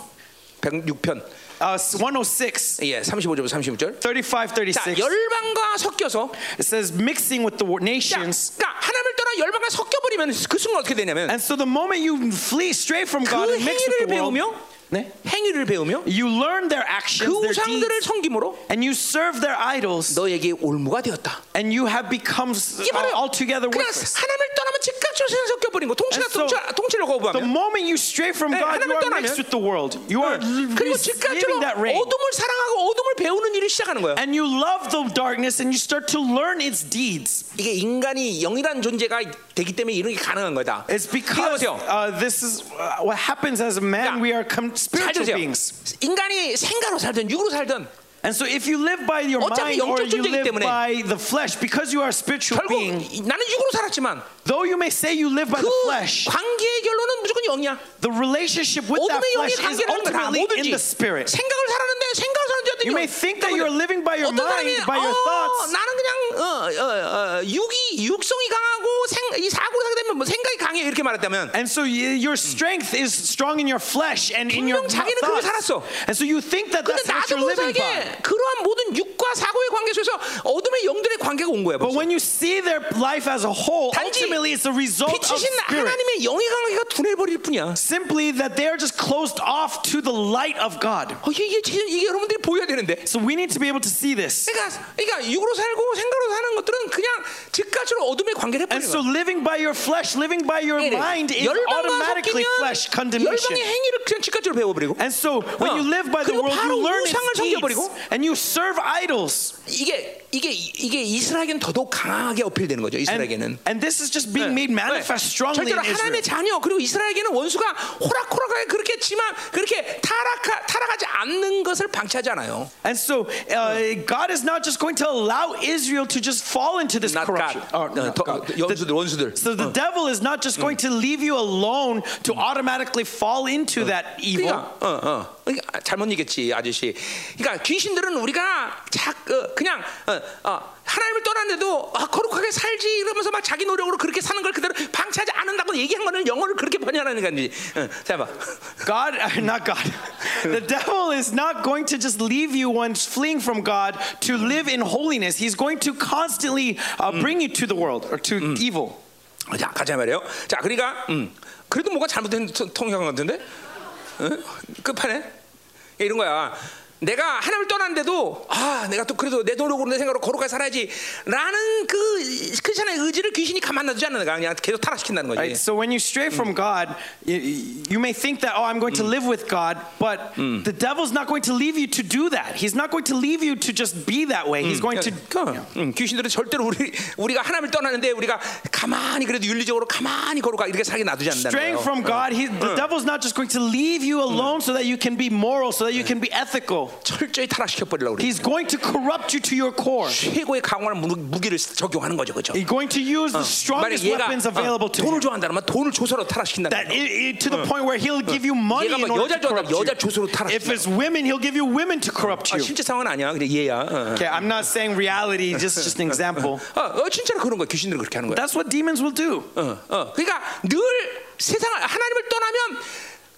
106편 uh, 106, 예, 35절부터 36절. 35, 자, 36, 열방과 섞여서 it says mixing with the wor- 자, nations. 그러니까 하나님을 떠나 열방과 섞여버리면 그 순간 어떻게 되냐면 And so the moment you flee, stray from God, 그 and mix 행위를 with the 배우며 world, 네? 행위를 배우며 You learn their 그 actions, their 우상들을 deeds, 섬김으로 and you serve their idols, 너에게 올무가 되었다. and you have become s- 이게 바로 altogether 그냥 worthless. 하나님을 떠나면 즉각적으로 세상 섞여버린 거. 통치가 And so- 통치, 통치를 The 거부하면 moment you stray from 네, God, you 하나님을 are 떠나면- mixed with the world. You are 그리고 receiving 즉각적으로 that reign. 어둠을 사랑하고 어둠을 배우는 일을 시작하는 거예요. And you love the darkness, and you start to learn its deeds. 이게 인간이 영이란 존재가 되기 때문에 이런 게 가능한 거다. It's because 이거 보세요. uh, this is uh, what happens as a Yeah. man. We are com- 잘 spiritual 들으세요. beings, 인간이 생각으로 살든 육으로 살든 and so if you live by your 어차피 mind or 영적 you 존재이기 live 때문에 by the flesh, because you are a spiritual 결국 being, 이- 나는 육으로 살았지만 though you may say you live by 그 the flesh, 관계의 결론은 무조건 영이야. the relationship with that 어둠의 영이 flesh is 관계라는 거다. ultimately in 뭐든지 the spirit. 생각을 살았는데 생각을 사는데 어떤 You may think that you're living by your 어떤 사람이 mind, by your 어, thoughts. 나는 그냥 어, 어, 어, 육이 육성이 강하고 생, 이 사고를 하게 되면 뭐 생각이 강해 이렇게 말했다면 And so you, your strength is strong in your flesh and in your 분명 자기는 그렇게 thoughts. 살았어. And so you think that 근데 that's what 나도 you're living by. 모르게 그러한 모든 육과 사고의 관계 속에서 어둠의 영들의 관계가 온 거야. But 벌써. when you see their life as a whole, 단지 ultimately it's a result of 빛이신 spirit. 하나님의 영의 관계가 둔해버릴 뿐이야. 어, Simply that they are just closed off to the light of God. 어, 이게, 이게, 진짜 이게 여러분들이 보여야 되는데. So we need to be able to see this. 그러니까, 그러니까 육으로 살고 생각으로 사는 것들은 그냥 즉각적으로 어둠의 관계를 And 해버리는 so 거야. living by your flesh, living by your mind 네. is 열방과 automatically 섞이면 flesh condemnation. 열방의 행위를 그냥 즉각적으로 배워버리고 And so 어. when you live by the 그리고 world, 바로 you learn 우상을 its deeds. 섬겨버리고. And you serve idols. 이게 이게 이게 이스라엘은 더더욱 강하게 어필되는 거죠. And, 이스라엘에게는 네. and this is just being made manifest strongly in 절대로 Israel. 하나님의 자녀 그리고 이스라엘에게는 원수가 호락호락하게 그렇게 지만 그렇게 타락하, 타락하지 않는 것을 방치하지 않아요. And so uh, God is not just going to allow Israel to just fall into this Not corruption. God. uh, Or, 어, not 더- God. 원수들 원수들. So the devil is not just Mm. going to leave you alone to automatically fall Mm. into that evil. 그러니까, 어, 어. 그러니까 잘못 얘기했지 아저씨. 그러니까 귀신들은 우리가 자, 어, 그냥 어, 어, 하나님을 떠났는데도 아, 거룩하게 살지 이러면서 막 자기 노력으로 그렇게 사는 걸 그대로 방치하지 않는다고 얘기한 거는 영어를 그렇게 번역하는 건지. 어, 잘 봐. God, not God. the devil is not going to just leave you once fleeing from God to live in holiness. He's going to constantly uh, bring you to the world or to evil. 자, 가자 말이에요. 자, 그러니까 음, 그래도 뭐가 잘못된 통- 통역한 것 같은데? 어? 끝판에 이런 거야. 내가 하나님을 떠났는데도 아, 내가 또 그래도 내 노력으로 내 생각으로 거룩하게 살아야지라는 그 크리스천의 의지를 귀신이 가만 놔두지 않는 거야. 그냥 계속 타락시킨다는 거지. Right? So when you stray from God, you, you may think that, oh, I'm going to live with God, but the devil's not going to leave you to do that. He's not going to leave you to just be that way. He's going to. 그러니까 음, 귀신들은 절대로 우리 우리가 하나님을 떠나는데 우리가 가만히 그래도 윤리적으로 가만히 걸어가 이렇게 살게 놔두지 않는다는 Straying 거예요. from God, he, the devil's not just going to leave you alone so that you can be moral, so that you can be ethical. 철저히 타락시켜 버리려고 그래. He's going to corrupt you to your core. 최고의 강한 무- 무기를 적용하는 거죠, 그죠? He's going to use the 만약 strongest Uh, 얘가 weapons available 어, to him. 돈을 좋아한다면 돈을 조서로 타락시킨다는 That 거예요. it, it- to the point where he'll give you money uh, 얘가 막 in order 여자 to corrupt 좋아한다, 여자 you. 조수로 타락시켜. If it's women, he'll give you women to corrupt 아, you. 실제 상황은 아니야. 근데 얘야. 어, Okay, I'm not saying reality, just just an example. 어, 어, 진짜로 그런 거야. 귀신들은 그렇게 하는 거야. That's what demons will do. 어, 어. 그러니까 늘 세상을 하나님을 떠나면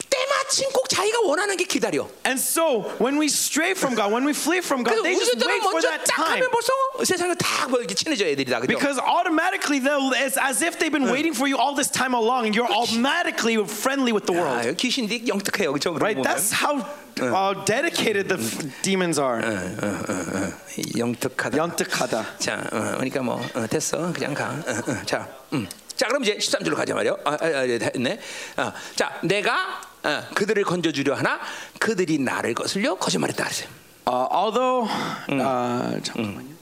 때마침 꼭 자기가 원하는 게 기다려. And so when we stray from God, when we flee from God, 그래서 they just 우리들은 wait for 먼저 that 딱 time. 하면 벌써 세상을 다뭐 이렇게 친해져 애들이다. 그죠? Because automatically, they'll- it's as if they've been waiting for you all this time along, and you're automatically friendly with the 아, world. 여기 귀신들이 영특해요. 그죠? 그런 Right? 거 보면. That's how uh, dedicated the f- demons 어, are. 어, 어, 어. 영특하다. 연특하다. 자, 어, 그러니까 뭐 어, 됐어, 그냥 가. 어, 어, 자, 음. 자, 그럼 이제 13절로 가자 말이요. 아, 아, 아, 예, 됐네. 어, 자, 내가 어, 그들을 건져주려 하나 그들이 나를 거슬려 거짓말했다 그랬어요. Uh, although, Mm. uh, 잠깐만요.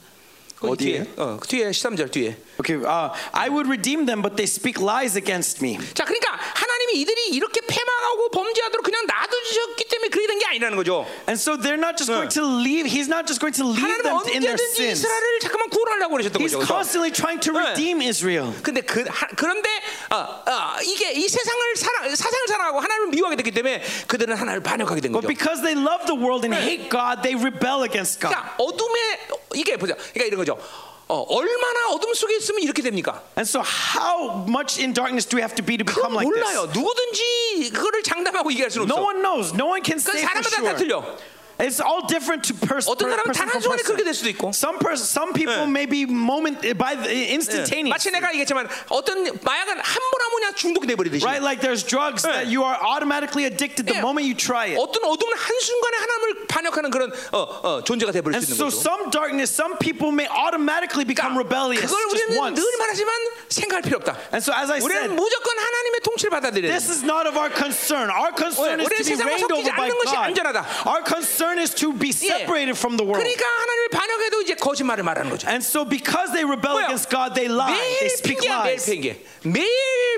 그 뒤에, 어디에? 어, 그 뒤에 13절 뒤에. Okay, uh, I would redeem them, but they speak lies against me. 자, 그러니까 하나님이 이들이 이렇게 패망하고 범죄하도록 그냥 놔두셨기 때문에 그게 된 게 아니라는 거죠. And so they're not just going to leave. He's not just going to leave 하나님은 them in their 언제든지 sins. 이스라엘을 잠깐만 구원하려고 그러셨던 He's 거죠. 그래서. constantly trying to 네. redeem Israel. 근데 그 하- 그런데 어, 어, 이게 이 세상을 사랑 사상을 사랑하고 하나님을 미워하게 됐기 때문에 그들은 하나님을 반역하게 된 거죠. But because they love the world and hate God, they rebel against God. 그러니까 어둠에 이게 보자. 그러니까 이런 거죠. 어, 얼마나 어둠 속에 있으면 이렇게 됩니까? And so, how much in darkness do we have to be to 그건 become like 몰라요. this? 누구든지 그거를 장담하고 얘기할 수는 No 없어. one knows. No one can 그건 say for 사람마다 다 sure. 틀려. It's all different to pers- per, 어떤 사람은 person. 단 한 from 순간에 그렇게 person. 될 수도 있고 Some pers- some people may be moment by the instantaneous. 예. 마치 내가 얘기했지만 어떤 마약은 한 번 하면 그냥 중독이 돼버리듯이 Right, like there's drugs that you are automatically addicted the Yeah. moment you try it. 어떤 어둠은 한순간에 하나님을 반역하는 그런 어, 어, 존재가 돼버릴 And 수 so 있는 거죠 some darkness, some people may automatically become rebellious 그걸 just 우리는 once. 늘 말하지만 생각할 필요 없다 And so as I 우리는 said, 무조건 하나님의 통치를 받아들여야 돼 this is not of our concern. Our concern 왜? is to 우리는 be 세상과 reigned over 섞이지 by 않는 것이 God. 안전하다. Our concern is to be separated from the world. 그러니까 하나님을 반역해도 이제 거짓말을 말하는 거죠 And so because they rebel 뭐야? against God, they lie. 매일 They speak 핑계야 매일 lies. 핑계 매일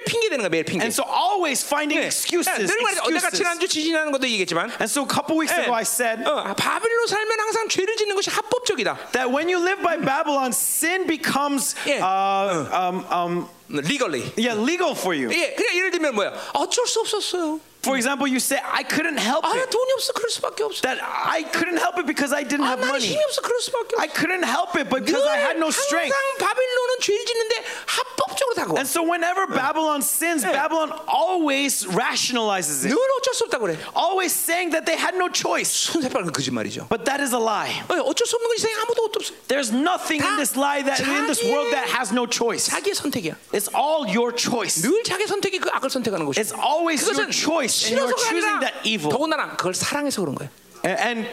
핑계 되는 거야 매일 핑계 And so always finding 예. 야, excuses. 늘 말해서 내가 excuses. 지난주 지진하는 것도 얘기했지만 And so a couple weeks 예. ago I said 어, 바빌로 살면 항상 죄를 짓는 것이 합법적이다 that when you live by Babylon, sin becomes 예. uh, um, um, legally yeah, legal for you. 예, 그냥 예를 들면 뭐야 어쩔 수 없었어요 For example, you say, I couldn't help 아 it. 돈이 없어 그럴 수밖에 없어 That I couldn't help it because I didn't 아 have 나는 money. 힘이 없어 그럴 수밖에 없어 I couldn't help it 늘 because I had no strength. 항상 바빌론은 죄를 짓는데 합법적으로 다가와 And so whenever Babylon sins, Babylon always rationalizes 늘 it. 어쩔 수 없다고 그래 Always saying that they had no choice. 손새빨간 거짓말이죠 But that is a lie. 어, 어쩔 수 없는 건 세상에 아무도 없어 There's nothing in this lie that in this world that has no choice. 자기의 선택이야 It's all your choice. 늘 자기 선택이 그 악을 선택하는 것이 It's always your 그것은 choice and you're 싫어서가 choosing 아니라 that evil. 더군다나 그걸 사랑해서 그런 거야 And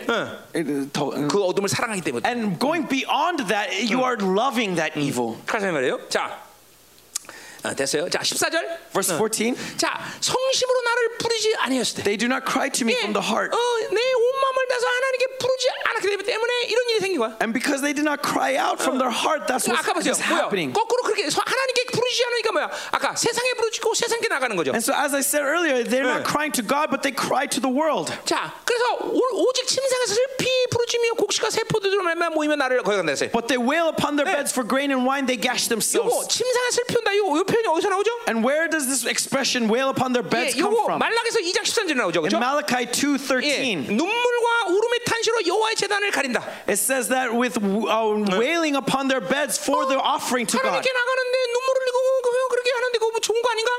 그 어둠을 사랑하기 때문에 and going beyond that, you are loving that evil. 가서 말이에요 자 아, 됐어요 자 14절 Verse 14. 자 성심으로 나를 부르지 아니었을 때 They do not cry to me 예, from the heart. 어, 내온 마음을 다서 하나님께 부르지 않았기 때문에 이런 일이 생긴 거야 And because they did not cry out from their heart, that's 그러니까 아까 what 보세요 is 뭐야 happening. 거꾸로 그렇게 서- 하나님께 부르지 않으니까 뭐야 아까 세상에 부르짖고 세상께 나가는 거죠 And so, as I said earlier, they're 예. not crying to God, but they cry to the world. 자 그래서 오, 오직 침상에서 슬피 부르짖며 곡식과 세포들로 말미암아 모이면 나를 거역한다 했어요 But they wail upon their beds for grain and wine, they gash 요거 themselves. 침상에 슬피운다 요거 요 표현이 어디서 나오죠? And where does this expression wail upon their 예, beds come 요거 from? 말락에서 2장 13절에 나오죠. In 그죠? 예, Malachi 2:13, 눈물과 울음의 탄시로 여호와의 재단을 가린다. it says that with uh, wailing upon their beds for the offering to God. 하나님께 나가는데 눈물을 흘리고 그- 그렇게 하는데 그거 뭐 좋은 거 아닌가?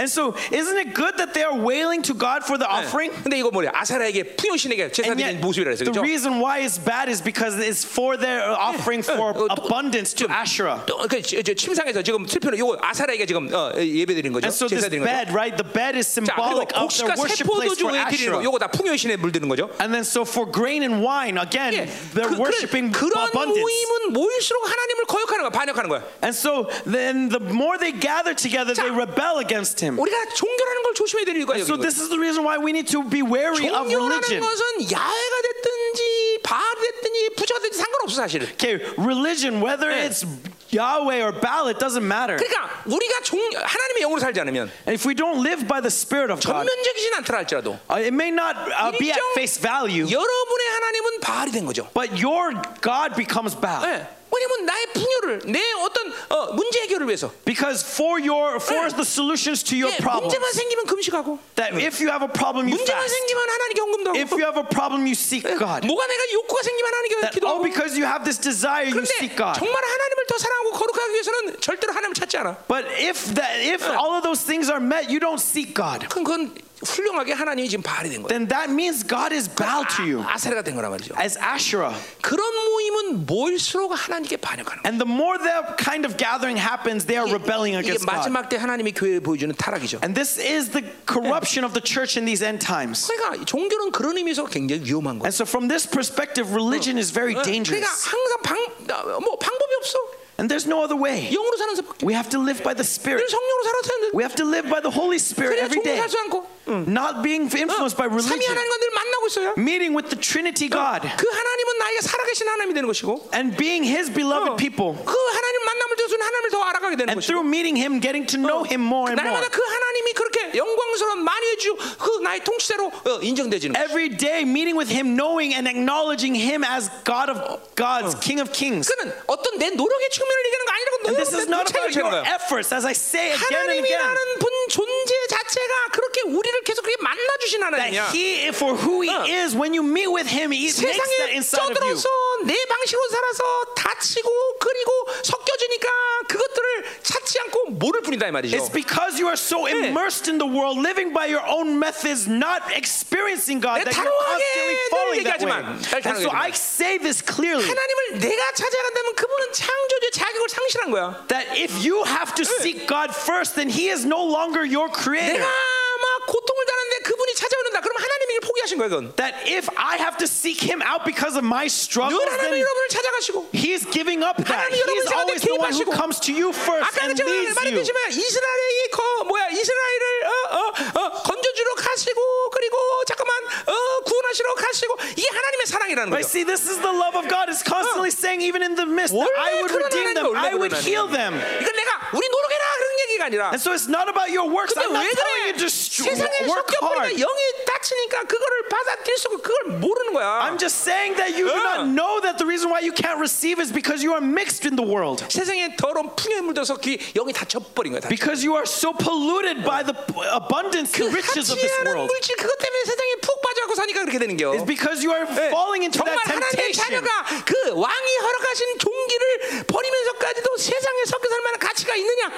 And so, isn't it good that they are wailing to God for the offering? 근데 이거 뭐냐? 아사라에게 풍요신에게 And 제사드린 yet, 모습이라 그렇죠? 했어요. the 그죠? reason why it's bad is because it's for their offering for 어, 또- abundance to Asherah. 또, 그, 저, 저 침상에서 지금 슬피는 요거 아사라에게 지금 어, 예배드린 거죠. And so this 제사드린 거죠. bed, right? The bed is 자, 그리고 symbolic of 곡식과 their worship 세포도 place for 중에 드리는 거. Asherah. 요거 다 풍요신에 물드는 거죠. And then so for grain and wine, again, 예, they're worshiping 그런 abundance. 모임은 모일수록 하나님을 거역하는 거야, 반역하는 거야. And so then the more they gather together, 자, they rebel against him. 우리가 종결하는 걸 조심해야 되는 이유가 So 여기 this is the reason why we need to be wary of 종교라는 religion. 것은 야외가 됐든지 바알이 됐든지 부처가 됐든지 상관없어 사실은. Okay, religion, whether 예. it's Yahweh or Baal, it doesn't matter. 그러니까 우리가 종, 하나님의 영으로 살지 않으면 And if we don't live by the Spirit of God, 전면적이진 않더라 할지라도 uh, it may not uh, be at 일정- face value, 여러분의 하나님은 바알이 된 거죠. but your God becomes Baal. 예. 왜냐면 나의 풍요를 내 어떤 어, 문제 해결을 위해서 Because for your for 예. the solutions to your 예, problem, 문제만 생기면 금식하고 that if you have a problem, you 문제만 fast. 생기면 하나님께 헌금도 If 하고 예, you have a problem, you seek God. 뭐가 내가 욕구가 생기면 하나님께 That all 기도하고 because you have this desire, you 근데 seek God. 정말 하나님을 더 사랑하고 거룩하기 위해서는 절대로 하나님을 찾지 않아. But if that, if all of those things are met, you don't seek God. 그럼 그건 훌륭하게 하나님이 지금 바알이 된 거야. Then that means God is bow to you 아, 아사리가 된 거란 말이죠. as Asherah. 그런 모임은 모일수록 하나님께 반역하는 거예요. And the more that kind of gathering happens, they are rebelling 이게 against God. 마지막 때 하나님이 교회에 보여주는 타락이죠. And this is the corruption of the church in these end times. 그러니까 종교는 그런 의미에서 굉장히 위험한 거예요. And so, from this perspective, religion is very 어, 그러니까 dangerous. 항상 방, 아, 뭐 방법이 없어. And there's no other way. 영으로 사는 사람밖에. We have to live by 늘 the Spirit. 성령으로 살아야 되는데. We have to live by the Holy Spirit 그래야 종교 every day, Mm. 살지 않고. 어, not being influenced by 삼위 religion. 하나님과 늘 만나고 있어야. meeting with the Trinity God 그 하나님은 나에게 살아계신 하나님이 되는 것이고. and being His 어, beloved people. 그 하나님 만남을 통해서 하나님을 더 알아가게 되는 And 것이고. through meeting Him, getting to know Him more and more. 날마다 그 하나님이 그렇게 영광스러운 만유의 주그 나의 통치대로 어, 인정되지는 거예요. Every day, meeting with Him, knowing and acknowledging Him as God of gods, King of kings. 그는 어떤 내 노력의 측면을 얘기하는 거 아니라고 And 너무 this is not about 차이가 your 거예요. efforts, as I say again and again. 하나님이라는 분 존재 자체가 그렇게 우리를 계속 그렇게 만나 주신 하나님이야. That He, for who He 어. is, when you meet with Him, He makes that 세상에 inside of you. 쩌들어서 내 방식으로 살아서 다치고 그리고 섞여지니까 그것들을 하나님을 찾지 않고 모를 뿐이다 이 말이죠. It's because you are so immersed in the world, living by your own methods, not experiencing God, 네, that you're 단호하게 constantly 늘 falling 얘기하지만, that way. And so 단호하게 I say this clearly. 하나님을 내가 찾아간다면 그분은 창조주의 자격을 상실한 거야. That if you have to seek God first, then He is no longer your creator. 내가 막 고통을 당하는데 그분이 찾아오는다. 그럼 하나님에게 포기하신 거야, 그건. That if I have to seek Him out because of my struggles, 늘 하나님 아, then 여러분을 찾아가시고 He's giving up that. 하나님 He is 여러분 always the one who 개입하시고. comes to you first 아까 그 and 제가 leads you. 말했듯이만 이스라엘이 거 뭐야 이스라엘을 어, 어, 어, 건져주러 가시고 그리고 잠깐만 어, 구원하시러 가시고 이게 하나님의 사랑이라는 But 거죠. see, this is the love of God. It's constantly saying, even in the midst, that I 원래 would 그런 redeem them, 하나님이 원래 I would 그런 heal them. 이건 내가 우리 노력해라 그런 얘기가 아니라 And so it's not about your works. 근데 I'm not 왜 telling you 그래? to str- 세상에 work 성격보니까 hard. 영이 닥치니까 그거를 받아들일 수 없고 그걸 모르는 거야. I'm just saying that you do Yeah. not know that the reason why you can't receive is because you are mixed in the world. 세상에 더러운 풍요에 물들어서 그 영이 닫혀버린 거야. 다. Because you are so polluted by the p- abundance, 그 the riches of this 하치하는 world. 물질 그것 때문에 세상에 푹 빠져갖고 사니까 그렇게 되는 겨. It's because you are 네, falling into 정말 that 하나님의 temptation. 자녀가 그 왕이 허락하신 종기를 버리면서까지도 세상에 섞여 살 만한 가치가 있느냐?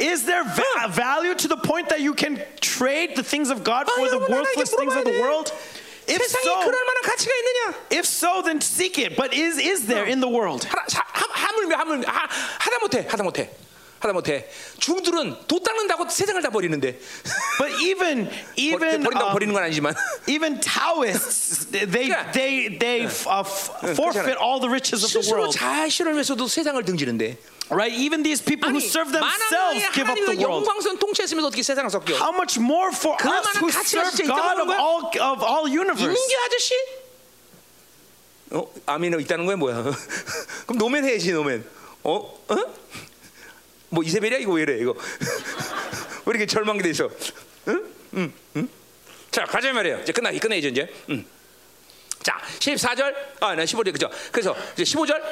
Is there va- value to the point that you can trade the things of God 아, for the 여러분, 하나 이제 worthless things 물어봐야 of the 돼. world? If 세상에 so, 그럴 만한 가치가 있느냐? if so, then seek it. But is is there in the world? 하나, 사, 하, 하물며 하물며 하, 하다 못해 하다 못해 하다 못해 중들은 도 닦는다고 세상을 다 버리는데 But even 버, even 버린다고 um, 버리는 건 아니지만 Even Taoists, they they Yeah. they, they uh, f- forfeit 그렇잖아요. all the riches of the 스스로 world, 자신을 위해서도 세상을 등지는데 right? Even these people who 아니 serve 만왕의 themselves give up 하나님의 the world. 영광선 통치했으면서 어떻게 세상을 섞여 How much more for 그럴 us 만한 who 가치가 serve 진짜 있다고 God 하는 of 거야? all of all universe? 이민규 아저씨? 어? 아미노 있다는 거야 뭐야? 그럼 노멘 해야지 노멘. 어? 어? 뭐 이세벨이야 이거 왜 이래 이거? 왜 이렇게 절망이 돼 있어? 응? 응? 응? 자 가자 말이에요. 이제 끝나 끝내야죠 이제. 응. 자 14절 아나 15절 그죠? 그래서 이제 15절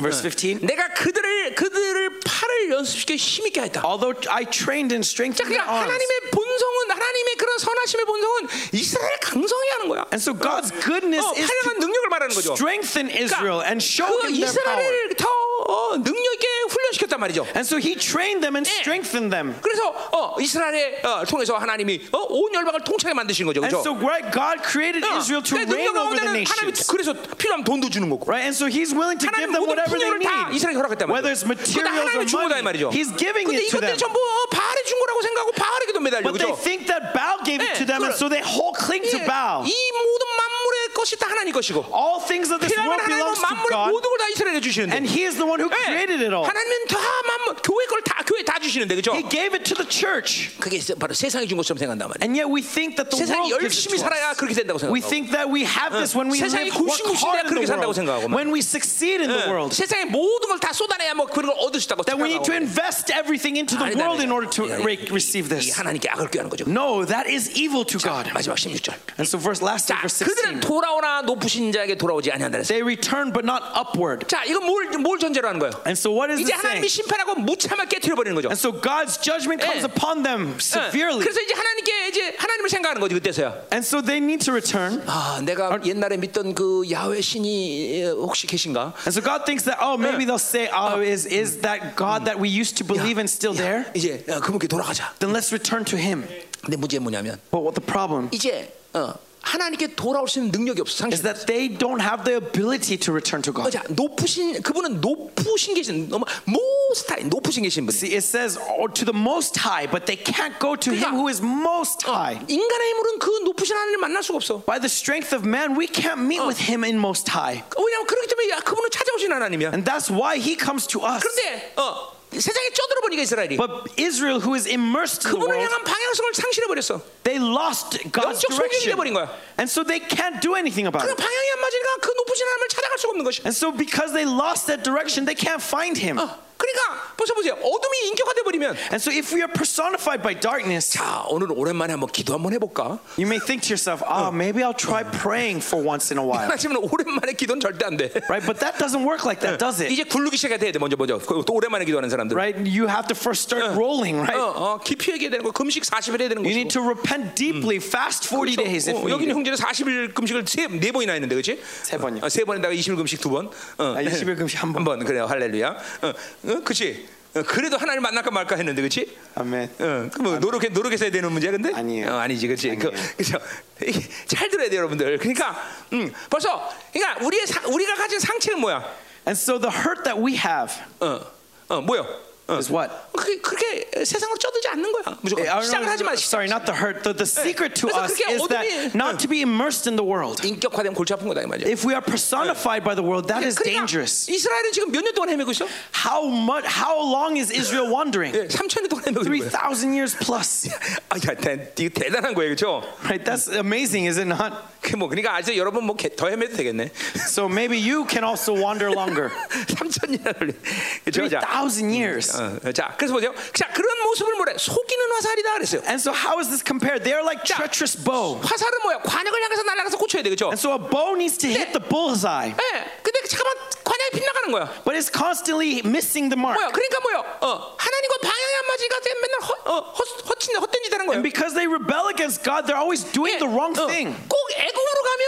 Verse 15. 내가 그들을 그들을 팔을 연습시켜 힘 있게 하였다. Although I trained in 자 strength in their 그러니까 arms. 하나님의 본성은 하나님의 그런 선하심의 본성은 이스라엘 강성이 하는 거야. And so God's goodness 어, is 팔려간 능력을 말하는 to 거죠. strengthen Israel and show 그 him their power. 이스라엘을 더 어, 능력 있게 훈련시켰단 말이죠. And so he trained them and 예. strengthened them. 그래서 어, 이스라엘 어, 통해서 하나님이 어, 온 열방을 통치하게 만드신 거죠. 어. And 그렇죠? so right, God created Ah. Israel to reign over the 하나님이 nations. 그래서 필요하면 돈도 주는 거고. Right? And so he's willing to give 하나님 them 모든 whatever they 풍요를 다 이스라엘에 허락했단 말이죠. need. Whether it's 그건 materials 하나님이 or 준 거다 이 money, 말이죠. he's giving 근데 it to 이것들이 them. 전부 어, 바알이 준 거라고 생각하고 바알에게도 매달려. 그렇죠? But they 그죠? think that Baal gave it 예, to them, and 그걸- so they all cling 예, to Baal. 이 모든 만물의 것이 다 하나님 것이고. All things of this 필요하면 world 하나님은 belongs to 만물의 God, 모든 걸 다 이스라엘에 주시는데. and he is the one who 예, created it all. 하나님은 다 만물 교회 걸 다 교회 다 주시는데 그렇죠? 그죠? He gave it to the church. 그게 세- 바로 세상이 준 것처럼 생각한단 말이야. And yet we think that the 세상이 world gives it 열심히 to us. 살아야 그렇게 된다고 We 생각하고. think that we have this when we 세상이 live, work 굴신굴신해야 hard in 그렇게 the 산다고 생각하고 막. world. When we succeed in the world. 세상의 모든 걸 다 쏟아내야 뭐 그런 걸 얻을 수 있다고 That we need to 생각하고. invest everything into the 아니다, world 아니다. in order to 야, 야, re- receive 이 this. 하나님께 악을 꾀하는 거죠. No, that is evil to God. 마지막 16절. And so verse last 자, verse 그들은 16. 돌아오나 높으신 자에게 돌아오지 아니한다 그랬어요. They return but not upward. 자, 이건 뭘, 뭘 전제로 하는 거예요? And so what is 이제 this saying? 하나님이 심판하고 무참하게 깨트려 버리는 거죠. And so God's judgment 예. comes upon 예, them severely. 그래서 이제 하나님께 이제 하나님을 생각하는 거지 그때서야. And so they need to return. 아, 내가 옛날에 믿던 그 야훼 신이 예, 혹시 계신가? And so God thinks that oh maybe they'll say oh is is that God that we used to believe in still there? 이제 어, 그분께 돌아가자. Then let's return to him. 근데 문제는 뭐냐면 But what the problem 이제 어, 하나님께 돌아올 수 있는 능력이 없어. 상실. is that they don't have the ability to return to 어, God. 자, 높으신 그분은 높으신 계신 너무 모스타이 높으신 계신 분이. See, it says oh, to the Most High, but they can't go to Him who is Most High. 인간의 힘으로는 그 높으신 하나님을 만날 수가 없어. By the strength of man, we can't meet with Him in Most High, 왜냐하면 그렇기 때문에 야, 그분은 찾아오신 하나님이야. and that's why He comes to us. 그런데 어, 세상에 쩌들어 보니까 이스라엘이 But Israel, who is immersed in the 그분을 world, 향한 방향성을 상실해 버렸어. they lost God's 영적 소경이 돼버린 direction, 거야. and so they can't do anything about 그 it. 방향이 안 맞으니까 그 높으신 하나님을 찾아갈 수가 없는 것이. And so, because they lost that direction, they can't find Him. 어, 그러니까 보세요 보세요. 어둠이 인격화돼 버리면 And so, if we are personified by darkness, 자 오늘 오랜만에 한번 기도 한번 해볼까? you may think to yourself, "Ah, maybe I'll try praying for once in a while." 하지만 오랜만에 기도는 절대 안 돼. Right? But that doesn't work like that, does it? 이제 굴르기 시작해야 돼 먼저 먼저 또 오랜만에 기도하는 사람들 Right? You have to first start rolling, 어, right? 어, 깊이 얘기해야 되는 거 금식 40일 해야 되는 You need 거지 to repent deeply, fast 40 days if we 여기는 need. 형제는 40일 금식을 세, 네 번이나 했는데 그렇지? 세 번이요. 어, 세 번에다가 20일 금식 두 번. 어, 아, 20일 금식 한 번. 그래요. 할렐루야. 어, 어, 그렇지? 어, 그래도 하나님 만날까 말까 했는데 그렇지? 아멘. 어, 그뭐 노력해 노력해서 되는 문제야 근데? 아니에요. 어, 아니지 그렇지. 그, 아니에요. 그죠? 이게 잘 들어야 돼요 여러분들. 그러니까 음, 벌써 그러니까 우리의 사, 우리가 가진 상체는 뭐야? And so the hurt that we have 어, 어 뭐요? 어. is what? 그, 그렇게 세상으로 쩌들지 않는 거야. 무조건 Eh, I don't 시작을 know, 하지 마. sorry, not the hurt. The, the secret to 그래서 us 그렇게 is 어둠이- that not to be immersed in the world. 인격화된 골치 아픈 거다 이 말이야. If we are personified by the world, that is 그러니까 dangerous. 이스라엘은 지금 몇 년 동안 헤매고 있어? How much? How long is Israel wandering? 예, 3천년 동안 헤매고 Three 있는 거야. thousand years plus. 아, 야, 대, 이거 대단한 거예요, 그렇죠? Right? That's amazing, is it not? 그뭐 그러니까 아직 여러분 뭐 더 헤매도 되겠네. So maybe you can also wander longer. 3천년 걸리. 그렇죠? Three 자, thousand years. 어, 자, 그래서 보세요. 자, 그런 모습을 뭐래? 속이는 화살이다 그랬어요. And so how is this compared? They are like treacherous bow. 화살은 뭐야? 관역을 향해서 날아가서 꽂혀야 돼, 그렇죠? And so a bow needs to hit the bullseye, 예. 근데 잠깐만 관역이 빗나가는 거야. but it's constantly missing the mark. 뭐야? 그러니까 뭐야? 어, 하나님과 방향이 안 맞으니까 맨날 허, 어, 헛, 헛친 헛된 짓 하는 거야. And because they rebel against God, they're always doing the wrong 어, thing. 꼭 애국으로 가면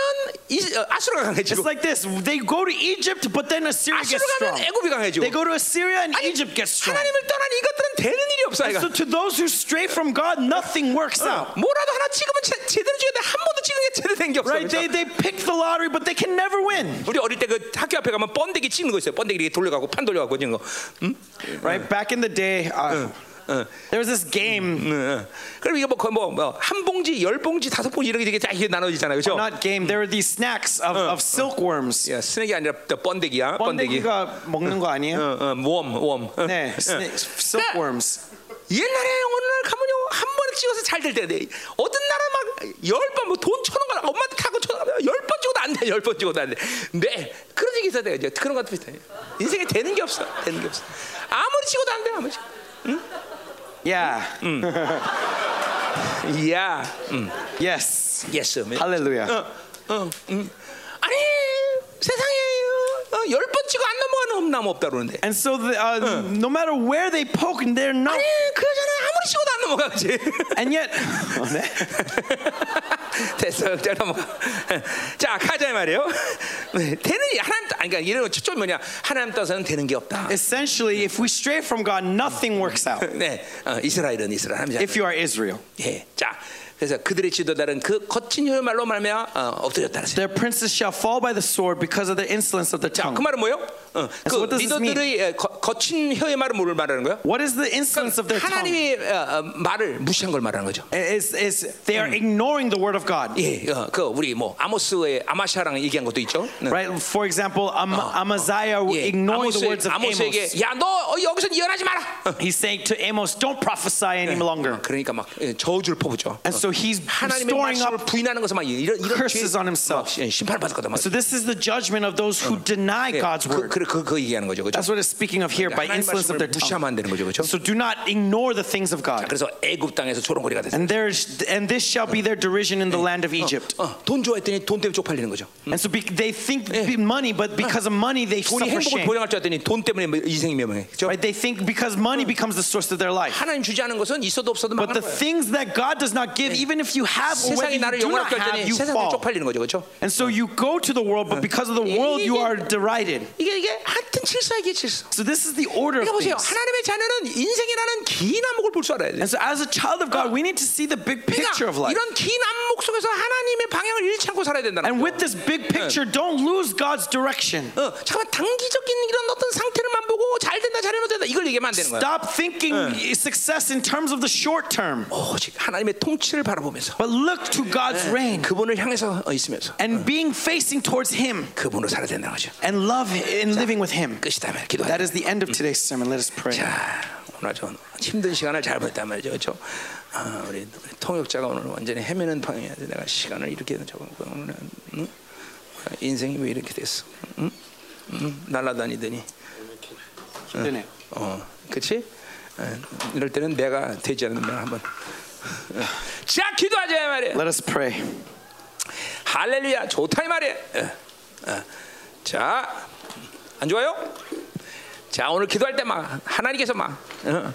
이, 어, 아수르가 It's 강해지고 like this. They go to Egypt, but then Assyria 아수르 gets strong. 가면 애국이 강해지고 They go to Assyria and Egypt gets strong. 하나님을 떠난 이것들은 되는 일이 없어 아이가 So to those who stray from God, nothing works out. 뭐라도 하나 찍으면 제, 제대로 찍어야 돼한 번도 찍은 게 제대로 된게 없어 Right? 그래서 They, they pick the lottery, but they can never win. 우리 어릴 때 그 학교 앞에 가면 번데기 찍는 거 있어요 번데기 이렇게 돌려가고 판 돌려가고 찍는 거 음? Right? Back in the day, uh, 어. there was this game, 음, 음. 그럼 이거 뭐한 뭐, 뭐, 한 봉지 열 봉지 다섯 봉지 이렇게 이렇게 딱 이게 나눠지잖아요 그렇죠? not game, there were these snacks of, of silkworms. 야, 스낵이 아니라 또 번데기야 번데기 어, 번데기가 먹는 거 아니에요? 웜웜 어, 네, snake- silkworms. 옛날에 어느 날 가면요 한 번에 찍어서 잘 될 때 돼. 어떤 나라 막 열 번 뭐 돈 천원 가라 엄마한테 타고 천원 가면 열번 찍어도 안돼 열 번 찍어도 안돼 네 그런 얘기 있어야 돼 이제 그런 것도 비슷해 인생에 되는 게 없어 되는 게 없어 아무리 찍어도 안돼 아무리 찍어도. Yeah. 이야 음 Yes. 예스 Hallelujah. 어음 아니 세상에 열 번 찍어 안 넘어가는 엄남 없다 그러는데 And so, the, uh, no matter where they poke, they're not. 아니 그 여자는 아무리 찍어도 안 넘어가 그지 And yet, Oh, 됐어. 자, 넘어가. 뭐. 자, 가자 이 말이에요. 네, 되는 이 하나님 따- 아니 그러니까 이런 초점 뭐냐? 하나님 따서는 되는 게 없다. essentially, if we stray from God, nothing works out. 네. 어, 이스라엘은 이스라엘 합니다. If you are Israel, 예. 자. 그래서 그들의 지도자는 그 거친 혀의 말로 말미암아 어, 엎드렸다 그랬어요. their princes shall fall by the sword because of the insolence of their 자, 그 tongue. 말은 뭐예요? 어, So what 그 does this 리더들의 어, 거, 거친 혀의 말은 뭐를 말하는 거예요? What is the insolence of their tongue? 하나님의 어, 어, 말을 무시한 걸 말하는 거죠. Is is they are ignoring the word of God, 예, 어, 그 우리 뭐 아모스의 아마샤랑 얘기한 것도 있죠. 네. right? For example, Am- Amaziah ignoring 아모스의- the words of Amos. 아모스에게 야 너 어, 여기서 이혼하지 마라. 어. He's saying to Amos, "Don't prophesy any longer." 그러니까 막 예, 저주를 퍼부죠. And so he's 하나님의 storing 말씀을 up. 부인하는 것은 막 이런 이런 curses 죄- on himself. 막 예, 심판을 받을 거다 막. So this is the judgment of those who deny God's 그, word. 그, 그, 그 얘기하는 거죠, 그렇죠? That's what it's speaking of here by 하나님 insolence of 말씀을 their tongue. 무시하면 안 되는 거죠, 그렇죠? So do not ignore the things of God. 그래서 애굽 땅에서 조롱거리가 됐어요. And there is, and this shall be their derision in the land Oh. of Egypt. 어, 돈 좋아했더니 돈 때문에 쪽팔리는 거죠. And so be, they think be- money, but because of money they 돈이 suffer 행복을 shame. 보장할 줄 알았더니 돈 때문에 인생이 멸망해, 그렇죠? Right? They think because money becomes the source of their life. 하나님 주지 않은 것은 있어도 없어도 But the 망하는 거예요. things that God does not give, even if you have or whether 세상이 you 나를 do not 영원하게 할 have, 때니 you 세상에 fall. 쪽팔리는 거죠, 그렇죠? And so you go to the world, but because of the world you are derided. 이게 이게 하여튼 질서이게 질서. So this is the order of 그러니까 보세요, things. 하나님의 자녀는 인생이라는 긴 안목을 볼 줄 알아야 돼. And so as a child of God, we need to see the big picture of 그러니까 life. 이런 긴 안목 속에서 하나님의 방향을 잃지 않고 살아야 된다는 And with this big picture, don't lose God's direction. 어, 잠깐만 단기적인 이런 어떤 상태를만 보고 잘 된다 잘해도 된다 이걸 얘기하면 안 되는 거야. Stop thinking success in terms of the short term, 오직 하나님의 통치를 바라보면서 but look to God's reign 그분을 향해서 어, 있으면서 and being facing towards Him 그분으로 살아야 된다는 거죠. and love in living with Him. 끝이다면 That 기도하자. is the end of today's sermon. Let us pray. 자, 오늘 아주 힘든 시간을 잘 보냈단 말이죠, 그렇죠? 아, 우리, 우리 통역자가 오늘 완전히 헤매는 방향이야. 내가 시간을 이렇게 잡은 거야. 오늘 응? 인생이 왜 이렇게 됐어? 응? 응? 날아다니더니. 힘드네요. 어, 그렇지? 이럴 때는 내가 되지 않는 날 한번. 어. 자, 기도하자 이 말이야. Let us pray. 할렐루야, 좋다 이 말이야. 어, 어. 자, 안 좋아요? 자, 오늘 기도할 때 막 하나님께서 막 어,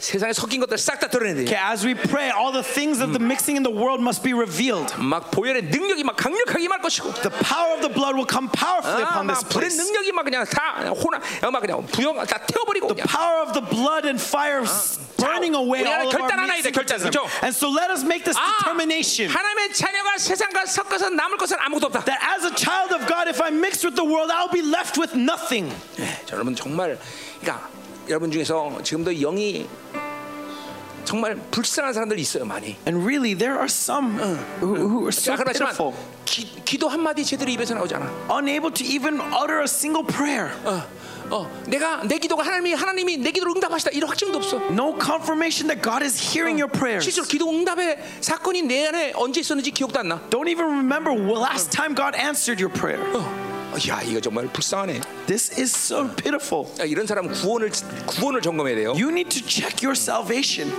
세상에 섞인 것들 싹 다 드러내야 Okay, 돼요. as we pray, all the things of the mixing in the world must be revealed. 막 보혈의 능력이 막 강력하게 임할 것이고 The power of the blood will come powerfully 아, upon this 막 불의 place. 능력이 막 그냥 다 혼아 어, 막 그냥 부영 다 태워버리고 그냥 The power of the blood and fire s- burning away 우리가 all of 결단 our 하나 해야 돼, 결단, mysticism. 그죠? And so let us make this 아, determination 하나님의 자녀가 세상과 섞어서 남을 것은 아무것도 없다. that as a child of God, if I mix with the world, I'll be left with nothing. 네, 자, 여러분 정말 그러니까 여러분 중에서 지금도 영이 정말 불쌍한 사람들 있어요 많이. And really, there are some who, who are so 아까 말했지만 pitiful, 기, 기도 한 마디 제대로 입에서 나오지 않아. unable to even utter a single prayer. 어, 어, 내가 내 기도가 하나님이 하나님이 내 기도를 응답하시다 이런 확증도 없어. No confirmation that God is hearing your prayers. 실제로 기도 응답의 사건이 내 안에 언제 있었는지 기억도 안 나. Don't even remember last time God answered your prayer. 어, 어, 야 이거 정말 불쌍하네. This is so pitiful. 야, 이런 사람은 구원을 구원을 점검해야 돼요. You need to check your salvation.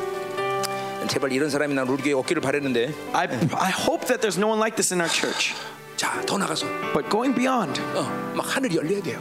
제발 이런 사람이 나 우리에게 얻기를 바랬는데. I, I hope that there's no one like this in our church. 자 더 나가서 But going beyond, 어, 막 하늘이 열려야 돼요.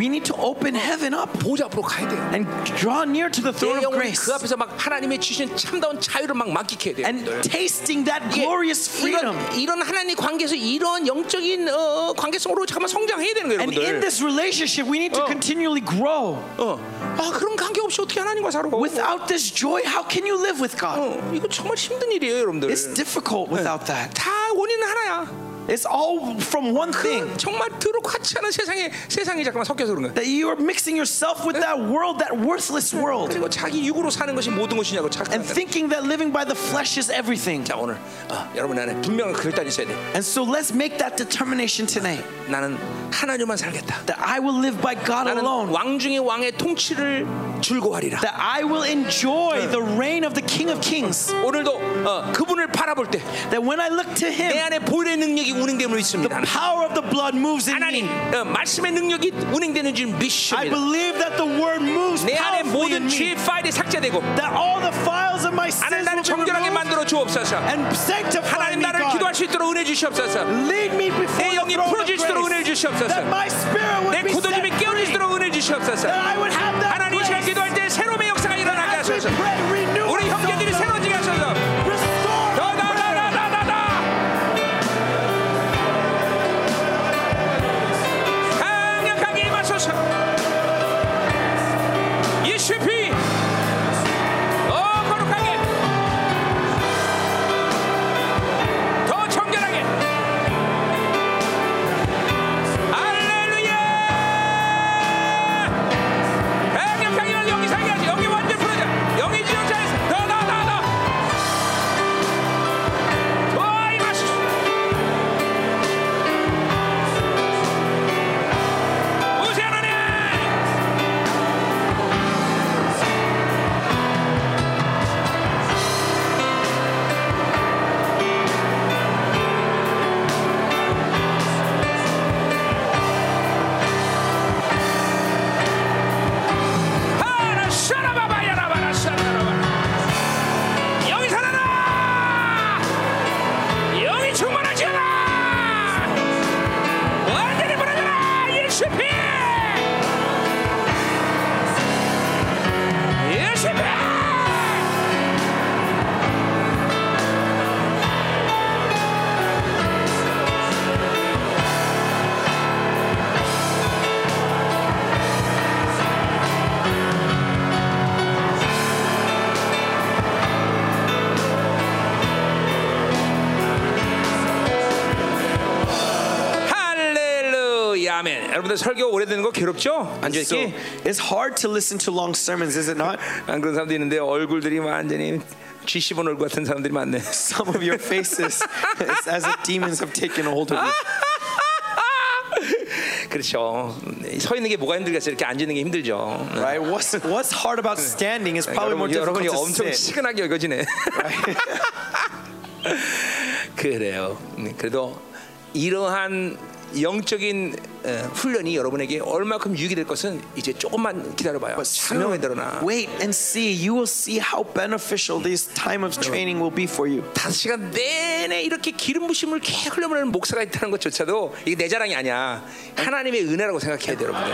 we need to open heaven up 보좌 앞으로 가야 돼요. and draw near to the 내 throne of 영혼이 grace 그 앞에서 막 하나님의 주신 참다운 자유를 막 만끽해야 돼요. and tasting that 이게 glorious freedom. 이런, 이런 하나님 관계에서 이런 영적인 어, 관계성으로 잠깐만 성장해야 되는 거예요, And in 여러분들. this relationship, we need to Oh. continually grow. 어. 아 그런 관계 없이 어떻게 하나님과 살아? Without this joy, how can you live with God? 어, 이거 정말 힘든 일이에요, 여러분들. It's difficult without that. 다 원인은 하나야. It's all from one thing 정말 더럽고 하찮은 세상에 세상이 잠깐만 섞여서 그런 거야. that you are mixing yourself with that world, that worthless world, 그리고 자기 육으로 사는 것이 모든 것이냐고 and 착각한다. thinking that living by the flesh is everything. 자 오늘 어, 여러분 안에 분명한 결단이 있어야 돼. And so let's make that determination tonight 나는 하나님만 살겠다. that I will live by God 나는 alone, 왕 중에 왕의 통치를 즐거워하리라. that I will enjoy the reign of the King of Kings, 오늘도 어, 그분을 바라볼 때 내 that when I look to Him, 안에 보일의 능력이 운행됨으로 있습니다. power of the blood moves in 하나님 me. 어, 말씀의 능력이 운행되는 줄 I 믿습니다. believe that the word moves 내 안에 powerfully 모든 in me. 죄의 파일이 삭제되고 That all the files of my sins 나는 나를 will be 정결하게 removed 만들어 주옵소서. and sanctify 하나님 me, 나를 God. 기도할 수 있도록 은혜 주시옵소서. Lead me 내 before the 영이 throne of 풀어질 수 있도록 은혜 grace. That 주시옵소서. my spirit would 내 be 고독임이 set 깨어질 수 free. 있도록 은혜 주시옵소서. That I would have that 하나님 이 시간 grace. 기도할 때 새로움의 역사가 일어나게 As we 하소서. pray, renew 우리 us, 형제들이 O Lord. 새로워지게 하소서. Restore 더 our prayer. 나아나나나나. 강력하게 임하소서. 예수의 피. 어, 거룩하게. 더 정결하게. 할렐루야. 강력하게 날 영이 살게 하지. 영이 완전 풀어져. 영이 지옥자에서 더, 더, 더, 더. 더 임하소서. 오세 하나님! 하나 샤라바바야라바라 샤라바라 영이 살아라! 영이 충만하지라! 완전히 부러져라 예수의 피 예수의 피 할렐루야 아멘 여러분들 설교 오래되는 거 괴롭죠? So 앉아있기 it's hard to listen to long sermons, is it not? 안 그런 사람도 있는데 얼굴들이 완전히 쥐씹은 얼굴 같은 사람들이 많네 Some of your faces, it's as if demons have taken hold of you. 그렇죠 서 있는 게 뭐가 힘들겠어요 이렇게 앉는 게 힘들죠 Right? What's what's hard about standing is probably more 여러분, difficult 여러분이 to 엄청 sit. 시근하게 여겨지네 그래요 음, 그래도 이러한 네, 영적인 어, 훈련이 여러분에게 얼마큼 유익이 될 것은 이제 조금만 기다려봐요. But 분명히 드러나. soon, wait and see. You will see how beneficial this time of training will be for you. 다섯 시간 내내 이렇게 기름 부심을 계속 흘려보내는 목사가 있다는 것조차도 이게 내 자랑이 아니야. 하나님의 은혜라고 생각해야 돼요, 여러분들.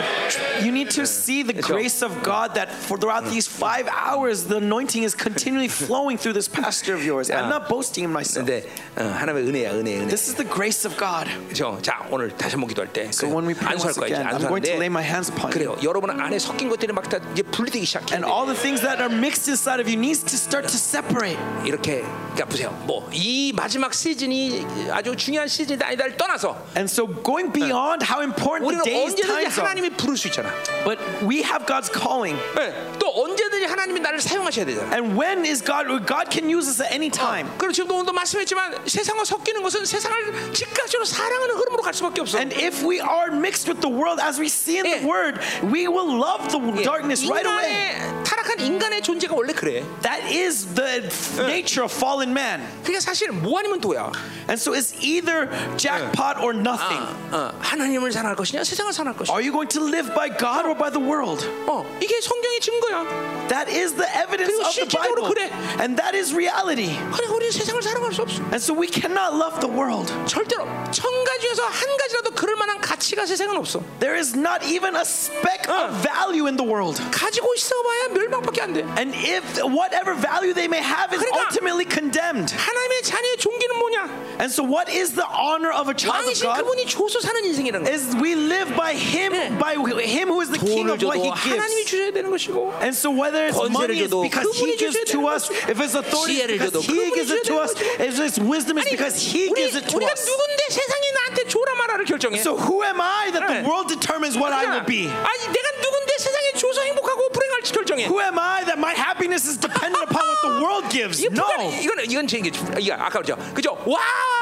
You need to see the grace of God that for throughout these five hours, the anointing is continually flowing through this pastor of yours. I'm not boasting in myself. 근데 어, 하나님의 은혜야, 은혜, 은혜. This is the grace of God. 그죠? 자, 오늘 다시 한번 기도할 때 So when we pray 안수할 once 거야, 이제 again, I'm going to lay 안수하는데 my hands upon you. 그래요. 여러분 안에 섞인 것들이 막 다 이제 분리되기 시작해요. And all the things that are mixed inside of you needs to start to separate. 이렇게 그러니까 보세요. 뭐 이 마지막 시즌이 아주 중요한 시즌이다 아니다를 떠나서 And so going beyond how important 우리는 the days, 언제든지 times are, 하나님이 부를 수 있잖아. but we have God's calling. 예, 또 언제든지 하나님이 나를 사용하셔야 되잖아. And when is God? God can use us at any time. 그리고 지금도 오늘도 말씀했지만 세상과 섞이는 것은 세상을 즉각적으로 사랑하는 흐름으로 갈 수밖에 없어. And if we are mixed with the world, as we see in Yeah. the Word, we will love the 예, darkness right away. 인간의 타락한 인간의 존재가 원래 그래. That is the nature of fallen man. 그게 사실 뭐 아니면 도야. And so it's either jackpot or nothing. 어, 하나님을 사랑할 것이냐 세상을 사랑할 것이냐. Are you going to live by God or by the world? 어, 이게 성경의 증거야. That is the evidence 그리고 of the 실질적으로 Bible. 그래. And that is reality. 그래 우리는 세상을 사랑할 수 없어. And so we cannot love the world. 절대로 천 가지 중에서 한 가지라도 그럴 만한 가치가 세상은 없어. There is not even a speck Uh. of value in the world. 가지고 있어봐야 멸망밖에 안 돼. And if whatever value they may have is 그러니까- ultimately condemned. 하나님의 자녀의 종기는 뭐냐? And so, what is the honor of a child of 왕이신 God? 그분이 줘서 사는 인생이라는 거야. Is we live by Him, 네. by Him who is the King 돈을 of what 줘도 He 하나님이 gives. 주셔야 되는 것이고 And so, whether it's 권세를 money, it's 줘도 because 그분이 He gives 주셔야 to 되는 us. 것이고. If it's authority, 지혜를 it's 줘도 because He 그분이 gives it to 주셔야 us. 되는 If it's wisdom, it's 아니 because He 우리, gives it to 우리가 us. 누군데 세상이 나한테 줘라 말아를 결정해 So, who am I that 네. the world determines what I 그러잖아. will be? 아니 내가 누군데 세상에 줘서 행복하고 불행할지 결정해 Who am I that my happiness is dependent upon what the world gives? 이게 No. 불가능- 이건 이건 제게 이게 아까 그죠 그죠 와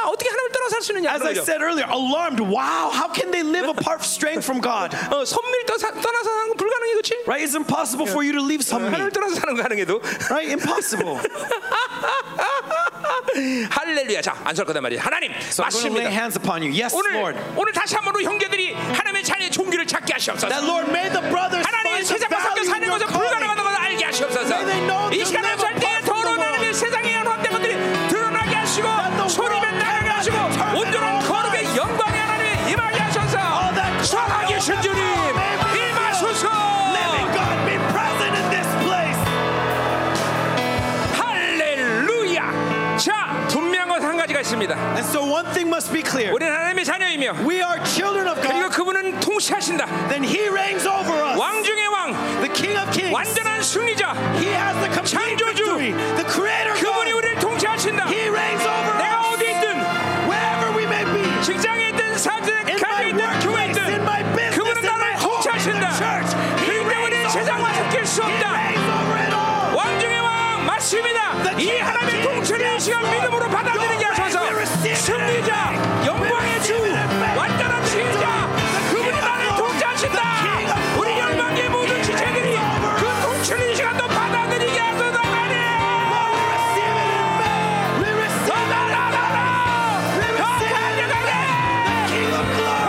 어떻게 하나님을 따라 살 수 있느냐 As I 그거죠. said earlier, alarmed. Wow, how can they live apart strength from God? 어, 선밀 떠 떠나서 사는 건 불가능해 그렇지 Right? It's impossible for you to leave 하나님을 somebody. 떠나서 사는 건 가능해도 Right? Impossible. 할렐루야 자 안설 거단 말이야 하나님 So I'm going to lay 맞습니다 hands upon you. Yes, 오늘 Lord. 오늘 다시 한번 우리 형제들이 하나님의 자녀의 종기를 찾게 하시옵소서 That Lord may the brothers 하나님 find the 세상과 섞여 value in 사는 your 것은 불가능한 calling. 것을 알게 May they 하시옵소서 know 이 they'll 시간에 never 살 때에 part from 더러운 the world. 하나님의 세상의 연합된 것들이 드러나게 하시고 the 소리만 world 나가게 하시고 cannot determine 온전한 our 거룩의 lives. 영광의 하나님 임하게 하소서 All Oh, that 살아계 신 주님 glory, all that power may be 임하소서 Living God, be present in this place. 할렐루야 자 분명한 것한 가지가 있습니다 And so one thing must be clear. 우리는 하나님의 자녀이며 We are children of 그리고 God. 그분은 통치하신다 Then He reigns over us. 왕 중의 왕 The King of Kings. 완전한 승리자 He has the complete 창조주. victory. The Creator 그분이 God. 우리를 통치하신다 He reigns over 내가 us. 어디 있든 Wherever we may be. 직장에 있든 사업에 In 가정에 my 있든 교회에 workplace, in 있든 my business, 그분은 in my 나를 home, in the 통치하신다 church. He 그리기 때문에 reigns 세상과 over it. 섞일 수 He 없다 reigns over it all. 왕중의 왕 맞습니다 The 이 King of 하나님의 Kings, 통치를 이 시간 yes, Lord. 믿음으로 받아들이게 Your 하소서 reign, we receive it 승리자 영광의 주 receive it in faith. 완전한 승리자 그분이 나를 통치하신다 우리 열방의 모든 지체들이 그 통치를 이 시간도 받아들이게 하소서 하나님 We receive it in faith. We 더 나아가라 receive it in faith. We 더 receive it in 강력하게 faith. The King of 더 glory. 그그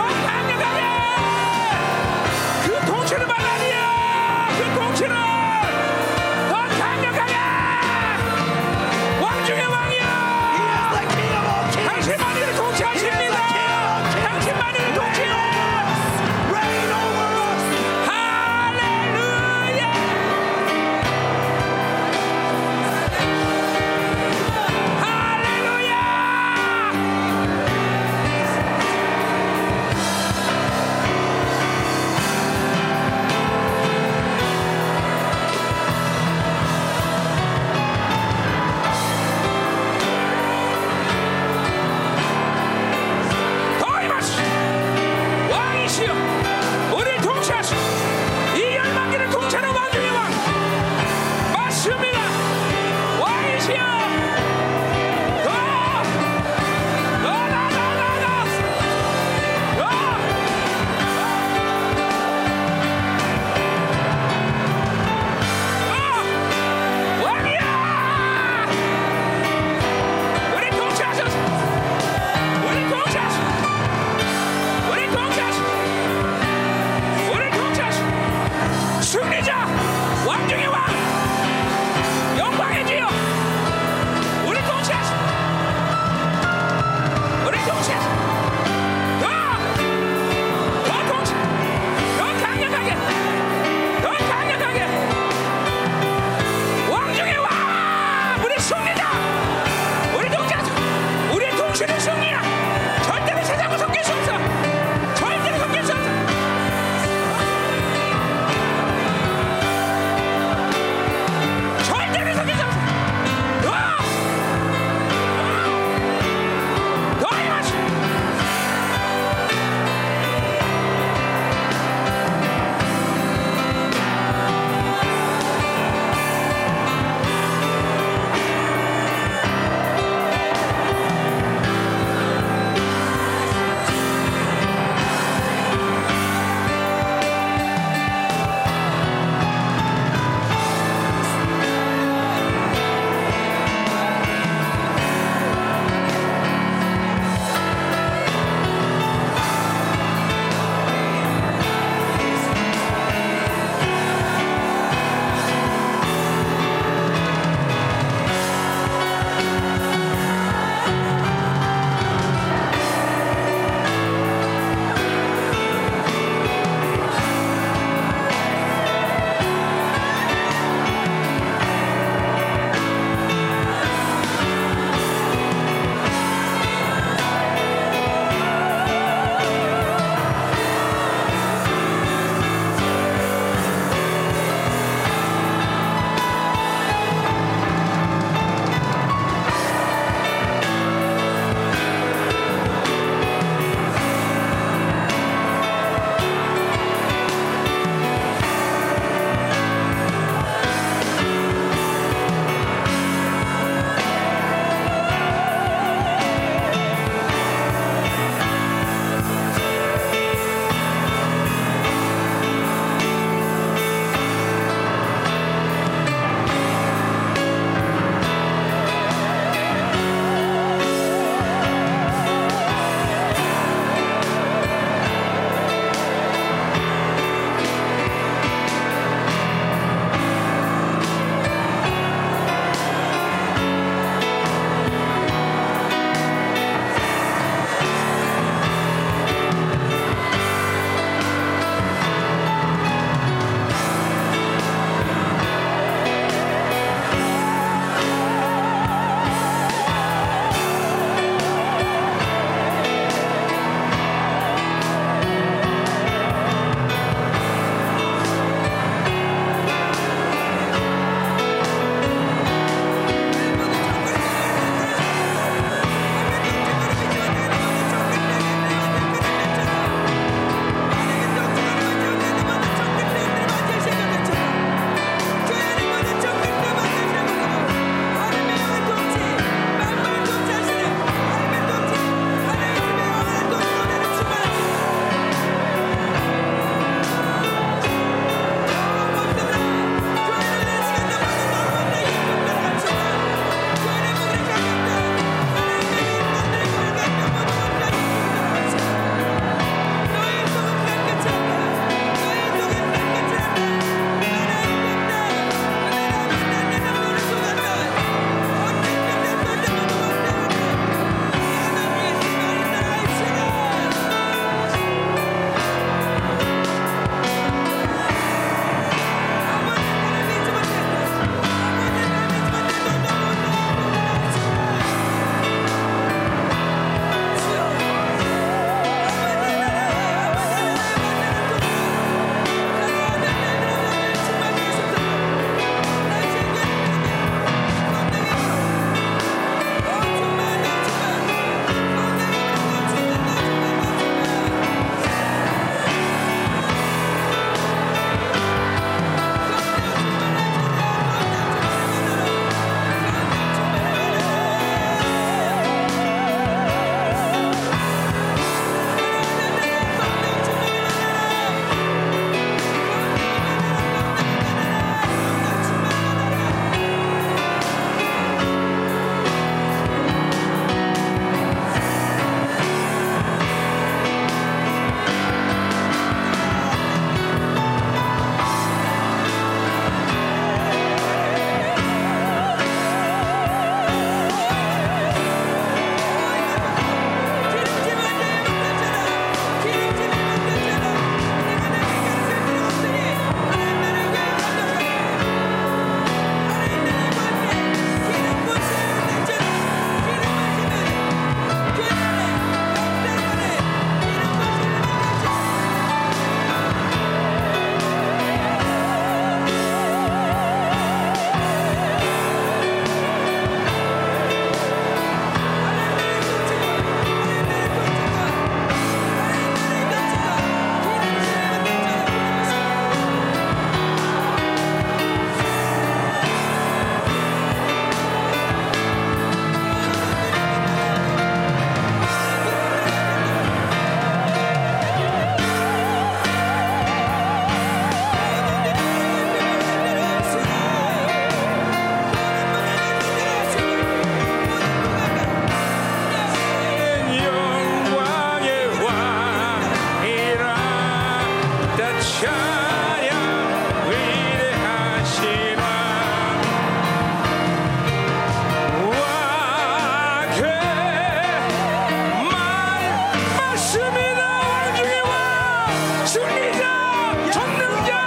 Ah!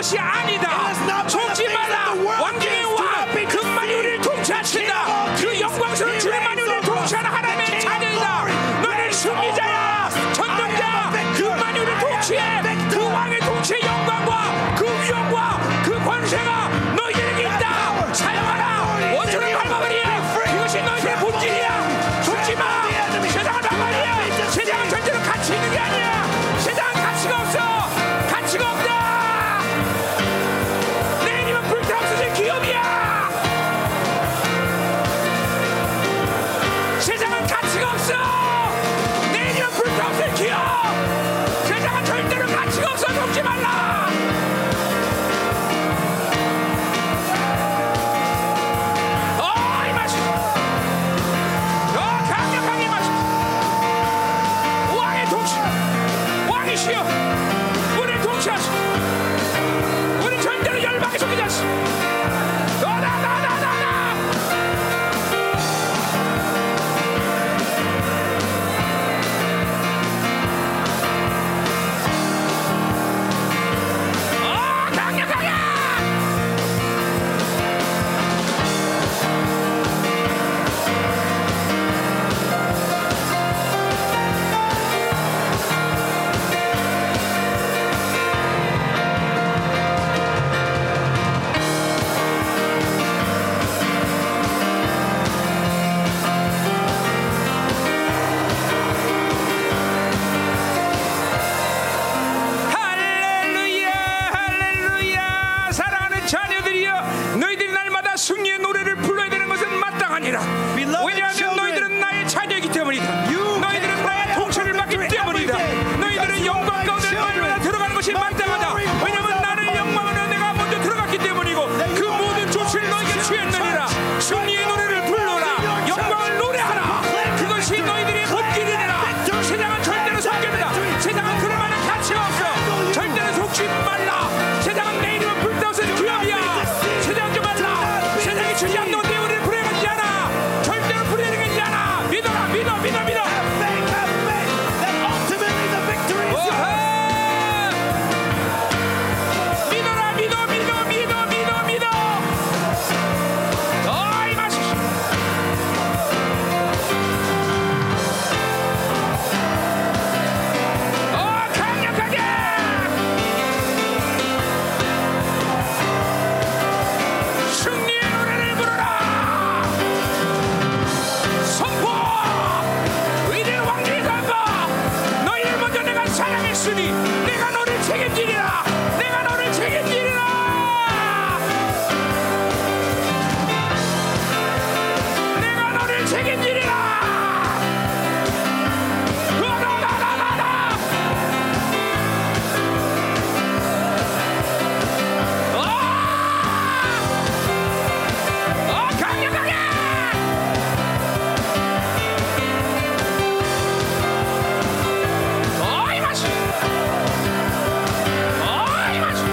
것이 아니다. 속지 말라. 왕중의 왕 그만이 우리를 통치하신다. 그 영광스러운 주만이 우리를 통치하는 하나님의 자녀이다. 너는 승리자야. 전능자. 그만이 우리를 통치해. 그 왕의 통치의 영광과 그 위엄과 그 권세가 너희에게 있다. 사용하라. 원수를 밟아버리라. 그것이 너희의 본질이야. 속지 마. 세상을 밟아버리라. 세상은 절대로 가치 있는 게 아니야. 세상은 가치가 없어. 가치가 없다. 내 이름은 불타없어진 기업이야 세상은 가치가 없어 내 이름은 불타없어진 기업 세상은 절대로 가치가 없어 돕지 말라 어, 이 맛이. 어, 강력하게 마시 왕의 통치 왕이시여 우리를 통치하시오 우리 절대로 열방에 속이자시 어, 나나나나나 어 강력하게 할렐루야 할렐루야 사랑하는 자녀들이여 너희들이 날마다 승리의 노래를 불러야 되는 것은 마땅하니라 Beloved 왜냐하면 children, 너희들은 나의 자녀이기 때문이다 you 너희들은 can 나의 cry 통치를 out 받기 unto me 때문이다 every day because 너희들은 you are 영광 my 가운데 children. 날마다 들어가는 것이 My 마땅하다 glory goes 왜냐하면 out 나를 among 영광으로 내가 먼저 들어갔기 때문이고 That 그 you are 모든 my 조치를 glory 너에게 to your 취했느니라 church. 승리의 My 노래를 glory goes out 불러라 in your 영광을 church. 노래하라 Claim the 그것이 victory. 너희들의 Claim the 본질이라 victory. 세상은 절대로 Claim the 속입니다 victory. 세상은 그럴 만한 가치가 없어 절대로 속지 말라 세상은 내 이름을 불타오는 기업이야 세상 좀 말라 세상이 주지 않는 데 우리를 불행하지 않아 절대로 불행하지 않아 믿어라 믿어 믿어 믿어 Oh, 아! 오호! 믿어라 믿어 믿어 믿어 믿어 믿어 어이 마시 어 강력하게 승리의 노래를 부르라 선포 이들 왕중의 간바 너희를 먼저 내가 사랑했으니 내가 너를 책임지리라 내가 너를 책임지리라 내가 너를 책임지리라 으아라라라라. 어! 아! 어, 강력하게! 어, 이 맛이! 어, 이 맛이!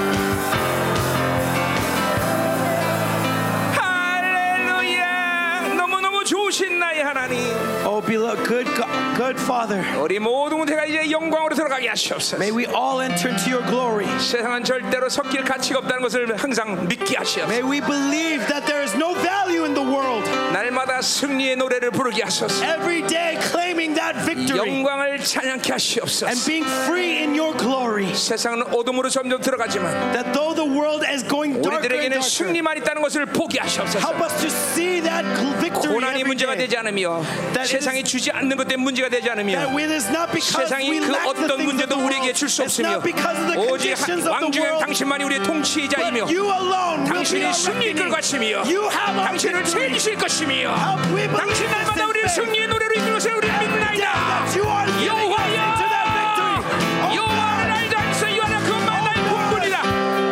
할렐루야! 너무너무 좋으신 나의 하나님! Oh, beloved, good, God, good Father, 우리 모든 데가 이제 영광으로 들어가게 하시옵소서. may we all enter into your glory. 세상은 절대로 섞일 가치가 없다는 것을 항상 믿게 하시옵소서. May we believe that there is no value in the world 날마다 승리의 노래를 부르게 하소서. every day claiming that victory 영광을 찬양케 and 하시옵소서. being free in your glory. 세상은 어둠으로 점점 들어가지만 That though the world is going darker and 우리들에게는 darker, 승리만 있다는 것을 포기 하시옵소서. help us to see that gl- victory 고난이 every 문제가 day. 되지 않으며 That 세상이 주지 않는 것 때문에 문제가 되지 않으며 That it is not because 세상이 we 그 lack the 어떤 things of the 문제도 world. 우리에게 줄 수 It's 없으며 not because of the 오직 conditions of the 왕중의 world. 당신만이 우리의 통치자이며 But you alone will be 당신이 our 승리의 reckoning. 끌것이며 You have our 당신을 victory. 책임지실 것이며 Help we believe 당신 this 날마다 in 우리의 faith. 승리의 노래로 이끄는 것을 우리 믿나이다 that you are leading us into that victory. 여호와여 Oh 여호와를 God, 알지 않으세 요하나 그만 나의 본분이다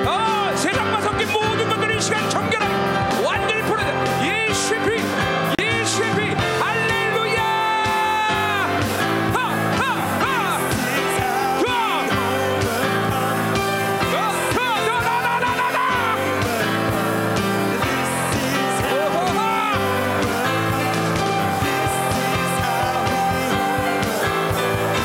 어, 세상과 섞인 모든 것들을 이 시간 정결함 완전히 풀어내 예수피 예수피 할렐루야 하하하 더더더더더더 오호하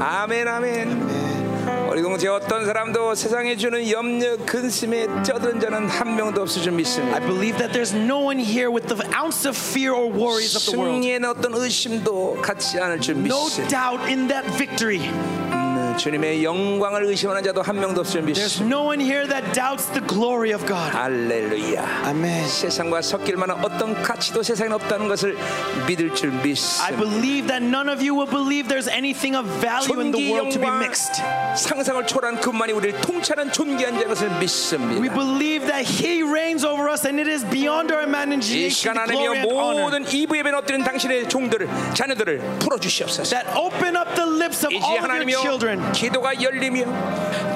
아멘 아멘. 어리둥 재웠던 사람도 세상에 주는 염려 근심에 쩌든 자는 한 명도 없을 줄 믿습니다. I believe that there's no one here with the ounce of fear or worries of the world. 승리에는 어떤 의심도 갖지 않을 줄 No 믿습니다. doubt in that victory. 음, 주님의 영광을 의심하는 자도 한 명도 없을 줄 There's 믿습니다. no one here that doubts the glory of God. 할렐루야. Amen. 세상과 섞일 만한 어떤 가치도 세상에 없다는 것을 믿을 줄 I 믿습니다. believe that none of you will believe there's anything of value in the 존귀 world to be 영광 mixed. 상상을 초월한 그만이 우리를 통찰한 존귀한 자인 것을 We 믿습니다. believe that He reigns over us and it is beyond our 이 imagination 시간 the 하나님 glory and honor. 모든 이브 예배는 엎드린 당신의 종들을 자녀들을 풀어주시옵소서. That open up the lips of 이제 all of your children. 하나님여 기도가 열리며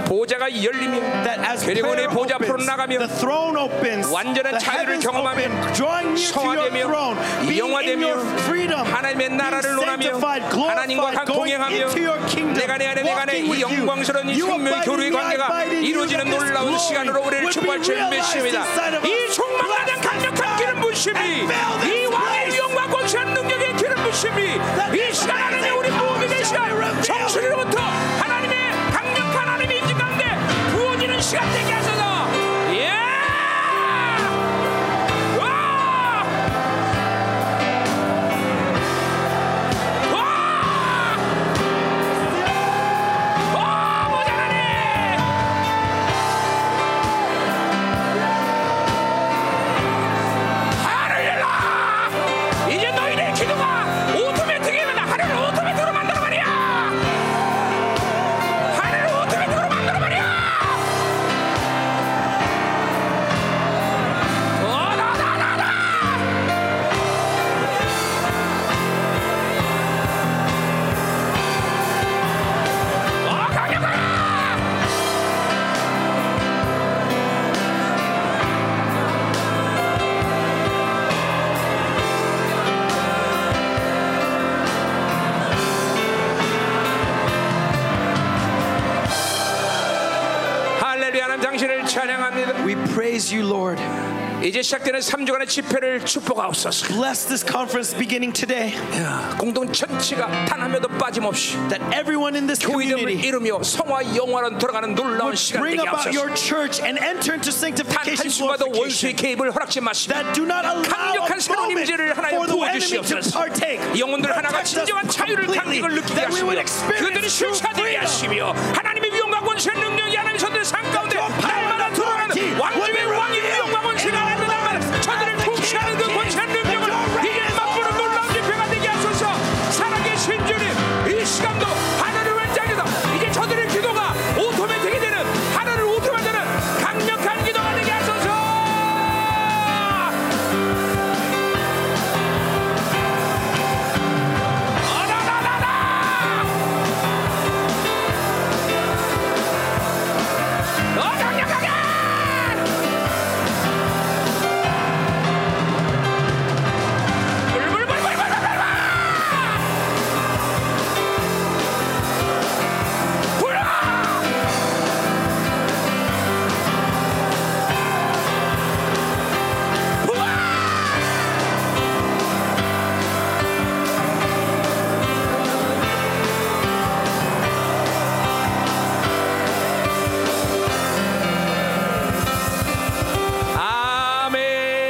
보좌가 열리며 That as prayer 그리고 내 보좌 앞으로 opens, 나가며 the throne opens, 완전한 the 자유를 heavens 경험하며 open, drawing near to your 성화되며 throne, being in 영화되며 your freedom, 하나님의 being 나라를 논하며 sanctified, 하나님과 glorified, going 동행하며 into your kingdom, 내가 내 안에 내가 내 walking 이 with you. 영광스러운 이 You 생명의 abide 교류의 in me, I 관계가 abide in you, 이루어지는 that this 놀라운 glory 시간으로 우리를 would be 축복할 줄 realized 믿습니다. inside of 이 us. 종말하는 강력한 기름 부심이 이 왕의 영광 권세한 능력의 기름 부심이 이 시간 안에 우리 모든 의 시간 정신으로부터 하나님의 강력한 하나님의 임재 가운데 부어지는 시간 되게 하소서. 예! 와! 와! 와, 모자라네! 할렐루야! 이제 너희들의 기도가 오토매틱이 된다. 하늘을 오토매틱으로 만들어 말이야. 하늘을 오토매틱으로 만들어 말이야. 어, 어나나나나! 어 강력하라! 할렐루야 하나님 당신을 찬양합니다. We praise you, Lord. 이제 시작되는 3주간의 집회를 축복하옵소서. Bless this conference beginning today, 공동 전체가 단 한 명도 빠짐없이 that everyone in this 교회됨을 community 이루며 성화 영화로 들어가는 놀라운 시간 bring 되게 about 하옵소서. your church and enter into 단 sanctification 한순간도 원수의 glorification. 개입을 허락지 마시고 That do not allow 강력한 a 새로운 moment 임재를 하나님 for the enemy to 부어주시옵소서. partake. 영혼들 하나가 Protect us 진정한 자유를 completely, 갖는 걸 느끼게 that we 하시며 would 그들이 experience true 실체되게 freedom. 하시며 하나님의 위용과 권세의 능력이 하나님의 선들 산 가운데 your power 날마다 and 들어가는 authority will be 왕중의 왕이 revealed 위용과 in 권세가 our 하나님 날마다 lives 저들을 as the King 통치하는 of 그 Kings, 권세의 that 능력을 your reign 이제 is 맛보는 over 놀라운 집회가 되게 하소서 사랑의 신주님 이 시간도 하늘을 왼장에서 이제 저들의 기도가 오토매틱이 되는 하늘을 오토매틱하는 강력한 기도가 되게 하소서 아,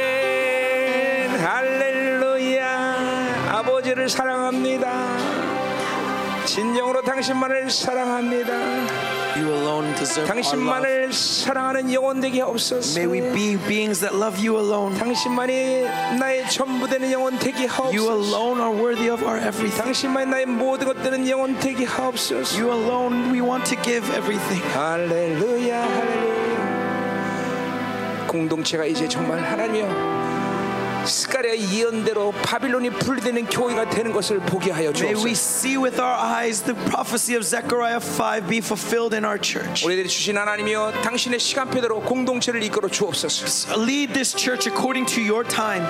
아멘 할렐루야 아버지를 사랑합니다 진정으로 당신만을 사랑합니다 You alone deserve our love. 당신만을 사랑하는 영혼 되게 하옵소서 May we be beings that love you alone. 당신만이 나의 전부 되는 영혼 되게 You 하옵소서 alone are worthy of our everything. 당신만이 나의 모든 것 되는 영혼 되게 하옵소서 You alone we want to give everything. 할렐루야 할렐루야 공동체가 이제 정말 하나님이여 스가랴 예언대로 바빌론이 분리되는 교회가 되는 것을 보게 하여 May we 주옵소서 see with our eyes the prophecy of Zechariah 5 be fulfilled in our church. 우리들이 주신 하나님이여 당신의 시간표대로 공동체를 이끌어 주옵소서 Lead this church according to your time,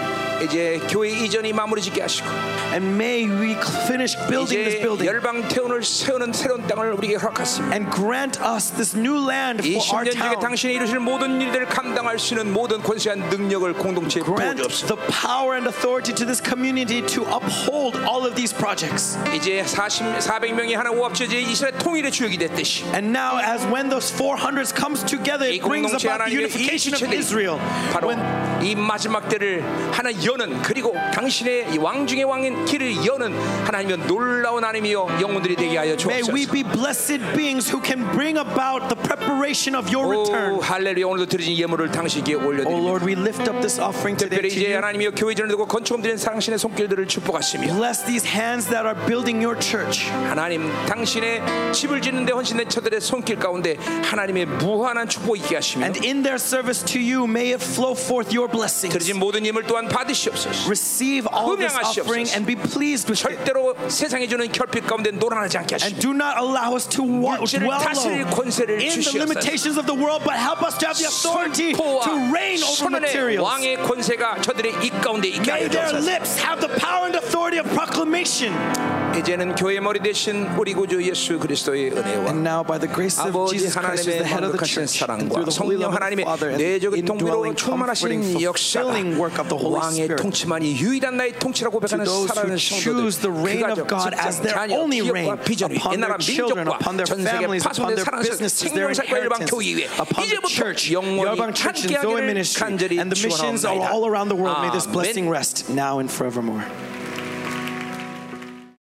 이제 교회 이전이 마무리 짓게 하시고 and may we finish building this 이제 building 열방 태운을 세우는 새로운 땅을 우리에게 허락하십니다 and grant us this new land 이 for our 10년 중에 town. 당신이 이루실 모든 일들을 감당할 수 있는 모든 권세한 능력을 공동체에 Grant 부어주옵소서 the power and authority to this community to uphold all of these projects. 이제 40, 400명이 하나고 합쳐져 이스라엘 통일의 주역이 됐듯이 And now, as when those 400s comes together, 이 it brings 공동체 about the 하나님의 이 unification of 지체들이 Israel. 바로 When 이 마지막 때를 하나 여는 그리고 당신의 이왕 중의 왕인 길을 여는 하나님의 놀라운 하나님이여 영혼들이 되게 하여 may we 주옵소서. be blessed beings who can bring about the preparation of your 오 return. 할렐루야 오늘도 드려진 예물을 당신께 Oh 올려드립니다. Lord, we lift up this offering today 특별히 to you. 이제 하나님이여 교회 전을 두고 건축금 드린 당신의 손길들을 축복하시며 Bless these hands that are building your church. 하나님 당신의 집을 짓는데 헌신된 저들의 손길 가운데 하나님의 무한한 축복이 있게 하시며 And in their service to you, may it flow forth your blessings. 드려진 모든 예물 또한 받으시옵소서. Receive all this 흠양하시옵소서. offering and be pleased with it. 절대로 세상이 주는 결핍 가운데 노란하지 않게 하시며 And do not allow us to wa- 물질을 dwell low 다스릴 권세를 in the 주시옵소서. limitations of the world, but help us to have the authority to 선포와 reign over 선언의 materials. 왕의 권세가 저들의 입 가운데 있게 May 하여 their 주옵소서. lips have the power and authority of proclamation. 이제는 교회 머리 대신 우리 구주 예수 그리스도의 And 은혜와 now, by the grace of 아버지 Jesus Christ, who is 하나님의 the head of the 거룩하신 church, and through the Holy 사랑과 성령 Love of the 하나님의 Father, and the 내적인 indwelling, 통로로 comforting, 충만하신 역사 fulfilling work of the Holy 왕의 Spirit. 통치만이 유일한 나의 통치라고 To 고백하는 those 사랑하는 who choose the 성도들 그 reign of 가족, God as 직장, their 자녀, only reign 기업과 비전이 upon 나라 their children, 민족과 upon their 전 세계 families, upon 파손된 their 사랑스러운 businesses, their 생명사과 일방 inheritance, 교회 upon the church, 이제부터 영원히 Yeoban Church and Zoe 함께하기를 Ministry, 간절히 and the missions all, all around the world. May this 주원하옵나이다. 아멘 blessing rest now and forevermore.